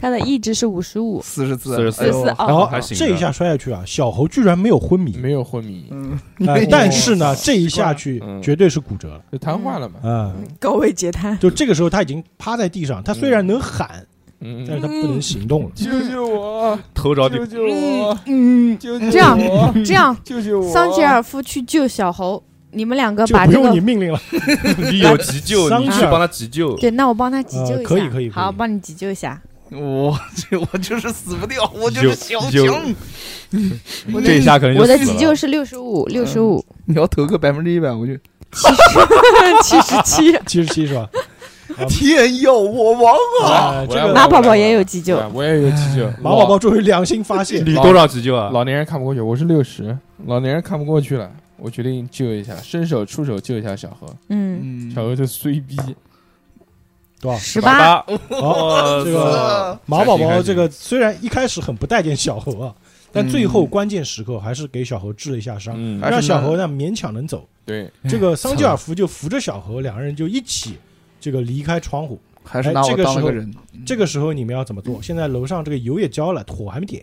[SPEAKER 4] 他的意志是五十五，
[SPEAKER 3] 四十字，
[SPEAKER 5] 四十四
[SPEAKER 4] 四
[SPEAKER 3] 哎
[SPEAKER 4] 十
[SPEAKER 3] 呦
[SPEAKER 4] 四
[SPEAKER 5] 哦
[SPEAKER 1] 然
[SPEAKER 4] 哦。
[SPEAKER 1] 后
[SPEAKER 5] 还行
[SPEAKER 1] 这一下摔下去啊，小猴居然没有昏迷，
[SPEAKER 2] 没有昏迷，
[SPEAKER 3] 嗯，
[SPEAKER 1] 呃
[SPEAKER 3] 哎呦
[SPEAKER 1] 但是呢，这一下去
[SPEAKER 2] 嗯
[SPEAKER 1] 绝对是骨折了
[SPEAKER 2] 就瘫痪了嘛。
[SPEAKER 1] 啊！
[SPEAKER 4] 高位截瘫，
[SPEAKER 1] 就这个时候他已经趴在地上，他虽然能喊，
[SPEAKER 2] 嗯，
[SPEAKER 1] 但是他不能行动了。
[SPEAKER 2] 救救我！
[SPEAKER 5] 头着地
[SPEAKER 2] 救，救我！
[SPEAKER 4] 嗯，
[SPEAKER 2] 救救我！
[SPEAKER 4] 这样这样，
[SPEAKER 2] 救救我！
[SPEAKER 4] 桑吉尔夫去救小猴，你们两个
[SPEAKER 1] 就
[SPEAKER 4] 把
[SPEAKER 1] 不
[SPEAKER 4] 这
[SPEAKER 1] 用
[SPEAKER 4] 个
[SPEAKER 1] 你命令了，
[SPEAKER 5] 你有急救，
[SPEAKER 1] 桑
[SPEAKER 5] 你
[SPEAKER 1] 吉
[SPEAKER 5] 去
[SPEAKER 1] 尔
[SPEAKER 5] 帮他急救，
[SPEAKER 4] 对，那我帮他急
[SPEAKER 1] 呃
[SPEAKER 4] 救一下，
[SPEAKER 1] 可以可以可以
[SPEAKER 4] 好，帮你急救一下。
[SPEAKER 3] 我这我就是死不掉，我就
[SPEAKER 5] 有
[SPEAKER 3] 是小
[SPEAKER 5] 有
[SPEAKER 3] 强。
[SPEAKER 4] 我的
[SPEAKER 5] 这一下可能就
[SPEAKER 4] 我的
[SPEAKER 5] 死
[SPEAKER 4] 急
[SPEAKER 5] 了
[SPEAKER 1] 哦
[SPEAKER 4] 救是六十五，
[SPEAKER 1] 嗯
[SPEAKER 4] 六十 五，
[SPEAKER 3] 你要投个百分之一百，我就
[SPEAKER 4] 七 十七。
[SPEAKER 1] 七十七是吧？
[SPEAKER 3] 天要我亡
[SPEAKER 1] 啊，这
[SPEAKER 2] 我
[SPEAKER 1] 个
[SPEAKER 2] 来
[SPEAKER 4] 马宝宝也有急救
[SPEAKER 2] 对，啊我也有急救。
[SPEAKER 1] 马宝宝终于良心发 现，
[SPEAKER 5] 你多少急救啊？
[SPEAKER 2] 老年人看不过去，我是六十，老年人看不过去了，我决定救一下，伸手出手救一下小何，
[SPEAKER 4] 嗯，
[SPEAKER 3] 嗯
[SPEAKER 2] 小何就衰逼，
[SPEAKER 1] 多少？
[SPEAKER 4] 十八，
[SPEAKER 1] 好，
[SPEAKER 5] 哇
[SPEAKER 1] 这个
[SPEAKER 3] 啊
[SPEAKER 1] 马宝宝这个虽然一开始很不待见小猴啊，但最后关键时刻还是给小猴治了一下伤，
[SPEAKER 5] 嗯
[SPEAKER 3] 还是
[SPEAKER 1] 让小
[SPEAKER 3] 能
[SPEAKER 1] 猴呢勉强能走。
[SPEAKER 2] 哎对，
[SPEAKER 1] 这个桑吉尔夫就扶着小猴，两个人就一起这个离开窗户。
[SPEAKER 3] 还是拿我当了个人，
[SPEAKER 1] 这个时候你们要怎么做？现在楼上这个油也浇了，火还没点，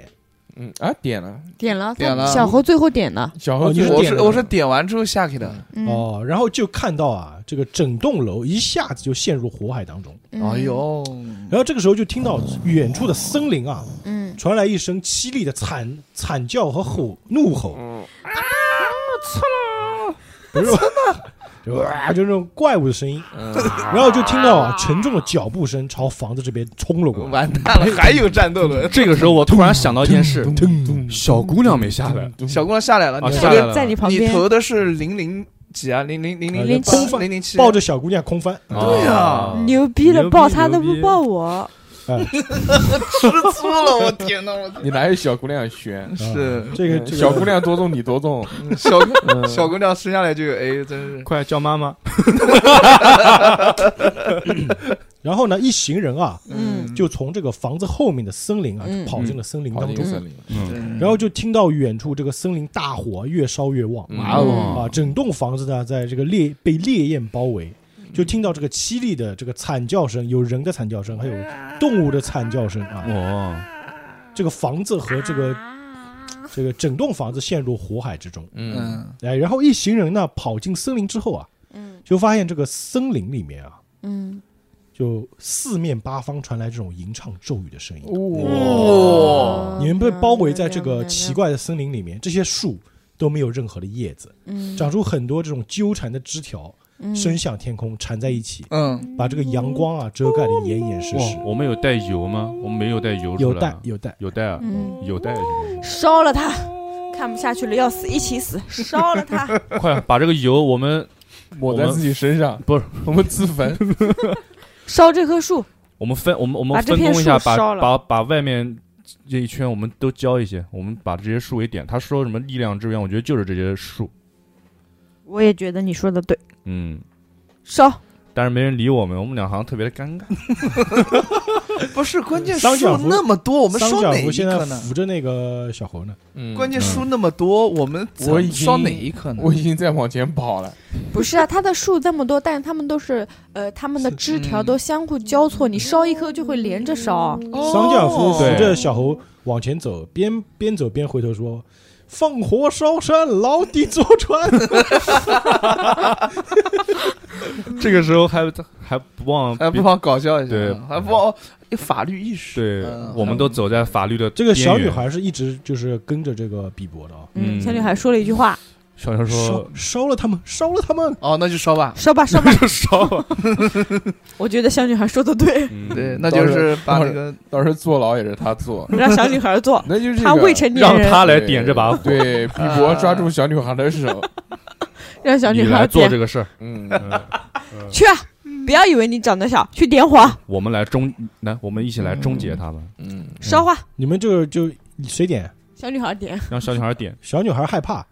[SPEAKER 2] 嗯啊点了，
[SPEAKER 4] 点了，
[SPEAKER 3] 点了
[SPEAKER 4] 小猴最后点的，
[SPEAKER 2] 小
[SPEAKER 1] 哦
[SPEAKER 2] 何
[SPEAKER 1] 你是
[SPEAKER 2] 最后
[SPEAKER 3] 我
[SPEAKER 1] 点
[SPEAKER 3] 是
[SPEAKER 1] 的
[SPEAKER 3] 我是点完之后下去的，
[SPEAKER 4] 嗯，
[SPEAKER 1] 哦，然后就看到啊，这个整栋楼一下子就陷入火海当中。
[SPEAKER 4] 嗯
[SPEAKER 3] 哎，呦，
[SPEAKER 1] 然后这个时候就听到远处的森林啊，
[SPEAKER 4] 嗯，
[SPEAKER 1] 传来一声凄厉的惨惨叫和吼怒吼，
[SPEAKER 2] 嗯
[SPEAKER 1] 啊不是吧？就哇，就那种怪物的声音，
[SPEAKER 2] 嗯
[SPEAKER 1] 然后就听到啊沉重的脚步声朝房子这边冲了
[SPEAKER 2] 嗯
[SPEAKER 1] 过来。
[SPEAKER 3] 完蛋了，还有战斗轮，
[SPEAKER 5] 这个时候我突然想到一件 事，
[SPEAKER 1] 噔，
[SPEAKER 5] 小姑娘没下来，
[SPEAKER 3] 小姑娘下来了，
[SPEAKER 5] 啊
[SPEAKER 3] 你
[SPEAKER 5] 下
[SPEAKER 3] 投
[SPEAKER 5] 来
[SPEAKER 3] 的
[SPEAKER 1] 呃
[SPEAKER 5] 了
[SPEAKER 4] 在你旁
[SPEAKER 3] 你
[SPEAKER 4] 边，
[SPEAKER 3] 投的是零零几啊？零零零零
[SPEAKER 1] 零
[SPEAKER 3] 七
[SPEAKER 4] 七
[SPEAKER 3] 零零七，
[SPEAKER 1] 抱着小姑娘空翻，
[SPEAKER 5] 啊
[SPEAKER 3] 对呀
[SPEAKER 4] 牛逼了，
[SPEAKER 5] 牛逼
[SPEAKER 4] 抱他
[SPEAKER 5] 牛
[SPEAKER 4] 都
[SPEAKER 5] 逼
[SPEAKER 4] 不抱我，
[SPEAKER 3] 吃醋了，我天哪， 我
[SPEAKER 2] 你哪有小姑娘悬？
[SPEAKER 3] 是
[SPEAKER 1] 啊这个
[SPEAKER 2] 嗯
[SPEAKER 1] 这个
[SPEAKER 2] 小姑娘多重你多重，
[SPEAKER 3] 小
[SPEAKER 2] 嗯
[SPEAKER 3] 小姑娘生下来就有 A，真是
[SPEAKER 5] 快叫妈妈！
[SPEAKER 1] 然后呢，一行人啊，
[SPEAKER 4] 嗯
[SPEAKER 1] 就从这个房子后面的森林啊，
[SPEAKER 4] 嗯
[SPEAKER 1] 就跑进了森林
[SPEAKER 2] 跑
[SPEAKER 1] 当
[SPEAKER 2] 进
[SPEAKER 1] 中，
[SPEAKER 2] 森林了，
[SPEAKER 5] 嗯，
[SPEAKER 1] 然后就听到远处这个森林大火越烧越旺，
[SPEAKER 5] 哇哦
[SPEAKER 1] 啊，整栋房子呢，在这个烈被烈焰包围，就听到这个凄厉的这个惨叫声，有人的惨叫声，还有
[SPEAKER 4] 嗯
[SPEAKER 1] 动物的惨叫声啊。
[SPEAKER 4] 哦
[SPEAKER 5] 哇，
[SPEAKER 1] 这个房子和这个这个整栋房子陷入火海之中。
[SPEAKER 2] 嗯，
[SPEAKER 3] 嗯
[SPEAKER 1] 哎，然后一行人呢跑进森林之后啊，
[SPEAKER 4] 嗯
[SPEAKER 1] 就发现这个森林里面啊，
[SPEAKER 4] 嗯
[SPEAKER 1] 就四面八方传来这种吟唱咒语的声音。
[SPEAKER 4] 哦
[SPEAKER 1] 你们被包围在这个奇，怪的森林里面，这些树都没有任何的叶子，
[SPEAKER 4] 嗯，
[SPEAKER 1] 长出很多这种纠缠的枝条，
[SPEAKER 4] 嗯
[SPEAKER 1] 伸向天空，缠在一起，
[SPEAKER 3] 嗯，
[SPEAKER 1] 把这个阳光啊遮盖的严严实实
[SPEAKER 5] 哇，。我们有带油吗？我们没有带油哦出
[SPEAKER 1] 有
[SPEAKER 5] 来
[SPEAKER 1] 带
[SPEAKER 5] 啊，
[SPEAKER 1] 有带，
[SPEAKER 5] 有带啊，
[SPEAKER 4] 嗯，
[SPEAKER 5] 有带啊，
[SPEAKER 7] 烧了它，看不下去了，要死一起死，烧了它。
[SPEAKER 5] 快把这个油，我们
[SPEAKER 2] 抹在自己身上，
[SPEAKER 5] 不是
[SPEAKER 2] 我们自焚，
[SPEAKER 7] 烧这棵树，
[SPEAKER 5] 我们分我们我们
[SPEAKER 7] 把这
[SPEAKER 5] 分
[SPEAKER 7] 片
[SPEAKER 5] 工一下，
[SPEAKER 7] 树
[SPEAKER 5] 把
[SPEAKER 7] 烧了
[SPEAKER 5] 把把外面这一圈我们都浇一些，我们把这些树给点。他说什么力量之源，我觉得就是这些树，
[SPEAKER 7] 我也觉得你说的对，
[SPEAKER 5] 嗯，
[SPEAKER 7] 烧。
[SPEAKER 5] 但是没人理我们，我们俩好像特别的尴尬。
[SPEAKER 3] 不是，关键
[SPEAKER 1] 桑
[SPEAKER 3] 树
[SPEAKER 1] 角福
[SPEAKER 3] 那么多，我们
[SPEAKER 1] 桑
[SPEAKER 3] 说
[SPEAKER 1] 角
[SPEAKER 3] 哪
[SPEAKER 1] 福
[SPEAKER 3] 一
[SPEAKER 1] 现在
[SPEAKER 3] 棵呢？
[SPEAKER 1] 扶着那个小猴呢，
[SPEAKER 2] 嗯
[SPEAKER 3] 关键树那么多，我们怎
[SPEAKER 2] 我已经
[SPEAKER 3] 烧哪一棵呢？
[SPEAKER 2] 我已经在往前跑了，
[SPEAKER 4] 不是啊，它的树这么多，但是它们都是呃，它们的枝条
[SPEAKER 3] 嗯
[SPEAKER 4] 都相互交错，你烧一颗就会连着烧。
[SPEAKER 7] 嗯
[SPEAKER 3] 哦
[SPEAKER 1] 桑角福扶
[SPEAKER 5] 对
[SPEAKER 1] 着小猴往前走，边边走边回头说：“放火烧山，牢底坐 穿。
[SPEAKER 5] 这个时候还还不 忘
[SPEAKER 3] 还不
[SPEAKER 5] 别
[SPEAKER 3] 妨搞笑一下，
[SPEAKER 5] 对
[SPEAKER 3] 还不妨有法律意识。
[SPEAKER 5] 对
[SPEAKER 3] 嗯，
[SPEAKER 5] 我们都走在法律的”
[SPEAKER 1] 这个小
[SPEAKER 5] 边
[SPEAKER 1] 女
[SPEAKER 5] 缘，
[SPEAKER 1] 孩是一直就是跟着这个比伯的啊，
[SPEAKER 5] 嗯
[SPEAKER 7] 小女孩说了一句话
[SPEAKER 5] 小女孩说，
[SPEAKER 1] 烧烧了他们，烧了他们。
[SPEAKER 3] 哦，那就烧吧。
[SPEAKER 7] 烧吧烧 吧
[SPEAKER 5] 就烧了，
[SPEAKER 7] 我觉得小女孩说的 对，
[SPEAKER 5] 嗯
[SPEAKER 3] 对，那就是把那个
[SPEAKER 2] 到时候坐牢也是他坐，，
[SPEAKER 7] 让小女孩做
[SPEAKER 2] 那就是这个
[SPEAKER 7] 她未成年
[SPEAKER 5] 让
[SPEAKER 7] 人，
[SPEAKER 5] 他来点这把火，
[SPEAKER 2] 对，比伯抓住小女孩的手，
[SPEAKER 7] 让小
[SPEAKER 5] 你
[SPEAKER 7] 女
[SPEAKER 5] 来
[SPEAKER 7] 孩
[SPEAKER 5] 做
[SPEAKER 7] 点
[SPEAKER 5] 这个事儿，
[SPEAKER 2] 嗯，
[SPEAKER 7] 去啊，不要以为你长得小，去点火
[SPEAKER 5] 我们来终来，我们一起来终结他们，
[SPEAKER 2] 嗯，
[SPEAKER 7] 烧花。
[SPEAKER 1] 你们就就谁点？
[SPEAKER 4] 小女孩点，
[SPEAKER 5] 让小女孩点，
[SPEAKER 1] 小女孩害怕，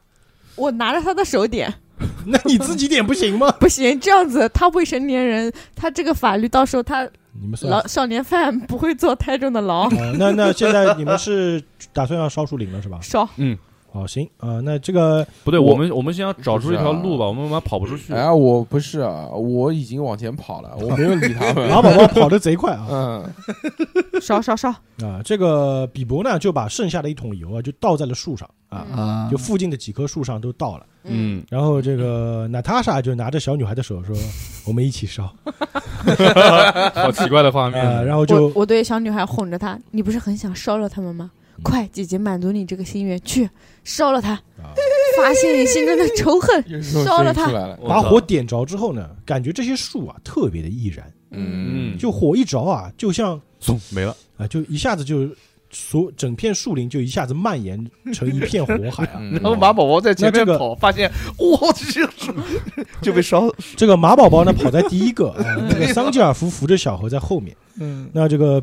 [SPEAKER 4] 我拿着她的手点，
[SPEAKER 1] 那你自己点不行吗？
[SPEAKER 4] 不行，这样子她未成年人，她这个法律到时候她
[SPEAKER 1] 你们算了。
[SPEAKER 4] 老少年犯不会坐太重的牢。
[SPEAKER 1] 哦那那现在你们是打算要烧树林了是 吧？
[SPEAKER 4] 烧，
[SPEAKER 1] 好，行啊、那这个
[SPEAKER 5] 不对，
[SPEAKER 2] 我
[SPEAKER 5] 我们我们先要找出一条路吧，我们他妈跑不出去。
[SPEAKER 2] 哎，我不是啊，我已经往前跑了，我没有理 他们，
[SPEAKER 1] 马宝宝跑得贼快啊
[SPEAKER 2] 嗯，
[SPEAKER 7] 烧烧烧！
[SPEAKER 1] 啊！这个比伯呢就把剩下的一桶油啊就倒在了树上啊，
[SPEAKER 4] 嗯
[SPEAKER 3] 啊
[SPEAKER 1] 就附近的几棵树上都倒了。
[SPEAKER 4] 嗯，
[SPEAKER 1] 然后这个娜塔莎就拿着小女孩的手说：“我们一起 烧。
[SPEAKER 5] 好奇怪的画
[SPEAKER 1] 啊，
[SPEAKER 5] 面，
[SPEAKER 1] 然后
[SPEAKER 4] 嗯我
[SPEAKER 1] 就
[SPEAKER 4] 我对小女孩哄着她，你不是很想烧了他们吗？快，姐姐满足你这个心愿，去烧了它，
[SPEAKER 1] 啊
[SPEAKER 4] 发泄你心中的仇 恨。
[SPEAKER 2] 有时候
[SPEAKER 4] 烧了
[SPEAKER 2] 声音
[SPEAKER 4] 它
[SPEAKER 2] 出来了，
[SPEAKER 1] 把火点着之后呢，感觉这些树啊特别的易燃，
[SPEAKER 2] 嗯，
[SPEAKER 1] 就火一着啊，就像
[SPEAKER 5] 总没了，
[SPEAKER 1] 啊就一下子就所整片树林就一下子蔓延成一片火海 啊。
[SPEAKER 2] 嗯
[SPEAKER 3] 然后马宝宝在前
[SPEAKER 1] 那
[SPEAKER 3] 面
[SPEAKER 1] 这个
[SPEAKER 3] 跑，发现我去，就被烧。
[SPEAKER 1] 这个马宝宝呢跑在第一个， 啊，那个桑吉尔夫扶着小猴在后面。
[SPEAKER 3] 嗯，
[SPEAKER 1] 那这个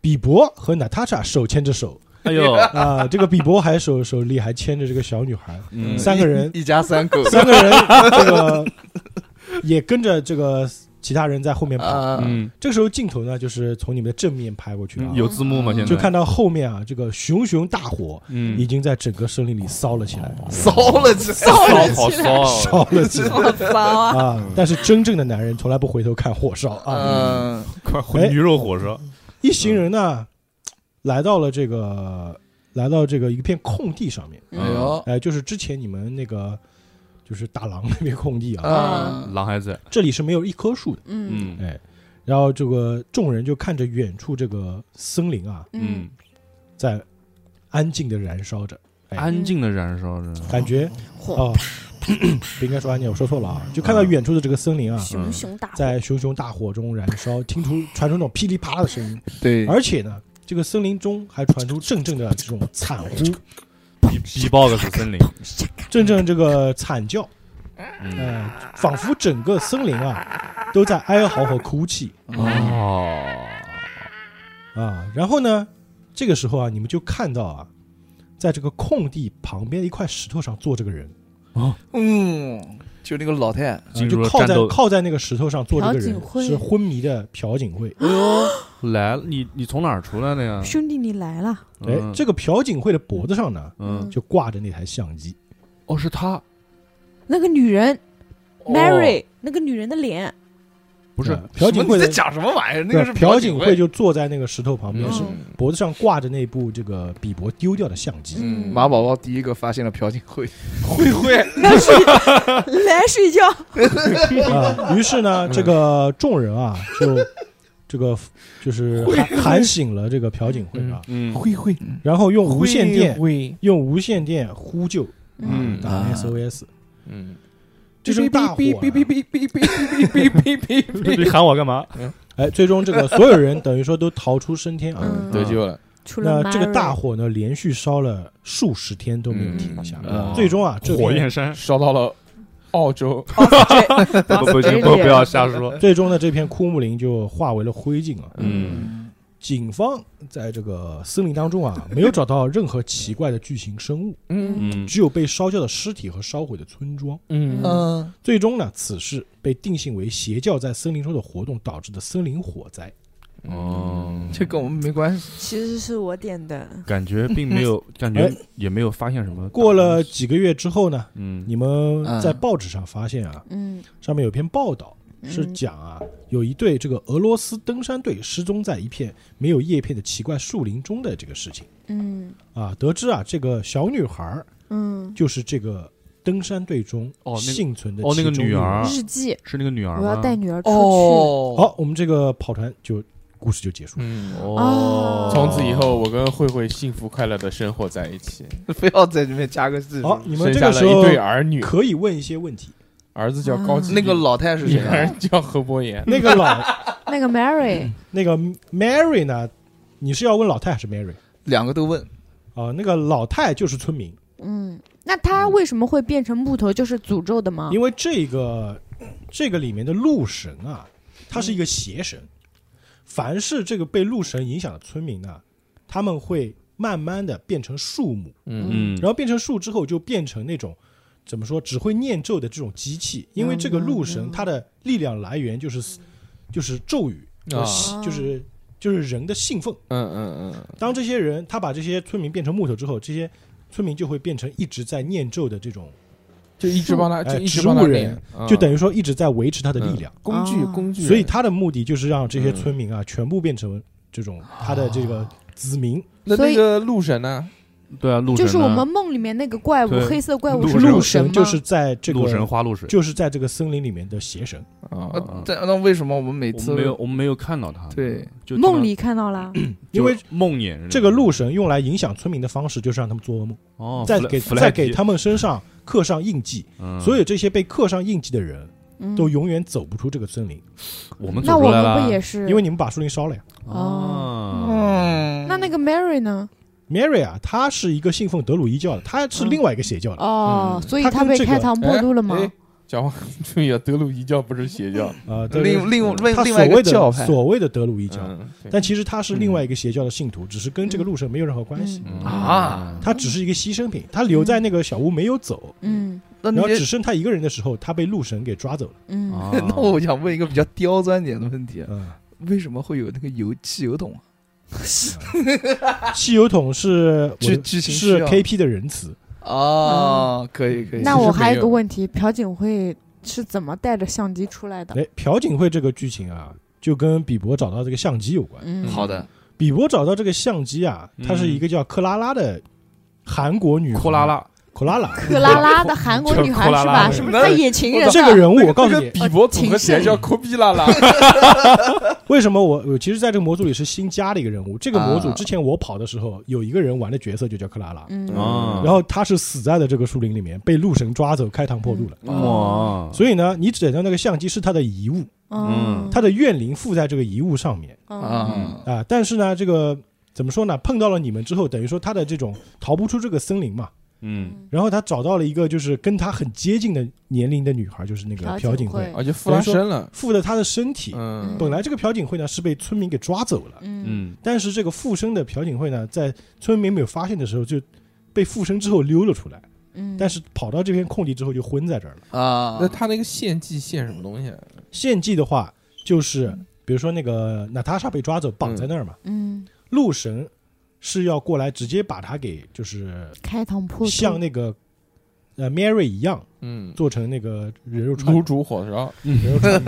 [SPEAKER 1] 比伯和娜塔莎手牵着手
[SPEAKER 5] 哎呦，
[SPEAKER 1] 啊，这个比伯还手手里还牵着这个小女孩，
[SPEAKER 5] 嗯
[SPEAKER 1] 三个 人，
[SPEAKER 3] 一家三口
[SPEAKER 1] 三个人这个也跟着这个其他人在后面跑。
[SPEAKER 3] 啊，
[SPEAKER 5] 嗯，
[SPEAKER 1] 这个时候镜头呢，就是从你们的正面拍过去啊，
[SPEAKER 5] 有字幕吗？现在
[SPEAKER 1] 就看到后面啊，这个熊熊大火已
[SPEAKER 5] 嗯，
[SPEAKER 1] 经在整个森林里烧了起来，哦
[SPEAKER 3] 骚了这
[SPEAKER 5] 骚好骚啊，
[SPEAKER 1] 烧了起来
[SPEAKER 7] 好骚啊！
[SPEAKER 1] 啊！但是真正的男人从来不回头看火烧啊。
[SPEAKER 3] 嗯，
[SPEAKER 5] 快
[SPEAKER 1] 哎
[SPEAKER 5] 回鱼肉火烧，
[SPEAKER 1] 一行人呢，来到了这个来到这个一片空地上面，
[SPEAKER 3] 哎呦，
[SPEAKER 1] 哎、就是之前你们那个就是大郎那片空地啊，
[SPEAKER 3] 啊，
[SPEAKER 5] 狼还在，
[SPEAKER 1] 这里是没有一棵树的，
[SPEAKER 4] 嗯
[SPEAKER 5] 嗯
[SPEAKER 1] 哎，然后这个众人就看着远处这个森林啊，
[SPEAKER 4] 嗯，
[SPEAKER 5] 嗯，
[SPEAKER 1] 在安静的燃烧着，
[SPEAKER 5] 安静的燃烧着，
[SPEAKER 1] 感觉
[SPEAKER 4] 火
[SPEAKER 1] 哦， 不应该说安静，我说错了啊，就看到远处的这个森林啊，
[SPEAKER 4] 熊熊大火，
[SPEAKER 1] 在熊熊大火中燃烧，听出传出那种噼里啪啦的声音，
[SPEAKER 3] 对，
[SPEAKER 1] 而且呢，这个森林中还传出阵阵的这种惨呼，
[SPEAKER 5] 逼逼爆的是森林，
[SPEAKER 1] 阵阵这个惨叫，
[SPEAKER 5] 嗯，
[SPEAKER 1] 嗯，仿佛整个森林啊都在哀嚎和哭泣
[SPEAKER 5] 哦，
[SPEAKER 1] 啊。然后呢，这个时候啊，你们就看到啊，在这个空地旁边一块石头上坐着个人，
[SPEAKER 3] 嗯，就那个老太，
[SPEAKER 1] 啊
[SPEAKER 5] 进入
[SPEAKER 1] 就
[SPEAKER 5] 了
[SPEAKER 1] 靠
[SPEAKER 5] 战
[SPEAKER 1] 在
[SPEAKER 5] 斗
[SPEAKER 1] 靠在那个石头上坐着个
[SPEAKER 4] 朴
[SPEAKER 1] 人
[SPEAKER 4] 槿惠
[SPEAKER 1] 是昏迷的朴槿惠。
[SPEAKER 5] 来了，你你从哪儿出来的呀？
[SPEAKER 4] 兄弟你来了，
[SPEAKER 1] 哎，
[SPEAKER 5] 嗯
[SPEAKER 1] 这个朴槿惠的脖子上呢，
[SPEAKER 5] 嗯，
[SPEAKER 1] 就挂着那台相机。
[SPEAKER 5] 哦，是
[SPEAKER 2] 嗯
[SPEAKER 5] 他，
[SPEAKER 4] 那个女人
[SPEAKER 5] 哦
[SPEAKER 4] Mary，那个女人的脸，
[SPEAKER 5] 不是
[SPEAKER 1] 啊朴槿惠
[SPEAKER 3] 嗯什么你在
[SPEAKER 1] 的，
[SPEAKER 3] 讲什么玩意儿？那个是
[SPEAKER 1] 对朴槿
[SPEAKER 3] 惠
[SPEAKER 1] 惠就坐在那个石头旁边，
[SPEAKER 5] 嗯
[SPEAKER 1] 是
[SPEAKER 4] 嗯
[SPEAKER 1] 脖子上挂着那部这个比伯丢掉的相机。
[SPEAKER 4] 嗯，
[SPEAKER 3] 马宝宝第一个发现了朴槿惠，
[SPEAKER 2] 慧慧，
[SPEAKER 4] 来睡来睡觉，
[SPEAKER 2] 嗯
[SPEAKER 1] 啊，于是呢，这个众人啊，就这个就是喊喊醒了这个朴槿惠啊，
[SPEAKER 5] 嗯
[SPEAKER 2] 会会
[SPEAKER 1] 然后用无线电
[SPEAKER 2] 会，
[SPEAKER 1] 用无线电呼救，
[SPEAKER 5] 嗯
[SPEAKER 1] 打
[SPEAKER 3] 啊
[SPEAKER 1] SOS，
[SPEAKER 2] 嗯，
[SPEAKER 1] 这声大火啊
[SPEAKER 2] 哔
[SPEAKER 1] 呀
[SPEAKER 2] 哔哔哔哔哔哔哔哔哔哔
[SPEAKER 5] 你喊我干嘛？
[SPEAKER 1] 哎，最终这个所有人等于说都逃出升天啊。
[SPEAKER 4] 嗯
[SPEAKER 2] 得救了，
[SPEAKER 4] 除了
[SPEAKER 1] 那这个大
[SPEAKER 4] Mary
[SPEAKER 1] 火呢，连续烧了数十天都没有停下，
[SPEAKER 3] 嗯
[SPEAKER 1] 最终啊，
[SPEAKER 2] 哦
[SPEAKER 1] 这片
[SPEAKER 5] 火焰山，
[SPEAKER 2] 烧到了澳洲，
[SPEAKER 5] 不不行，不不要瞎说。
[SPEAKER 1] 最终呢，这片枯木林就化为了灰烬 啊。
[SPEAKER 5] 嗯
[SPEAKER 1] 警方在这个森林当中啊，没有找到任何奇怪的巨型生物，
[SPEAKER 2] 嗯
[SPEAKER 5] 嗯
[SPEAKER 1] 只有被烧焦的尸体和烧毁的村庄。
[SPEAKER 2] 嗯
[SPEAKER 3] 嗯，
[SPEAKER 1] 最终呢，此事被定性为邪教在森林中的活动导致的森林火灾。
[SPEAKER 5] 哦，
[SPEAKER 3] 这跟我们没关系。
[SPEAKER 8] 其实是我点的，
[SPEAKER 5] 感觉并没有，感觉也没有发现什么。
[SPEAKER 1] 过了，几个月之后呢，
[SPEAKER 5] 嗯
[SPEAKER 1] 你们在报纸上发现啊，
[SPEAKER 4] 嗯
[SPEAKER 1] 上面有篇报道
[SPEAKER 4] 嗯
[SPEAKER 1] 是讲啊，有一队这个俄罗斯登山队失踪在一片没有叶片的奇怪树林中的这个事情
[SPEAKER 4] 嗯
[SPEAKER 1] 啊，得知啊，这个小女孩儿
[SPEAKER 4] 嗯
[SPEAKER 1] 就是这个登山队中
[SPEAKER 5] 哦那个
[SPEAKER 1] 幸存的
[SPEAKER 5] 哦那个
[SPEAKER 1] 其中
[SPEAKER 5] 女
[SPEAKER 1] 一人
[SPEAKER 5] 儿啊
[SPEAKER 4] 日记，
[SPEAKER 5] 是那个女儿吗？
[SPEAKER 4] 我要带女儿出去。
[SPEAKER 3] 哦
[SPEAKER 1] 好，我们这个跑团就故事就结束了。
[SPEAKER 2] 嗯，
[SPEAKER 5] 哦，
[SPEAKER 2] 从此以后，我跟慧慧幸福快乐的生活在一起，
[SPEAKER 3] 非要在这边加个字。
[SPEAKER 1] 好，你们
[SPEAKER 2] 生
[SPEAKER 1] 这
[SPEAKER 2] 下
[SPEAKER 1] 个
[SPEAKER 2] 了
[SPEAKER 1] 时
[SPEAKER 2] 一
[SPEAKER 1] 候嗯
[SPEAKER 2] 对儿女，
[SPEAKER 1] 可以问一些问题。
[SPEAKER 2] 儿子叫高启，
[SPEAKER 3] 那个老太是
[SPEAKER 2] 女
[SPEAKER 3] 谁
[SPEAKER 2] 儿
[SPEAKER 3] 啊？
[SPEAKER 2] 叫何伯言，
[SPEAKER 1] 那 个老
[SPEAKER 4] 那个 Mary，
[SPEAKER 1] 那个 Mary 呢？你是要问老太还是 Mary？
[SPEAKER 3] 两个都问。
[SPEAKER 1] 啊、那个老太就是村民，
[SPEAKER 4] 嗯，那她为什么会变成木头？就是诅咒的吗？
[SPEAKER 1] 因为这个这个里面的鹿神啊，他是一个邪神，凡是这个被鹿神影响的村民呢，他们会慢慢的变成树木，
[SPEAKER 2] 嗯
[SPEAKER 5] 嗯，
[SPEAKER 1] 然后变成树之后就变成那种怎么说只会念咒的这种机器，因为这个鹿神它的力量来源就是就是咒语，
[SPEAKER 2] 啊，
[SPEAKER 1] 就是就是人的信奉。
[SPEAKER 2] 嗯嗯嗯
[SPEAKER 1] 当这些人他把这些村民变成木头之后，这些村民就会变成一直在念咒的这种，
[SPEAKER 2] 就一直帮他，
[SPEAKER 1] 哎
[SPEAKER 2] 就一直
[SPEAKER 1] 植
[SPEAKER 2] 帮他
[SPEAKER 1] 物人
[SPEAKER 2] 练，
[SPEAKER 1] 就等于说一直在维持他的
[SPEAKER 2] 嗯
[SPEAKER 1] 力量。
[SPEAKER 2] 工具
[SPEAKER 4] 啊
[SPEAKER 5] 嗯
[SPEAKER 2] 工具人，
[SPEAKER 1] 所以他的目的就是让这
[SPEAKER 2] 嗯
[SPEAKER 1] 些村民啊，全部变成这种
[SPEAKER 5] 啊
[SPEAKER 1] 他的这个子民。
[SPEAKER 2] 那
[SPEAKER 4] 所以
[SPEAKER 2] 那个鹿神呢？
[SPEAKER 5] 对啊，鹿
[SPEAKER 4] 就
[SPEAKER 5] 神
[SPEAKER 4] 是我
[SPEAKER 5] 呢
[SPEAKER 4] 们梦里面那个怪物，
[SPEAKER 5] 对
[SPEAKER 4] 黑色怪物
[SPEAKER 5] 鹿
[SPEAKER 4] 是
[SPEAKER 5] 神
[SPEAKER 4] 鹿
[SPEAKER 1] 鹿
[SPEAKER 4] 神吗？
[SPEAKER 1] 就是在这
[SPEAKER 5] 鹿神嗯
[SPEAKER 1] 个
[SPEAKER 5] 花露水，
[SPEAKER 1] 就是在这个森林里面的邪神。
[SPEAKER 2] 啊
[SPEAKER 3] 呃，但那为什么我们每
[SPEAKER 5] 我
[SPEAKER 3] 次
[SPEAKER 5] 们没有我们没有看到他，
[SPEAKER 3] 对
[SPEAKER 5] 就听到
[SPEAKER 4] 梦里看到了，
[SPEAKER 1] 因为
[SPEAKER 5] 就梦魇
[SPEAKER 1] 这个鹿神用来影响村民的方式就是让他们做噩梦，
[SPEAKER 5] 哦，
[SPEAKER 1] 再
[SPEAKER 5] 弗莱
[SPEAKER 1] 给
[SPEAKER 5] 弗莱
[SPEAKER 1] 再
[SPEAKER 5] 迪
[SPEAKER 1] 给他们身上刻上印记，
[SPEAKER 5] 嗯
[SPEAKER 1] 所有这些被刻上印记的人
[SPEAKER 4] 嗯
[SPEAKER 1] 都永远走不出这个森林，
[SPEAKER 5] 我们
[SPEAKER 4] 那
[SPEAKER 5] 走
[SPEAKER 4] 我
[SPEAKER 5] 出来
[SPEAKER 4] 们
[SPEAKER 5] 了，
[SPEAKER 4] 不也是？
[SPEAKER 1] 因为你们把树林烧了呀。
[SPEAKER 5] 哦，
[SPEAKER 3] 嗯，
[SPEAKER 4] 那那个 Mary 呢？
[SPEAKER 1] Mary 啊，她是一个信奉德鲁伊教的，她
[SPEAKER 3] 嗯
[SPEAKER 1] 是另外一个邪教
[SPEAKER 3] 啊
[SPEAKER 1] 的，
[SPEAKER 4] 哦，
[SPEAKER 2] 嗯
[SPEAKER 4] 所以
[SPEAKER 1] 他
[SPEAKER 4] 她
[SPEAKER 1] 跟
[SPEAKER 4] 被
[SPEAKER 1] 这
[SPEAKER 4] 开
[SPEAKER 1] 个
[SPEAKER 4] 膛破肚了吗？
[SPEAKER 2] 哎，讲话注意啊，德鲁伊教不是 邪教，
[SPEAKER 1] 呃，这个
[SPEAKER 3] 另另另
[SPEAKER 1] 她
[SPEAKER 3] 另外
[SPEAKER 1] 所
[SPEAKER 3] 一
[SPEAKER 1] 谓
[SPEAKER 3] 个教
[SPEAKER 1] 的
[SPEAKER 3] 派
[SPEAKER 1] 所谓的德鲁伊教，
[SPEAKER 2] 嗯，对
[SPEAKER 1] 但其实她是另外一个邪教的信徒，只是跟这
[SPEAKER 3] 嗯
[SPEAKER 1] 个路神没有任何关系，
[SPEAKER 5] 嗯
[SPEAKER 3] 啊，
[SPEAKER 1] 她只是一个牺牲品，她留在那个小屋没有走，
[SPEAKER 4] 嗯
[SPEAKER 3] 那
[SPEAKER 1] 然
[SPEAKER 3] 你
[SPEAKER 1] 后
[SPEAKER 3] 这
[SPEAKER 1] 只剩她一个人的时候，她被路神给抓走了。
[SPEAKER 4] 嗯
[SPEAKER 5] 啊
[SPEAKER 3] 那我想问一个比较刁钻点的问题啊，
[SPEAKER 1] 嗯，
[SPEAKER 3] 为什么会有那个油汽油桶啊？
[SPEAKER 1] 汽油桶是
[SPEAKER 3] 剧
[SPEAKER 1] 我的
[SPEAKER 3] 剧情需
[SPEAKER 1] 是
[SPEAKER 3] 要
[SPEAKER 1] KP 的人词，
[SPEAKER 3] 哦，可以可以。
[SPEAKER 4] 那
[SPEAKER 2] 其实
[SPEAKER 4] 我还有
[SPEAKER 2] 没
[SPEAKER 4] 个
[SPEAKER 2] 有
[SPEAKER 4] 问题，朴槿惠是怎么带着相机出来的？
[SPEAKER 3] 嗯
[SPEAKER 1] 哎，朴槿惠这个剧情啊，就跟比伯找到这个相机有关。
[SPEAKER 4] 嗯，
[SPEAKER 3] 好的，
[SPEAKER 1] 比伯找到这个相机啊，
[SPEAKER 3] 嗯
[SPEAKER 1] 她是一个叫克拉拉的韩国女，
[SPEAKER 5] 库拉，拉，
[SPEAKER 1] 克拉拉，
[SPEAKER 4] 克拉拉的韩国
[SPEAKER 5] 就
[SPEAKER 4] 女孩
[SPEAKER 5] 克拉
[SPEAKER 4] 是
[SPEAKER 5] 拉
[SPEAKER 4] 吧？
[SPEAKER 5] 那
[SPEAKER 4] 是
[SPEAKER 5] 个
[SPEAKER 4] 不是
[SPEAKER 3] 那
[SPEAKER 4] 在
[SPEAKER 3] 个
[SPEAKER 4] 演情人
[SPEAKER 1] 这个
[SPEAKER 4] 啊？
[SPEAKER 1] 人物
[SPEAKER 2] 那
[SPEAKER 1] 我告诉
[SPEAKER 2] 那
[SPEAKER 1] 你
[SPEAKER 2] 个，比伯组合
[SPEAKER 4] 情
[SPEAKER 2] 起来
[SPEAKER 4] 圣
[SPEAKER 2] 叫科比拉拉，
[SPEAKER 1] 为什么我我其实在这个模组里是新加的一个人物。这个模组
[SPEAKER 3] 啊
[SPEAKER 1] 之前我跑的时候，有一个人玩的角色就叫克拉拉，
[SPEAKER 4] 嗯
[SPEAKER 5] 啊，
[SPEAKER 1] 然后他是死在了这个树林里面，被鹿神抓走，开膛破肚
[SPEAKER 4] 嗯
[SPEAKER 1] 了。
[SPEAKER 5] 嗯
[SPEAKER 4] 哦
[SPEAKER 5] 哇，
[SPEAKER 1] 所以呢，你捡到那个相机是他的遗物，
[SPEAKER 5] 嗯
[SPEAKER 1] 他的怨灵附在这个遗物上面
[SPEAKER 4] 嗯
[SPEAKER 2] 嗯
[SPEAKER 3] 啊，
[SPEAKER 1] 啊。但是呢，这个怎么说呢？碰到了你们之后，等于说他的这种逃不出这个森林嘛。
[SPEAKER 5] 嗯，
[SPEAKER 1] 然后他找到了一个就是跟他很接近的年龄的女孩，就是那个朴槿
[SPEAKER 4] 朴槿
[SPEAKER 1] 惠，
[SPEAKER 2] 而且附哦拉伸了，
[SPEAKER 1] 附了他的身体。
[SPEAKER 2] 嗯
[SPEAKER 1] 本来这个朴槿惠呢是被村民给抓走了，
[SPEAKER 4] 嗯
[SPEAKER 5] 嗯，
[SPEAKER 1] 但是这个附身的朴槿惠呢，在村民没有发现的时候就被附身之后溜了出来，
[SPEAKER 4] 嗯，
[SPEAKER 1] 但是跑到这片空地之后就昏在这儿了。
[SPEAKER 3] 啊，
[SPEAKER 2] 那他那个献祭献什么东西啊？
[SPEAKER 1] 献祭的话就是，比如说那个娜塔莎被抓走绑在那儿嘛，
[SPEAKER 4] 嗯
[SPEAKER 1] 鹿神是要过来直接把他给就是
[SPEAKER 4] 开膛破肚，
[SPEAKER 1] 像那个呃 Mary 一样
[SPEAKER 2] 嗯，
[SPEAKER 1] 做成那个人肉串
[SPEAKER 2] 炉，煮火烧，
[SPEAKER 1] 人肉串。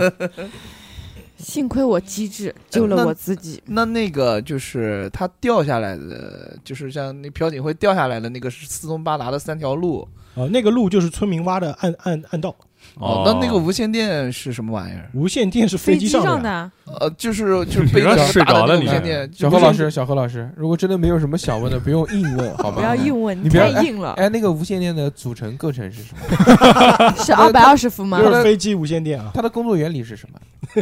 [SPEAKER 4] 幸亏我机智，救了我自己。
[SPEAKER 3] 那那个就是它掉下来的，就是像那朴槿惠掉下来的那个是四通八达的三条路。
[SPEAKER 1] 啊，那个路就是村民挖的暗暗暗道，
[SPEAKER 3] 哦，那那个无线电是什么玩意儿？
[SPEAKER 1] 无线电是
[SPEAKER 4] 飞
[SPEAKER 1] 机
[SPEAKER 4] 机
[SPEAKER 1] 上的呀，
[SPEAKER 4] 的，啊
[SPEAKER 3] 呃，就是就是
[SPEAKER 5] 你
[SPEAKER 3] 被
[SPEAKER 5] 让
[SPEAKER 3] 一脚
[SPEAKER 5] 睡
[SPEAKER 3] 打
[SPEAKER 5] 着
[SPEAKER 3] 的
[SPEAKER 5] 了
[SPEAKER 3] 那个
[SPEAKER 5] 你
[SPEAKER 3] 无线
[SPEAKER 5] 看
[SPEAKER 3] 电。就
[SPEAKER 2] 小何
[SPEAKER 3] 无线
[SPEAKER 2] 老师，小何老师，如果真的没有什么想问的，不用硬问，好
[SPEAKER 4] 不
[SPEAKER 2] 吗？
[SPEAKER 4] 要硬问，
[SPEAKER 2] 你不要
[SPEAKER 4] 太硬了，
[SPEAKER 2] 哎，那个无线电的组成构成是什么？
[SPEAKER 4] 是二百二十伏吗？
[SPEAKER 1] 就是飞机无线电啊，
[SPEAKER 2] 它的工作原理是什么？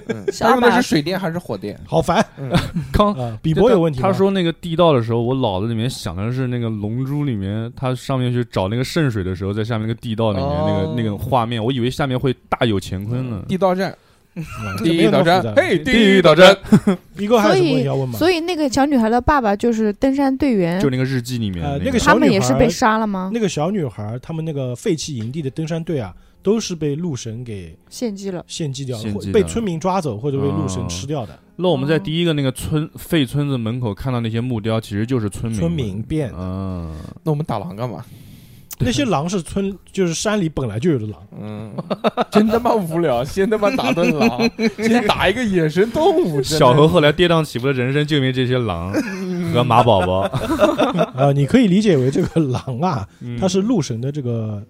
[SPEAKER 2] 嗯
[SPEAKER 4] 是
[SPEAKER 2] 它用的
[SPEAKER 4] 220
[SPEAKER 2] 是水电还是火电？
[SPEAKER 1] 好烦
[SPEAKER 5] 刚
[SPEAKER 4] 嗯
[SPEAKER 1] 啊！比伯有问题吗
[SPEAKER 5] 他说那个地道的时候，我脑子里面想的是那个《龙珠》里面，他上面去找那个圣水的时候，在下面那个地道里面那个、
[SPEAKER 3] 哦
[SPEAKER 5] 那个画面，我以为下面会大有乾坤呢。
[SPEAKER 4] 嗯
[SPEAKER 2] 地道战，
[SPEAKER 1] 啊
[SPEAKER 2] 地狱
[SPEAKER 1] 这没有那么
[SPEAKER 2] 岛战
[SPEAKER 1] 复杂，
[SPEAKER 2] 嘿，
[SPEAKER 1] 这
[SPEAKER 2] 地狱岛战，
[SPEAKER 1] 比哥还有
[SPEAKER 4] 所
[SPEAKER 1] 什么问题
[SPEAKER 4] 以
[SPEAKER 1] 要问，吗？
[SPEAKER 4] 所以那个小女孩的爸爸就是登山队员，
[SPEAKER 5] 就那个日记里面、
[SPEAKER 1] 呃
[SPEAKER 5] 那
[SPEAKER 1] 那个
[SPEAKER 4] 他们
[SPEAKER 1] 小女
[SPEAKER 4] 也是
[SPEAKER 1] 孩
[SPEAKER 4] 被杀了吗？
[SPEAKER 1] 那个小女孩，他们那个废弃营地的登山队啊，都是被鹿神给
[SPEAKER 4] 献祭了，
[SPEAKER 1] 献祭掉的，
[SPEAKER 5] 献
[SPEAKER 1] 或
[SPEAKER 5] 祭
[SPEAKER 1] 被
[SPEAKER 5] 的
[SPEAKER 1] 村民抓走，或者被鹿神
[SPEAKER 5] 哦
[SPEAKER 1] 吃掉的。
[SPEAKER 5] 那我们在第一个那个村废村子门口看到那些木雕，其实就是村民
[SPEAKER 1] 村民变的
[SPEAKER 5] 嗯，
[SPEAKER 2] 那我们打狼干嘛？
[SPEAKER 1] 那些狼是村，就是山里本来就有的 狼。
[SPEAKER 2] 嗯，真他妈无聊，先他妈打顿狼，先打一个野生动物。真的
[SPEAKER 5] 小何后来跌宕起伏的人生就因为这 些狼和马宝宝，
[SPEAKER 1] 呃，你可以理解为这个狼啊，
[SPEAKER 5] 嗯
[SPEAKER 1] 它是鹿神的这个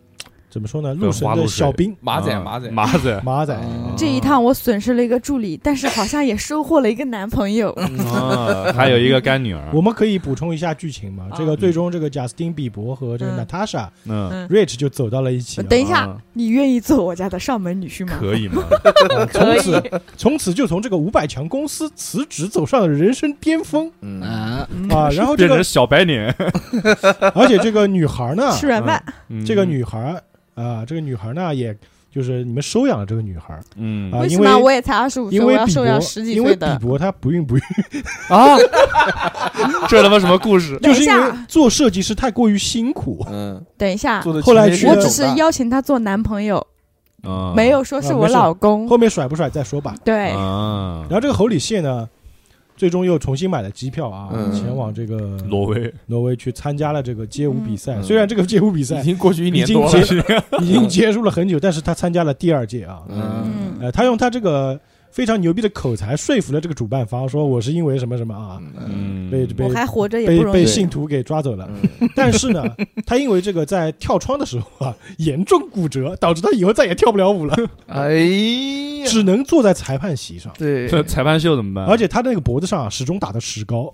[SPEAKER 1] 怎么说呢？
[SPEAKER 5] 对
[SPEAKER 1] 鹿神
[SPEAKER 5] 花
[SPEAKER 1] 的
[SPEAKER 5] 露水
[SPEAKER 1] 小兵。
[SPEAKER 2] 马仔
[SPEAKER 5] 嗯
[SPEAKER 2] 马仔
[SPEAKER 5] 马仔
[SPEAKER 1] 马仔。
[SPEAKER 2] 哦
[SPEAKER 4] 这一趟我损失了一个助理，但是好像也收获了一个男朋友。
[SPEAKER 1] 嗯
[SPEAKER 5] 啊，还有一个干女儿
[SPEAKER 1] 我，们可以补充一下剧情吗？
[SPEAKER 4] 啊
[SPEAKER 1] 这个最终这个贾斯汀·比伯和这个
[SPEAKER 4] 嗯
[SPEAKER 1] Natasha、
[SPEAKER 5] 嗯，
[SPEAKER 4] 嗯，
[SPEAKER 1] Rich 就走到了一起、啊。
[SPEAKER 4] 等一下
[SPEAKER 5] 啊，
[SPEAKER 4] 你愿意做我家的上门女婿吗？
[SPEAKER 5] 可以吗？
[SPEAKER 1] 啊从此从此就从这个五百强公司辞职，走上了人生巅峰
[SPEAKER 5] 嗯，
[SPEAKER 3] 啊，
[SPEAKER 1] 啊！然后这
[SPEAKER 5] 变
[SPEAKER 1] 个
[SPEAKER 5] 成，小白脸，
[SPEAKER 1] 而且这个女孩呢，
[SPEAKER 4] 吃软饭，
[SPEAKER 5] 嗯
[SPEAKER 1] 这个，女孩儿啊，这个女孩儿呢，也就是你们收养了这个女孩儿
[SPEAKER 5] 嗯
[SPEAKER 1] 啊，
[SPEAKER 4] 为什
[SPEAKER 1] 因
[SPEAKER 4] 么我
[SPEAKER 1] 为
[SPEAKER 4] 也才二十五岁，
[SPEAKER 1] 因
[SPEAKER 4] 我
[SPEAKER 1] 为
[SPEAKER 4] 要
[SPEAKER 1] 比
[SPEAKER 4] 收
[SPEAKER 1] 伯
[SPEAKER 4] 养十几
[SPEAKER 1] 因为
[SPEAKER 4] 岁
[SPEAKER 1] 比
[SPEAKER 4] 的？
[SPEAKER 1] 伯她不孕不育，
[SPEAKER 5] 啊，这他妈什么故事？
[SPEAKER 1] 就
[SPEAKER 4] 等一
[SPEAKER 1] 是因为
[SPEAKER 4] 下
[SPEAKER 1] 做设计师太过于辛苦，
[SPEAKER 2] 嗯，
[SPEAKER 4] 等一下，
[SPEAKER 2] 做的
[SPEAKER 1] 后来去
[SPEAKER 4] 啊我
[SPEAKER 1] 的
[SPEAKER 4] 只是邀请他做男朋友，
[SPEAKER 5] 啊
[SPEAKER 4] 没有说是我老公。
[SPEAKER 1] 后面甩不甩再说吧。
[SPEAKER 4] 对，
[SPEAKER 5] 啊
[SPEAKER 1] 然，后这个侯礼谢呢，最终又重新买了机票啊，
[SPEAKER 2] 嗯
[SPEAKER 1] 前往这个
[SPEAKER 5] 挪威
[SPEAKER 1] 挪威去参加了这个街舞比赛。
[SPEAKER 2] 嗯
[SPEAKER 1] 虽然这个街舞比
[SPEAKER 2] 已
[SPEAKER 1] 赛
[SPEAKER 2] 经过去一
[SPEAKER 1] 已
[SPEAKER 2] 年
[SPEAKER 1] 经
[SPEAKER 2] 多
[SPEAKER 1] 结
[SPEAKER 2] 了。
[SPEAKER 1] 已经结束了很久，但是他参加了第二届啊。
[SPEAKER 2] 嗯，
[SPEAKER 4] 嗯，
[SPEAKER 1] 呃，他用他这个非常牛逼的口才说服了这个主办方，说我是因为什么什么啊，
[SPEAKER 2] 嗯
[SPEAKER 5] 嗯
[SPEAKER 1] 被被
[SPEAKER 4] 我还活着也
[SPEAKER 1] 被
[SPEAKER 4] 不容
[SPEAKER 1] 被
[SPEAKER 4] 易。
[SPEAKER 1] 信徒给抓走了。 但是呢，他因为这个在跳窗的时候啊，严重骨折，导致他以后再也跳不了舞了，
[SPEAKER 3] 哎呀，
[SPEAKER 1] 只能坐在裁判席上。
[SPEAKER 3] 对，
[SPEAKER 5] 这裁判秀怎
[SPEAKER 2] 嗯
[SPEAKER 5] 么办？
[SPEAKER 1] 而且他那个脖子上啊，始终打的石膏，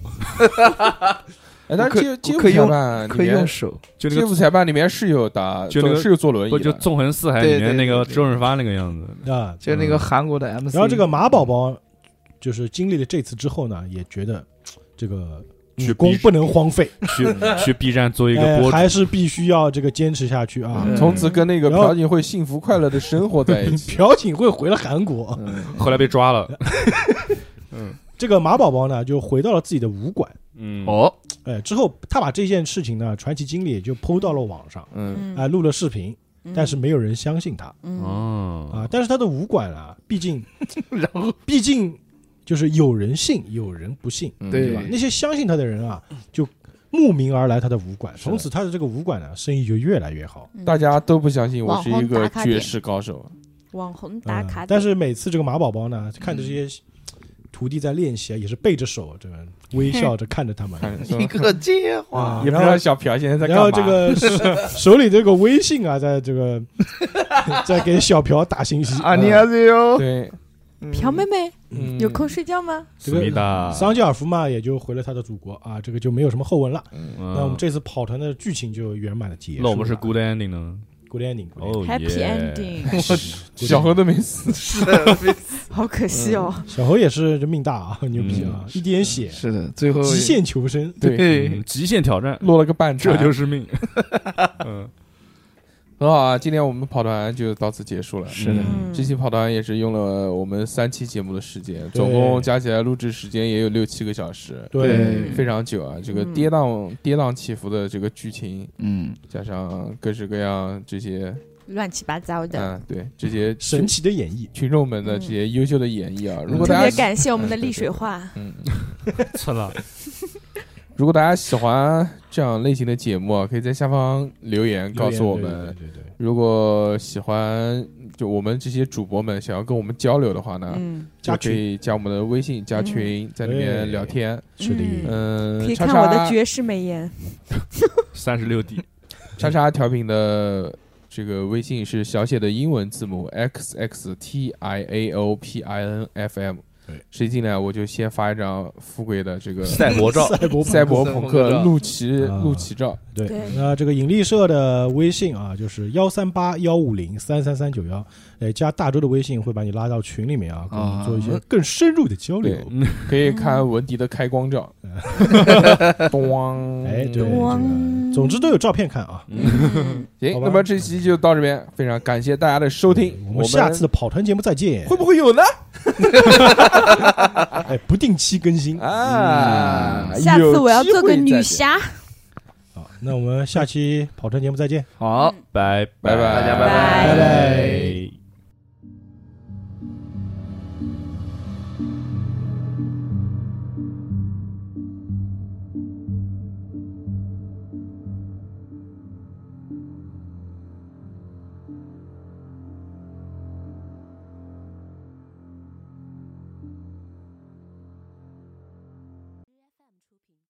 [SPEAKER 2] 哎，但
[SPEAKER 3] 可
[SPEAKER 2] 是街街
[SPEAKER 3] 可
[SPEAKER 2] 舞
[SPEAKER 3] 以用
[SPEAKER 2] 裁判
[SPEAKER 3] 可
[SPEAKER 2] 里
[SPEAKER 3] 以用
[SPEAKER 2] 面，
[SPEAKER 3] 手，
[SPEAKER 5] 就那
[SPEAKER 2] 街
[SPEAKER 5] 个
[SPEAKER 2] 舞裁判里面是有打，
[SPEAKER 5] 就那个
[SPEAKER 2] 是有坐轮
[SPEAKER 5] 不
[SPEAKER 2] 椅
[SPEAKER 5] 就
[SPEAKER 2] 的。
[SPEAKER 5] 纵横四海里面那个周润发那个样子？
[SPEAKER 2] 嗯
[SPEAKER 1] 啊。
[SPEAKER 3] 就是那个韩国的 MC。
[SPEAKER 1] 然后这个马宝宝就是经历了这次之后呢，也觉得这个女工不能荒废，
[SPEAKER 5] 去去 B 站做一个
[SPEAKER 1] 哎
[SPEAKER 5] 播主，
[SPEAKER 1] 还是必须要这个坚持下去啊。
[SPEAKER 3] 嗯
[SPEAKER 2] 从此跟那个
[SPEAKER 1] 然后
[SPEAKER 2] 朴槿惠幸福快乐的生活在一起。
[SPEAKER 1] 朴槿惠回了韩国，
[SPEAKER 5] 后来被抓了。
[SPEAKER 1] 这个马宝宝呢就回到了自己的武馆。
[SPEAKER 5] 嗯，
[SPEAKER 3] 哦，
[SPEAKER 1] 哎，之后他把这件事情呢，传奇经历也就抛到了网上，
[SPEAKER 2] 嗯，
[SPEAKER 1] 哎、录了视频，但是没有人相信他啊
[SPEAKER 4] 嗯，
[SPEAKER 5] 哦，
[SPEAKER 1] 啊。但是他的武馆啊，毕竟，然后毕竟就是有人信，有人不信，
[SPEAKER 5] 嗯
[SPEAKER 3] 对
[SPEAKER 1] 对吧？那些相信他的人啊，就慕名而来他的武馆，
[SPEAKER 2] 的
[SPEAKER 1] 从此他的这个武馆呢，生意就越来越好。
[SPEAKER 4] 嗯
[SPEAKER 2] 大家都不相信我是一
[SPEAKER 4] 网红
[SPEAKER 2] 个
[SPEAKER 4] 打卡点
[SPEAKER 2] 绝世高手。
[SPEAKER 4] 网红
[SPEAKER 1] 啊
[SPEAKER 4] 打卡点，嗯
[SPEAKER 1] 但是每次这个马宝宝呢，看着这些徒弟在练习啊，也是背着手，这个微笑着看着他们。
[SPEAKER 2] 看着
[SPEAKER 3] 一个接
[SPEAKER 1] 啊
[SPEAKER 3] 话，
[SPEAKER 2] 也不知道小朴 现在在
[SPEAKER 1] 然
[SPEAKER 2] 干嘛。
[SPEAKER 1] 后这个手手里这个微信啊，在这个在给小朴打信息
[SPEAKER 3] 啊，你还是哟，
[SPEAKER 2] 对，
[SPEAKER 4] 朴妹妹
[SPEAKER 2] 嗯
[SPEAKER 4] 有空睡觉吗？
[SPEAKER 1] 这
[SPEAKER 5] 思
[SPEAKER 1] 个
[SPEAKER 5] 密达，
[SPEAKER 1] 桑吉尔夫嘛，也就回了他的祖国啊，这个就没有什么后文了。那
[SPEAKER 5] 那
[SPEAKER 1] 我们这次跑团的剧情就圆满的结束了。
[SPEAKER 5] 嗯那我们是 good ending 呢
[SPEAKER 1] good ending，good ending。
[SPEAKER 5] 哦
[SPEAKER 4] Happy ending，
[SPEAKER 2] 小何都没 死，
[SPEAKER 3] 是的，非
[SPEAKER 4] 好可惜哦。
[SPEAKER 2] 嗯
[SPEAKER 1] 小侯也是命大啊，牛逼啊，一点血，
[SPEAKER 3] 是的，最后
[SPEAKER 1] 极限求生。
[SPEAKER 2] 对，
[SPEAKER 3] 对，
[SPEAKER 5] 嗯极限挑战，
[SPEAKER 2] 落了个半
[SPEAKER 5] 这
[SPEAKER 2] 残
[SPEAKER 5] 就是命。 嗯，
[SPEAKER 2] 很好啊。今天我们跑团就到此结束了。
[SPEAKER 3] 是的，
[SPEAKER 5] 嗯
[SPEAKER 2] 这期跑团也是用了我们三期节目的时间，
[SPEAKER 1] 对
[SPEAKER 2] 总共加起来录制时间也有六七个小时，
[SPEAKER 1] 对，
[SPEAKER 3] 对
[SPEAKER 2] 非常久啊。这个
[SPEAKER 4] 嗯
[SPEAKER 2] 跌宕跌宕起伏的这个剧情，
[SPEAKER 3] 嗯，
[SPEAKER 2] 加上各式各样这些，
[SPEAKER 4] 乱七八糟的。
[SPEAKER 2] 嗯，对这些
[SPEAKER 1] 神奇的演绎，
[SPEAKER 2] 群众们的这些优秀的演绎啊。如果
[SPEAKER 3] 嗯
[SPEAKER 2] 大
[SPEAKER 4] 嗯特
[SPEAKER 2] 家
[SPEAKER 4] 别
[SPEAKER 2] 喜
[SPEAKER 4] 感
[SPEAKER 2] 啊
[SPEAKER 4] 谢我们的丽水画，
[SPEAKER 2] 嗯，
[SPEAKER 5] 错了，
[SPEAKER 2] 如果大家喜欢这样类型的节目啊，可以在下方留言告诉我
[SPEAKER 1] 对
[SPEAKER 2] 们。
[SPEAKER 1] 对
[SPEAKER 4] 嗯
[SPEAKER 1] 对对
[SPEAKER 2] 如果喜欢，就我们这些主播们想要跟我们交流的话呢，
[SPEAKER 4] 嗯，
[SPEAKER 2] 就
[SPEAKER 1] 加
[SPEAKER 2] 可
[SPEAKER 1] 群
[SPEAKER 2] 以加我们的微信加群，在里面聊天。
[SPEAKER 1] 是的，
[SPEAKER 2] 嗯，
[SPEAKER 4] 可以
[SPEAKER 2] 叉
[SPEAKER 4] 看我的
[SPEAKER 2] 叉
[SPEAKER 4] 绝世美颜。
[SPEAKER 5] 三十六 D，
[SPEAKER 2] 叉叉调频的这个微信是小写的英文字母 x x t i a o p i n f m
[SPEAKER 1] 对。
[SPEAKER 2] 谁进来我就先发一张富贵的这个
[SPEAKER 5] 赛博照，
[SPEAKER 1] 赛博
[SPEAKER 2] 赛博朋克陆琪
[SPEAKER 1] 啊
[SPEAKER 2] 陆琪照。
[SPEAKER 1] 对
[SPEAKER 4] 对，
[SPEAKER 1] 那这个引力社的微信啊，就是幺三八幺五零三三三九幺，哎，加大周的微信会把你拉到群里面啊，跟我们做一些更深入的交流
[SPEAKER 2] 对。，可以看文迪的开光照
[SPEAKER 1] 嗯，
[SPEAKER 2] 咚，嗯
[SPEAKER 1] 哎，对，这
[SPEAKER 4] 哇
[SPEAKER 1] 个总之都有照片看啊。好
[SPEAKER 2] 行，
[SPEAKER 1] 吧
[SPEAKER 2] 那么这期就到这边，非常感谢大家的收听，
[SPEAKER 1] 我
[SPEAKER 2] 我
[SPEAKER 1] 们下次的跑团节目再见
[SPEAKER 2] 会。不会有呢？
[SPEAKER 1] 哎，不定期更新。
[SPEAKER 3] 嗯
[SPEAKER 2] 啊，
[SPEAKER 4] 下次我要做个
[SPEAKER 2] 有机
[SPEAKER 4] 女
[SPEAKER 2] 会再见，
[SPEAKER 4] 侠。
[SPEAKER 1] 好，那我们下期跑团节目再见。
[SPEAKER 3] 好，
[SPEAKER 5] 拜
[SPEAKER 2] 拜拜
[SPEAKER 3] 大家
[SPEAKER 4] 拜
[SPEAKER 3] 拜
[SPEAKER 5] 拜。